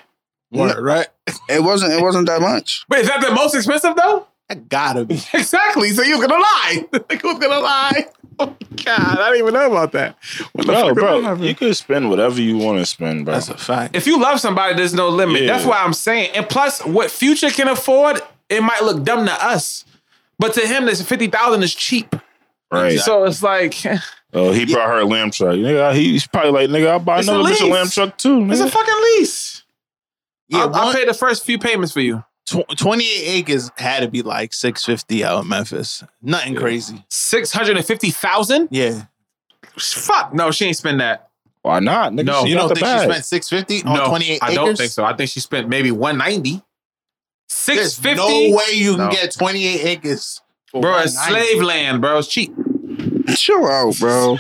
[SPEAKER 8] Word, right?
[SPEAKER 4] It wasn't. It wasn't that much.
[SPEAKER 3] But is that the most expensive though?
[SPEAKER 8] I gotta be.
[SPEAKER 3] Exactly. So you was gonna lie. like, who's gonna lie? Oh God, I didn't even know about that. What the
[SPEAKER 5] No,
[SPEAKER 3] fuck
[SPEAKER 5] bro,
[SPEAKER 3] happened?
[SPEAKER 5] you can spend whatever you want to spend, bro.
[SPEAKER 8] That's a fact.
[SPEAKER 3] If you love somebody, there's no limit.
[SPEAKER 5] Yeah.
[SPEAKER 3] That's why I'm saying. And plus, what Future can afford, it might look dumb to us, but to him, this fifty thousand is cheap.
[SPEAKER 5] right.
[SPEAKER 3] So it's like it's
[SPEAKER 5] oh, he brought her a lamb truck. Nigga, he's probably like, nigga, I'll buy
[SPEAKER 3] It's a
[SPEAKER 5] another bitch a
[SPEAKER 3] lease.
[SPEAKER 5] lamb truck too.
[SPEAKER 3] a
[SPEAKER 5] Nigga.
[SPEAKER 3] fucking lease.
[SPEAKER 8] Yeah,
[SPEAKER 3] I'll, I'll
[SPEAKER 8] one-
[SPEAKER 3] pay the first few payments for you.
[SPEAKER 8] tw- 28 acres had to be like 650 out of Memphis. Nothing crazy.
[SPEAKER 3] Six hundred and fifty thousand.
[SPEAKER 8] Yeah.
[SPEAKER 3] Fuck no, she ain't spend that.
[SPEAKER 5] Why not? Nigga,
[SPEAKER 3] No,
[SPEAKER 5] she
[SPEAKER 8] You
[SPEAKER 5] got
[SPEAKER 8] don't
[SPEAKER 5] the
[SPEAKER 8] think
[SPEAKER 5] bag.
[SPEAKER 8] she spent 650 on
[SPEAKER 3] no,
[SPEAKER 8] 28
[SPEAKER 3] I
[SPEAKER 8] acres?
[SPEAKER 3] don't think so. I think she spent maybe one ninety. Six
[SPEAKER 8] There's
[SPEAKER 3] fifty.
[SPEAKER 8] no way you
[SPEAKER 3] No.
[SPEAKER 8] can get 28 acres. for
[SPEAKER 3] Bro, it's
[SPEAKER 8] 190.
[SPEAKER 3] slave land, bro. It's cheap.
[SPEAKER 4] Chill out, bro.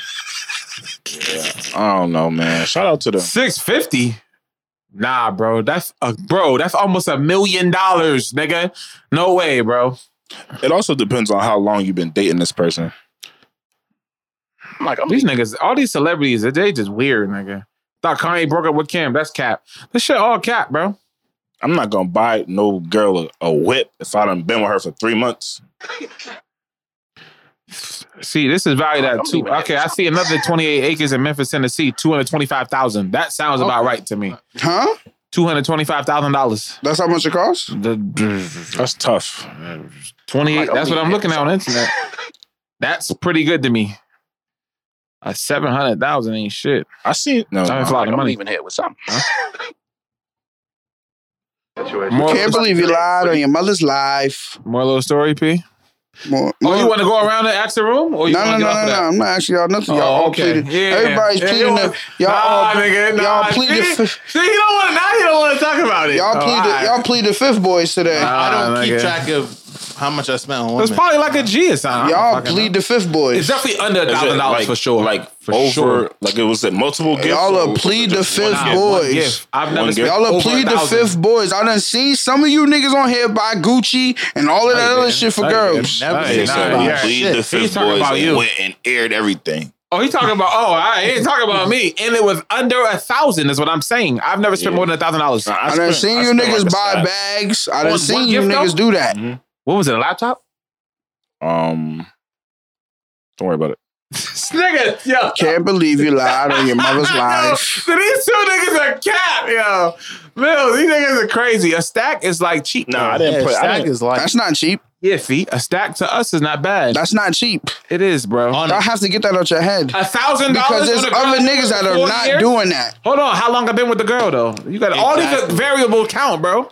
[SPEAKER 5] I don't know, man. Shout out to them.
[SPEAKER 3] Six fifty. Nah, bro. That's a bro. That's almost a million dollars, nigga. No way, bro.
[SPEAKER 5] It also depends on how long you've been dating this person. I'm like, I'm
[SPEAKER 3] These niggas, all these celebrities, they just weird, nigga. Thought Kanye broke up with Kim. That's cap. This shit all cap, bro.
[SPEAKER 5] I'm not gonna buy no girl a, a whip if I done been with her for three months.
[SPEAKER 3] See, this is valued at two. Okay, I see another twenty-eight acres in Memphis, Tennessee, two hundred twenty-five thousand. That sounds about right to me.
[SPEAKER 4] Huh?
[SPEAKER 3] Two hundred twenty-five thousand dollars.
[SPEAKER 4] That's how much it costs.
[SPEAKER 3] The
[SPEAKER 5] That's tough.
[SPEAKER 3] twenty-eight. That's what I'm looking at on the internet. That's pretty good to me. A seven hundred thousand ain't shit.
[SPEAKER 5] I see. No,
[SPEAKER 3] Time for a lot of money.
[SPEAKER 11] even hit with something.
[SPEAKER 9] situation.
[SPEAKER 4] I can't believe you lied on your mother's life.
[SPEAKER 3] More little story, P.
[SPEAKER 4] More,
[SPEAKER 3] Oh, you want to go around and ask the room, or you
[SPEAKER 4] No,
[SPEAKER 3] want
[SPEAKER 4] no,
[SPEAKER 3] to
[SPEAKER 4] no,
[SPEAKER 3] get off
[SPEAKER 4] no,
[SPEAKER 3] of
[SPEAKER 4] no.
[SPEAKER 3] that?
[SPEAKER 4] I'm not asking y'all nothing.
[SPEAKER 3] Oh,
[SPEAKER 4] Y'all all
[SPEAKER 3] okay.
[SPEAKER 4] pleaded.
[SPEAKER 3] Yeah.
[SPEAKER 4] Everybody's
[SPEAKER 3] Yeah, you
[SPEAKER 4] pleading. the-
[SPEAKER 3] want-
[SPEAKER 4] y'all all,
[SPEAKER 3] nah, nigga, nah,
[SPEAKER 4] y'all pleaded.
[SPEAKER 3] nigga.
[SPEAKER 4] fifth.
[SPEAKER 3] See, you don't want to. Now you don't want to talk about it.
[SPEAKER 4] Y'all
[SPEAKER 3] Oh,
[SPEAKER 4] pleaded.
[SPEAKER 3] alright.
[SPEAKER 4] Y'all pleaded fifth boys today.
[SPEAKER 8] I don't
[SPEAKER 3] Ah,
[SPEAKER 8] keep
[SPEAKER 3] nigga.
[SPEAKER 8] track of how much I spent on women.
[SPEAKER 3] It's probably like a G or something. I
[SPEAKER 4] y'all
[SPEAKER 3] don't fucking
[SPEAKER 4] plead
[SPEAKER 3] know.
[SPEAKER 4] the fifth
[SPEAKER 3] It's
[SPEAKER 4] boys.
[SPEAKER 3] definitely under a
[SPEAKER 5] Is it
[SPEAKER 3] thousand dollars
[SPEAKER 5] like-
[SPEAKER 3] for sure.
[SPEAKER 5] Like
[SPEAKER 3] for
[SPEAKER 5] over,
[SPEAKER 3] sure.
[SPEAKER 5] like it was at multiple gifts.
[SPEAKER 4] Y'all
[SPEAKER 5] or
[SPEAKER 4] are plead the
[SPEAKER 5] just one
[SPEAKER 4] fifth
[SPEAKER 5] gift?
[SPEAKER 3] One
[SPEAKER 4] boys.
[SPEAKER 3] gift. I've never
[SPEAKER 5] One
[SPEAKER 3] spent
[SPEAKER 5] gift.
[SPEAKER 4] Y'all
[SPEAKER 3] over
[SPEAKER 4] are
[SPEAKER 3] a
[SPEAKER 4] plead the
[SPEAKER 3] thousand.
[SPEAKER 4] fifth boys. I done seen some of you niggas on here buy Gucci and all of that other shit for
[SPEAKER 3] Hey,
[SPEAKER 4] girls.
[SPEAKER 3] man.
[SPEAKER 8] Never
[SPEAKER 3] Hey,
[SPEAKER 5] They
[SPEAKER 8] seen
[SPEAKER 3] nah,
[SPEAKER 5] said,
[SPEAKER 8] that.
[SPEAKER 5] we
[SPEAKER 3] yeah,
[SPEAKER 5] plead
[SPEAKER 8] shit.
[SPEAKER 5] the fifth
[SPEAKER 3] He's talking
[SPEAKER 5] boys
[SPEAKER 3] about
[SPEAKER 5] and
[SPEAKER 3] you.
[SPEAKER 5] went and aired everything.
[SPEAKER 3] Oh, he talking about. Oh, I ain't talking about me. And it was under a thousand. Is what I'm saying. I've never spent
[SPEAKER 5] Yeah.
[SPEAKER 3] more than a thousand dollars.
[SPEAKER 5] Nah,
[SPEAKER 4] I, done
[SPEAKER 5] spent-
[SPEAKER 4] seen
[SPEAKER 5] I
[SPEAKER 4] you
[SPEAKER 5] spent like a
[SPEAKER 4] niggas buy
[SPEAKER 5] stack.
[SPEAKER 4] bags. I done
[SPEAKER 3] On
[SPEAKER 4] seen
[SPEAKER 3] one
[SPEAKER 4] you
[SPEAKER 3] gift,
[SPEAKER 4] niggas
[SPEAKER 3] though?
[SPEAKER 4] do that.
[SPEAKER 3] What was it? A laptop?
[SPEAKER 5] Um, don't worry about it.
[SPEAKER 3] This nigga, yo.
[SPEAKER 4] Can't believe you lied on your mother's life.
[SPEAKER 3] Yo, these two niggas are cap, yo. Mills, these niggas are crazy. A stack is like cheap.
[SPEAKER 5] Nah, I
[SPEAKER 3] though.
[SPEAKER 5] didn't
[SPEAKER 8] Yeah,
[SPEAKER 5] put. I
[SPEAKER 8] Stack
[SPEAKER 5] didn't,
[SPEAKER 8] is like
[SPEAKER 4] That's not cheap.
[SPEAKER 3] Yeah, fee. A stack to us is not bad.
[SPEAKER 4] That's not cheap.
[SPEAKER 3] it is, bro.
[SPEAKER 8] on
[SPEAKER 4] Y'all have to get that out your head.
[SPEAKER 3] A thousand
[SPEAKER 4] Because
[SPEAKER 3] dollars.
[SPEAKER 4] there's
[SPEAKER 3] on a girl
[SPEAKER 4] other
[SPEAKER 3] you went
[SPEAKER 4] niggas that
[SPEAKER 3] for
[SPEAKER 4] are
[SPEAKER 3] four
[SPEAKER 4] not
[SPEAKER 3] years?
[SPEAKER 4] doing that.
[SPEAKER 3] Hold on, how long I been with the girl though? You got all
[SPEAKER 8] Exactly.
[SPEAKER 3] these variable count, bro.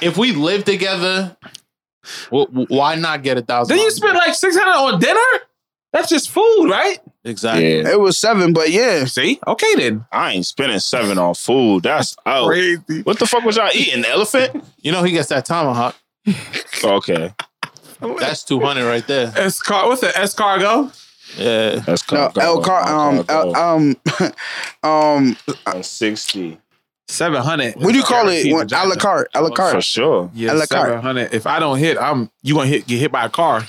[SPEAKER 8] if we live together, wh- wh- why not get a thousand?
[SPEAKER 3] Then you spend like six hundred on dinner. That's just food, right?
[SPEAKER 8] exactly.
[SPEAKER 5] yeah,
[SPEAKER 4] It was seven, but yeah.
[SPEAKER 3] See, okay then.
[SPEAKER 5] I ain't spending seven on food. That's out.
[SPEAKER 3] Crazy.
[SPEAKER 5] What the fuck was y'all eating? Elephant?
[SPEAKER 8] You know he gets that tomahawk.
[SPEAKER 5] Okay,
[SPEAKER 8] That's two hundred right there.
[SPEAKER 3] Escar, what's the escargot?
[SPEAKER 8] Yeah,
[SPEAKER 5] that's
[SPEAKER 3] Oh,
[SPEAKER 4] No, El Car, um, El, um, um,
[SPEAKER 5] sixty
[SPEAKER 3] Seven hundred.
[SPEAKER 4] what do you call it? When, a la carte, a la
[SPEAKER 5] for
[SPEAKER 4] carte.
[SPEAKER 5] sure.
[SPEAKER 3] Yeah,
[SPEAKER 4] A la carte.
[SPEAKER 3] seven hundred. If I don't hit, I'm you gonna hit get hit by a car.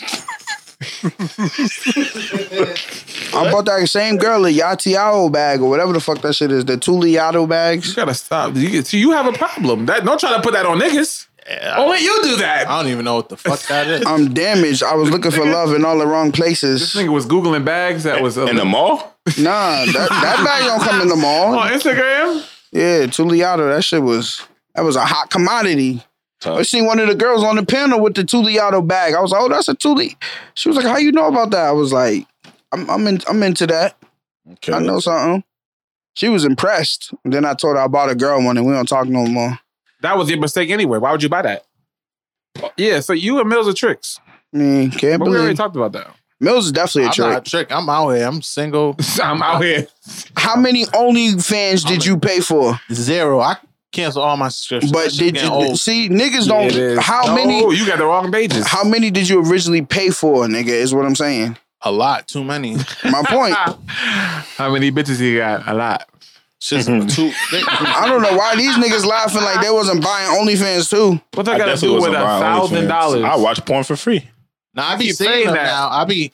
[SPEAKER 4] I bought that same girl a Yatiao bag or whatever the fuck that shit is, the Tuliato
[SPEAKER 3] You
[SPEAKER 4] bags.
[SPEAKER 3] gotta stop. You, see, you have a problem. That don't try to put that on niggas. Only you do
[SPEAKER 4] Uh,
[SPEAKER 3] that.
[SPEAKER 8] I don't even know what the fuck that is.
[SPEAKER 4] I'm damaged. I was looking for love in all the wrong places.
[SPEAKER 3] This nigga was googling bags that was uh,
[SPEAKER 5] In the mall?
[SPEAKER 4] Nah, that, that bag don't come in the
[SPEAKER 3] on
[SPEAKER 4] mall.
[SPEAKER 3] Oh, Instagram.
[SPEAKER 4] Yeah, Tuliato, that shit was, that was a hot commodity. I seen one of the girls on the panel with the Tuliato bag. I was like, oh, that's a Tuli. She was like, how you know about that? I was like, I'm, I'm, in, I'm into that.
[SPEAKER 5] Okay.
[SPEAKER 4] I know something. She was impressed. Then I told her I bought a girl one and we don't talk no more.
[SPEAKER 3] That was your mistake anyway. Why would you buy that? Yeah, so you and Mills are tricks.
[SPEAKER 4] Man, can't
[SPEAKER 3] But we already
[SPEAKER 4] believe
[SPEAKER 3] talked about that.
[SPEAKER 4] Mills is definitely
[SPEAKER 8] I'm
[SPEAKER 4] a
[SPEAKER 8] not a
[SPEAKER 4] trick.
[SPEAKER 8] trick. I'm out here. I'm single.
[SPEAKER 3] I'm out here.
[SPEAKER 4] How many OnlyFans did you pay for?
[SPEAKER 8] Zero. I cancel all my subscriptions.
[SPEAKER 4] But
[SPEAKER 8] That shit
[SPEAKER 4] did
[SPEAKER 8] getting
[SPEAKER 4] you
[SPEAKER 8] old.
[SPEAKER 4] see niggas don't?
[SPEAKER 3] No,
[SPEAKER 4] how many?
[SPEAKER 3] You got the wrong pages.
[SPEAKER 4] How many did you originally pay for, nigga? Is what I'm saying.
[SPEAKER 8] a lot? Too many.
[SPEAKER 4] My point.
[SPEAKER 3] How many bitches you got? A lot.
[SPEAKER 8] Shit's too. They,
[SPEAKER 4] I don't know why these niggas laughing like they wasn't buying OnlyFans too.
[SPEAKER 3] What that
[SPEAKER 5] I
[SPEAKER 3] got to
[SPEAKER 5] definitely
[SPEAKER 3] do with a
[SPEAKER 5] wasn't buying
[SPEAKER 3] thousand
[SPEAKER 5] OnlyFans.
[SPEAKER 3] dollars?
[SPEAKER 5] I watch porn for free.
[SPEAKER 8] now I be
[SPEAKER 3] keep
[SPEAKER 8] seeing
[SPEAKER 3] saying
[SPEAKER 8] them
[SPEAKER 3] that.
[SPEAKER 8] now. I be.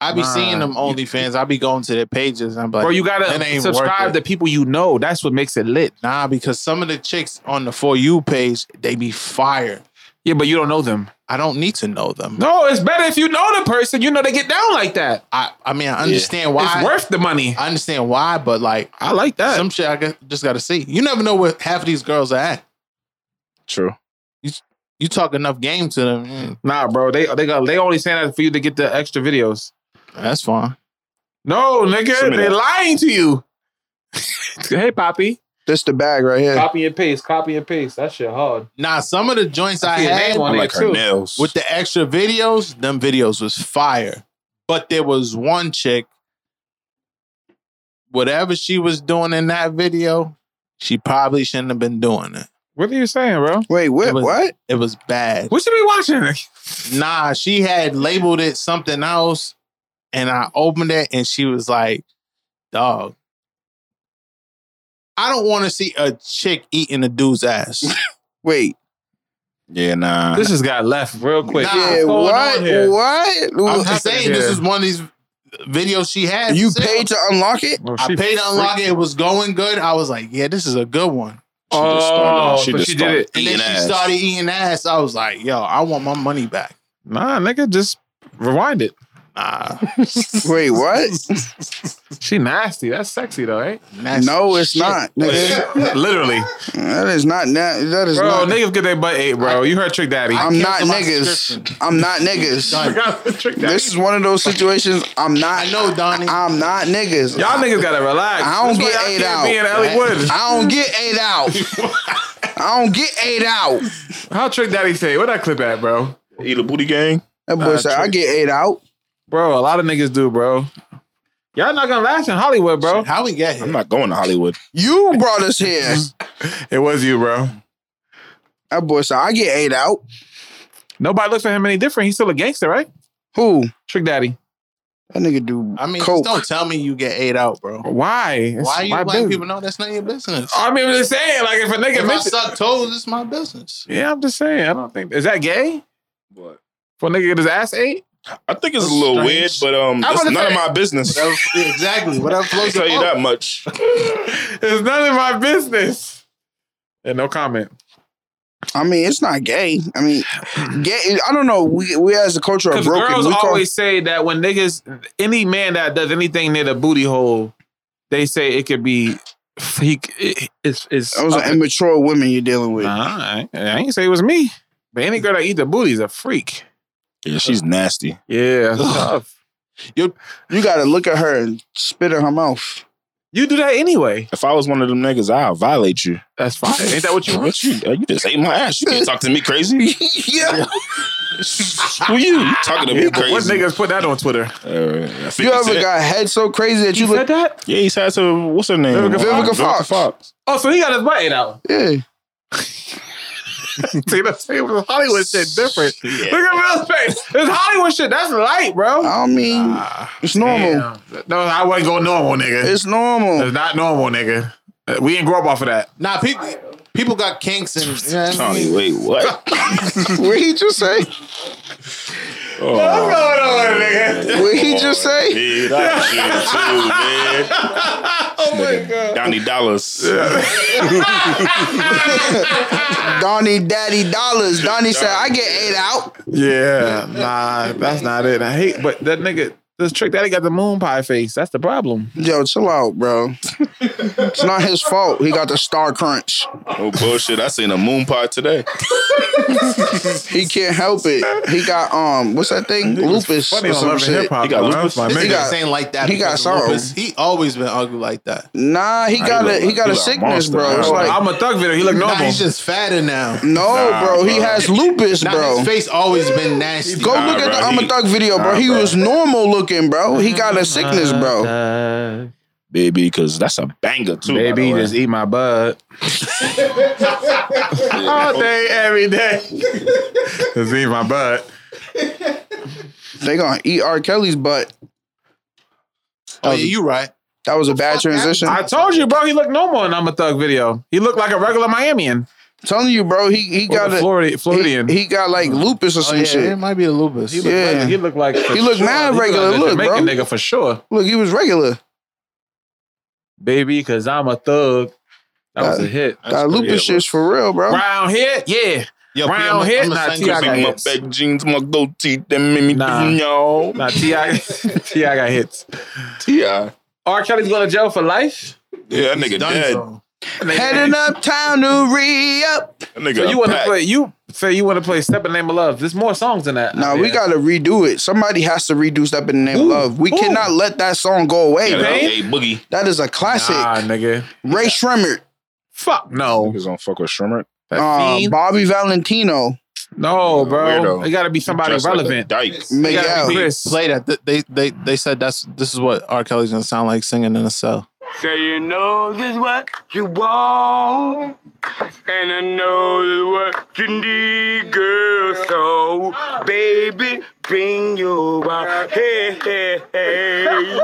[SPEAKER 8] I be
[SPEAKER 3] Nah.
[SPEAKER 8] seeing them OnlyFans. I be going to their pages. And I'm like,
[SPEAKER 3] Bro, you
[SPEAKER 8] that
[SPEAKER 3] gotta
[SPEAKER 8] ain't
[SPEAKER 3] subscribe
[SPEAKER 8] worth it.
[SPEAKER 3] to people you know. That's what makes it lit.
[SPEAKER 8] Nah, because some of the chicks on the for you page, they be fire.
[SPEAKER 3] Yeah, but you don't know them.
[SPEAKER 8] I don't need to know them.
[SPEAKER 3] No, it's better if you know the person. You know they get down like that.
[SPEAKER 8] I, I mean, I understand why.
[SPEAKER 3] It's worth the money.
[SPEAKER 8] I understand why, but like
[SPEAKER 3] I like that.
[SPEAKER 8] some shit, I got- just got to see. You never know where half of these girls are at.
[SPEAKER 5] True.
[SPEAKER 8] You talk enough game to them, mm,
[SPEAKER 3] nah, bro. They they got they only saying that for you to get the extra videos.
[SPEAKER 8] that's fine.
[SPEAKER 3] No, nigga,
[SPEAKER 5] Send me
[SPEAKER 3] they
[SPEAKER 5] that.
[SPEAKER 3] lying to you. hey, Poppy.
[SPEAKER 4] This the bag right here.
[SPEAKER 3] Copy and paste. Copy and paste. That shit hard.
[SPEAKER 8] Nah, some of the joints I,
[SPEAKER 3] I see a
[SPEAKER 8] had
[SPEAKER 3] name
[SPEAKER 5] I
[SPEAKER 3] on
[SPEAKER 5] like
[SPEAKER 3] it
[SPEAKER 5] her
[SPEAKER 3] too.
[SPEAKER 5] nails.
[SPEAKER 8] with the extra videos, them videos was fire. But there was one chick, whatever she was doing in that video, she probably shouldn't have been doing it.
[SPEAKER 3] What are you saying, bro?
[SPEAKER 4] Wait,
[SPEAKER 8] It
[SPEAKER 4] what?
[SPEAKER 8] was-
[SPEAKER 4] What?
[SPEAKER 8] It was bad.
[SPEAKER 3] What should be watching?
[SPEAKER 8] Nah, she had labeled it something else, and I opened it, and she was like, "Dog, I don't want to see a chick eating a dude's ass."
[SPEAKER 4] Wait.
[SPEAKER 5] yeah, nah.
[SPEAKER 3] This just got left real quick.
[SPEAKER 8] Nah,
[SPEAKER 3] What's
[SPEAKER 4] Yeah.
[SPEAKER 3] going on
[SPEAKER 4] What?
[SPEAKER 3] here?
[SPEAKER 8] I'm
[SPEAKER 4] What?
[SPEAKER 8] just saying, this is one of these videos she had.
[SPEAKER 4] You
[SPEAKER 8] Sale.
[SPEAKER 4] paid to unlock it?
[SPEAKER 3] Oh,
[SPEAKER 8] I
[SPEAKER 3] she
[SPEAKER 8] paid to unlock it.
[SPEAKER 3] freaking-
[SPEAKER 8] It was going good. I was like, "Yeah, this is a good one."
[SPEAKER 5] She just
[SPEAKER 3] Oh,
[SPEAKER 5] started-
[SPEAKER 3] but she did
[SPEAKER 5] started
[SPEAKER 3] it.
[SPEAKER 8] And
[SPEAKER 5] eating
[SPEAKER 8] then she
[SPEAKER 5] ass.
[SPEAKER 8] started eating ass. I was like, "Yo, I want my money back."
[SPEAKER 3] Nah, nigga, just rewind it.
[SPEAKER 8] Nah.
[SPEAKER 4] Wait, what?
[SPEAKER 3] She nasty. That's sexy though, right?
[SPEAKER 4] No, it's not. nigga.
[SPEAKER 3] Literally.
[SPEAKER 4] that is not. na- That is
[SPEAKER 3] Bro,
[SPEAKER 4] not.
[SPEAKER 3] niggas get their butt ate, bro. You heard Trick Daddy.
[SPEAKER 4] I'm not
[SPEAKER 8] Cancel my
[SPEAKER 4] niggas.
[SPEAKER 8] subscription.
[SPEAKER 4] I'm not niggas.
[SPEAKER 3] Trick Daddy.
[SPEAKER 4] This is one of those situations. I'm not.
[SPEAKER 8] I know, Donnie.
[SPEAKER 4] I'm not niggas.
[SPEAKER 3] Y'all niggas gotta relax.
[SPEAKER 4] I don't
[SPEAKER 3] That's why
[SPEAKER 4] get
[SPEAKER 3] y'all
[SPEAKER 4] ate
[SPEAKER 3] can't
[SPEAKER 4] out.
[SPEAKER 3] Be in Ellie Wood.
[SPEAKER 4] I don't get eight out. I don't get eight out.
[SPEAKER 3] How Trick Daddy say? Where that clip at, bro?
[SPEAKER 5] Eat a booty gang.
[SPEAKER 4] That
[SPEAKER 3] Uh,
[SPEAKER 4] boy said, I get eight out.
[SPEAKER 3] Bro, a lot of niggas do, bro. Y'all not gonna last in Hollywood, bro.
[SPEAKER 8] How we get
[SPEAKER 5] I'm
[SPEAKER 8] here?
[SPEAKER 5] not going to Hollywood.
[SPEAKER 4] You brought us here.
[SPEAKER 3] It was you, bro.
[SPEAKER 4] That boy said, I get eight out.
[SPEAKER 3] Nobody looks at him any different. He's still a gangster, right?
[SPEAKER 4] Who?
[SPEAKER 3] Trick Daddy.
[SPEAKER 4] That nigga do
[SPEAKER 8] I mean,
[SPEAKER 4] coke.
[SPEAKER 8] just don't tell me you get ate out, bro.
[SPEAKER 3] Why? It's
[SPEAKER 8] Why you
[SPEAKER 3] my
[SPEAKER 8] letting
[SPEAKER 3] business.
[SPEAKER 8] people know that's not your business?
[SPEAKER 3] I mean, I'm just saying, like, if a nigga
[SPEAKER 8] If I
[SPEAKER 3] mention-
[SPEAKER 8] suck toes, it's my business.
[SPEAKER 3] yeah, I'm just saying. I don't think is that gay.
[SPEAKER 5] What?
[SPEAKER 3] For a nigga get his ass ate.
[SPEAKER 5] I think it's a little
[SPEAKER 8] Strange.
[SPEAKER 5] weird, but um,
[SPEAKER 3] I'm
[SPEAKER 5] it's
[SPEAKER 3] gonna
[SPEAKER 5] none
[SPEAKER 3] say- Oh.
[SPEAKER 5] of my business. I'll
[SPEAKER 8] exactly. Whatever floats
[SPEAKER 5] tell
[SPEAKER 8] your
[SPEAKER 5] you
[SPEAKER 8] boat.
[SPEAKER 5] that much.
[SPEAKER 3] It's none of my business. And no comment.
[SPEAKER 4] I mean, it's not gay. I mean, gay. I don't know. We we as a culture are
[SPEAKER 3] Because
[SPEAKER 4] broken.
[SPEAKER 3] girls
[SPEAKER 4] we call-
[SPEAKER 3] always say that when niggas, any man that does anything near the booty hole, they say it could be. He, it- it's it's.
[SPEAKER 4] those are immature women you're dealing with.
[SPEAKER 3] Nah, I, I ain't say it was me. But any girl that eat the booty is a freak.
[SPEAKER 5] Yeah, she's nasty.
[SPEAKER 3] Yeah, it's tough.
[SPEAKER 4] You got to look at her and spit in her mouth.
[SPEAKER 3] You do that anyway.
[SPEAKER 5] If I was one of them niggas, I'll violate you.
[SPEAKER 3] That's fine. Ain't that what you want?
[SPEAKER 5] What you? uh, You just ate my ass. You can't talk to me crazy. yeah. Who you? You talking to
[SPEAKER 3] Yeah,
[SPEAKER 5] me
[SPEAKER 3] but
[SPEAKER 5] crazy?
[SPEAKER 3] what niggas put that on Twitter?
[SPEAKER 5] Uh, I think
[SPEAKER 4] You
[SPEAKER 5] that's
[SPEAKER 4] ever
[SPEAKER 5] it.
[SPEAKER 4] got head so crazy that you look?
[SPEAKER 3] that?
[SPEAKER 5] Yeah, he's had to. What's her name?
[SPEAKER 3] Vivica
[SPEAKER 4] Fox. Fox.
[SPEAKER 3] Oh, so he got his butt ate out.
[SPEAKER 4] Yeah.
[SPEAKER 3] See, that's see, with Hollywood shit different. Look at Will's face. It's Hollywood shit. That's light, bro.
[SPEAKER 4] I don't mean,
[SPEAKER 5] Ah,
[SPEAKER 4] it's normal.
[SPEAKER 3] Damn. No, I wasn't going normal, nigga. It's,
[SPEAKER 4] It's normal.
[SPEAKER 3] not normal, nigga. Uh, We didn't grow up off of that.
[SPEAKER 8] Nah, people people got kinks and you know what I mean?
[SPEAKER 5] Tony, wait, what?
[SPEAKER 4] what he just say?
[SPEAKER 5] Oh,
[SPEAKER 4] What he just say?
[SPEAKER 5] man, that shit too, man. Oh my god, Donnie Dallas.
[SPEAKER 4] Donnie Daddy Dollars. Donnie said, I get eight out.
[SPEAKER 3] Yeah, nah, that's not it. I hate, but that nigga, this trick daddy got the moon pie face. That's the problem.
[SPEAKER 4] Yo, chill out, bro. it's not his fault. He got the star crunch.
[SPEAKER 5] Oh bullshit! I seen a moon pie today.
[SPEAKER 4] He can't help it. He got um, what's that thing? Lupus
[SPEAKER 3] Funny
[SPEAKER 4] or
[SPEAKER 3] on
[SPEAKER 4] some
[SPEAKER 3] Love and
[SPEAKER 4] shit.
[SPEAKER 3] Hip Hop.
[SPEAKER 5] He got
[SPEAKER 3] though.
[SPEAKER 5] lupus.
[SPEAKER 3] That's my
[SPEAKER 8] This
[SPEAKER 4] He
[SPEAKER 8] nigga
[SPEAKER 3] nigga.
[SPEAKER 4] got-
[SPEAKER 8] ain't like that.
[SPEAKER 4] he got
[SPEAKER 8] because of
[SPEAKER 4] sorrow.
[SPEAKER 8] lupus. He always been ugly like that.
[SPEAKER 4] Nah, he
[SPEAKER 5] Nah, he
[SPEAKER 4] got
[SPEAKER 5] look
[SPEAKER 4] a he
[SPEAKER 5] like-
[SPEAKER 4] got
[SPEAKER 5] he
[SPEAKER 4] a
[SPEAKER 5] look like
[SPEAKER 4] sickness,
[SPEAKER 5] monster,
[SPEAKER 4] bro.
[SPEAKER 5] man.
[SPEAKER 4] It's like
[SPEAKER 3] I'm a thug video. He look
[SPEAKER 8] Nah,
[SPEAKER 3] normal.
[SPEAKER 8] he's just fatter now.
[SPEAKER 4] no,
[SPEAKER 5] Nah,
[SPEAKER 4] bro. He
[SPEAKER 5] bro.
[SPEAKER 4] has lupus,
[SPEAKER 8] Nah,
[SPEAKER 4] bro.
[SPEAKER 8] his face always been nasty.
[SPEAKER 4] Go
[SPEAKER 5] Nah,
[SPEAKER 4] look at
[SPEAKER 5] bro,
[SPEAKER 4] the I'm a
[SPEAKER 5] he-
[SPEAKER 4] thug video, bro.
[SPEAKER 5] nah,
[SPEAKER 4] he
[SPEAKER 5] bro.
[SPEAKER 4] was normal looking, bro. He got a sickness, bro.
[SPEAKER 7] Uh,
[SPEAKER 5] Baby, because that's a banger too.
[SPEAKER 3] Baby,
[SPEAKER 5] by the way.
[SPEAKER 3] just eat my bud. All day, every day. just eat my butt.
[SPEAKER 4] They gonna eat R. Kelly's butt.
[SPEAKER 8] Oh yeah, you right.
[SPEAKER 4] That was a bad transition.
[SPEAKER 3] I
[SPEAKER 4] I'm
[SPEAKER 3] told you, bro, he looked normal in I'm a Thug video. He looked like a regular Miamian.
[SPEAKER 4] telling you, bro. He he
[SPEAKER 3] Or
[SPEAKER 4] got
[SPEAKER 3] the
[SPEAKER 4] a
[SPEAKER 3] Florida, Floridian.
[SPEAKER 4] he, he got like lupus or
[SPEAKER 8] Oh
[SPEAKER 4] some
[SPEAKER 8] yeah, it
[SPEAKER 4] shit.
[SPEAKER 8] might be a lupus.
[SPEAKER 3] He looked
[SPEAKER 4] yeah.
[SPEAKER 3] like, he looked like for
[SPEAKER 4] He looked mad
[SPEAKER 3] he
[SPEAKER 4] regular.
[SPEAKER 3] a
[SPEAKER 4] Look,
[SPEAKER 3] Jamaican
[SPEAKER 4] bro.
[SPEAKER 3] nigga for sure,
[SPEAKER 4] Look, he was regular.
[SPEAKER 3] baby. Because I'm a thug. That was a hit.
[SPEAKER 4] That lupus shit's for real, bro.
[SPEAKER 3] Round here, yeah.
[SPEAKER 8] Yo,
[SPEAKER 3] Round
[SPEAKER 8] I'ma-
[SPEAKER 3] head,
[SPEAKER 8] I'ma
[SPEAKER 3] nah,
[SPEAKER 8] send
[SPEAKER 3] T.I.
[SPEAKER 8] you-
[SPEAKER 3] got
[SPEAKER 5] my
[SPEAKER 3] hits.
[SPEAKER 5] bed jeans, my goatee, them made me
[SPEAKER 3] Nah.
[SPEAKER 5] do y'all.
[SPEAKER 3] Nah, Ti Ti got hits.
[SPEAKER 5] Ti. Yeah,
[SPEAKER 3] R. Kelly's going to jail for life.
[SPEAKER 5] that nigga
[SPEAKER 8] done
[SPEAKER 5] dead.
[SPEAKER 8] so.
[SPEAKER 4] Heading uptown to re up.
[SPEAKER 5] That nigga.
[SPEAKER 3] So you want to
[SPEAKER 5] packed.
[SPEAKER 3] play? You say you want to play "Step in the Name of Love." There's more songs than that.
[SPEAKER 4] Nah,
[SPEAKER 3] out
[SPEAKER 4] we
[SPEAKER 3] there.
[SPEAKER 4] gotta redo it. Somebody has to redo Step in the Name of
[SPEAKER 3] Who?
[SPEAKER 4] Love. We
[SPEAKER 3] Who?
[SPEAKER 4] cannot let that song go away,
[SPEAKER 5] Yeah,
[SPEAKER 4] bro.
[SPEAKER 5] that-
[SPEAKER 3] Bane?
[SPEAKER 5] Hey, boogie.
[SPEAKER 4] That is a classic.
[SPEAKER 3] Nah, nigga.
[SPEAKER 4] Ray Shremmert,
[SPEAKER 3] Fuck no.
[SPEAKER 5] Niggas don't fuck with Shrimmer.
[SPEAKER 3] Um,
[SPEAKER 4] uh, Bobby Valentino,
[SPEAKER 3] No, bro.
[SPEAKER 5] Weirdo.
[SPEAKER 3] It got to be somebody
[SPEAKER 5] Dressed like a
[SPEAKER 3] relevant.
[SPEAKER 5] dyke.
[SPEAKER 3] It gotta
[SPEAKER 4] Miguel.
[SPEAKER 3] be Chris.
[SPEAKER 8] Play that. Th- They they they said that's this is what R. Kelly's gonna sound like singing in a cell.
[SPEAKER 10] So you know this is what you want, and I know this is what you need, girl. So, baby, bring your body, hey, hey, hey,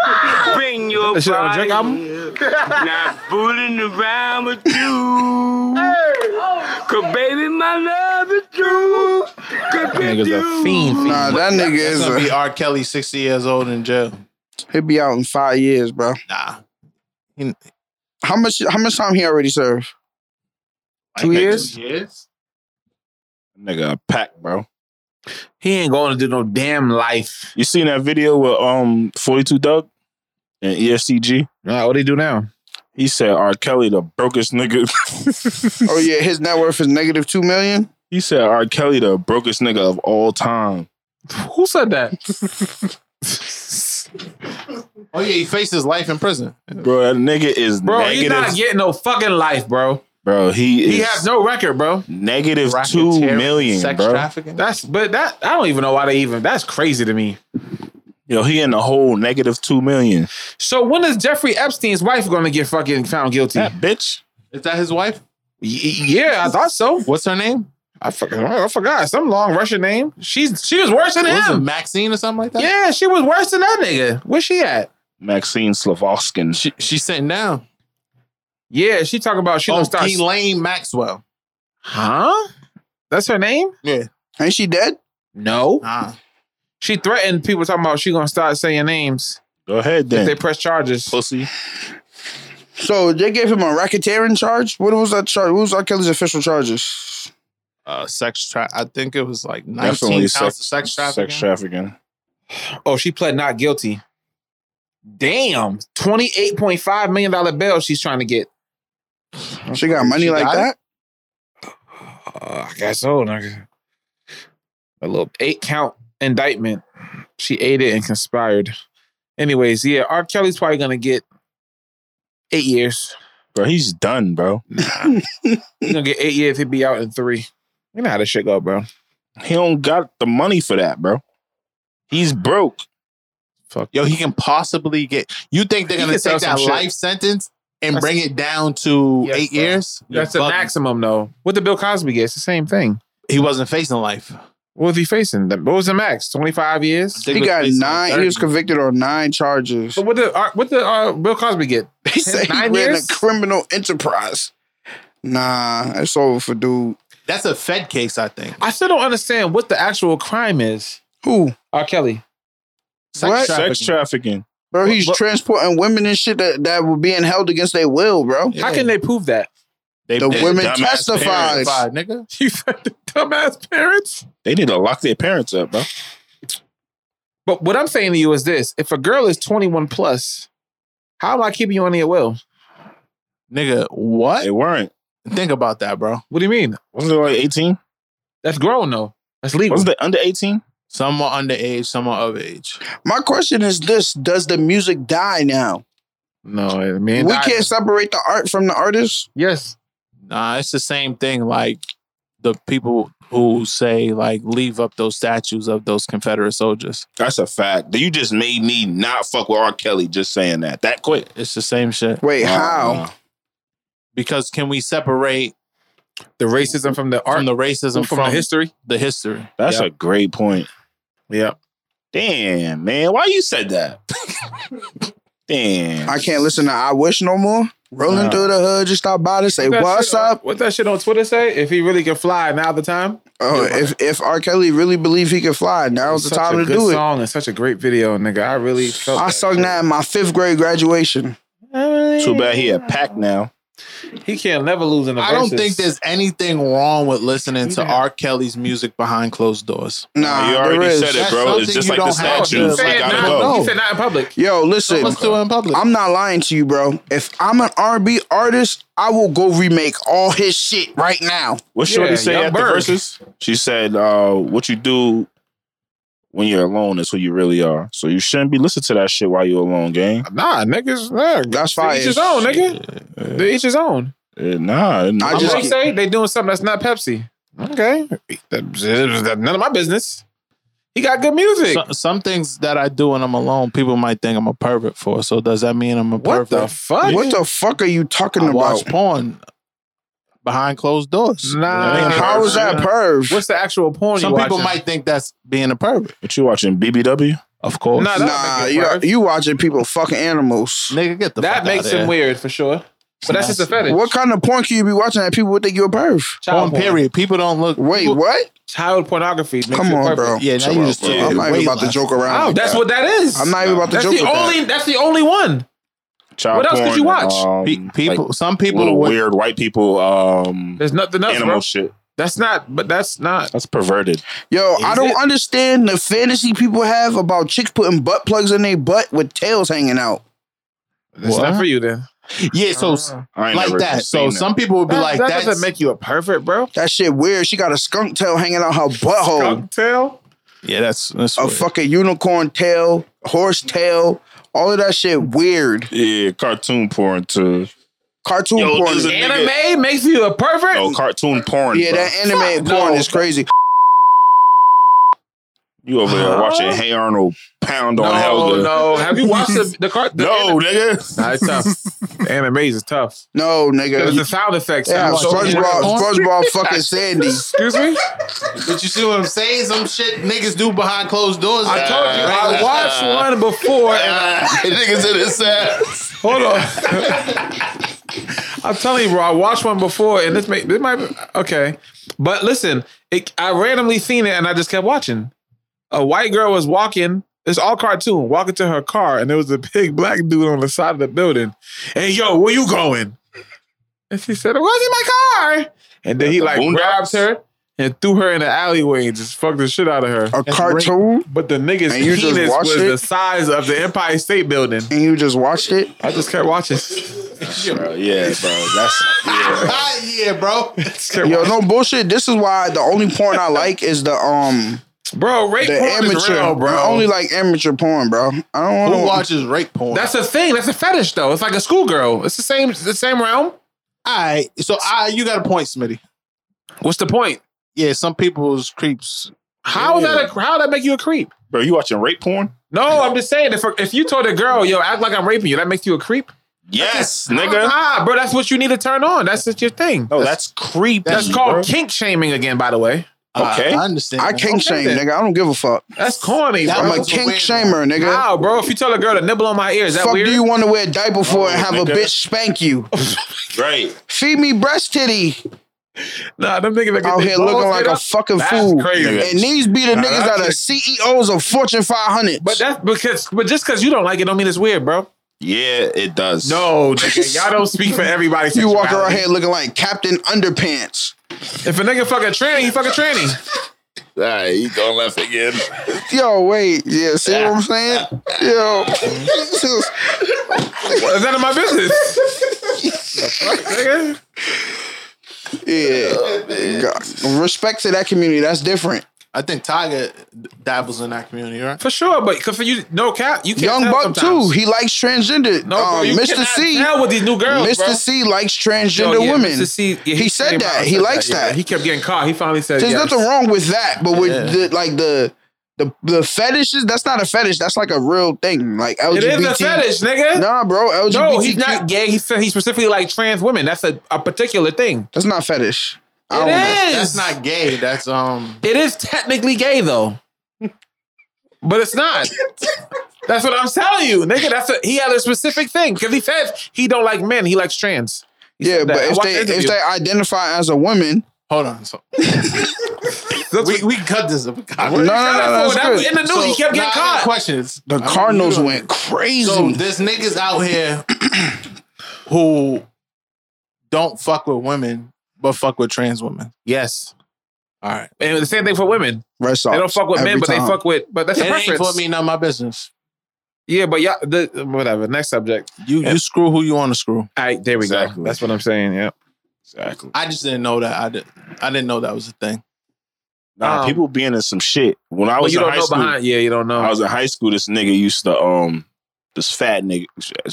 [SPEAKER 10] bring your
[SPEAKER 3] That shit on a
[SPEAKER 10] body.
[SPEAKER 3] Drake album?
[SPEAKER 10] here. Not fooling around with you, cause baby, my love is true. Cause with
[SPEAKER 3] Nigga's a
[SPEAKER 10] you,
[SPEAKER 3] fiend. fiend.
[SPEAKER 4] Nah, that nigga
[SPEAKER 8] It's
[SPEAKER 4] is
[SPEAKER 8] gonna be
[SPEAKER 4] a,
[SPEAKER 8] R. Kelly, sixty years old in jail.
[SPEAKER 4] he'll be out in five years, bro.
[SPEAKER 8] Nah,
[SPEAKER 4] How much how much time he already served?
[SPEAKER 3] Two years?
[SPEAKER 8] years.
[SPEAKER 5] Nigga, a pack, bro.
[SPEAKER 3] He ain't going to do no damn life.
[SPEAKER 5] You seen that video with um 42 Doug and E ESCG?
[SPEAKER 3] Nah, what do he do now?
[SPEAKER 5] He said R. Kelly the brokest nigga.
[SPEAKER 4] Oh yeah, his net worth is negative two million.
[SPEAKER 5] he said R. Kelly the brokest nigga of all time.
[SPEAKER 3] Who said that?
[SPEAKER 8] Oh yeah, he faced his life in prison.
[SPEAKER 5] Bro, that nigga is
[SPEAKER 3] Bro, he's
[SPEAKER 5] negative.
[SPEAKER 3] not getting no fucking life, bro.
[SPEAKER 5] bro, he is
[SPEAKER 3] He has no record, bro.
[SPEAKER 5] negative two
[SPEAKER 8] Racketeering,
[SPEAKER 5] million,
[SPEAKER 8] sex
[SPEAKER 5] bro.
[SPEAKER 8] trafficking.
[SPEAKER 3] That's but that I don't even know why they even that's crazy to me.
[SPEAKER 5] Yo, he in the whole negative two million.
[SPEAKER 3] So when is Jeffrey Epstein's wife gonna get fucking found guilty?
[SPEAKER 5] That bitch.
[SPEAKER 8] Is that his wife?
[SPEAKER 3] Y- yeah, I thought so.
[SPEAKER 8] What's her name?
[SPEAKER 3] I fucking I forgot some long Russian name. She's she was worse than
[SPEAKER 8] Was it
[SPEAKER 3] him.
[SPEAKER 8] Maxine or something like that?
[SPEAKER 3] Yeah, she was worse than that nigga. Where's she at?
[SPEAKER 5] Maxine Slavoskin.
[SPEAKER 8] She, she's sitting down.
[SPEAKER 3] Yeah, she talking about she
[SPEAKER 8] oh,
[SPEAKER 3] don't start.
[SPEAKER 8] Elaine Maxwell.
[SPEAKER 3] Huh? That's her name?
[SPEAKER 4] Ain't she dead?
[SPEAKER 3] No.
[SPEAKER 8] Ah.
[SPEAKER 3] She threatened people talking about she gonna start saying names
[SPEAKER 5] Go ahead
[SPEAKER 3] if they
[SPEAKER 5] then.
[SPEAKER 3] press charges.
[SPEAKER 5] Pussy.
[SPEAKER 4] So they gave him a racketeering charge. What was that charge? What was R. Kelly's official charges?
[SPEAKER 8] Uh, sex tra- I think it was like 19
[SPEAKER 5] Definitely
[SPEAKER 8] counts
[SPEAKER 5] sex,
[SPEAKER 8] of sex trafficking.
[SPEAKER 5] Sex trafficking.
[SPEAKER 3] Oh, she pled not guilty. Damn, twenty eight point five million dollar bail she's trying to get.
[SPEAKER 4] She got money
[SPEAKER 8] She
[SPEAKER 4] like
[SPEAKER 8] got it?
[SPEAKER 4] that.
[SPEAKER 3] Uh, I guess so, nigga. A little eight count indictment. She aided and conspired. Anyways, yeah, R. Kelly's probably gonna get eight years.
[SPEAKER 5] Bro, he's done, bro.
[SPEAKER 3] He's gonna get eight years if he be out in three. You know how this shit go, bro.
[SPEAKER 5] He don't got the money for that, bro. He's broke.
[SPEAKER 8] Yo, he can possibly get. You think they're
[SPEAKER 3] He
[SPEAKER 8] gonna
[SPEAKER 3] can sell
[SPEAKER 8] take that
[SPEAKER 3] some shit.
[SPEAKER 8] life sentence and
[SPEAKER 3] That's-
[SPEAKER 8] bring it down to
[SPEAKER 3] Yes,
[SPEAKER 8] eight
[SPEAKER 3] bro.
[SPEAKER 8] years?
[SPEAKER 3] That's the
[SPEAKER 8] You're bugging.
[SPEAKER 3] maximum though. What the Bill Cosby gets, the same thing.
[SPEAKER 8] He wasn't facing life.
[SPEAKER 3] What was he facing? What was the max? Twenty five years.
[SPEAKER 8] They
[SPEAKER 4] He
[SPEAKER 8] was
[SPEAKER 4] got
[SPEAKER 8] facing
[SPEAKER 4] nine. He was
[SPEAKER 8] 30.
[SPEAKER 4] convicted on nine charges.
[SPEAKER 3] So what the uh, what the uh, Bill Cosby get?
[SPEAKER 4] They say he
[SPEAKER 3] nine
[SPEAKER 4] ran
[SPEAKER 3] years?
[SPEAKER 4] a criminal enterprise. Nah, it's over for dude.
[SPEAKER 8] That's a Fed case, I think.
[SPEAKER 3] I still don't understand what the actual crime is.
[SPEAKER 4] Who?
[SPEAKER 3] R. Kelly.
[SPEAKER 8] Sex
[SPEAKER 4] What?
[SPEAKER 8] trafficking.
[SPEAKER 5] Sex trafficking.
[SPEAKER 4] Bro, he's
[SPEAKER 3] But-
[SPEAKER 4] transporting women and shit that, that were being held against their will, bro.
[SPEAKER 3] How can they prove that?
[SPEAKER 5] They,
[SPEAKER 4] The
[SPEAKER 5] they-
[SPEAKER 4] women
[SPEAKER 5] dumbass
[SPEAKER 4] testified.
[SPEAKER 5] parents.
[SPEAKER 8] Five, nigga.
[SPEAKER 3] You said the dumbass parents.
[SPEAKER 5] They need to lock their parents up, bro.
[SPEAKER 3] But what I'm saying to you is this: if a girl is 21 plus, how am I keeping you on your will?
[SPEAKER 8] Nigga, what?
[SPEAKER 5] They weren't.
[SPEAKER 8] Think about that, bro.
[SPEAKER 3] What do you mean?
[SPEAKER 5] Wasn't it like 18?
[SPEAKER 3] That's grown though. That's legal.
[SPEAKER 5] Wasn't they under 18?
[SPEAKER 8] Some are underage, some are of age.
[SPEAKER 4] My question is this: Does the music die now?
[SPEAKER 3] no, I mean
[SPEAKER 4] we
[SPEAKER 3] I-
[SPEAKER 4] can't separate the art from the artist.
[SPEAKER 3] Yes,
[SPEAKER 8] Nah, it's the same thing. Like the people who say like leave up those statues of those Confederate soldiers.
[SPEAKER 5] That's a fact. You just made me not fuck with R. Kelly just saying that. That quick.
[SPEAKER 8] It's the same shit.
[SPEAKER 4] Wait, how?
[SPEAKER 5] Wow.
[SPEAKER 8] Because can we separate
[SPEAKER 3] the racism from the art,
[SPEAKER 8] from the racism
[SPEAKER 3] from,
[SPEAKER 8] from,
[SPEAKER 3] the history.
[SPEAKER 8] the history?
[SPEAKER 5] That's
[SPEAKER 3] Yeah.
[SPEAKER 5] a great point.
[SPEAKER 3] Yeah,
[SPEAKER 5] Damn, man. Why you said that? Damn.
[SPEAKER 4] I can't listen to "I Wish" no more. Rolling
[SPEAKER 5] Nah.
[SPEAKER 4] through the hood, just stop by to say what's up.
[SPEAKER 3] What that shit on Twitter say? If he really can fly, now the time.
[SPEAKER 4] Oh, if if R. Kelly really believed he could fly, now's the
[SPEAKER 3] Such
[SPEAKER 4] time
[SPEAKER 3] a
[SPEAKER 4] to
[SPEAKER 3] good
[SPEAKER 4] do it.
[SPEAKER 3] Song and such a great video, nigga. I really felt.
[SPEAKER 4] I
[SPEAKER 3] that
[SPEAKER 4] sung
[SPEAKER 3] shit.
[SPEAKER 4] that at my fifth grade graduation.
[SPEAKER 5] Too bad he a pack now.
[SPEAKER 3] He can't never lose in the.
[SPEAKER 8] I don't
[SPEAKER 3] verses.
[SPEAKER 8] think there's anything wrong with listening to R. Kelly's music behind closed doors.
[SPEAKER 4] Nah,
[SPEAKER 5] you already
[SPEAKER 4] there is.
[SPEAKER 5] said it,
[SPEAKER 8] That's
[SPEAKER 5] bro. It's
[SPEAKER 8] something
[SPEAKER 5] just
[SPEAKER 8] you
[SPEAKER 5] like the
[SPEAKER 8] don't have to
[SPEAKER 3] He
[SPEAKER 5] statues.
[SPEAKER 8] say
[SPEAKER 5] They
[SPEAKER 3] said,
[SPEAKER 5] gotta
[SPEAKER 3] not,
[SPEAKER 5] go.
[SPEAKER 3] he said not in public.
[SPEAKER 4] Yo, listen,
[SPEAKER 8] Let's do it in public.
[SPEAKER 4] I'm not lying to you, bro. If I'm an R&B artist, I will go remake all his shit right now.
[SPEAKER 5] What
[SPEAKER 3] Yeah,
[SPEAKER 5] Shorty say
[SPEAKER 3] Young
[SPEAKER 5] at the
[SPEAKER 3] Berg.
[SPEAKER 5] verses? She said, uh, "What you do when you're alone is who you really are. So you shouldn't be listening to that shit while you're alone, gang.
[SPEAKER 3] Nah, niggas. Nah,
[SPEAKER 4] That's
[SPEAKER 3] to
[SPEAKER 4] fire.
[SPEAKER 3] Each his own, nigga. To each his own.
[SPEAKER 5] Eh, Nah,
[SPEAKER 4] I
[SPEAKER 5] nah.
[SPEAKER 4] just-
[SPEAKER 3] Just they say they doing something that's not Pepsi. Okay, That- that- none of my business. He got good music.
[SPEAKER 8] So- some things that I do when I'm alone, people might think I'm a pervert for. So does that mean I'm a
[SPEAKER 3] what
[SPEAKER 8] pervert?
[SPEAKER 3] the fuck?
[SPEAKER 4] What the fuck are you talking
[SPEAKER 8] I
[SPEAKER 4] about?
[SPEAKER 8] watch porn behind closed doors.
[SPEAKER 3] Nah.
[SPEAKER 4] How is that perv?
[SPEAKER 3] What's the actual porn?
[SPEAKER 8] Some
[SPEAKER 3] you
[SPEAKER 8] people
[SPEAKER 3] watching?
[SPEAKER 8] might think that's being a pervert.
[SPEAKER 5] what you watching? BBW?
[SPEAKER 8] Of course.
[SPEAKER 3] Nah, that-
[SPEAKER 4] Nah,
[SPEAKER 3] make it
[SPEAKER 4] you
[SPEAKER 3] perv.
[SPEAKER 4] you watching people fucking animals.
[SPEAKER 8] Nigga, get the
[SPEAKER 3] That makes him
[SPEAKER 8] weird.
[SPEAKER 3] weird for sure. But that's just a fetish.
[SPEAKER 4] What kind of porn can you be watching that people would think you're a perv?
[SPEAKER 8] Porn,
[SPEAKER 3] Child porn.
[SPEAKER 8] period. People don't look.
[SPEAKER 4] Wait,
[SPEAKER 8] people-
[SPEAKER 4] what?
[SPEAKER 3] Child pornography. Makes
[SPEAKER 4] Come
[SPEAKER 3] it
[SPEAKER 4] on,
[SPEAKER 3] perfect.
[SPEAKER 4] bro.
[SPEAKER 8] Yeah, now
[SPEAKER 4] Chill
[SPEAKER 8] you
[SPEAKER 4] out,
[SPEAKER 8] just
[SPEAKER 4] bro.
[SPEAKER 8] took
[SPEAKER 4] I'm
[SPEAKER 8] it
[SPEAKER 4] not
[SPEAKER 8] way
[SPEAKER 4] even about to
[SPEAKER 8] left.
[SPEAKER 4] joke around.
[SPEAKER 3] Oh,
[SPEAKER 4] like
[SPEAKER 3] that's
[SPEAKER 4] that.
[SPEAKER 3] what that is.
[SPEAKER 4] I'm not even about to
[SPEAKER 3] that's
[SPEAKER 4] joke.
[SPEAKER 3] the
[SPEAKER 4] with that.
[SPEAKER 3] only. That's the only one.
[SPEAKER 5] Child
[SPEAKER 3] What else could
[SPEAKER 5] porn
[SPEAKER 3] you
[SPEAKER 5] and,
[SPEAKER 3] watch?
[SPEAKER 5] um,
[SPEAKER 8] Pe- people.
[SPEAKER 5] like,
[SPEAKER 8] some people
[SPEAKER 5] little
[SPEAKER 8] would.
[SPEAKER 5] weird white people um,
[SPEAKER 3] There's nothing else.
[SPEAKER 5] animal
[SPEAKER 3] Bro.
[SPEAKER 5] shit.
[SPEAKER 3] That's not, but that's not.
[SPEAKER 5] That's perverted.
[SPEAKER 4] Yo, I
[SPEAKER 3] Is
[SPEAKER 4] don't
[SPEAKER 3] it?
[SPEAKER 4] understand the fantasy people have about chicks putting butt plugs in their butt with tails hanging out.
[SPEAKER 3] That's
[SPEAKER 8] What?
[SPEAKER 3] not for you then.
[SPEAKER 8] Yeah, so s-
[SPEAKER 5] I ain't
[SPEAKER 8] like
[SPEAKER 5] never
[SPEAKER 8] that. So
[SPEAKER 5] seen that.
[SPEAKER 8] some people would be
[SPEAKER 3] That-
[SPEAKER 8] like,
[SPEAKER 3] that
[SPEAKER 8] that's
[SPEAKER 3] doesn't make you a pervert, bro.
[SPEAKER 4] That shit weird. She got a skunk tail hanging out her butthole.
[SPEAKER 3] Cocktail.
[SPEAKER 8] yeah, that's that's
[SPEAKER 4] A
[SPEAKER 8] weird.
[SPEAKER 4] fucking unicorn tail, horse tail, all of that shit weird.
[SPEAKER 5] Yeah, cartoon porn too.
[SPEAKER 4] Cartoon
[SPEAKER 5] Yo,
[SPEAKER 4] porn.
[SPEAKER 5] there's
[SPEAKER 4] is-
[SPEAKER 5] a-
[SPEAKER 3] Anime makes you a pervert.
[SPEAKER 5] No, cartoon porn.
[SPEAKER 4] Yeah,
[SPEAKER 5] bro.
[SPEAKER 4] that anime
[SPEAKER 3] Fuck
[SPEAKER 4] porn
[SPEAKER 3] no.
[SPEAKER 4] is crazy.
[SPEAKER 5] you over there
[SPEAKER 3] Huh?
[SPEAKER 5] watching Hey Arnold pound on
[SPEAKER 3] no,
[SPEAKER 5] Helga.
[SPEAKER 3] Oh, no. Have you watched the the, car, the
[SPEAKER 5] No,
[SPEAKER 3] anime?
[SPEAKER 5] nigga.
[SPEAKER 3] Nah, it's tough. The anime is tough.
[SPEAKER 4] No,
[SPEAKER 3] Because the
[SPEAKER 4] nigga.
[SPEAKER 3] sound effects.
[SPEAKER 4] Yeah,
[SPEAKER 3] I'm so-
[SPEAKER 4] SpongeBob, SpongeBob fucking Sandy.
[SPEAKER 3] Excuse me.
[SPEAKER 8] But you see what I'm saying? Some shit niggas do behind closed doors.
[SPEAKER 3] I told you I watched one before, and I,
[SPEAKER 8] niggas in the set.
[SPEAKER 3] hold on. I'm telling you, bro. I watched one before, and this may this might be, okay. But listen, it, I randomly seen it, and I just kept watching. A white girl was walking. It's all cartoon. Walking to her car, and there was a big black dude on the side of the building. Hey, yo, where you going? And she said, "Where's in my car?" And then he
[SPEAKER 5] The
[SPEAKER 3] like
[SPEAKER 5] Boondocks?
[SPEAKER 3] grabbed her and threw her in the alleyway and just fucked the shit out of her.
[SPEAKER 4] A cartoon?
[SPEAKER 3] But the nigga's
[SPEAKER 4] And you just
[SPEAKER 3] penis
[SPEAKER 4] watched
[SPEAKER 3] was
[SPEAKER 4] it?
[SPEAKER 3] the size of the Empire State Building.
[SPEAKER 4] And you just watched it?
[SPEAKER 3] I just kept watching.
[SPEAKER 5] Bro, yeah, bro. That's yeah.
[SPEAKER 8] yeah, bro.
[SPEAKER 3] Just kept
[SPEAKER 4] Yo,
[SPEAKER 3] watching.
[SPEAKER 4] no bullshit. This is why the only porn I like is the um
[SPEAKER 3] bro, rape
[SPEAKER 4] the
[SPEAKER 3] porn is
[SPEAKER 4] amateur.
[SPEAKER 3] real, bro.
[SPEAKER 4] I only like amateur porn, bro. I don't want
[SPEAKER 8] Who
[SPEAKER 4] to watch.
[SPEAKER 8] watches rape porn?
[SPEAKER 3] That's a thing. That's a fetish, though. It's like a schoolgirl. It's the same. it's The same realm.
[SPEAKER 8] all right. So I, you got a point, Smitty.
[SPEAKER 3] What's the point?
[SPEAKER 8] Yeah, some people's creeps.
[SPEAKER 3] How is that? A, how that make you a creep?
[SPEAKER 5] Bro, you watching rape porn?
[SPEAKER 3] No, I'm just saying. If if you told a girl, yo, act like I'm raping you, that makes you a creep,
[SPEAKER 5] Yes, nigga.
[SPEAKER 3] Ah, bro, that's what you need to turn on. That's just your thing.
[SPEAKER 5] No, Oh, that's creepy.
[SPEAKER 3] That's called kink shaming again, by the way.
[SPEAKER 5] Okay.
[SPEAKER 8] I, I understand.
[SPEAKER 4] I
[SPEAKER 8] that.
[SPEAKER 4] kink
[SPEAKER 3] Okay,
[SPEAKER 4] shame,
[SPEAKER 3] then.
[SPEAKER 4] nigga. I don't give a fuck.
[SPEAKER 3] That's corny,
[SPEAKER 8] That
[SPEAKER 3] bro.
[SPEAKER 4] I'm a
[SPEAKER 8] was a
[SPEAKER 4] kink
[SPEAKER 8] weird
[SPEAKER 4] shamer, nigga.
[SPEAKER 3] How, bro? If you tell a girl to nibble on my ear, is that
[SPEAKER 4] Fuck
[SPEAKER 3] weird? Oh,
[SPEAKER 4] do you want to wear a diaper for and have a
[SPEAKER 5] nigga.
[SPEAKER 4] bitch spank you?
[SPEAKER 5] Right.
[SPEAKER 4] Feed me breast titty
[SPEAKER 3] Nah, them niggas that get
[SPEAKER 4] out
[SPEAKER 3] their
[SPEAKER 4] here looking
[SPEAKER 3] balls
[SPEAKER 4] like
[SPEAKER 3] hit
[SPEAKER 4] a
[SPEAKER 3] up,
[SPEAKER 4] fucking
[SPEAKER 3] That's
[SPEAKER 4] fool.
[SPEAKER 3] crazy.
[SPEAKER 4] And these be the
[SPEAKER 3] Nah,
[SPEAKER 4] niggas
[SPEAKER 3] that
[SPEAKER 4] that are
[SPEAKER 3] shit-
[SPEAKER 4] CEOs of Fortune 500.
[SPEAKER 3] But that's because, but just because you don't like it, don't mean it's weird, bro.
[SPEAKER 5] Yeah, it does.
[SPEAKER 3] No, nigga, y'all don't speak for everybody.
[SPEAKER 4] you walk around here looking like Captain Underpants.
[SPEAKER 3] If a nigga fuck a tranny, he fuck a tranny.
[SPEAKER 5] All right, you going left again.
[SPEAKER 4] Yo, wait. Yeah, see what I'm saying? Yo.
[SPEAKER 3] Well, Is that in my business? nigga?
[SPEAKER 4] yeah. God. Respect to that community. That's different.
[SPEAKER 8] I think Tiger dabbles in that community, right?
[SPEAKER 3] For sure, but 'cause for you, no cap, you can't.
[SPEAKER 4] Young
[SPEAKER 3] tell
[SPEAKER 4] Buck,
[SPEAKER 3] sometimes.
[SPEAKER 4] too. He likes transgender.
[SPEAKER 3] No, bro,
[SPEAKER 4] um,
[SPEAKER 3] you
[SPEAKER 4] Mr.
[SPEAKER 3] cannot
[SPEAKER 4] C.
[SPEAKER 3] Tell with these new girls,
[SPEAKER 4] Mr.
[SPEAKER 3] bro.
[SPEAKER 4] C likes transgender
[SPEAKER 3] Yo, yeah,
[SPEAKER 4] women.
[SPEAKER 3] Mr. C, yeah,
[SPEAKER 4] he, said
[SPEAKER 3] came out
[SPEAKER 4] that.
[SPEAKER 3] and
[SPEAKER 4] He
[SPEAKER 3] said
[SPEAKER 4] likes
[SPEAKER 3] yeah.
[SPEAKER 4] that.
[SPEAKER 3] He kept getting caught. He finally said,
[SPEAKER 4] There's
[SPEAKER 3] yes.
[SPEAKER 4] nothing wrong with that, but with the, like the the the fetishes, that's not a fetish. That's like a real thing. Like LGBT.
[SPEAKER 3] It is a fetish, nigga.
[SPEAKER 4] Nah, bro. LGBT.
[SPEAKER 3] No, he's not gay. He said he specifically like trans women. That's a, a particular thing.
[SPEAKER 4] That's not fetish. I
[SPEAKER 3] It
[SPEAKER 4] don't know.
[SPEAKER 3] is.
[SPEAKER 8] That's not gay. That's um.
[SPEAKER 3] It is technically gay though, but it's not. That's what I'm telling you, nigga. That's a, he had a specific thing because he said he don't like men. He likes trans.
[SPEAKER 4] Yeah,
[SPEAKER 3] said that.
[SPEAKER 4] but
[SPEAKER 3] I
[SPEAKER 4] if
[SPEAKER 3] watched the
[SPEAKER 4] they if
[SPEAKER 3] interview.
[SPEAKER 4] they identify as a woman,
[SPEAKER 8] Hold on. So
[SPEAKER 3] That's
[SPEAKER 8] we
[SPEAKER 3] what,
[SPEAKER 8] we cut this. up.
[SPEAKER 4] no, no, no,
[SPEAKER 3] that's
[SPEAKER 4] that's
[SPEAKER 3] that,
[SPEAKER 4] good.
[SPEAKER 3] in the news. he kept getting
[SPEAKER 8] Nah, I got
[SPEAKER 3] caught.
[SPEAKER 8] Questions. Hmm.
[SPEAKER 4] the
[SPEAKER 8] I mean,
[SPEAKER 4] Cardinals
[SPEAKER 8] you know.
[SPEAKER 4] went crazy.
[SPEAKER 8] So there's niggas out here who don't fuck with women, but fuck with trans women.
[SPEAKER 3] Yes,
[SPEAKER 8] All right.
[SPEAKER 3] and the same thing for women.
[SPEAKER 4] Red Sox.
[SPEAKER 3] They don't fuck with
[SPEAKER 4] every
[SPEAKER 3] men, but
[SPEAKER 4] time.
[SPEAKER 3] they fuck with. But that's a
[SPEAKER 8] It ain't
[SPEAKER 3] preference.
[SPEAKER 8] for me, none of my business.
[SPEAKER 3] Yeah, but yeah, the, whatever. Next subject.
[SPEAKER 8] You you screw who you want to screw.
[SPEAKER 3] All right, there we
[SPEAKER 5] Exactly.
[SPEAKER 3] go. That's what I'm saying. Yeah.
[SPEAKER 5] Exactly.
[SPEAKER 8] I just didn't know that. I did. I didn't know that was a thing.
[SPEAKER 5] Nah,
[SPEAKER 3] Um,
[SPEAKER 5] people being in some shit. When I
[SPEAKER 3] But
[SPEAKER 5] was
[SPEAKER 3] you
[SPEAKER 5] in
[SPEAKER 3] don't
[SPEAKER 5] high
[SPEAKER 3] know
[SPEAKER 5] school,
[SPEAKER 3] behind. Yeah, you don't know.
[SPEAKER 5] I was in high school. This nigga used to um, this fat nigga.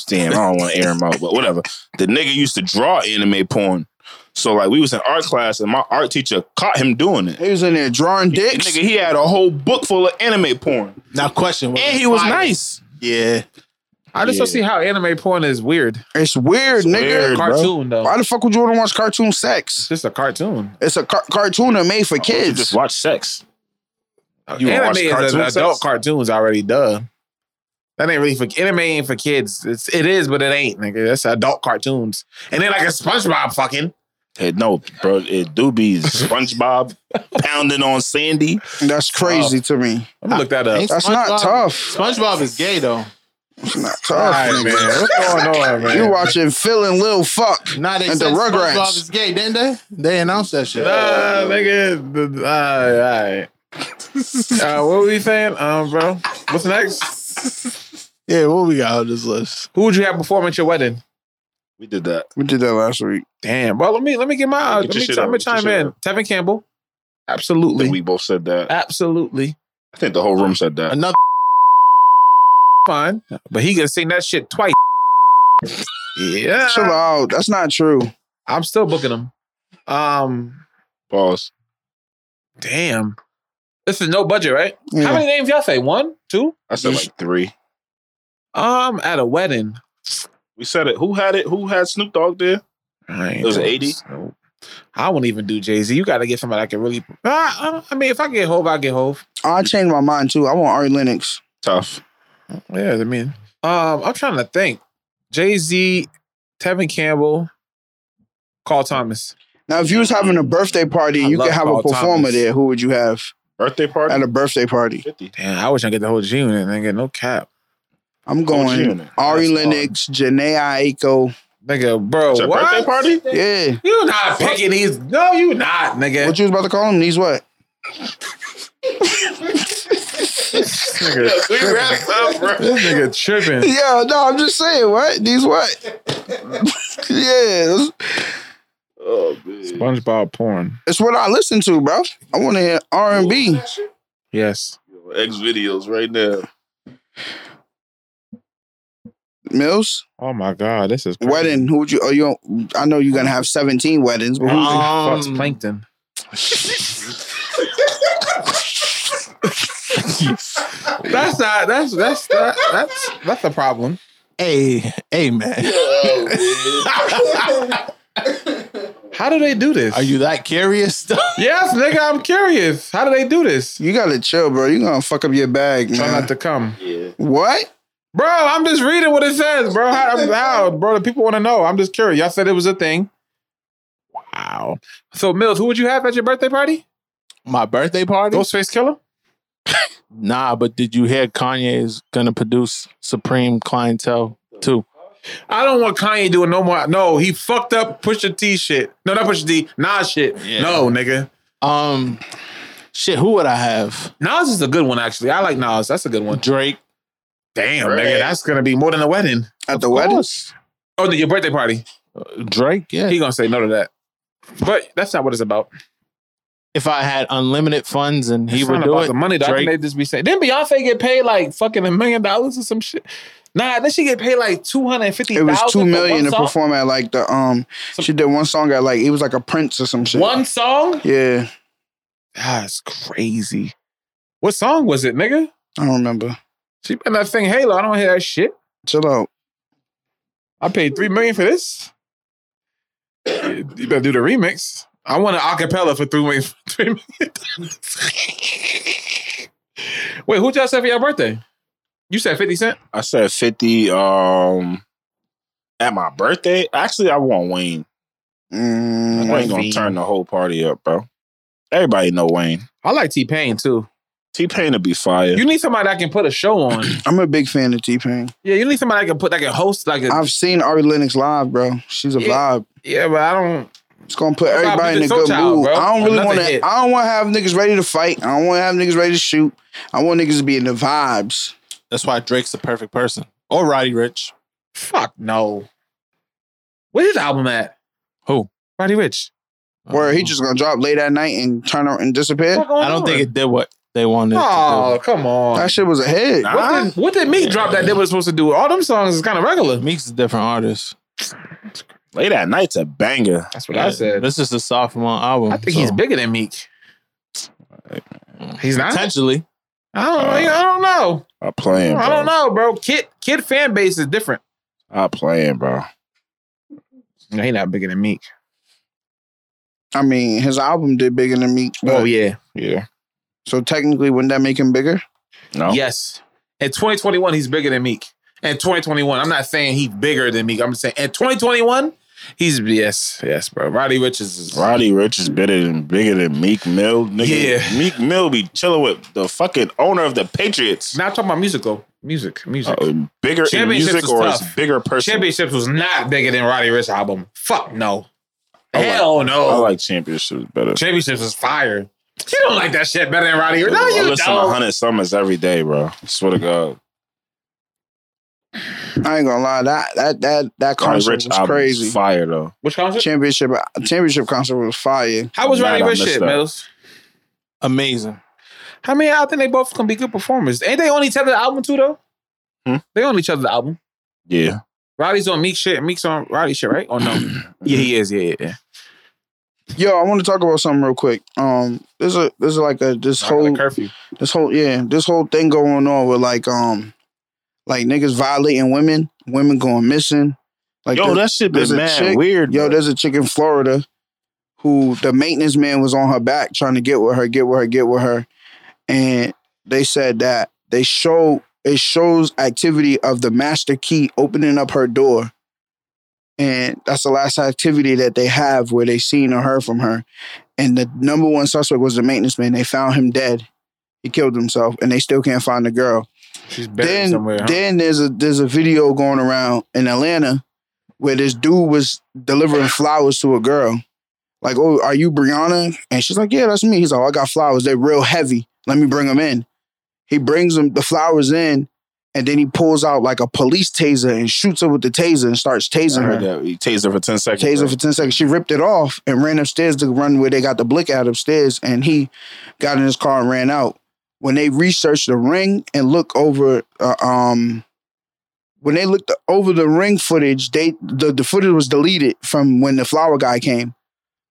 [SPEAKER 5] Damn, I don't want to air him out, but whatever. The nigga used to draw anime porn. So like, we was in art class, and my art teacher caught him doing it.
[SPEAKER 4] He was in there drawing dicks.
[SPEAKER 5] Nigga, he had a whole book full of anime porn,
[SPEAKER 8] Now question.
[SPEAKER 5] and he was
[SPEAKER 8] fire?
[SPEAKER 5] nice.
[SPEAKER 8] Yeah.
[SPEAKER 3] I just don't see how anime porn is weird.
[SPEAKER 4] It's weird, nigga.
[SPEAKER 5] weird. bro.
[SPEAKER 3] Cartoon though.
[SPEAKER 4] Why the fuck would you want to watch cartoon
[SPEAKER 3] It's
[SPEAKER 4] sex?
[SPEAKER 3] just a cartoon.
[SPEAKER 4] It's a car- cartoon that made for
[SPEAKER 5] You
[SPEAKER 4] kids.
[SPEAKER 5] just watch sex. You
[SPEAKER 3] anime
[SPEAKER 5] watch
[SPEAKER 3] is
[SPEAKER 5] cartoon
[SPEAKER 3] an
[SPEAKER 5] sex?
[SPEAKER 3] adult cartoons already done. That ain't really for anime ain't for kids. It's it is, but it ain't, nigga. That's adult cartoons. And then like a SpongeBob fucking.
[SPEAKER 5] Hey, no, bro, it do be SpongeBob pounding on Sandy.
[SPEAKER 4] That's crazy to me.
[SPEAKER 3] I'm gonna look that up.
[SPEAKER 8] Ain't
[SPEAKER 4] That's not
[SPEAKER 8] SpongeBob-
[SPEAKER 4] tough.
[SPEAKER 8] SpongeBob is gay though.
[SPEAKER 4] It's not tough,
[SPEAKER 3] All right, man.
[SPEAKER 4] nigga.
[SPEAKER 3] What's going on, man?
[SPEAKER 4] You watching Phil and Lil Fuck
[SPEAKER 8] Nah, they
[SPEAKER 4] and the
[SPEAKER 8] said SpongeBob
[SPEAKER 4] Rugrats.
[SPEAKER 8] is gay, didn't they? They announced that shit.
[SPEAKER 3] Nah, nigga. the- All right, all right. Uh, what were we saying, um, bro? What's next?
[SPEAKER 8] Yeah, what we got on this list?
[SPEAKER 3] Who would you have perform at your wedding?
[SPEAKER 5] We did that.
[SPEAKER 4] We did that last week.
[SPEAKER 3] Damn, bro. Let me let me get my
[SPEAKER 5] Get
[SPEAKER 3] let
[SPEAKER 5] your
[SPEAKER 3] me
[SPEAKER 5] shit
[SPEAKER 3] chime,
[SPEAKER 5] out, get your
[SPEAKER 3] chime
[SPEAKER 5] shit
[SPEAKER 3] in. Tevin Campbell,
[SPEAKER 5] I think we
[SPEAKER 3] absolutely,
[SPEAKER 5] both said that.
[SPEAKER 3] absolutely
[SPEAKER 5] I think the whole room said that.
[SPEAKER 8] Another
[SPEAKER 3] fine. But he gonna sing that shit twice. yeah,
[SPEAKER 4] Chill out. That's not true.
[SPEAKER 3] I'm still booking him. Um,
[SPEAKER 5] Pause.
[SPEAKER 3] damn. This is no budget, right? How
[SPEAKER 4] Yeah.
[SPEAKER 3] many names y'all say? One, two?
[SPEAKER 5] I said like three.
[SPEAKER 3] Um, at a wedding.
[SPEAKER 5] We said it. Who had it? Who had Snoop Dogg there?
[SPEAKER 3] I ain't
[SPEAKER 5] It was
[SPEAKER 3] doing
[SPEAKER 5] 80?
[SPEAKER 3] this. Nope. I won't even do Jay Z. You got to get somebody that can really. Ah, I, don't- I mean, if I get Hove, I get Hove.
[SPEAKER 4] I changed my mind too. I want Ari Lennox.
[SPEAKER 5] Tough.
[SPEAKER 3] Yeah, I mean, um, I'm trying to think. Jay Z, Tevin Campbell, Carl Thomas.
[SPEAKER 4] Now, if you was having a birthday party
[SPEAKER 3] I
[SPEAKER 4] and you could
[SPEAKER 3] love
[SPEAKER 4] have
[SPEAKER 3] Carl
[SPEAKER 4] a performer
[SPEAKER 3] Thomas.
[SPEAKER 4] there, who would you have
[SPEAKER 5] Birthday party.
[SPEAKER 4] at a birthday party?
[SPEAKER 5] 50.
[SPEAKER 3] Damn, I wish I get the whole G unit nigga. No cap,
[SPEAKER 4] I'm
[SPEAKER 5] you
[SPEAKER 4] going
[SPEAKER 5] in it?
[SPEAKER 4] Ari
[SPEAKER 5] That's
[SPEAKER 4] Lennox, Janae Aiko.
[SPEAKER 3] nigga, bro.
[SPEAKER 5] It's your
[SPEAKER 3] what?
[SPEAKER 5] birthday party?
[SPEAKER 4] Yeah.
[SPEAKER 3] You not picking these? No, you not, nigga.
[SPEAKER 4] What you was about to call him? These what?
[SPEAKER 5] We wrapped up, bro.
[SPEAKER 3] this nigga tripping.
[SPEAKER 4] Yeah, no, I'm just saying, what? These what? yeah, it's,
[SPEAKER 5] Oh, man.
[SPEAKER 3] SpongeBob porn.
[SPEAKER 4] it's what I listen to, bro. I want to hear R&B.
[SPEAKER 3] Yes.
[SPEAKER 5] X videos right now.
[SPEAKER 4] Mills,
[SPEAKER 3] Oh my god, this is crazy.
[SPEAKER 4] wedding. Who would you? Oh, you? don't- I know you're gonna have 17 weddings, but who's
[SPEAKER 3] Fucks
[SPEAKER 8] Um,
[SPEAKER 3] plankton. that's not. That's that's that, that's that's a problem.
[SPEAKER 8] Hey, hey, man.
[SPEAKER 3] How do they do this?
[SPEAKER 8] Are you that curious?
[SPEAKER 3] Yes, nigga. I'm curious. How do they do this?
[SPEAKER 4] you gotta chill, bro. You gonna fuck up your bag,
[SPEAKER 3] Try
[SPEAKER 4] man.
[SPEAKER 3] not to come,
[SPEAKER 4] what?
[SPEAKER 3] bro. I'm just reading what it says, bro. How, how bro? The people want to know. I'm just curious. Y'all said it was a thing. Wow. So Mills, who would you have at your birthday party?
[SPEAKER 8] My birthday party?
[SPEAKER 3] Ghostface Killer.
[SPEAKER 8] Nah, but did you hear Kanye is gonna produce Supreme Clientele too?
[SPEAKER 3] I don't want Kanye doing no more. No, he fucked up Pusha T shit. No, not Pusha T. Nas shit.
[SPEAKER 8] Yeah.
[SPEAKER 3] No, nigga.
[SPEAKER 8] Um, shit, who would I have?
[SPEAKER 3] Nas is a good one actually. I like Nas. That's a good one.
[SPEAKER 8] Drake.
[SPEAKER 3] Damn,
[SPEAKER 5] Right.
[SPEAKER 3] nigga, that's gonna be more than a wedding.
[SPEAKER 4] At the wedding?
[SPEAKER 3] Oh, the- your birthday party.
[SPEAKER 8] Uh, Drake, yeah.
[SPEAKER 3] He gonna say no to that. But that's not what it's about.
[SPEAKER 8] If I had unlimited funds and he
[SPEAKER 3] it's
[SPEAKER 8] would
[SPEAKER 3] not
[SPEAKER 8] do
[SPEAKER 3] about
[SPEAKER 8] it,
[SPEAKER 3] the money. Though. I think
[SPEAKER 8] Drake.
[SPEAKER 3] they just be saying. Didn't Beyonce get paid like fucking a million dollars or some shit? Nah, then she get paid like two hundred and fifty.
[SPEAKER 4] It was two million to perform at like the um. She did one song at like it was like a Prince or some shit.
[SPEAKER 3] One song?
[SPEAKER 4] Yeah,
[SPEAKER 3] That's crazy. What song was it, nigga?
[SPEAKER 4] I don't remember.
[SPEAKER 3] She been that thing Halo. I don't hear that shit.
[SPEAKER 4] Chill out.
[SPEAKER 3] I paid three million for this. You better do the remix. I want an acapella for three million. Three million. Wait, who y'all said for your birthday? You said Fifty Cent.
[SPEAKER 5] I said 50 um at my birthday. Actually, I want Wayne.
[SPEAKER 4] Mm,
[SPEAKER 5] Wayne gonna turn the whole party up, bro. Everybody know Wayne.
[SPEAKER 3] I like T Pain too.
[SPEAKER 5] T Pain will be fire.
[SPEAKER 3] You need somebody that can put a show on.
[SPEAKER 4] I'm a big fan of T Pain.
[SPEAKER 3] yeah, you need somebody that can put that can host like a.
[SPEAKER 4] I've seen Ari Lennox live, bro. She's a
[SPEAKER 3] Yeah.
[SPEAKER 4] vibe.
[SPEAKER 3] yeah, but I don't.
[SPEAKER 4] It's gonna put
[SPEAKER 3] That's why I
[SPEAKER 4] everybody in
[SPEAKER 3] beat
[SPEAKER 4] a
[SPEAKER 3] the Soul
[SPEAKER 4] good
[SPEAKER 3] Child,
[SPEAKER 4] mood.
[SPEAKER 3] bro.
[SPEAKER 4] I don't really
[SPEAKER 3] Nothing
[SPEAKER 4] want to.
[SPEAKER 3] hit.
[SPEAKER 4] I don't want to have niggas ready to fight. I don't want to have niggas ready to shoot. I want niggas to be in the vibes.
[SPEAKER 8] that's why Drake's the perfect person. Or Roddy Rich.
[SPEAKER 3] Fuck no. Where's his album at?
[SPEAKER 8] Who?
[SPEAKER 3] Roddy Rich.
[SPEAKER 4] Where he just gonna drop late at night and turn around and disappear.
[SPEAKER 8] I don't think it did what they wanted.
[SPEAKER 3] Oh come on!
[SPEAKER 4] That shit was a hit.
[SPEAKER 5] Nah.
[SPEAKER 3] What did, what did Meek drop that they were supposed to do? All them songs is kind of
[SPEAKER 8] to
[SPEAKER 3] regular.
[SPEAKER 8] do. Meek's a different artist.
[SPEAKER 5] Late at night's a banger.
[SPEAKER 3] That's what I said.
[SPEAKER 8] This is a sophomore album.
[SPEAKER 3] I think
[SPEAKER 8] so
[SPEAKER 3] he's bigger than Meek. He's not.
[SPEAKER 8] Potentially.
[SPEAKER 3] I don't. I don't know.
[SPEAKER 5] I'm playing. Bro.
[SPEAKER 3] I don't know, bro. Kid kid fan base is different.
[SPEAKER 5] I'm playing, bro.
[SPEAKER 3] No, he not bigger than Meek.
[SPEAKER 4] I mean, his album did bigger than Meek.
[SPEAKER 3] Oh yeah,
[SPEAKER 5] Yeah.
[SPEAKER 4] So technically, wouldn't that make him bigger?
[SPEAKER 5] No.
[SPEAKER 3] yes. In 2021, he's bigger than Meek. In 2021, I'm not saying he's bigger than Meek. I'm saying in 2021, He's yes, yes, bro. Roddy Richards is
[SPEAKER 5] Roddy Rich is better than bigger than Meek Mill. Nigga,
[SPEAKER 3] Yeah.
[SPEAKER 5] Meek Mill be chilling with the fucking owner of the Patriots.
[SPEAKER 3] Now I'm talking about music though. Music, music.
[SPEAKER 5] Uh, bigger in
[SPEAKER 3] Championships
[SPEAKER 5] music
[SPEAKER 3] was
[SPEAKER 5] or is
[SPEAKER 3] tough.
[SPEAKER 5] bigger person?
[SPEAKER 3] Championships was not bigger than Roddy Rich album. Fuck no.
[SPEAKER 5] I Oh, like-
[SPEAKER 3] Hell no.
[SPEAKER 5] I like championships better.
[SPEAKER 3] Championships is fire. You don't like that shit better than Roddy Rich. No,
[SPEAKER 5] I
[SPEAKER 3] you
[SPEAKER 5] listen to
[SPEAKER 3] don't.
[SPEAKER 5] 100 Summers every day, bro. Swear to God.
[SPEAKER 4] I ain't gonna lie, that that that that
[SPEAKER 5] Roddy
[SPEAKER 4] concert
[SPEAKER 5] Rich
[SPEAKER 4] was
[SPEAKER 5] album is
[SPEAKER 4] crazy.
[SPEAKER 5] fire, though.
[SPEAKER 3] Which concert?
[SPEAKER 4] Championship championship concert was fire.
[SPEAKER 3] How was
[SPEAKER 5] Nah,
[SPEAKER 3] Roddy
[SPEAKER 5] I
[SPEAKER 3] Rich
[SPEAKER 5] missed
[SPEAKER 3] shit,
[SPEAKER 5] that.
[SPEAKER 3] Mills?
[SPEAKER 8] Amazing.
[SPEAKER 3] I mean, I think they both can be good performers. Ain't they on each other's album too, though?
[SPEAKER 5] Hmm?
[SPEAKER 3] They on each other's album.
[SPEAKER 5] Yeah.
[SPEAKER 3] Roddy's on Meek shit. Meek's on Roddy shit, right? Or no? yeah, he is. Yeah, yeah, yeah.
[SPEAKER 4] Yo, I want to talk about something real quick. Um, there's a there's like a this whole
[SPEAKER 3] curfew.
[SPEAKER 4] this whole yeah this whole thing going on with like um like niggas violating women, women going missing. Like
[SPEAKER 5] Yo,
[SPEAKER 4] there-
[SPEAKER 5] that shit
[SPEAKER 4] there's
[SPEAKER 5] been
[SPEAKER 4] a
[SPEAKER 5] mad
[SPEAKER 4] chick-
[SPEAKER 5] weird.
[SPEAKER 4] Yo,
[SPEAKER 5] bro.
[SPEAKER 4] there's a chick in Florida who the maintenance man was on her back trying to get with her, get with her, get with her. And they said that they show it shows activity of the master key opening up her door. And that's the last activity that they have where they seen or heard from her. And the number one suspect was the maintenance man. They found him dead. He killed himself and they still can't find the girl
[SPEAKER 3] She's buried
[SPEAKER 4] then,
[SPEAKER 3] somewhere. huh?
[SPEAKER 4] then there's a there's a video going around in Atlanta where this dude was delivering flowers to a girl. Like, oh, are you Brianna? And she's like, yeah, that's me. He's like, oh, I got flowers. They're real heavy. Let me bring them in. He brings them the flowers in, and then he pulls out like a police taser and shoots her with the taser and starts
[SPEAKER 5] I
[SPEAKER 4] tasing her.
[SPEAKER 5] heard that. He tased her for 10 seconds.
[SPEAKER 4] Taser
[SPEAKER 5] bro.
[SPEAKER 4] for 10 seconds. She ripped it off and ran upstairs to run where they got the blick out upstairs. And he got in his car and ran out. When they researched the ring and look over, uh, um, when they looked over the ring footage, they the, the footage was deleted from when the flower guy came.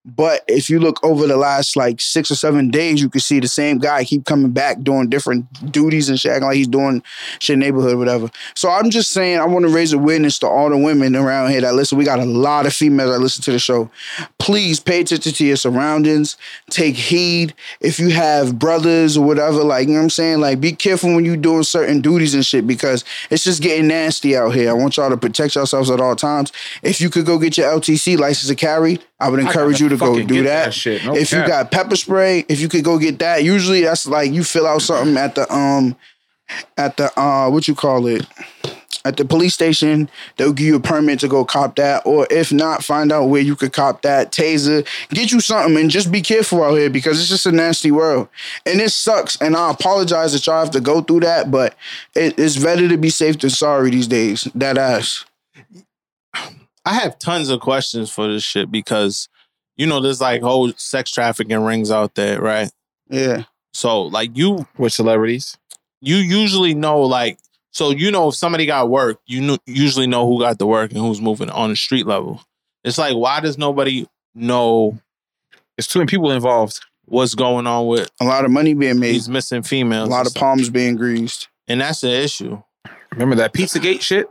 [SPEAKER 4] But if you look over the last like six or seven days, you can see the same guy keep coming back doing different duties and shit, acting like he's doing shit in the neighborhood, whatever. So I'm just saying, I want to raise awareness to all the women around here that listen. We got a lot of females that listen to the show. Please pay attention to your surroundings. Take heed. If you have brothers or whatever, like you know what I'm saying, like be careful when you doing certain duties and shit because it's just getting nasty out here. I want y'all to protect yourselves at all times. If you could go get your LTC license to carry, I would
[SPEAKER 3] I
[SPEAKER 4] encourage
[SPEAKER 3] gotta
[SPEAKER 4] you to go
[SPEAKER 3] fucking
[SPEAKER 4] do
[SPEAKER 3] get
[SPEAKER 4] that.
[SPEAKER 3] that shit. No
[SPEAKER 4] if you
[SPEAKER 3] cap.
[SPEAKER 4] got pepper spray, if you could go get that, usually that's like you fill out something at the um at the uh what you call it at the police station they'll give you a permit to go cop that or if not find out where you could cop that taser get you something and just be careful out here because it's just a nasty world and it sucks and i apologize that y'all have to go through that but it, it's better to be safe than sorry these days that ass
[SPEAKER 8] I have tons of questions for this shit because you know there's like whole sex trafficking rings out there, right?
[SPEAKER 4] yeah
[SPEAKER 8] So like you
[SPEAKER 3] with celebrities.
[SPEAKER 8] you usually know like so you know if somebody got work, you knew, usually know who got the work and who's moving on the street level. It's like why does nobody know
[SPEAKER 3] It's too many people involved.
[SPEAKER 8] what's going on with
[SPEAKER 4] a lot of money being made
[SPEAKER 8] these missing
[SPEAKER 4] a
[SPEAKER 8] females?
[SPEAKER 4] lot of palms being greased
[SPEAKER 8] and that's the issue.
[SPEAKER 3] Remember that Pizzagate shit?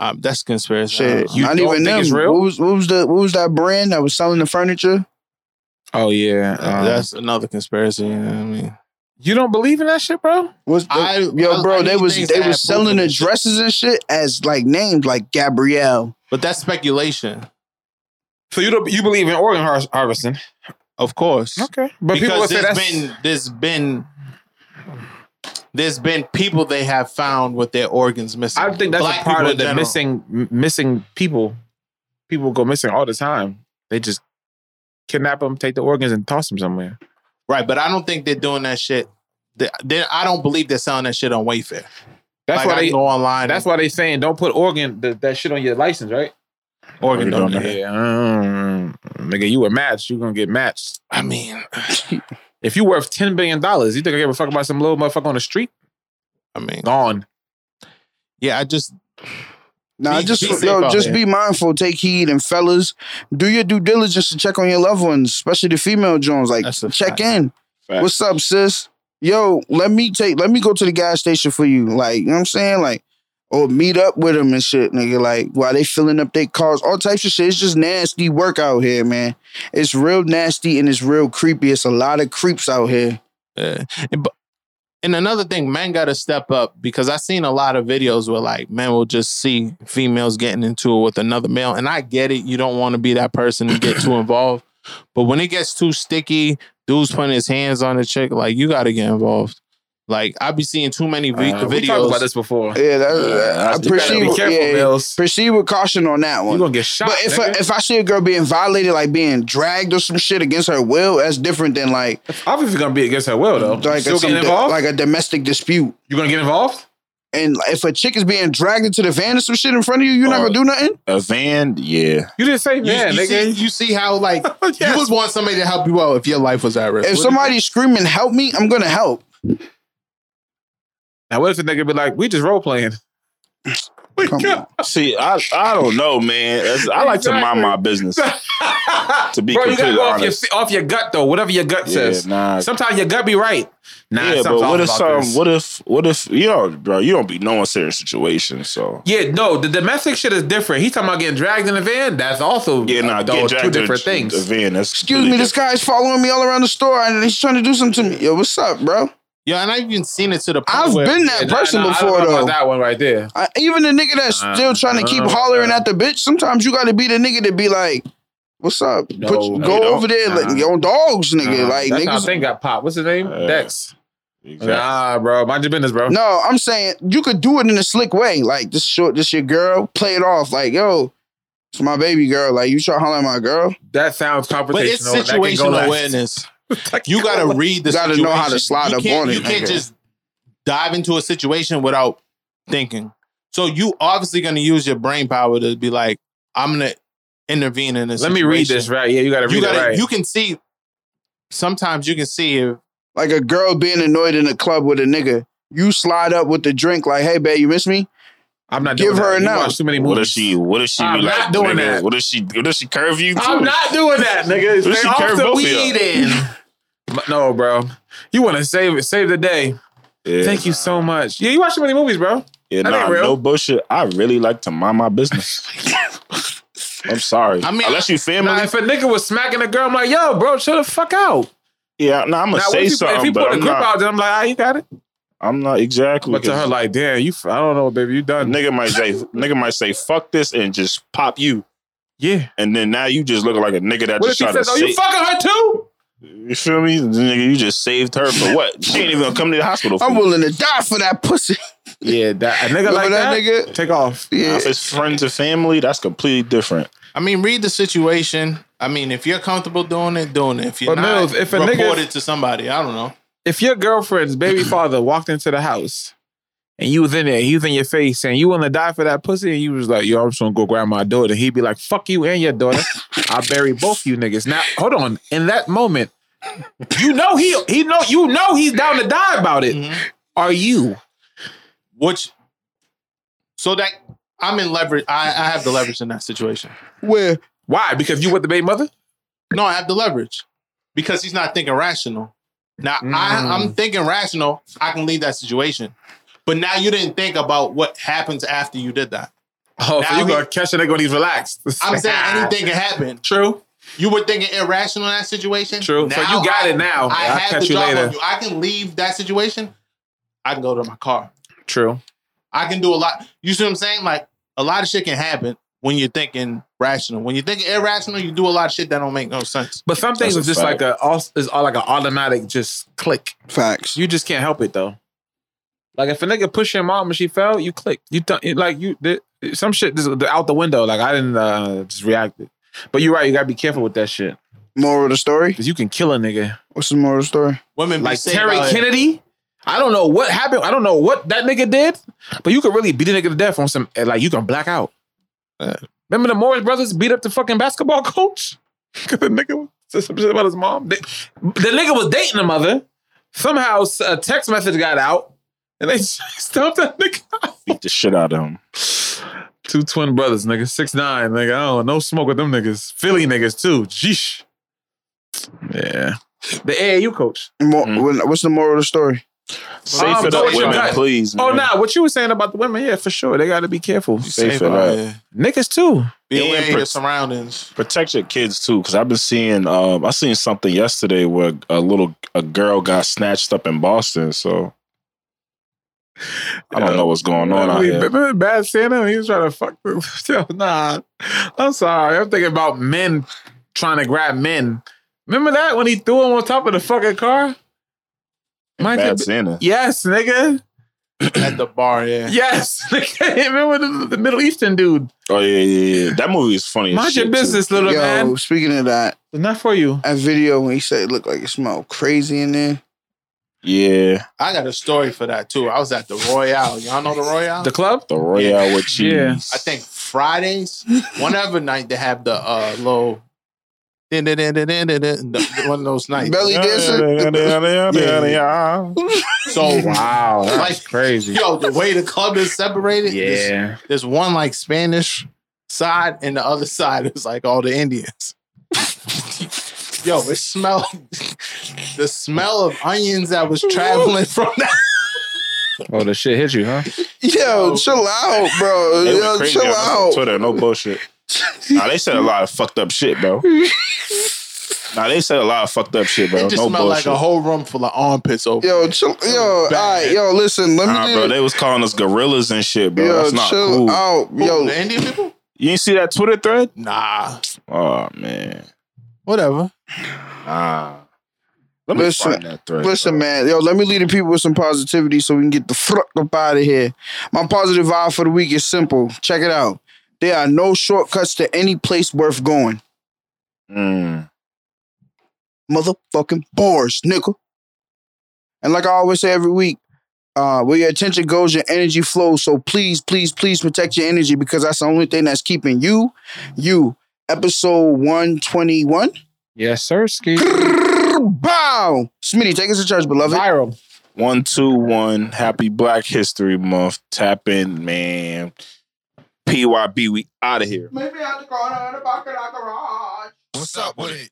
[SPEAKER 8] Um, that's conspiracy.
[SPEAKER 4] Shit,
[SPEAKER 3] You
[SPEAKER 4] not
[SPEAKER 3] don't
[SPEAKER 4] even
[SPEAKER 3] think
[SPEAKER 4] them.
[SPEAKER 3] it's real?
[SPEAKER 4] What was what was the what was that brand that was selling the furniture?
[SPEAKER 3] Oh yeah. Um,
[SPEAKER 8] that's another conspiracy. You know what I mean?
[SPEAKER 3] you don't believe in that shit, bro?
[SPEAKER 4] Was the-
[SPEAKER 8] I-
[SPEAKER 4] yo,
[SPEAKER 8] I-
[SPEAKER 4] bro?
[SPEAKER 8] I
[SPEAKER 4] they
[SPEAKER 8] need
[SPEAKER 4] was
[SPEAKER 8] things
[SPEAKER 4] they
[SPEAKER 8] to have
[SPEAKER 4] was selling
[SPEAKER 8] proof
[SPEAKER 4] the
[SPEAKER 8] of this.
[SPEAKER 4] dresses and shit as like named like Gabrielle.
[SPEAKER 8] But that's speculation,
[SPEAKER 3] So you don't you believe in organ har- harvesting?
[SPEAKER 8] of course.
[SPEAKER 3] Okay, but people would
[SPEAKER 8] because
[SPEAKER 3] say
[SPEAKER 8] there's
[SPEAKER 3] that's
[SPEAKER 8] been there's been there's been people they have found with their organs missing.
[SPEAKER 3] I think that's
[SPEAKER 8] Black
[SPEAKER 3] a part
[SPEAKER 8] people
[SPEAKER 3] of
[SPEAKER 8] in
[SPEAKER 3] the
[SPEAKER 8] general.
[SPEAKER 3] missing m- missing people. People go missing all the time. They just kidnap them, take the organs, and toss them somewhere.
[SPEAKER 8] right? But I don't think they're doing that shit. They, they- I don't believe they're selling that shit on Wayfair.
[SPEAKER 3] That's
[SPEAKER 8] That's like,
[SPEAKER 3] why
[SPEAKER 8] I
[SPEAKER 3] they.
[SPEAKER 8] go online.
[SPEAKER 3] That's
[SPEAKER 8] That's
[SPEAKER 3] why they saying don't put organ th- that shit on your license, right?
[SPEAKER 8] organ
[SPEAKER 5] Organ
[SPEAKER 8] donor.
[SPEAKER 5] donor.
[SPEAKER 3] Yeah, mm, nigga, you a match. You gonna get matched.
[SPEAKER 8] I mean,
[SPEAKER 3] If you worth ten billion dollars, you think I give a fuck about some little motherfucker on the street?
[SPEAKER 8] I mean,
[SPEAKER 3] Gone.
[SPEAKER 8] yeah. I just
[SPEAKER 4] Nah,
[SPEAKER 8] Be-
[SPEAKER 4] just
[SPEAKER 8] be safe
[SPEAKER 4] yo,
[SPEAKER 8] out
[SPEAKER 4] just
[SPEAKER 8] here.
[SPEAKER 4] be mindful. Take heed, and fellas, do your due diligence to check on your loved ones, especially the female Jones. Like,
[SPEAKER 8] That's a
[SPEAKER 4] check
[SPEAKER 8] fact.
[SPEAKER 4] in.
[SPEAKER 5] Fact.
[SPEAKER 4] What's up, sis? Yo, let me take, let me go to the gas station for you. Like, you know what I'm saying? Like, or meet up with them and shit, nigga. Like, while they filling up their cars, all types of shit. It's just nasty work out here, man. It's real nasty and it's real creepy. It's a lot of creeps out here.
[SPEAKER 8] uh, but and another thing, men got to step up because I've seen a lot of videos where like men will just see females getting into it with another male, and I get it. You don't want to be that person and get too involved, but when it gets too sticky, dude's putting his hands on the chick. Like you got to get involved. Like I be seeing too many vi-
[SPEAKER 3] Uh,
[SPEAKER 8] videos.
[SPEAKER 3] we talked about this before.
[SPEAKER 4] Yeah, that,
[SPEAKER 3] that's-
[SPEAKER 4] I proceed.
[SPEAKER 3] you gotta be
[SPEAKER 4] with-
[SPEAKER 3] careful,
[SPEAKER 4] yeah,
[SPEAKER 3] Mills.
[SPEAKER 4] proceed with caution on that one.
[SPEAKER 3] You gonna get shot,
[SPEAKER 4] But if I,
[SPEAKER 3] nigga.
[SPEAKER 4] if I see a girl being violated, like being dragged or some shit against her will, that's different than like
[SPEAKER 3] Obviously, gonna be against her will though.
[SPEAKER 4] Mm, like
[SPEAKER 3] Still
[SPEAKER 4] a, some
[SPEAKER 3] getting
[SPEAKER 4] di-
[SPEAKER 3] involved.
[SPEAKER 4] like a domestic dispute.
[SPEAKER 3] you gonna get involved?
[SPEAKER 4] And if a chick is being dragged into the van or some shit in front of you, you're not
[SPEAKER 5] Oh.
[SPEAKER 4] gonna do nothing.
[SPEAKER 5] A van, yeah.
[SPEAKER 3] You didn't say
[SPEAKER 8] You,
[SPEAKER 3] man,
[SPEAKER 8] you see,
[SPEAKER 3] nigga.
[SPEAKER 8] you see how like
[SPEAKER 3] Yes.
[SPEAKER 8] you would want somebody to help you out if your life was at risk.
[SPEAKER 4] If
[SPEAKER 8] What-
[SPEAKER 4] somebody's screaming, "Help me!" I'm gonna help.
[SPEAKER 3] now what if the nigga be like, we just role playing? We
[SPEAKER 4] Come
[SPEAKER 3] got-
[SPEAKER 5] See, I I don't know, man. That's, I like to mind my business. To be
[SPEAKER 3] Bro, you gotta
[SPEAKER 5] completely
[SPEAKER 3] go off your,
[SPEAKER 5] honest.
[SPEAKER 3] off your gut though. Whatever your
[SPEAKER 8] oh,
[SPEAKER 3] gut says.
[SPEAKER 5] nah.
[SPEAKER 3] Sometimes your gut be right. Nah,
[SPEAKER 5] yeah, but what if some?
[SPEAKER 3] some?
[SPEAKER 5] What if? What if? You know, bro, you don't be knowing serious situations. So
[SPEAKER 3] Yeah, no, the domestic shit is different. He's talking about getting dragged in the van. That's also
[SPEAKER 5] yeah, nah.
[SPEAKER 3] though,
[SPEAKER 5] Get
[SPEAKER 3] two
[SPEAKER 5] jacked
[SPEAKER 3] different
[SPEAKER 5] in a-
[SPEAKER 3] things.
[SPEAKER 5] A van. That's
[SPEAKER 4] Excuse me, this guy's following me all around the store and he's trying to do something to me. Yo, what's up, bro?
[SPEAKER 8] yeah, and I've even seen it to the point
[SPEAKER 4] I've
[SPEAKER 8] where-
[SPEAKER 4] been
[SPEAKER 3] Yeah,
[SPEAKER 4] that
[SPEAKER 3] nah,
[SPEAKER 4] person
[SPEAKER 3] nah, I don't
[SPEAKER 4] before
[SPEAKER 3] know about
[SPEAKER 4] though.
[SPEAKER 3] that one right there.
[SPEAKER 4] I, even the nigga that's
[SPEAKER 3] Uh,
[SPEAKER 4] still trying to keep
[SPEAKER 3] uh,
[SPEAKER 4] hollering at the bitch, sometimes you gotta be the nigga to be like, What's up?
[SPEAKER 3] No,
[SPEAKER 4] Put-
[SPEAKER 3] no,
[SPEAKER 5] you
[SPEAKER 4] go
[SPEAKER 5] don't.
[SPEAKER 4] over there, like,
[SPEAKER 3] Nah.
[SPEAKER 4] yo, dogs, nigga.
[SPEAKER 3] Nah,
[SPEAKER 4] like,
[SPEAKER 3] that's how
[SPEAKER 4] niggas.
[SPEAKER 3] thing got popped. What's his name?
[SPEAKER 5] Uh,
[SPEAKER 3] Dex.
[SPEAKER 5] Exactly.
[SPEAKER 3] Nah, bro, mind your business, bro.
[SPEAKER 4] No, I'm saying you could do it in a slick way. Like, this short, this your girl, play it off. Like, yo, it's my baby girl. Like, you try to holler at my girl,
[SPEAKER 3] That sounds confrontational.
[SPEAKER 8] But it's
[SPEAKER 3] That can go
[SPEAKER 8] situational
[SPEAKER 3] left.
[SPEAKER 8] awareness. You got to read the
[SPEAKER 4] You gotta know how to
[SPEAKER 8] situation.
[SPEAKER 4] slide
[SPEAKER 8] you
[SPEAKER 4] up
[SPEAKER 8] can't-
[SPEAKER 4] on it,
[SPEAKER 8] You can't
[SPEAKER 4] nigga.
[SPEAKER 8] just dive into a situation without thinking. So you obviously going to use your brain power to be like, I'm going to intervene in this.
[SPEAKER 3] Let me read this
[SPEAKER 8] situation.
[SPEAKER 3] right. Yeah, you gotta read
[SPEAKER 8] You
[SPEAKER 3] it
[SPEAKER 8] got
[SPEAKER 3] right.
[SPEAKER 8] to. You can see. Sometimes you can see if
[SPEAKER 4] like a girl being annoyed in a club with a nigga. You slide up with the drink, like, hey, babe, you miss me?
[SPEAKER 3] I'm not
[SPEAKER 4] give
[SPEAKER 3] doing
[SPEAKER 4] her
[SPEAKER 3] that.
[SPEAKER 4] a
[SPEAKER 3] You
[SPEAKER 4] no.
[SPEAKER 3] watch too many movies.
[SPEAKER 5] What if she? What if she?
[SPEAKER 3] I'm
[SPEAKER 5] be like,
[SPEAKER 3] not doing
[SPEAKER 5] nigga,
[SPEAKER 3] that.
[SPEAKER 5] What if she? What if she curve you?
[SPEAKER 3] I'm
[SPEAKER 5] too?
[SPEAKER 3] not doing that, nigga.
[SPEAKER 5] This
[SPEAKER 3] Stay
[SPEAKER 5] shit
[SPEAKER 3] off
[SPEAKER 5] curve
[SPEAKER 3] the
[SPEAKER 5] both of
[SPEAKER 3] weed in. No, bro. You want to save it, save the day.
[SPEAKER 5] Yeah,
[SPEAKER 3] Thank you so much. Yeah, you watch too many movies, bro.
[SPEAKER 5] Yeah,
[SPEAKER 3] That
[SPEAKER 5] nah,
[SPEAKER 3] ain't real.
[SPEAKER 5] no bullshit. I really like to mind my business. I'm sorry.
[SPEAKER 8] I mean,
[SPEAKER 5] unless you family,
[SPEAKER 3] Nah, if a nigga was smacking a girl, I'm like, yo, bro, chill the fuck out.
[SPEAKER 5] yeah. Nah, I'm gonna
[SPEAKER 3] Now, what
[SPEAKER 5] say
[SPEAKER 3] if he,
[SPEAKER 5] something,
[SPEAKER 3] if he
[SPEAKER 5] but
[SPEAKER 3] put a
[SPEAKER 5] I'm
[SPEAKER 3] grip
[SPEAKER 5] not,
[SPEAKER 3] out, then I'm like, ah, you got it.
[SPEAKER 5] I'm not exactly.
[SPEAKER 3] But to her, like, damn, you, f- I don't know, baby, you done.
[SPEAKER 5] nigga might say, nigga might say, fuck this, and just pop you,
[SPEAKER 3] Yeah.
[SPEAKER 5] and then now you just looking like a nigga that
[SPEAKER 3] What if
[SPEAKER 5] just
[SPEAKER 3] she
[SPEAKER 5] tried to
[SPEAKER 3] says, oh,
[SPEAKER 5] save.
[SPEAKER 3] you fucking her too?
[SPEAKER 5] you feel me, nigga? You just saved her for what? She ain't even gonna come to the hospital. For
[SPEAKER 4] I'm
[SPEAKER 5] you.
[SPEAKER 4] willing to die for that pussy.
[SPEAKER 3] Yeah, that a nigga
[SPEAKER 4] Remember
[SPEAKER 3] like that,
[SPEAKER 4] that nigga?
[SPEAKER 3] take off.
[SPEAKER 5] Now,
[SPEAKER 4] Yeah.
[SPEAKER 5] if it's friends or family, that's completely different.
[SPEAKER 8] I mean, read the situation. I mean, if you're comfortable doing it, doing it. If you're
[SPEAKER 3] But
[SPEAKER 8] not,
[SPEAKER 3] Mills, if a nigga-
[SPEAKER 8] report it to somebody. I don't know.
[SPEAKER 3] If your girlfriend's baby father walked into the house and you was in there, he was in your face, and you want to die for that pussy, and you was like, "Yo, I'm just gonna go grab my daughter." He'd be like, "Fuck you and your daughter. I bury both you niggas." Now, hold on. In that moment, you know he he know you know he's down to die about it. Are you?
[SPEAKER 8] Which, so that I'm in leverage. I, I have the leverage in that situation.
[SPEAKER 4] Where?
[SPEAKER 3] Why? Because you with the baby mother?
[SPEAKER 8] No, I have the leverage because he's not thinking rational. Now I,
[SPEAKER 3] Mm.
[SPEAKER 8] I'm thinking rational. I can leave that situation. But now you didn't think about what happens after you did that.
[SPEAKER 3] Oh,
[SPEAKER 8] Now
[SPEAKER 3] so you
[SPEAKER 8] he-
[SPEAKER 3] gonna catch a nigga when he's relaxed?
[SPEAKER 8] I'm saying anything can happen.
[SPEAKER 3] True.
[SPEAKER 8] You were thinking irrational in that situation.
[SPEAKER 3] True. So you got it now.
[SPEAKER 8] I
[SPEAKER 3] I'll
[SPEAKER 8] have
[SPEAKER 3] catch
[SPEAKER 8] the
[SPEAKER 3] you
[SPEAKER 8] job
[SPEAKER 3] later.
[SPEAKER 8] on you. I can leave that situation. I can go to my car.
[SPEAKER 3] True.
[SPEAKER 8] I can do a lot. You see what I'm saying? Like a lot of shit can happen when you're thinking rational. When you're thinking irrational, you do a lot of shit that don't make no sense.
[SPEAKER 3] But some things
[SPEAKER 5] That's
[SPEAKER 3] is
[SPEAKER 5] a
[SPEAKER 3] just
[SPEAKER 5] fact.
[SPEAKER 3] like a is all like an automatic just click.
[SPEAKER 4] Facts.
[SPEAKER 3] You just can't help it though. Like if a nigga push your mom and she fell, you click. You th- it- like you th- some shit just out the window. Like I didn't uh, just react it. But you're right. You gotta be careful with that shit
[SPEAKER 4] Moral of the story?
[SPEAKER 3] because you can kill a nigga.
[SPEAKER 4] What's the moral of the story?
[SPEAKER 8] Women be
[SPEAKER 3] Like
[SPEAKER 8] saved
[SPEAKER 3] Terry
[SPEAKER 8] by-
[SPEAKER 3] Kennedy. I don't know what happened. I don't know what that nigga did. But you could really beat a nigga to death on some. Like you can black out. Remember the Morris brothers beat up the fucking basketball coach because the nigga said some shit about his mom. They- the nigga was dating the mother. Somehow s- a text message got out, and they stopped that nigga.
[SPEAKER 5] Beat the shit out of him.
[SPEAKER 3] Two twin brothers, nigga, six nine, nigga. I don't know, no smoke with them niggas. Philly niggas too. Jeesh. Yeah. The AAU coach.
[SPEAKER 4] Mo-
[SPEAKER 5] Mm.
[SPEAKER 4] when- What's the moral of the story?
[SPEAKER 5] Safe
[SPEAKER 3] Um,
[SPEAKER 5] it
[SPEAKER 3] go
[SPEAKER 5] up,
[SPEAKER 3] with your
[SPEAKER 5] women,
[SPEAKER 3] gut.
[SPEAKER 5] please. Man.
[SPEAKER 3] Oh, nah, what you were saying about the women? Yeah, for sure, they got to be careful.
[SPEAKER 5] Safe it
[SPEAKER 8] by-
[SPEAKER 5] up.
[SPEAKER 3] Niggas too.
[SPEAKER 8] Be aware of
[SPEAKER 5] And
[SPEAKER 8] your
[SPEAKER 5] pres-
[SPEAKER 8] surroundings.
[SPEAKER 5] protect your kids too because i've been seeing um i seen something yesterday where a little a girl got snatched up in boston so I don't know what's going on out
[SPEAKER 3] We-
[SPEAKER 5] here.
[SPEAKER 3] Remember Bad Santa? He was trying to fuck. the- Yo, nah, I'm sorry. I'm thinking about men trying to grab men. Remember that when he threw him on top of the fucking car? Mind
[SPEAKER 5] Bad
[SPEAKER 3] you-
[SPEAKER 5] Santa.
[SPEAKER 3] Yes, nigga.
[SPEAKER 8] at the bar. Yeah,
[SPEAKER 3] Yes, nigga. Remember the, the Middle Eastern dude?
[SPEAKER 5] Oh yeah, yeah, yeah. That movie is funny. as
[SPEAKER 3] Mind your
[SPEAKER 5] shit,
[SPEAKER 3] business, little
[SPEAKER 4] Yo,
[SPEAKER 3] man.
[SPEAKER 4] speaking of that,
[SPEAKER 3] It's not for you.
[SPEAKER 4] that video when he said it looked like it smelled crazy in there.
[SPEAKER 5] Too. Yeah,
[SPEAKER 8] I got a story for that too. I was at the Royale. Y'all know the Royale?
[SPEAKER 3] The club?
[SPEAKER 5] the Royale with cheese.
[SPEAKER 3] Yeah.
[SPEAKER 8] I think Fridays, whenever night they have the uh, little. Dun, dun, dun, dun, dun, dun, dun, the- One of those nights.
[SPEAKER 4] Belly dancing.
[SPEAKER 8] So
[SPEAKER 3] Wow,
[SPEAKER 8] Like-
[SPEAKER 3] crazy.
[SPEAKER 8] Yo, the way the club is separated, there's,
[SPEAKER 3] yeah.
[SPEAKER 8] there's one like Spanish side, and the other side is like all the Indians. Yo, it smelled the smell of onions that was traveling from that.
[SPEAKER 3] Oh, the shit hit you, huh?
[SPEAKER 4] Yo, chill out, bro.
[SPEAKER 5] It was
[SPEAKER 4] Yo,
[SPEAKER 5] crazy
[SPEAKER 4] chill
[SPEAKER 5] on
[SPEAKER 4] out.
[SPEAKER 5] Twitter, no bullshit. nah, they said a lot of fucked up shit, bro. nah, they said a lot of fucked up shit, bro.
[SPEAKER 8] It just
[SPEAKER 5] no
[SPEAKER 8] smelled
[SPEAKER 5] bullshit.
[SPEAKER 8] like a whole room full of armpits over.
[SPEAKER 4] Yo, chill. Yo, all right. Yo, listen. Let me.
[SPEAKER 5] nah,
[SPEAKER 4] do
[SPEAKER 5] bro,
[SPEAKER 4] this.
[SPEAKER 5] they was calling us gorillas and shit, bro.
[SPEAKER 4] yo,
[SPEAKER 5] That's not
[SPEAKER 4] chill
[SPEAKER 5] cool.
[SPEAKER 4] out.
[SPEAKER 8] Who,
[SPEAKER 4] Yo,
[SPEAKER 8] the Indian people?
[SPEAKER 5] You ain't see that Twitter thread?
[SPEAKER 8] Nah,
[SPEAKER 5] Oh man,
[SPEAKER 8] whatever.
[SPEAKER 5] nah. Let me
[SPEAKER 4] Listen,
[SPEAKER 5] find that thread.
[SPEAKER 4] Listen,
[SPEAKER 5] bro.
[SPEAKER 4] man, yo, let me lead the people with some positivity so we can get the fuck up out of here. My positive vibe for the week is simple. Check it out. There are no shortcuts to any place worth going.
[SPEAKER 5] Mm.
[SPEAKER 4] Motherfucking bars, nigga. And like I always say every week, uh, where your attention goes, your energy flows. So please, please, please protect your energy because that's the only thing that's keeping you, you. Episode 121.
[SPEAKER 3] Yes, sir. Ski.
[SPEAKER 4] Bow! Smitty, take us to church, beloved.
[SPEAKER 3] Viral.
[SPEAKER 5] One, two, one. Happy Black History Month. Tap in, man. PYB, we out of here.
[SPEAKER 9] What's up with it?